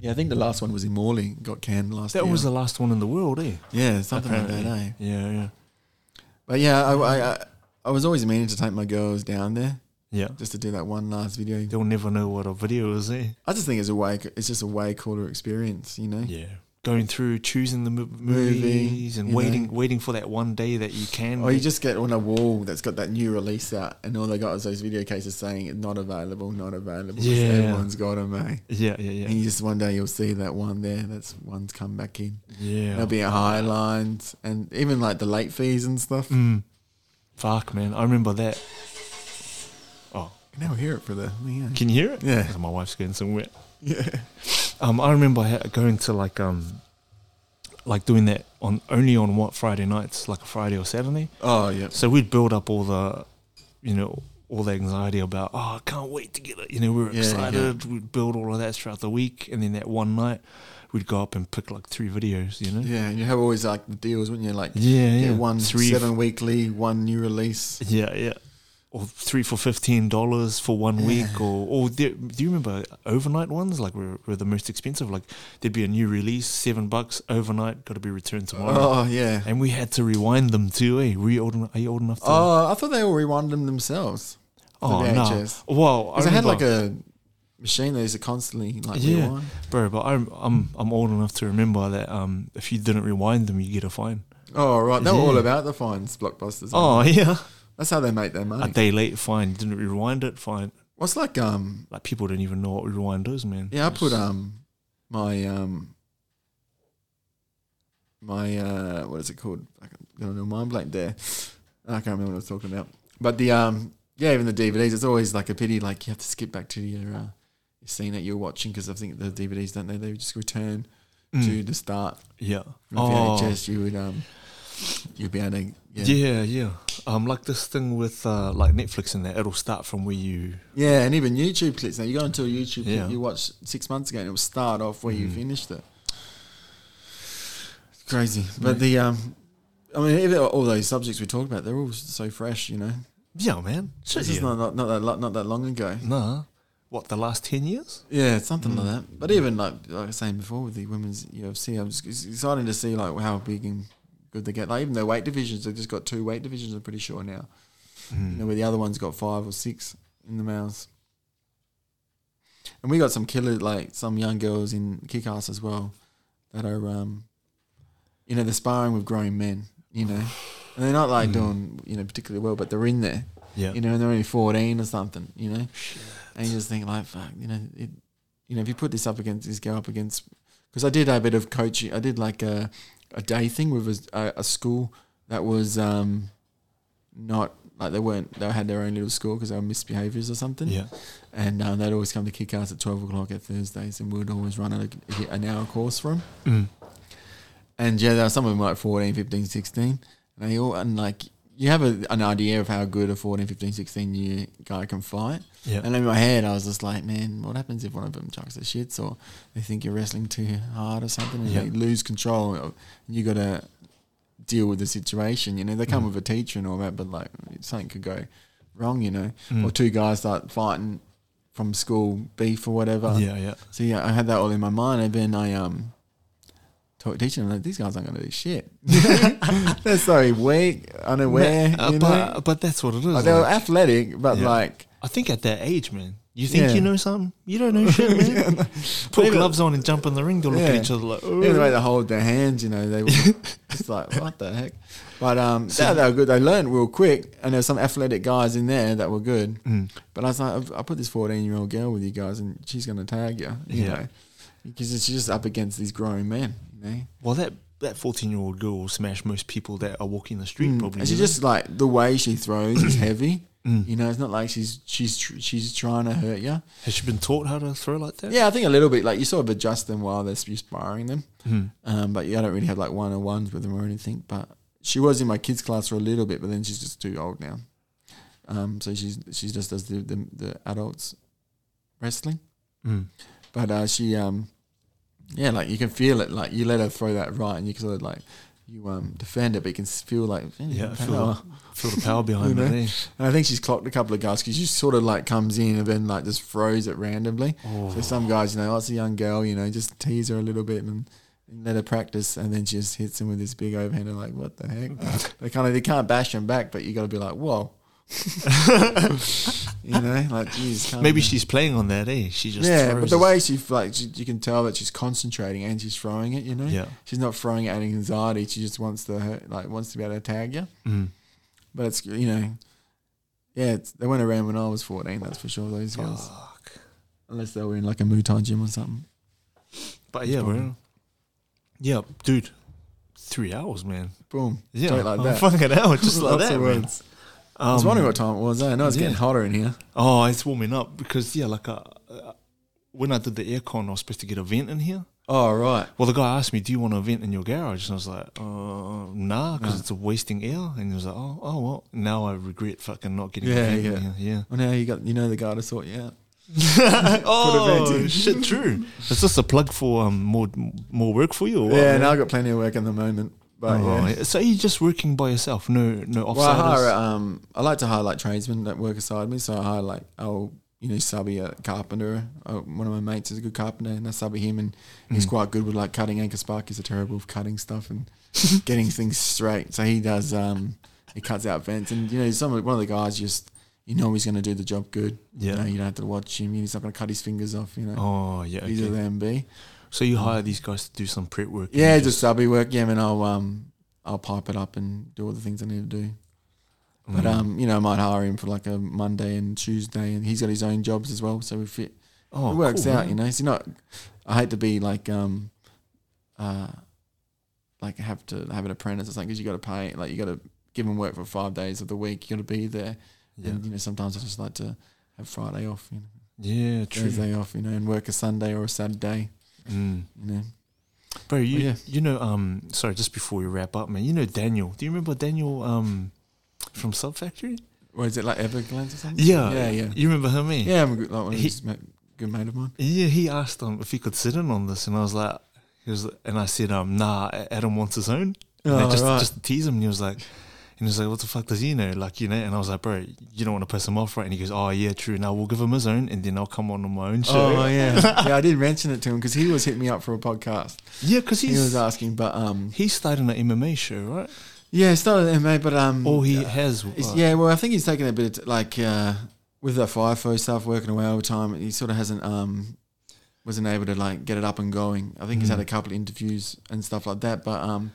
[SPEAKER 2] yeah. I think the last one was in Morley. Got canned last.
[SPEAKER 1] That
[SPEAKER 2] year.
[SPEAKER 1] was the last one in the world, eh?
[SPEAKER 2] yeah, something like that.
[SPEAKER 1] Apparently.
[SPEAKER 2] Eh?
[SPEAKER 1] Yeah, yeah,
[SPEAKER 2] But yeah, I, I I I was always meaning to take my girls down there
[SPEAKER 1] yeah.
[SPEAKER 2] just to do that one last video.
[SPEAKER 1] They'll never know what a video is, eh?
[SPEAKER 2] I just think it's a way. It's just a way cooler experience, you know.
[SPEAKER 1] Yeah. Going through choosing the mo-
[SPEAKER 2] Movie,
[SPEAKER 1] movies and
[SPEAKER 2] you
[SPEAKER 1] waiting,
[SPEAKER 2] know.
[SPEAKER 1] waiting for that one day that you can.
[SPEAKER 2] Or you
[SPEAKER 1] get-
[SPEAKER 2] just get on a wall that's got that new release out, and all they got is those video cases saying it's not available, not available. 'cause
[SPEAKER 1] Yeah.
[SPEAKER 2] everyone's got them, eh?
[SPEAKER 1] yeah, yeah,
[SPEAKER 2] And
[SPEAKER 1] yeah,
[SPEAKER 2] you just one day you'll see that one there. That's one's come back in.
[SPEAKER 1] yeah.
[SPEAKER 2] There'll be a high lines and even like the late fees and stuff.
[SPEAKER 1] Mm. Fuck, man, I remember that. Oh,
[SPEAKER 2] Now hear it for the yeah.
[SPEAKER 1] can you hear it?
[SPEAKER 2] Yeah.
[SPEAKER 1] Oh, my wife's getting somewhere.
[SPEAKER 2] yeah.
[SPEAKER 1] Um, I remember ha- going to like um, like doing that on only on what Friday nights, like a Friday or Saturday.
[SPEAKER 2] Oh yeah.
[SPEAKER 1] So we'd build up all the, you know, all the anxiety about, oh, I can't wait to get it. You know, we were
[SPEAKER 2] Yeah,
[SPEAKER 1] excited. We'd build all of that throughout the week. And then that one night, we'd go up and pick like three videos, you know? Yeah,
[SPEAKER 2] Yeah, and you have always like the deals, wouldn't you? Like
[SPEAKER 1] yeah.
[SPEAKER 2] get one
[SPEAKER 1] three.
[SPEAKER 2] seven weekly, one new release.
[SPEAKER 1] yeah, yeah. or three for fifteen dollars for one week, or or the, do you remember overnight ones? Like were, were the most expensive. Like there'd be a new release, seven bucks overnight, got to be returned tomorrow,
[SPEAKER 2] Oh yeah.
[SPEAKER 1] and we had to rewind them too. Eh? Were you old enough? Are you old enough to?
[SPEAKER 2] Oh, I thought they all rewinded them themselves.
[SPEAKER 1] oh
[SPEAKER 2] the
[SPEAKER 1] no!
[SPEAKER 2] VHS.
[SPEAKER 1] Well,
[SPEAKER 2] Because I had like a machine that used to constantly like
[SPEAKER 1] Yeah.
[SPEAKER 2] rewind.
[SPEAKER 1] bro, but I'm I'm I'm old enough to remember that um if you didn't rewind them, you get a fine.
[SPEAKER 2] Oh right, they were
[SPEAKER 1] Yeah.
[SPEAKER 2] all about the fines, blockbusters.
[SPEAKER 1] Oh yeah,
[SPEAKER 2] that's how they make their money.
[SPEAKER 1] a day late, fine. Didn't rewind it, fine.
[SPEAKER 2] What's like um
[SPEAKER 1] Like people don't even know what rewind is, man.
[SPEAKER 2] yeah, I
[SPEAKER 1] It's-
[SPEAKER 2] put um my um my uh what is it called? I can't- got a little mind blank there. I can't remember what I was talking about. But the um yeah, even the DVDs, it's always like a pity like you have to skip back to your uh, scene that you're watching because I think the DVDs don't they they just return
[SPEAKER 1] Mm.
[SPEAKER 2] to the start.
[SPEAKER 1] yeah.
[SPEAKER 2] From VHS, you would um you'd be able to yeah
[SPEAKER 1] Yeah,
[SPEAKER 2] yeah,
[SPEAKER 1] yeah. Um, like this thing with uh, like Netflix and that, it'll start from where you.
[SPEAKER 2] and even YouTube clips. Now you go into a YouTube
[SPEAKER 1] Yeah.
[SPEAKER 2] clip you watched six months ago, and it'll start off where you
[SPEAKER 1] Mm.
[SPEAKER 2] finished it. It's crazy, but the um. I mean, even all those subjects we talked about, they're all so fresh, you know.
[SPEAKER 1] Yeah, man. Shit,
[SPEAKER 2] This is
[SPEAKER 1] yeah.
[SPEAKER 2] not, not, not, that, lo- not that long ago. Mm.
[SPEAKER 1] nah. What the last ten years?
[SPEAKER 2] Yeah, it's something like that. But even like like I was saying before with the women's UFC, I'm just, it's exciting to see like how big and good they get. Like even their weight divisions, they've just got two weight divisions. I'm pretty sure now.
[SPEAKER 1] Mm.
[SPEAKER 2] You know, where the other one's got five or six in the males. And we got some killer like some young girls in kick ass as well that are um you know, they're sparring with grown men, you know. And they're not like
[SPEAKER 1] Mm.
[SPEAKER 2] doing, you know, particularly well, but they're in there.
[SPEAKER 1] Yeah.
[SPEAKER 2] You know, and they're only fourteen or something, you know.
[SPEAKER 1] Shit.
[SPEAKER 2] And you just think like, fuck, you know, it, you know, if you put this up against this girl up against, because I did a bit of coaching, I did like a, a day thing with a, a, a school that was um, not like they weren't they had their own little school because they were misbehaviors or something,
[SPEAKER 1] Yeah.
[SPEAKER 2] and um, they'd always come to kick ass at twelve o'clock at Thursdays, and we'd always run a, an hour course for 'em.
[SPEAKER 1] Mm.
[SPEAKER 2] And yeah, there were some of them were like 14, 15, 16. And they all, and like, you have a, an idea of how good a 14, 15, 16 year guy can fight.
[SPEAKER 1] Yeah.
[SPEAKER 2] And in my head, I was just like, man, what happens if one of them chucks the shits or they think you're wrestling too hard or something and
[SPEAKER 1] Yeah.
[SPEAKER 2] they lose control? And you got to deal with the situation. You know, they
[SPEAKER 1] Mm.
[SPEAKER 2] come with a teacher and all that, but like, something could go wrong, you know,
[SPEAKER 1] Mm.
[SPEAKER 2] or two guys start fighting from school beef or whatever.
[SPEAKER 1] Yeah, yeah.
[SPEAKER 2] So yeah, I had that all in my mind, and then I um taught teaching. I'm like, these guys aren't going to do shit. They're so weak, unaware.
[SPEAKER 1] Man, uh,
[SPEAKER 2] you know?
[SPEAKER 1] but but that's what it is.
[SPEAKER 2] Like, they were
[SPEAKER 1] like.
[SPEAKER 2] athletic, but
[SPEAKER 1] Yeah.
[SPEAKER 2] like
[SPEAKER 1] I think at that age, man, you think
[SPEAKER 2] Yeah.
[SPEAKER 1] you know something. You don't know shit, man. Put
[SPEAKER 2] Even-
[SPEAKER 1] gloves on and jump in the ring. They'll look at
[SPEAKER 2] Yeah.
[SPEAKER 1] each other like,
[SPEAKER 2] even the way
[SPEAKER 1] oh.
[SPEAKER 2] they hold their hands, you know, they were it's like what the heck. But um, yeah, they were good. They learned real quick, and there's some athletic guys in there that were good.
[SPEAKER 1] Mm.
[SPEAKER 2] But I was like, I've- I put this 14 year old girl with you guys, and she's going to tag you, you
[SPEAKER 1] Yeah.
[SPEAKER 2] know, because she's just up against these grown men, you know.
[SPEAKER 1] Well, that that fourteen-year-old girl will smash most people that are walking the street.
[SPEAKER 2] Mm.
[SPEAKER 1] Probably.
[SPEAKER 2] And she
[SPEAKER 1] you know? Mm.
[SPEAKER 2] just like the way she throws is heavy. You know, it's not like she's she's tr- she's trying to hurt you.
[SPEAKER 1] has she been taught how to throw like that?
[SPEAKER 2] Yeah, I think a little bit. Like you sort of adjust them while they're sp- sparring them.
[SPEAKER 1] Mm.
[SPEAKER 2] Um, but yeah, I don't really have like one on ones with them or anything. But she was in my kids class for a little bit, but then she's just too old now. Um, so she's she just does the the, the adults wrestling.
[SPEAKER 1] Mm.
[SPEAKER 2] But uh, she, um, yeah, like you can feel it. Like you let her throw that right, and you can sort of like you um defend it, but you can s- feel like
[SPEAKER 1] Yeah, I feel
[SPEAKER 2] power.
[SPEAKER 1] Feel the power behind
[SPEAKER 2] You
[SPEAKER 1] it.
[SPEAKER 2] know?
[SPEAKER 1] eh?
[SPEAKER 2] And I think she's clocked a couple of guys because she sort of like comes in and then like just throws it randomly.
[SPEAKER 1] Oh.
[SPEAKER 2] So some guys, you know, oh, it's a young girl, you know, just tease her a little bit and, and let her practice, and then she just hits him with this big overhand. And like, what the heck? they kind of they can't bash him back, but you got to be like, whoa, Oh. you know, like geez. calm
[SPEAKER 1] Maybe
[SPEAKER 2] down.
[SPEAKER 1] she's playing on that, eh? She just
[SPEAKER 2] yeah,
[SPEAKER 1] throws
[SPEAKER 2] but the
[SPEAKER 1] it.
[SPEAKER 2] way she like, she, you can tell that she's concentrating and she's throwing it. You know,
[SPEAKER 1] yeah,
[SPEAKER 2] she's not throwing it out of anxiety. She just wants to hurt, like wants to be able to tag you.
[SPEAKER 1] mm.
[SPEAKER 2] But it's you know, yeah, it's, they went around when I was fourteen. That's for sure. Those girls,
[SPEAKER 1] Fuck.
[SPEAKER 2] unless they were in like a Muay Thai gym or something.
[SPEAKER 1] but yeah, bro. yeah, dude, three hours, man.
[SPEAKER 2] Boom.
[SPEAKER 1] Yeah,
[SPEAKER 2] Straight like
[SPEAKER 1] I'm
[SPEAKER 2] that.
[SPEAKER 1] fucking out, just like
[SPEAKER 2] Lots
[SPEAKER 1] that,
[SPEAKER 2] of
[SPEAKER 1] man.
[SPEAKER 2] words. I was
[SPEAKER 1] Um,
[SPEAKER 2] wondering what time it was. eh? I know it's
[SPEAKER 1] yeah.
[SPEAKER 2] getting hotter in here.
[SPEAKER 1] Oh, it's warming up because yeah, like uh, uh, when I did the aircon, I was supposed to get a vent in here.
[SPEAKER 2] Oh right.
[SPEAKER 1] Well, the guy asked me, "Do you want a vent in your garage?" And I was like, uh, "Nah, because
[SPEAKER 2] Nah.
[SPEAKER 1] it's wasting air." And he was like, "Oh, oh well." Now I regret fucking not getting
[SPEAKER 2] Yeah,
[SPEAKER 1] a vent
[SPEAKER 2] yeah.
[SPEAKER 1] in here. Yeah.
[SPEAKER 2] Well now you got you know the guy to sort you out.
[SPEAKER 1] oh
[SPEAKER 2] vent in.
[SPEAKER 1] shit! True. It's just a plug for um more more work for you. Or what,
[SPEAKER 2] yeah,
[SPEAKER 1] man?
[SPEAKER 2] and I've got plenty of work in the moment. But
[SPEAKER 1] Oh,
[SPEAKER 2] yeah.
[SPEAKER 1] So you're just working by yourself, no no
[SPEAKER 2] Well, I
[SPEAKER 1] offsiders.
[SPEAKER 2] hire. Um, I like to hire like tradesmen that work aside me. So I hire like oh, you know, subby a carpenter. Oh, one of my mates is a good carpenter, and I subby him, and he's
[SPEAKER 1] Mm.
[SPEAKER 2] quite good with like cutting anchor sparkies. Are terrible with cutting stuff and getting things straight. So he does. Um, he cuts out vents, and you know, some of- one of the guys just you know he's going to do the job good. You, know,
[SPEAKER 1] yeah.
[SPEAKER 2] you don't have to watch him. He's not going to cut his fingers off. You know,
[SPEAKER 1] Oh yeah.
[SPEAKER 2] he's a
[SPEAKER 1] Okay.
[SPEAKER 2] MB.
[SPEAKER 1] So you hire these guys to do some prep work. and
[SPEAKER 2] Yeah,
[SPEAKER 1] you
[SPEAKER 2] just subby work. Yeah, man. I'll um, I'll pipe it up and do all the things I need to do. But
[SPEAKER 1] Mm.
[SPEAKER 2] um, you know, I might hire him for like a Monday and Tuesday, and he's got his own jobs as well. So if it,
[SPEAKER 1] oh,
[SPEAKER 2] it works
[SPEAKER 1] cool,
[SPEAKER 2] out,
[SPEAKER 1] man.
[SPEAKER 2] you know, it's not. I hate to be like um, uh, like have to have an apprentice or something because you got to pay, like you got to give him work for five days of the week. You got to be there,
[SPEAKER 1] Yeah.
[SPEAKER 2] and you know, sometimes I just like to have Friday off, you know,
[SPEAKER 1] Yeah. True.
[SPEAKER 2] Thursday off, you know, and work a Sunday or a Saturday,
[SPEAKER 1] Mm.
[SPEAKER 2] you know.
[SPEAKER 1] Bro, you
[SPEAKER 2] yeah.
[SPEAKER 1] you know um sorry just before we wrap up man you know Daniel do you remember Daniel um from Sub Factory
[SPEAKER 2] Or is it like Everglades or something?
[SPEAKER 1] yeah
[SPEAKER 2] yeah, yeah,
[SPEAKER 1] you remember him eh?
[SPEAKER 2] yeah. I'm a good, like one of
[SPEAKER 1] He-
[SPEAKER 2] his ma- good mate of mine.
[SPEAKER 1] Yeah, he asked him if he could sit in on this, and I was like, he was, and I said, um, nah, Adam wants his own. And I
[SPEAKER 2] Oh,
[SPEAKER 1] just
[SPEAKER 2] right.
[SPEAKER 1] just to tease him, and he was like, and he was like, what the fuck does he know? Like, you know, and I was like, bro, you don't want to piss him off, right? And he goes, oh yeah, true. Now we'll give him his own, and then I'll come on on my own show.
[SPEAKER 2] Oh yeah, yeah. I did mention it to him because he was hitting me up for a podcast.
[SPEAKER 1] yeah, because
[SPEAKER 2] He
[SPEAKER 1] he's
[SPEAKER 2] was asking, but um,
[SPEAKER 1] he's starting an MMA show, right?
[SPEAKER 2] yeah, it's not an MMA, but um,
[SPEAKER 1] Or he
[SPEAKER 2] uh,
[SPEAKER 1] has.
[SPEAKER 2] it's-
[SPEAKER 1] uh,
[SPEAKER 2] yeah. Well, I think he's taking a bit of, t- like uh, with the FIFO stuff, working away all the time. He sort of hasn't um, wasn't able to like get it up and going. I think he's
[SPEAKER 1] Mm.
[SPEAKER 2] had a couple of interviews and stuff like that, but um,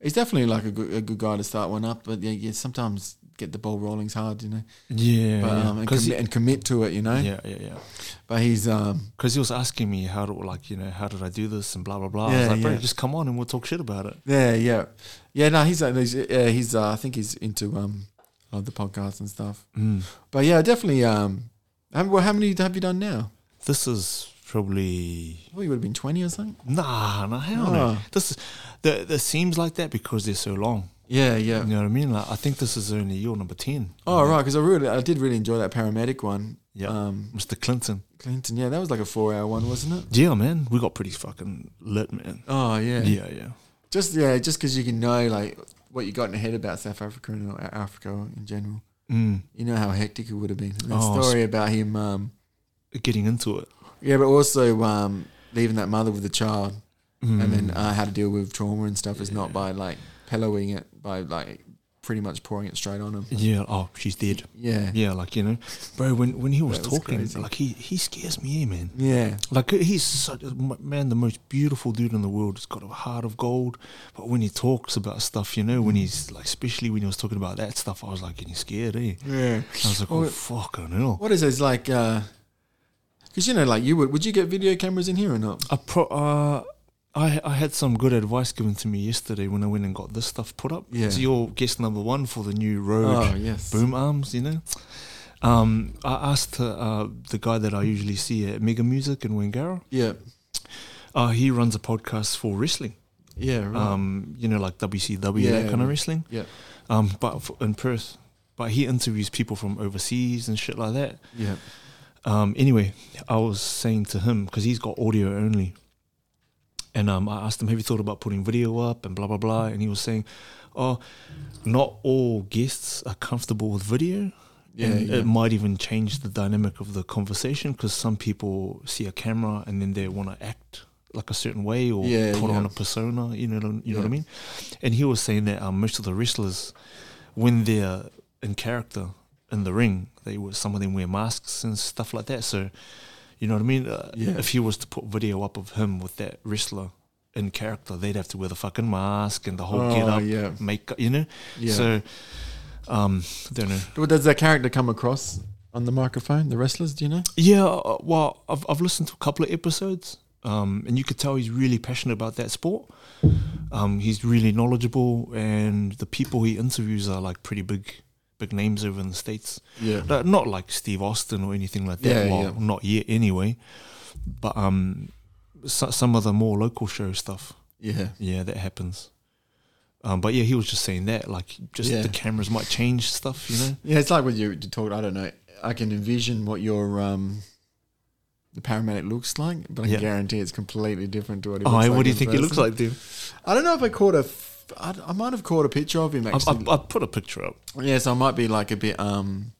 [SPEAKER 2] he's definitely like a good, a good guy to start one up. But yeah, yeah, sometimes get the ball rolling's hard, you know.
[SPEAKER 1] yeah,
[SPEAKER 2] But um, and,
[SPEAKER 1] 'Cause
[SPEAKER 2] commi- and commit to it, you know.
[SPEAKER 1] he, yeah, yeah, yeah.
[SPEAKER 2] But he's um,
[SPEAKER 1] Because he was asking me how to like you know how did I do this and blah blah blah. I was
[SPEAKER 2] Yeah,
[SPEAKER 1] like, bro,
[SPEAKER 2] yeah.
[SPEAKER 1] just come on and we'll talk shit about it.
[SPEAKER 2] Yeah, yeah, yeah. No, he's uh, he's, uh, he's uh, I think he's into um, uh, the podcast and stuff.
[SPEAKER 1] Mm.
[SPEAKER 2] But yeah, definitely. Um, how, well, how many have you done now?
[SPEAKER 1] This is probably
[SPEAKER 2] Well, you would have been twenty or something.
[SPEAKER 1] Nah, nah, hell no.
[SPEAKER 2] Ah.
[SPEAKER 1] This is, the the seems like that because they're so long.
[SPEAKER 2] Yeah,
[SPEAKER 1] You
[SPEAKER 2] yeah.
[SPEAKER 1] know what I mean? Like I think this is only your number ten.
[SPEAKER 2] Oh right, because I really, I did really enjoy that paramedic one.
[SPEAKER 1] Yeah.
[SPEAKER 2] Um,
[SPEAKER 1] Mr. Clinton.
[SPEAKER 2] Clinton. Yeah, that was like a four-hour one, wasn't it?
[SPEAKER 1] Yeah, man, we got pretty fucking lit, man.
[SPEAKER 2] Oh yeah.
[SPEAKER 1] Yeah, yeah,
[SPEAKER 2] Just yeah, just because you can know like what you got in your head about South Africa and or Africa in general.
[SPEAKER 1] Mm,
[SPEAKER 2] You know how hectic it would have been. And That
[SPEAKER 1] Oh,
[SPEAKER 2] story about him. Um,
[SPEAKER 1] getting into it.
[SPEAKER 2] yeah, but also um, leaving that mother with the child.
[SPEAKER 1] Mm.
[SPEAKER 2] and then uh, how to deal with trauma and stuff is not
[SPEAKER 1] Yeah.
[SPEAKER 2] by like pillowing it by like pretty much pouring it straight on them.
[SPEAKER 1] yeah, oh, she's dead.
[SPEAKER 2] Yeah,
[SPEAKER 1] Yeah, like you know, bro. When when he was,
[SPEAKER 2] That was
[SPEAKER 1] talking,
[SPEAKER 2] crazy.
[SPEAKER 1] like he he scares me, eh, man.
[SPEAKER 2] yeah,
[SPEAKER 1] Like he's such a, man, the most beautiful dude in the world. He's got a heart of gold. But when he talks about stuff, you know,
[SPEAKER 2] Mm.
[SPEAKER 1] when he's like, especially when he was talking about that stuff, I was like, getting scared, eh?
[SPEAKER 2] yeah.
[SPEAKER 1] I was like, oh,
[SPEAKER 2] Well,
[SPEAKER 1] fucking hell.
[SPEAKER 2] What is this like? Because you know, like you would would you get video cameras in here or not?
[SPEAKER 1] I, pro- uh, I, I had some good advice given to me yesterday when I went and got this stuff put up.
[SPEAKER 2] Yeah.
[SPEAKER 1] So you're guest number one for the new road
[SPEAKER 2] Oh yes,
[SPEAKER 1] boom arms, you know. Um, I asked uh, uh, the guy that I usually see at Mega Music in Wangara.
[SPEAKER 2] Yeah,
[SPEAKER 1] Uh, he runs a podcast for wrestling.
[SPEAKER 2] yeah, right.
[SPEAKER 1] Um, you know, like WCW,
[SPEAKER 2] Yeah,
[SPEAKER 1] that kind of
[SPEAKER 2] yeah.
[SPEAKER 1] wrestling.
[SPEAKER 2] Yeah.
[SPEAKER 1] Um, but f- in Perth, but he interviews people from overseas and shit like that.
[SPEAKER 2] yeah,
[SPEAKER 1] Um, anyway, I was saying to him because he's got audio only, and um, I asked him, "Have you thought about putting video up?" and blah blah blah, and he was saying, "Oh, not all guests are comfortable with video.
[SPEAKER 2] yeah,
[SPEAKER 1] and
[SPEAKER 2] yeah.
[SPEAKER 1] it might even change the dynamic of the conversation because some people see a camera and then they want to act." Like a certain way, or
[SPEAKER 2] Yeah,
[SPEAKER 1] put
[SPEAKER 2] yeah.
[SPEAKER 1] on a persona, you know, you know what I
[SPEAKER 2] Yeah.
[SPEAKER 1] mean. And he was saying that um, most of the wrestlers, when they're in character in the ring, they were some of them wear masks and stuff like that. So, you know what I mean? Uh,
[SPEAKER 2] Yeah.
[SPEAKER 1] If he was to put video up of him with that wrestler in character, they'd have to wear the fucking mask and the whole get
[SPEAKER 2] Oh,
[SPEAKER 1] up,
[SPEAKER 2] yeah,
[SPEAKER 1] makeup, you know.
[SPEAKER 2] yeah.
[SPEAKER 1] So, um, don't know.
[SPEAKER 2] Well, does that character come across on the microphone? The wrestlers, do you know?
[SPEAKER 1] Yeah, uh, well, I've I've listened to a couple of episodes, um, and you could tell he's really passionate about that sport. Um, he's really knowledgeable, and the people he interviews are like pretty big, big names over in the states.
[SPEAKER 2] Yeah,
[SPEAKER 1] No, not like Steve Austin or anything like that.
[SPEAKER 2] Yeah,
[SPEAKER 1] well,
[SPEAKER 2] yeah.
[SPEAKER 1] not yet anyway. But um, so, some of the more local show stuff,
[SPEAKER 2] yeah,
[SPEAKER 1] yeah, that happens. Um, but yeah, he was just saying that, like, just
[SPEAKER 2] Yeah.
[SPEAKER 1] the cameras might change stuff, you know.
[SPEAKER 2] yeah. It's like when you talk. I don't know. I can envision what your um. The paramedic looks like, but I
[SPEAKER 1] Yeah.
[SPEAKER 2] guarantee it's completely different to what he
[SPEAKER 1] Oh,
[SPEAKER 2] looks like.
[SPEAKER 1] what do you
[SPEAKER 2] in
[SPEAKER 1] think it looks
[SPEAKER 2] person.
[SPEAKER 1] like, dude?
[SPEAKER 2] I don't know if I caught a f- I, I might have caught a picture of him
[SPEAKER 1] I,
[SPEAKER 2] actually.
[SPEAKER 1] I, I put a picture up.
[SPEAKER 2] yeah, so I might be like a bit. um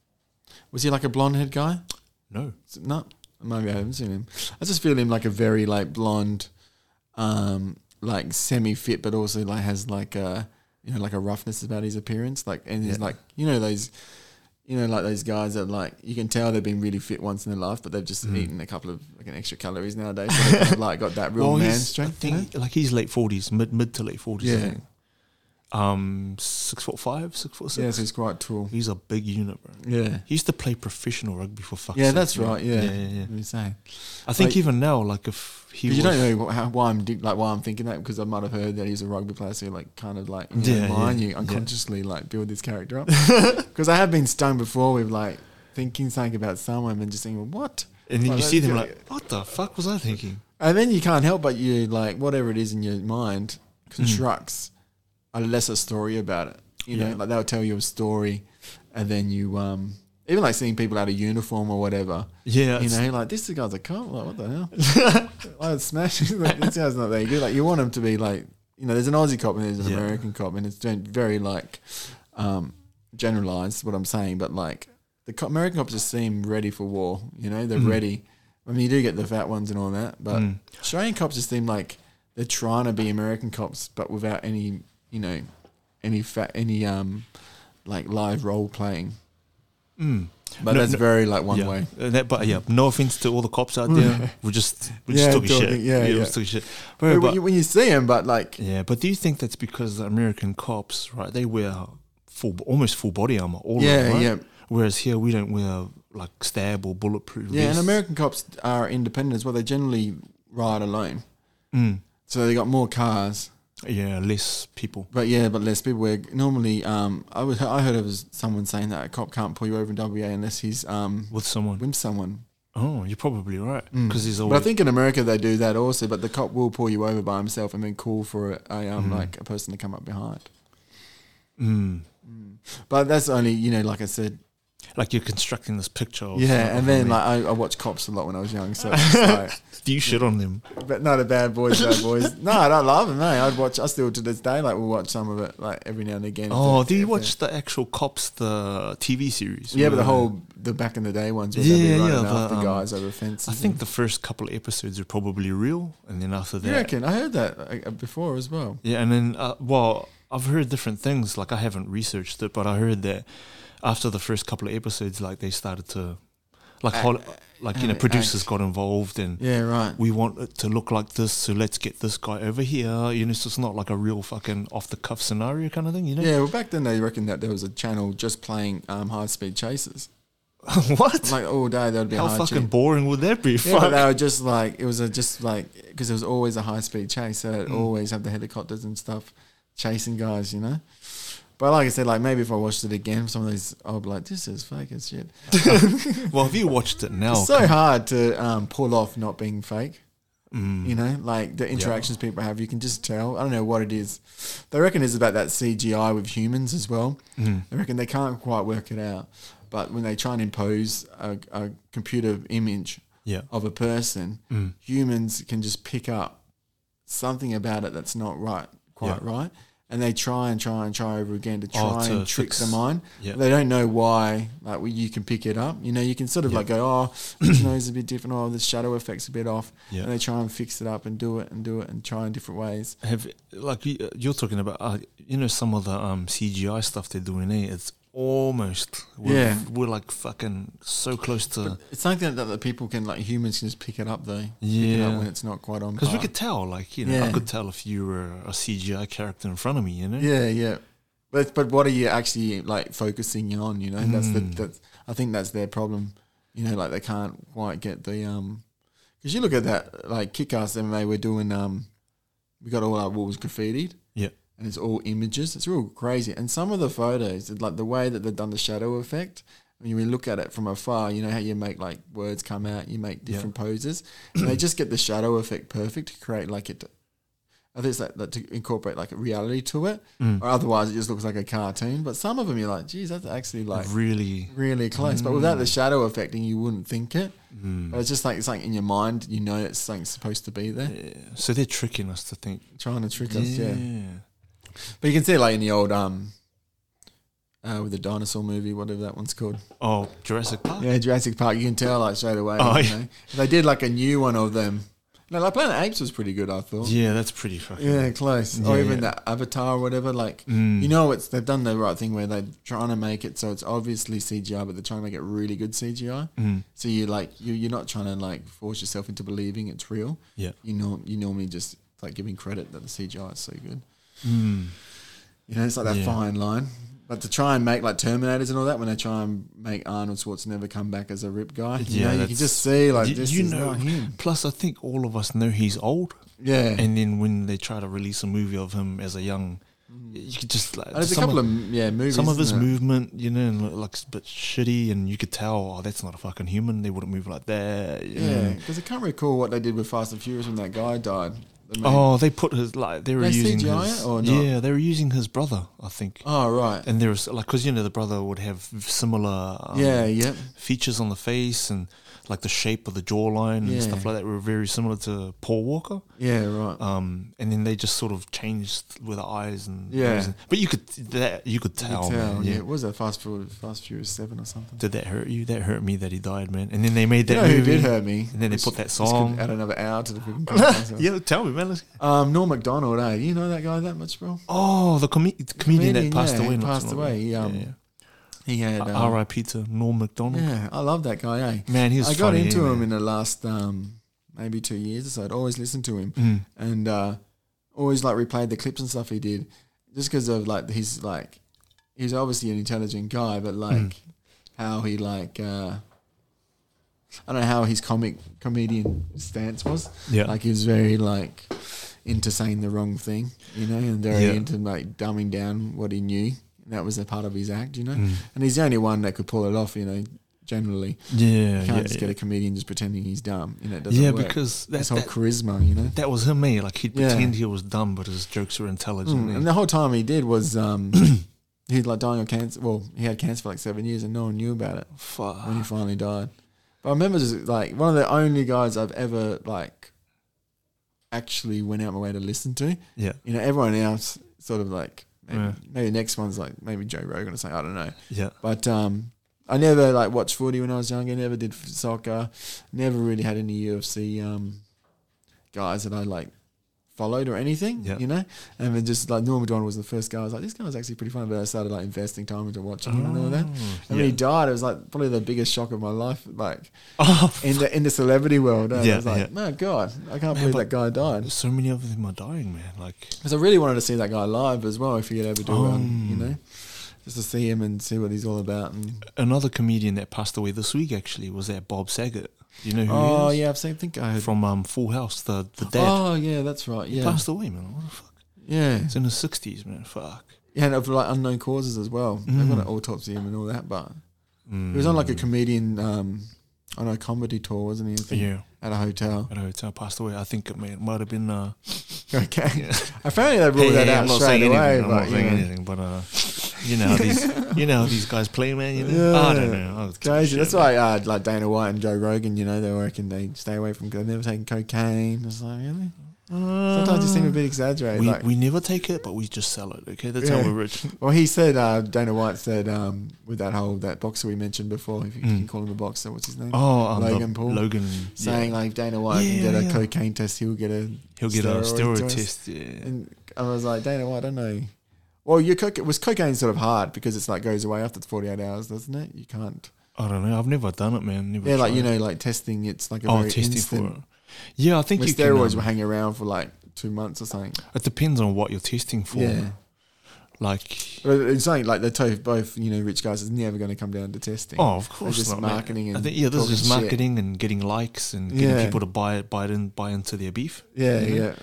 [SPEAKER 2] Was he like a blonde head guy?
[SPEAKER 1] No,
[SPEAKER 2] Is it- No, maybe I haven't seen him. I just feel him like a very like blonde, um, like semi fit, but also like has like a you know like a roughness about his appearance. Like and he's
[SPEAKER 1] Yeah.
[SPEAKER 2] like you know those, you know like those guys that like you can tell they've been really fit once in their life, but they've just
[SPEAKER 1] Mm.
[SPEAKER 2] eaten a couple of like an extra calories nowadays. So they've kind of, like got that real man
[SPEAKER 1] he's-
[SPEAKER 2] strength.
[SPEAKER 1] I
[SPEAKER 2] you know?
[SPEAKER 1] think, like he's late forties, mid mid to late forties.
[SPEAKER 2] Yeah.
[SPEAKER 1] I think. Um, six foot five, six foot
[SPEAKER 2] Yeah,
[SPEAKER 1] six.
[SPEAKER 2] so he's quite tall.
[SPEAKER 1] He's a big unit, bro.
[SPEAKER 2] Yeah,
[SPEAKER 1] He used to play professional rugby for fuck's
[SPEAKER 2] yeah,
[SPEAKER 1] sake,
[SPEAKER 2] that's
[SPEAKER 1] man.
[SPEAKER 2] right.
[SPEAKER 1] yeah,
[SPEAKER 2] Yeah,
[SPEAKER 1] yeah. yeah.
[SPEAKER 2] What are you saying?
[SPEAKER 1] I think
[SPEAKER 2] Like-
[SPEAKER 1] even now, like if he
[SPEAKER 2] But
[SPEAKER 1] was,
[SPEAKER 2] you don't know wh- how, why I'm dig- like why I'm thinking that because I might have heard that he's a rugby player, so you like kind of like in your
[SPEAKER 1] Yeah,
[SPEAKER 2] own mind
[SPEAKER 1] yeah,
[SPEAKER 2] you
[SPEAKER 1] yeah.
[SPEAKER 2] unconsciously like build this character up. Because I have been stung before with like thinking something about someone and just thinking well, what,
[SPEAKER 1] and then
[SPEAKER 2] Like,
[SPEAKER 1] you see
[SPEAKER 2] that's
[SPEAKER 1] them
[SPEAKER 2] good.
[SPEAKER 1] like, what the fuck was I thinking?
[SPEAKER 2] and then you can't help but you like whatever it is in your mind constructs a lesser story about it. You know,
[SPEAKER 1] Yeah.
[SPEAKER 2] like they'll tell you a story, and then you um even like seeing people out of uniform or whatever.
[SPEAKER 1] Yeah,
[SPEAKER 2] you
[SPEAKER 1] it's-
[SPEAKER 2] know, like this guy's a cunt. Like, what the hell? like, smash. like, this guy's not that good. Like, you want him to be like, you know, there's an Aussie cop and there's an
[SPEAKER 1] Yeah.
[SPEAKER 2] American cop, and it's doing very like, um, generalized what I'm saying, but like the co- American cops just seem ready for war. You know,
[SPEAKER 1] Hmm.
[SPEAKER 2] they're ready. I mean, you do get the fat ones and all that, but
[SPEAKER 1] Mm.
[SPEAKER 2] Australian cops just seem like they're trying to be American cops, but without any, you know, any fat, any um, like live role playing.
[SPEAKER 1] Mm.
[SPEAKER 2] But
[SPEAKER 1] No,
[SPEAKER 2] that's
[SPEAKER 1] no.
[SPEAKER 2] very like one
[SPEAKER 1] yeah.
[SPEAKER 2] way.
[SPEAKER 1] Uh, that- but yeah, no offense to all the cops out there. we just we just
[SPEAKER 2] Yeah,
[SPEAKER 1] took a shit.
[SPEAKER 2] talking- yeah,
[SPEAKER 1] we
[SPEAKER 2] yeah.
[SPEAKER 1] just took a shit. Bro,
[SPEAKER 2] But
[SPEAKER 1] but-
[SPEAKER 2] when you, when you see him, but like
[SPEAKER 1] Yeah, but do you think that's because the American cops, right? They wear full, almost full body armor, all
[SPEAKER 2] Yeah,
[SPEAKER 1] of them, right?
[SPEAKER 2] yeah.
[SPEAKER 1] Whereas here we don't wear like stab or bulletproof.
[SPEAKER 2] Yeah, and
[SPEAKER 1] vests.
[SPEAKER 2] American cops are independent as well. They generally ride alone,
[SPEAKER 1] Mm.
[SPEAKER 2] so they got more cars.
[SPEAKER 1] Yeah, less people.
[SPEAKER 2] But yeah, but less people. Where normally, um, I was I heard of someone saying that a cop can't pull you over in WA unless he's um
[SPEAKER 1] With someone,
[SPEAKER 2] with someone.
[SPEAKER 1] oh, you're probably right because he's
[SPEAKER 2] Mm. But I
[SPEAKER 1] always
[SPEAKER 2] think in America they do that also. But the cop will pull you over by himself and then call for a, a
[SPEAKER 1] Mm-hmm.
[SPEAKER 2] um like a person to come up behind.
[SPEAKER 1] mm,
[SPEAKER 2] But that's only you know like I said.
[SPEAKER 1] like you're constructing this picture. Of
[SPEAKER 2] Yeah, and then
[SPEAKER 1] like
[SPEAKER 2] like I, I watched cops a lot when I was young, so it's just like.
[SPEAKER 1] do you shit on them?
[SPEAKER 2] But no, the bad boys, bad boys. No, I don't love them. No, I'd watch. I still to this day like we'll watch some of it like every now and again. if
[SPEAKER 1] Oh,
[SPEAKER 2] they-
[SPEAKER 1] do you
[SPEAKER 2] if
[SPEAKER 1] watch the actual cops, the TV series?
[SPEAKER 2] they- Yeah, but the
[SPEAKER 1] where-
[SPEAKER 2] whole the back in the day ones. Where yeah, they'd
[SPEAKER 1] Yeah,
[SPEAKER 2] be
[SPEAKER 1] yeah,
[SPEAKER 2] running
[SPEAKER 1] the,
[SPEAKER 2] after
[SPEAKER 1] um,
[SPEAKER 2] guys over fences.
[SPEAKER 1] I think the first couple of episodes are probably real, and then after
[SPEAKER 2] and, you
[SPEAKER 1] that,
[SPEAKER 2] reckon I heard that uh, before as well.
[SPEAKER 1] Yeah, and then uh, well, I've heard different things. Like I haven't researched it, but I heard that after the first couple of episodes, like they started to, like, hol- like you know,
[SPEAKER 2] act.
[SPEAKER 1] producers got involved and.
[SPEAKER 2] Yeah, right.
[SPEAKER 1] We want it to look like this, so let's get this guy over here. You know, so it's not like a real fucking off the cuff scenario kind of thing, you know?
[SPEAKER 2] Yeah, well, back then they reckoned that there was a channel just playing um, high speed chases.
[SPEAKER 1] what?
[SPEAKER 2] Like all day there would be
[SPEAKER 1] How
[SPEAKER 2] high
[SPEAKER 1] fucking
[SPEAKER 2] speed.
[SPEAKER 1] boring would that be?
[SPEAKER 2] Yeah, but
[SPEAKER 1] Fuck.
[SPEAKER 2] they were just like it was a just like because it was always a high speed chase, so
[SPEAKER 1] Mm.
[SPEAKER 2] they'd always have the helicopters and stuff chasing guys, you know. But like I said, like maybe if I watched it again, some of these I'll be like, this is fake as shit.
[SPEAKER 1] Well, if you watched it now,
[SPEAKER 2] It's so hard to um, pull off not being fake.
[SPEAKER 1] mm,
[SPEAKER 2] You know, like the interactions people have, you can just tell. I don't know what it is. They reckon it's about that CGI with humans as well.
[SPEAKER 1] mm,
[SPEAKER 2] They reckon they can't quite work it out. But when they try and impose a, a computer image
[SPEAKER 1] yeah,
[SPEAKER 2] of a person,
[SPEAKER 1] mm.
[SPEAKER 2] humans can just pick up something about it that's not right, quite right, and they try and try and try over again to
[SPEAKER 1] Oh,
[SPEAKER 2] try
[SPEAKER 1] to
[SPEAKER 2] and trick the
[SPEAKER 1] fix-
[SPEAKER 2] mind.
[SPEAKER 1] yeah.
[SPEAKER 2] They don't know why. Like well, you can pick it up, you know, you can sort of like go, oh, this nose is a bit different, oh, the shadow effect's a bit off,
[SPEAKER 1] Yeah.
[SPEAKER 2] and they try and fix it up and do it and do it and try in different ways.
[SPEAKER 1] have like you- you're talking about uh, you know some of the um CGI stuff they're doing eh? it's almost we're,
[SPEAKER 2] Yeah.
[SPEAKER 1] we're like fucking so close to
[SPEAKER 2] It's something that, that people can like humans can just pick it up though, pick it up
[SPEAKER 1] yeah
[SPEAKER 2] when it's not quite on.
[SPEAKER 1] because we
[SPEAKER 2] par.
[SPEAKER 1] could tell like you know I
[SPEAKER 2] uh, Yeah.
[SPEAKER 1] could tell if you were a CGI character in front of me you know
[SPEAKER 2] Yeah, yeah. But but what are you actually like focusing on? You know, that's the
[SPEAKER 1] Mm.
[SPEAKER 2] that's I think that's their problem. You know, like they can't quite get the um because you look at that like kick-ass MMA. We're doing um we got all our walls graffitied
[SPEAKER 1] yeah
[SPEAKER 2] and it's all images. It's real crazy. And some of the photos, it's like the way that they've done the shadow effect, when you look at it from afar, you know how you make like words come out, you make different poses, and they just get the shadow effect perfect to create like it. I think it's like that to incorporate like a reality to it,
[SPEAKER 1] Mm.
[SPEAKER 2] or otherwise it just looks like a cartoon. But some of them you're like, geez, that's actually like
[SPEAKER 1] really
[SPEAKER 2] really close. But without
[SPEAKER 1] Mm.
[SPEAKER 2] the shadow affecting, you wouldn't think it. But it's just like it's like in your mind, you know, it's something supposed to be there,
[SPEAKER 1] yeah. so they're tricking us to think
[SPEAKER 2] trying to trick us. Yeah. But you can see like in the old um, uh, with the dinosaur movie, whatever that one's called.
[SPEAKER 1] Oh, Jurassic Park.
[SPEAKER 2] Yeah, Jurassic Park. You can tell like straight away.
[SPEAKER 1] Oh,
[SPEAKER 2] you
[SPEAKER 1] yeah.
[SPEAKER 2] know? If They did like a new one of them. No, like Planet Apes was pretty good. I thought.
[SPEAKER 1] Yeah, that's pretty fucking.
[SPEAKER 2] Yeah, close. or
[SPEAKER 1] Yeah,
[SPEAKER 2] even
[SPEAKER 1] yeah.
[SPEAKER 2] the Avatar or whatever. Like
[SPEAKER 1] Mm.
[SPEAKER 2] you know, it's they've done the right thing where they're trying to make it so it's obviously CGI, but they're trying to make it really good CGI.
[SPEAKER 1] Mm.
[SPEAKER 2] So you like you you're not trying to like force yourself into believing it's real.
[SPEAKER 1] Yeah.
[SPEAKER 2] You know, you normally just like giving credit that the CGI is so good.
[SPEAKER 1] Mm.
[SPEAKER 2] You know, it's like that
[SPEAKER 1] Yeah.
[SPEAKER 2] fine line. But to try and make like Terminators and all that, when they try and make Arnold Schwarzenegger come back as a rip guy, you
[SPEAKER 1] Yeah,
[SPEAKER 2] know, you can
[SPEAKER 1] that's-
[SPEAKER 2] just see like
[SPEAKER 1] You-
[SPEAKER 2] this
[SPEAKER 1] you
[SPEAKER 2] is
[SPEAKER 1] know-
[SPEAKER 2] not him.
[SPEAKER 1] Plus, I think all of us know he's old,
[SPEAKER 2] Yeah,
[SPEAKER 1] and then when they try to release a movie of him as a young,
[SPEAKER 2] Mm.
[SPEAKER 1] you could just like
[SPEAKER 2] And there's a
[SPEAKER 1] some
[SPEAKER 2] couple of yeah movies.
[SPEAKER 1] some of
[SPEAKER 2] isn't
[SPEAKER 1] his
[SPEAKER 2] there?
[SPEAKER 1] movement, you know, and look, looks a bit shitty, and you could tell, oh, that's not a fucking human. They wouldn't move like that. you
[SPEAKER 2] Yeah,
[SPEAKER 1] know.
[SPEAKER 2] because I can't recall what they did with Fast and Furious when that guy died. The main-
[SPEAKER 1] Oh, they put his like they were
[SPEAKER 2] They
[SPEAKER 1] using
[SPEAKER 2] CGI
[SPEAKER 1] his
[SPEAKER 2] it or not?
[SPEAKER 1] yeah they were using his brother I think
[SPEAKER 2] oh right.
[SPEAKER 1] and there was like because you know the brother would have similar um,
[SPEAKER 2] yeah, yeah.
[SPEAKER 1] features on the face and like the shape of the jawline
[SPEAKER 2] Yeah.
[SPEAKER 1] and stuff like that were very similar to Paul Walker
[SPEAKER 2] Yeah, right.
[SPEAKER 1] um, and then they just sort of changed with the eyes and
[SPEAKER 2] Yeah.
[SPEAKER 1] everything. but you could that you could
[SPEAKER 2] You
[SPEAKER 1] tell,
[SPEAKER 2] could
[SPEAKER 1] man,
[SPEAKER 2] yeah.
[SPEAKER 1] yeah.
[SPEAKER 2] What was that Fast Furious, Fast Furious Seven or something?
[SPEAKER 1] Did that hurt you? That hurt me that he died, man. And then they made that
[SPEAKER 2] you know who
[SPEAKER 1] movie.
[SPEAKER 2] did hurt me?
[SPEAKER 1] And then they
[SPEAKER 2] Which-
[SPEAKER 1] put that
[SPEAKER 2] just could
[SPEAKER 1] song.
[SPEAKER 2] Add another hour to the freaking podcast.
[SPEAKER 1] Yeah, tell me, man. Let's-
[SPEAKER 2] Um, Norm Macdonald, eh? You know that guy that much, bro?
[SPEAKER 1] Oh, the comed- comedian
[SPEAKER 2] Comedian,
[SPEAKER 1] that passed
[SPEAKER 2] yeah, he
[SPEAKER 1] away. not too
[SPEAKER 2] passed
[SPEAKER 1] long
[SPEAKER 2] away, he,
[SPEAKER 1] ago.
[SPEAKER 2] um,
[SPEAKER 1] Yeah, yeah.
[SPEAKER 2] He had. um,
[SPEAKER 1] R.I.P. to Uh, Norm Macdonald.
[SPEAKER 2] Yeah, I love that guy, eh?
[SPEAKER 1] Man, he was
[SPEAKER 2] I got
[SPEAKER 1] funny,
[SPEAKER 2] into
[SPEAKER 1] eh,
[SPEAKER 2] him
[SPEAKER 1] man?
[SPEAKER 2] in the last um, maybe two years or so. I'd always listened to him
[SPEAKER 1] Mm.
[SPEAKER 2] and uh, always like replayed the clips and stuff he did, just because of like his like he's obviously an intelligent guy,
[SPEAKER 1] Hmm.
[SPEAKER 2] but like how he like uh, I don't know how his comic comedian stance was.
[SPEAKER 1] Yeah.
[SPEAKER 2] like he was very like into saying the wrong thing, you know, and very
[SPEAKER 1] Yeah.
[SPEAKER 2] into like dumbing down what he knew. And that was a part of his act, you know.
[SPEAKER 1] Mm.
[SPEAKER 2] And he's the only one that could pull it off, you know. Generally,
[SPEAKER 1] Yeah,
[SPEAKER 2] you can't
[SPEAKER 1] yeah,
[SPEAKER 2] just
[SPEAKER 1] yeah.
[SPEAKER 2] get a comedian just pretending he's dumb. You know, it doesn't
[SPEAKER 1] yeah
[SPEAKER 2] work.
[SPEAKER 1] because that,
[SPEAKER 2] This whole
[SPEAKER 1] that,
[SPEAKER 2] charisma, you know.
[SPEAKER 1] that was him, eh? Like he'd
[SPEAKER 2] Yeah.
[SPEAKER 1] pretend he was dumb, but his jokes were intelligent.
[SPEAKER 2] Mm,
[SPEAKER 1] eh?
[SPEAKER 2] And the whole time he did was um, he'd like dying of cancer. Well, he had cancer for like seven years, and no one knew about it
[SPEAKER 1] Fuck.
[SPEAKER 2] when he finally died. But I remember just like one of the only guys I've ever like actually went out my way to listen to.
[SPEAKER 1] Yeah,
[SPEAKER 2] You know, everyone else sort of like maybe,
[SPEAKER 1] Yeah.
[SPEAKER 2] maybe next one's like maybe Joe Rogan or something. I don't know.
[SPEAKER 1] yeah.
[SPEAKER 2] But um, I never like watched footy when I was younger. Never did soccer. Never really had any UFC um, guys that I like followed or anything.
[SPEAKER 1] Yeah.
[SPEAKER 2] You know, and then just like Norm Macdonald was the first guy. I was like, this guy was actually pretty funny. But I started like investing time into watching him and all that.
[SPEAKER 1] Oh,
[SPEAKER 2] And when he died, it was like probably the biggest shock of my life, like
[SPEAKER 1] Oh,
[SPEAKER 2] in the in the celebrity world. eh? I
[SPEAKER 1] Yeah,
[SPEAKER 2] was like,
[SPEAKER 1] yeah.
[SPEAKER 2] my God, I can't
[SPEAKER 1] Man,
[SPEAKER 2] believe
[SPEAKER 1] but-
[SPEAKER 2] that guy died.
[SPEAKER 1] so many of them are dying, man. Like,
[SPEAKER 2] Because I really wanted to see that guy live as well, if he could ever do one,
[SPEAKER 1] Um.
[SPEAKER 2] you know, just to see him and see what he's all about. And
[SPEAKER 1] another comedian that passed away this week actually was that Bob Saget. You know who
[SPEAKER 2] oh
[SPEAKER 1] he is?
[SPEAKER 2] yeah, I've seen. I think I heard
[SPEAKER 1] From um, Full House, the the dad.
[SPEAKER 2] Oh yeah, that's right.
[SPEAKER 1] He
[SPEAKER 2] Yeah,
[SPEAKER 1] passed away, man. What the fuck?
[SPEAKER 2] yeah,
[SPEAKER 1] He's in his sixties, man. Fuck.
[SPEAKER 2] yeah, and of like unknown causes as well. They've got
[SPEAKER 1] Mm.
[SPEAKER 2] an autopsy him and all that, but he was on like a comedian um, on a comedy tour, wasn't he? I think,
[SPEAKER 1] yeah
[SPEAKER 2] at a hotel.
[SPEAKER 1] at a hotel. Passed away. I think it may, it might have been. Uh,
[SPEAKER 2] okay,
[SPEAKER 1] yeah.
[SPEAKER 2] apparently
[SPEAKER 1] Hey,
[SPEAKER 2] they ruled that
[SPEAKER 1] hey,
[SPEAKER 2] out
[SPEAKER 1] I'm not
[SPEAKER 2] straight
[SPEAKER 1] saying anything.
[SPEAKER 2] away.
[SPEAKER 1] I'm
[SPEAKER 2] but,
[SPEAKER 1] not
[SPEAKER 2] you
[SPEAKER 1] saying
[SPEAKER 2] know.
[SPEAKER 1] anything, but uh, you know how these you know how these guys play, man. You know. I don't know. I don't give a
[SPEAKER 2] Crazy.
[SPEAKER 1] shit,
[SPEAKER 2] That's
[SPEAKER 1] man.
[SPEAKER 2] why, uh, like Dana White and Joe Rogan, you know, they reckon they stay away from. They've never taken cocaine. It's like really. Sometimes you seem a bit
[SPEAKER 1] Uh,
[SPEAKER 2] exaggerated.
[SPEAKER 1] We,
[SPEAKER 2] like,
[SPEAKER 1] we never take it, but we just sell it. Okay, that's
[SPEAKER 2] Yeah.
[SPEAKER 1] how we're rich.
[SPEAKER 2] Well, he said uh, Dana White said um, with that whole that boxer we mentioned before, if you can
[SPEAKER 1] Mm.
[SPEAKER 2] call him a boxer, what's his name?
[SPEAKER 1] Oh, um,
[SPEAKER 2] Logan
[SPEAKER 1] Logan
[SPEAKER 2] Paul.
[SPEAKER 1] Paul. Logan
[SPEAKER 2] Saying
[SPEAKER 1] yeah.
[SPEAKER 2] like Dana White
[SPEAKER 1] Yeah,
[SPEAKER 2] can get a
[SPEAKER 1] yeah.
[SPEAKER 2] cocaine test, he'll get a.
[SPEAKER 1] he'll get a
[SPEAKER 2] steroid
[SPEAKER 1] steroid
[SPEAKER 2] test.
[SPEAKER 1] test. Yeah.
[SPEAKER 2] And I was like Dana White, I don't know. Well, your coca- was cocaine sort of hard because it's like goes away after forty eight hours, doesn't it? You can't.
[SPEAKER 1] I don't know. I've never done it, man. Never
[SPEAKER 2] Yeah, like you
[SPEAKER 1] tried.
[SPEAKER 2] know, like testing, it's like a
[SPEAKER 1] oh,
[SPEAKER 2] very
[SPEAKER 1] testing
[SPEAKER 2] instant.
[SPEAKER 1] for it. Yeah, I think
[SPEAKER 2] where
[SPEAKER 1] you can.
[SPEAKER 2] steroids
[SPEAKER 1] um,
[SPEAKER 2] will hang around for like two months or something.
[SPEAKER 1] It depends on what you're testing for.
[SPEAKER 2] Yeah,
[SPEAKER 1] Like,
[SPEAKER 2] but it's something like they're to- both you know rich guys is never going to come down to testing.
[SPEAKER 1] oh, of
[SPEAKER 2] They're
[SPEAKER 1] course
[SPEAKER 2] just
[SPEAKER 1] not. man.
[SPEAKER 2] marketing and
[SPEAKER 1] I think, yeah, this is
[SPEAKER 2] talking
[SPEAKER 1] just
[SPEAKER 2] shit.
[SPEAKER 1] marketing and getting likes and getting
[SPEAKER 2] Yeah.
[SPEAKER 1] people to buy it, buy it in, buy into their beef.
[SPEAKER 2] Yeah,
[SPEAKER 1] You know?
[SPEAKER 2] yeah.
[SPEAKER 1] Mm-hmm.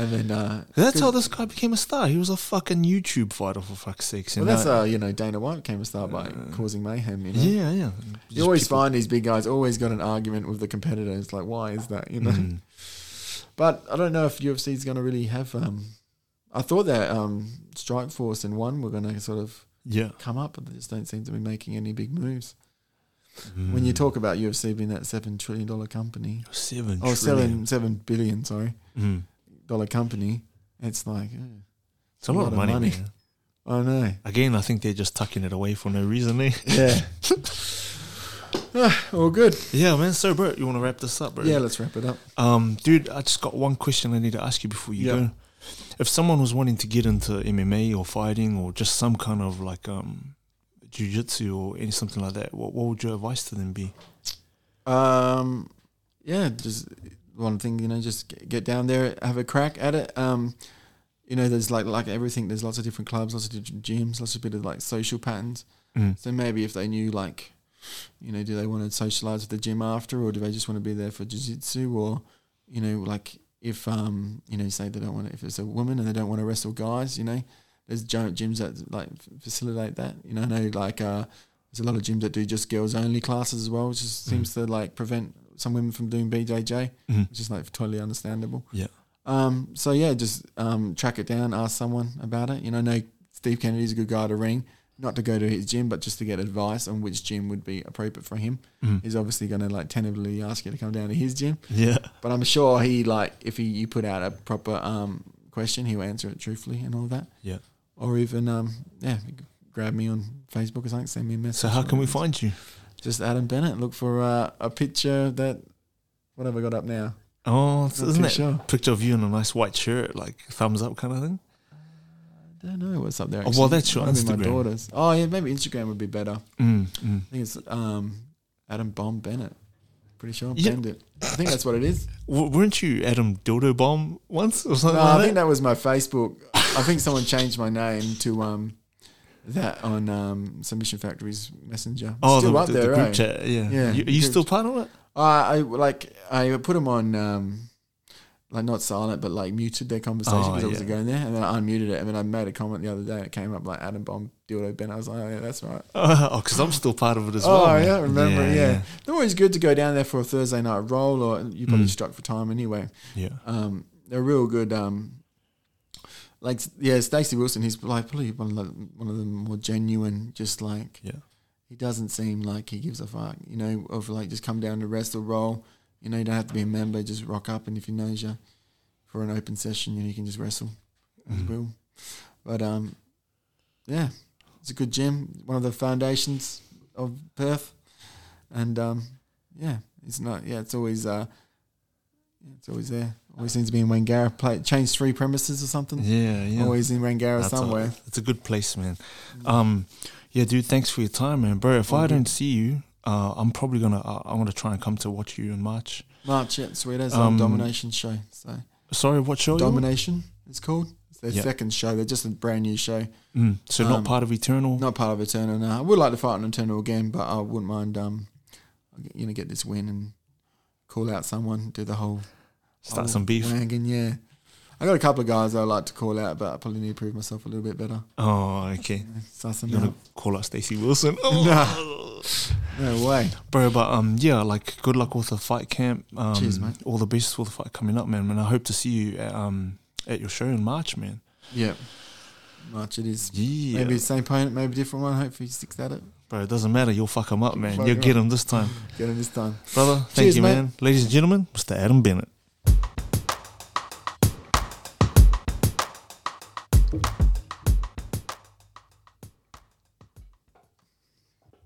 [SPEAKER 2] And then uh,
[SPEAKER 1] That's how
[SPEAKER 2] good-
[SPEAKER 1] this guy became a star. He was a fucking YouTube fighter for fuck's sakes.
[SPEAKER 2] Well,
[SPEAKER 1] and
[SPEAKER 2] that's
[SPEAKER 1] now-
[SPEAKER 2] how you know Dana White became a star by
[SPEAKER 1] Uh,
[SPEAKER 2] causing mayhem. You know,
[SPEAKER 1] yeah, yeah.
[SPEAKER 2] you always find these big guys always got an argument with the competitor. It's like, why is that? You know.
[SPEAKER 1] Mm.
[SPEAKER 2] But I don't know if UFC is going to really have. Um, I thought that um, Strike Force and One were going to sort of
[SPEAKER 1] yeah.
[SPEAKER 2] come up, but they just don't seem to be making any big moves. When you
[SPEAKER 1] Mm.
[SPEAKER 2] talk about UFC being that seven trillion dollar company,
[SPEAKER 1] seven,
[SPEAKER 2] oh
[SPEAKER 1] trillion.
[SPEAKER 2] seven seven billion sorry
[SPEAKER 1] Mm.
[SPEAKER 2] dollar company, it's like. eh.
[SPEAKER 1] It's a, lot, of money. man.
[SPEAKER 2] I know.
[SPEAKER 1] Again, I think they're just tucking it away for no reason. Eh?
[SPEAKER 2] Yeah. ah, all good.
[SPEAKER 1] yeah, man. So, bro, you want to wrap this up, bro?
[SPEAKER 2] Yeah, let's wrap it up.
[SPEAKER 1] Um, dude, I just got one question I need to ask you before you
[SPEAKER 2] Yeah.
[SPEAKER 1] go. If someone was wanting to get into MMA or fighting or just some kind of like um, jujitsu or any something like that, what, what would your advice to them be?
[SPEAKER 2] Um, yeah, just one thing, you know, just g- get down there, have a crack at it. Um, you know, there's like like everything. There's lots of different clubs, lots of different gyms, lots of bit of like social patterns.
[SPEAKER 1] Mm,
[SPEAKER 2] So maybe if they knew like, you know, do they want to socialize at the gym after, or do they just want to be there for jiu-jitsu, or you know, like if um, you know, say they don't want to, if it's a woman and they don't want to wrestle guys, you know, there's giant gyms that like f- facilitate that. You know, I know like uh, there's a lot of gyms that do just girls only classes as well, which just
[SPEAKER 1] Mm.
[SPEAKER 2] seems to like prevent some women from doing BJJ,
[SPEAKER 1] Mhm.
[SPEAKER 2] which is like totally understandable.
[SPEAKER 1] Yeah.
[SPEAKER 2] Um. So yeah, just um track it down, ask someone about it. You know, I know Steve Kennedy's a good guy to ring, not to go to his gym, but just to get advice on which gym would be appropriate for him.
[SPEAKER 1] Mhm.
[SPEAKER 2] He's obviously going to like tentatively ask you to come down to his gym,
[SPEAKER 1] Yeah.
[SPEAKER 2] but I'm sure he like if he you put out a proper um question, he'll answer it truthfully and all that.
[SPEAKER 1] Yeah.
[SPEAKER 2] Or even um yeah, grab me on Facebook or something, send me a message.
[SPEAKER 1] So, how can we find you?
[SPEAKER 2] Just Adam Bennett. Look for uh, a picture that what have I got up now?
[SPEAKER 1] Oh, so
[SPEAKER 2] Not
[SPEAKER 1] isn't
[SPEAKER 2] too
[SPEAKER 1] that
[SPEAKER 2] sure.
[SPEAKER 1] picture of you in a nice white shirt, like thumbs up kind of thing?
[SPEAKER 2] I don't know what's up there.
[SPEAKER 1] Oh, well,
[SPEAKER 2] actually.
[SPEAKER 1] that's your
[SPEAKER 2] Might be
[SPEAKER 1] Instagram.
[SPEAKER 2] My daughter's. Oh yeah, maybe Instagram would be better.
[SPEAKER 1] Mm, mm.
[SPEAKER 2] I think it's um, Adam Bomb Bennett. Pretty sure I'm
[SPEAKER 1] Yeah.
[SPEAKER 2] banned it. I think that's what it is.
[SPEAKER 1] W- weren't you Adam Dildo Bomb once or something
[SPEAKER 2] No,
[SPEAKER 1] like
[SPEAKER 2] I think
[SPEAKER 1] that?
[SPEAKER 2] that was my Facebook. I think someone changed my name to um, that on um, Submission Factory's Messenger.
[SPEAKER 1] Oh,
[SPEAKER 2] Still
[SPEAKER 1] the,
[SPEAKER 2] up
[SPEAKER 1] the-
[SPEAKER 2] there,
[SPEAKER 1] the group
[SPEAKER 2] eh?
[SPEAKER 1] chat. Yeah.
[SPEAKER 2] Yeah,
[SPEAKER 1] You, are
[SPEAKER 2] the
[SPEAKER 1] you
[SPEAKER 2] group
[SPEAKER 1] still part of it?
[SPEAKER 2] I, I like I put them on um, like not silent, but like muted their conversation
[SPEAKER 1] Oh,
[SPEAKER 2] because I was
[SPEAKER 1] yeah.
[SPEAKER 2] going there, and then I unmuted it, and then I made a comment the other day, and it came up like Adam Bomb Dildo Ben. I was like, oh yeah, that's right.
[SPEAKER 1] Oh, because I'm still part of it as well.
[SPEAKER 2] oh
[SPEAKER 1] man.
[SPEAKER 2] yeah, remember? Yeah, They're always good to go down there for a Thursday night roll, or you probably
[SPEAKER 1] Mm.
[SPEAKER 2] struck for time anyway.
[SPEAKER 1] yeah.
[SPEAKER 2] Um, they're real good. Um, like yeah, Stacey Wilson. He's like probably one of the one of the more genuine. Just like
[SPEAKER 1] Yeah.
[SPEAKER 2] he doesn't seem like he gives a fuck. You know, of like just come down to wrestle, roll. You know, you don't have to be a member. Just rock up, and if he knows you for an open session, you know, you can just wrestle as
[SPEAKER 1] Mhm.
[SPEAKER 2] well. But um, yeah, it's a good gym. One of the foundations of Perth, and um, yeah, it's not. Yeah, it's always uh, yeah, it's always there. Always seems to be in Wangara. Play changed three premises or something.
[SPEAKER 1] Yeah. Yeah.
[SPEAKER 2] Always in Wangara
[SPEAKER 1] That's a-
[SPEAKER 2] somewhere.
[SPEAKER 1] it's a good place, man. Um, yeah, dude. Thanks for your time, man, bro. If I
[SPEAKER 2] Mhm.
[SPEAKER 1] don't see you, uh, I'm probably gonna uh, I'm gonna try and come to watch you in March.
[SPEAKER 2] March, yeah, sweet as
[SPEAKER 1] Um,
[SPEAKER 2] um, domination show. So
[SPEAKER 1] Sorry, what show? you on?
[SPEAKER 2] domination it's called. It's their
[SPEAKER 1] Yeah.
[SPEAKER 2] second show. They're just a brand new show.
[SPEAKER 1] Mm, so not
[SPEAKER 2] Um,
[SPEAKER 1] part of Eternal.
[SPEAKER 2] Not part of Eternal now. I would like to fight on Eternal again, but I wouldn't mind. Um, you know, get this win and call out someone. Do the whole
[SPEAKER 1] Start
[SPEAKER 2] whole
[SPEAKER 1] some beef.
[SPEAKER 2] wagon, yeah. I got a couple of guys I like to call out, but I probably need to prove myself a little bit better.
[SPEAKER 1] Oh, okay.
[SPEAKER 2] Suss them
[SPEAKER 1] You're gonna
[SPEAKER 2] out.
[SPEAKER 1] call out Stacey Wilson. Oh.
[SPEAKER 2] Nah. No way.
[SPEAKER 1] Bro, but um, yeah, like good luck with the fight camp. Um,
[SPEAKER 2] Cheers, mate.
[SPEAKER 1] All the best with the fight coming up, man. And I hope to see you at, um at your show in March, man.
[SPEAKER 2] Yeah. March it is.
[SPEAKER 1] Yeah,
[SPEAKER 2] Maybe same opponent, maybe different one. Hopefully he sticks at it.
[SPEAKER 1] bro. It doesn't matter. You'll fuck him up, man.
[SPEAKER 2] Fuck
[SPEAKER 1] You'll
[SPEAKER 2] him
[SPEAKER 1] get
[SPEAKER 2] up.
[SPEAKER 1] him this time,
[SPEAKER 2] Get him this time.
[SPEAKER 1] brother. Thank
[SPEAKER 2] Cheers,
[SPEAKER 1] you,
[SPEAKER 2] mate.
[SPEAKER 1] man. Ladies and gentlemen, Mr. Adam Bennett.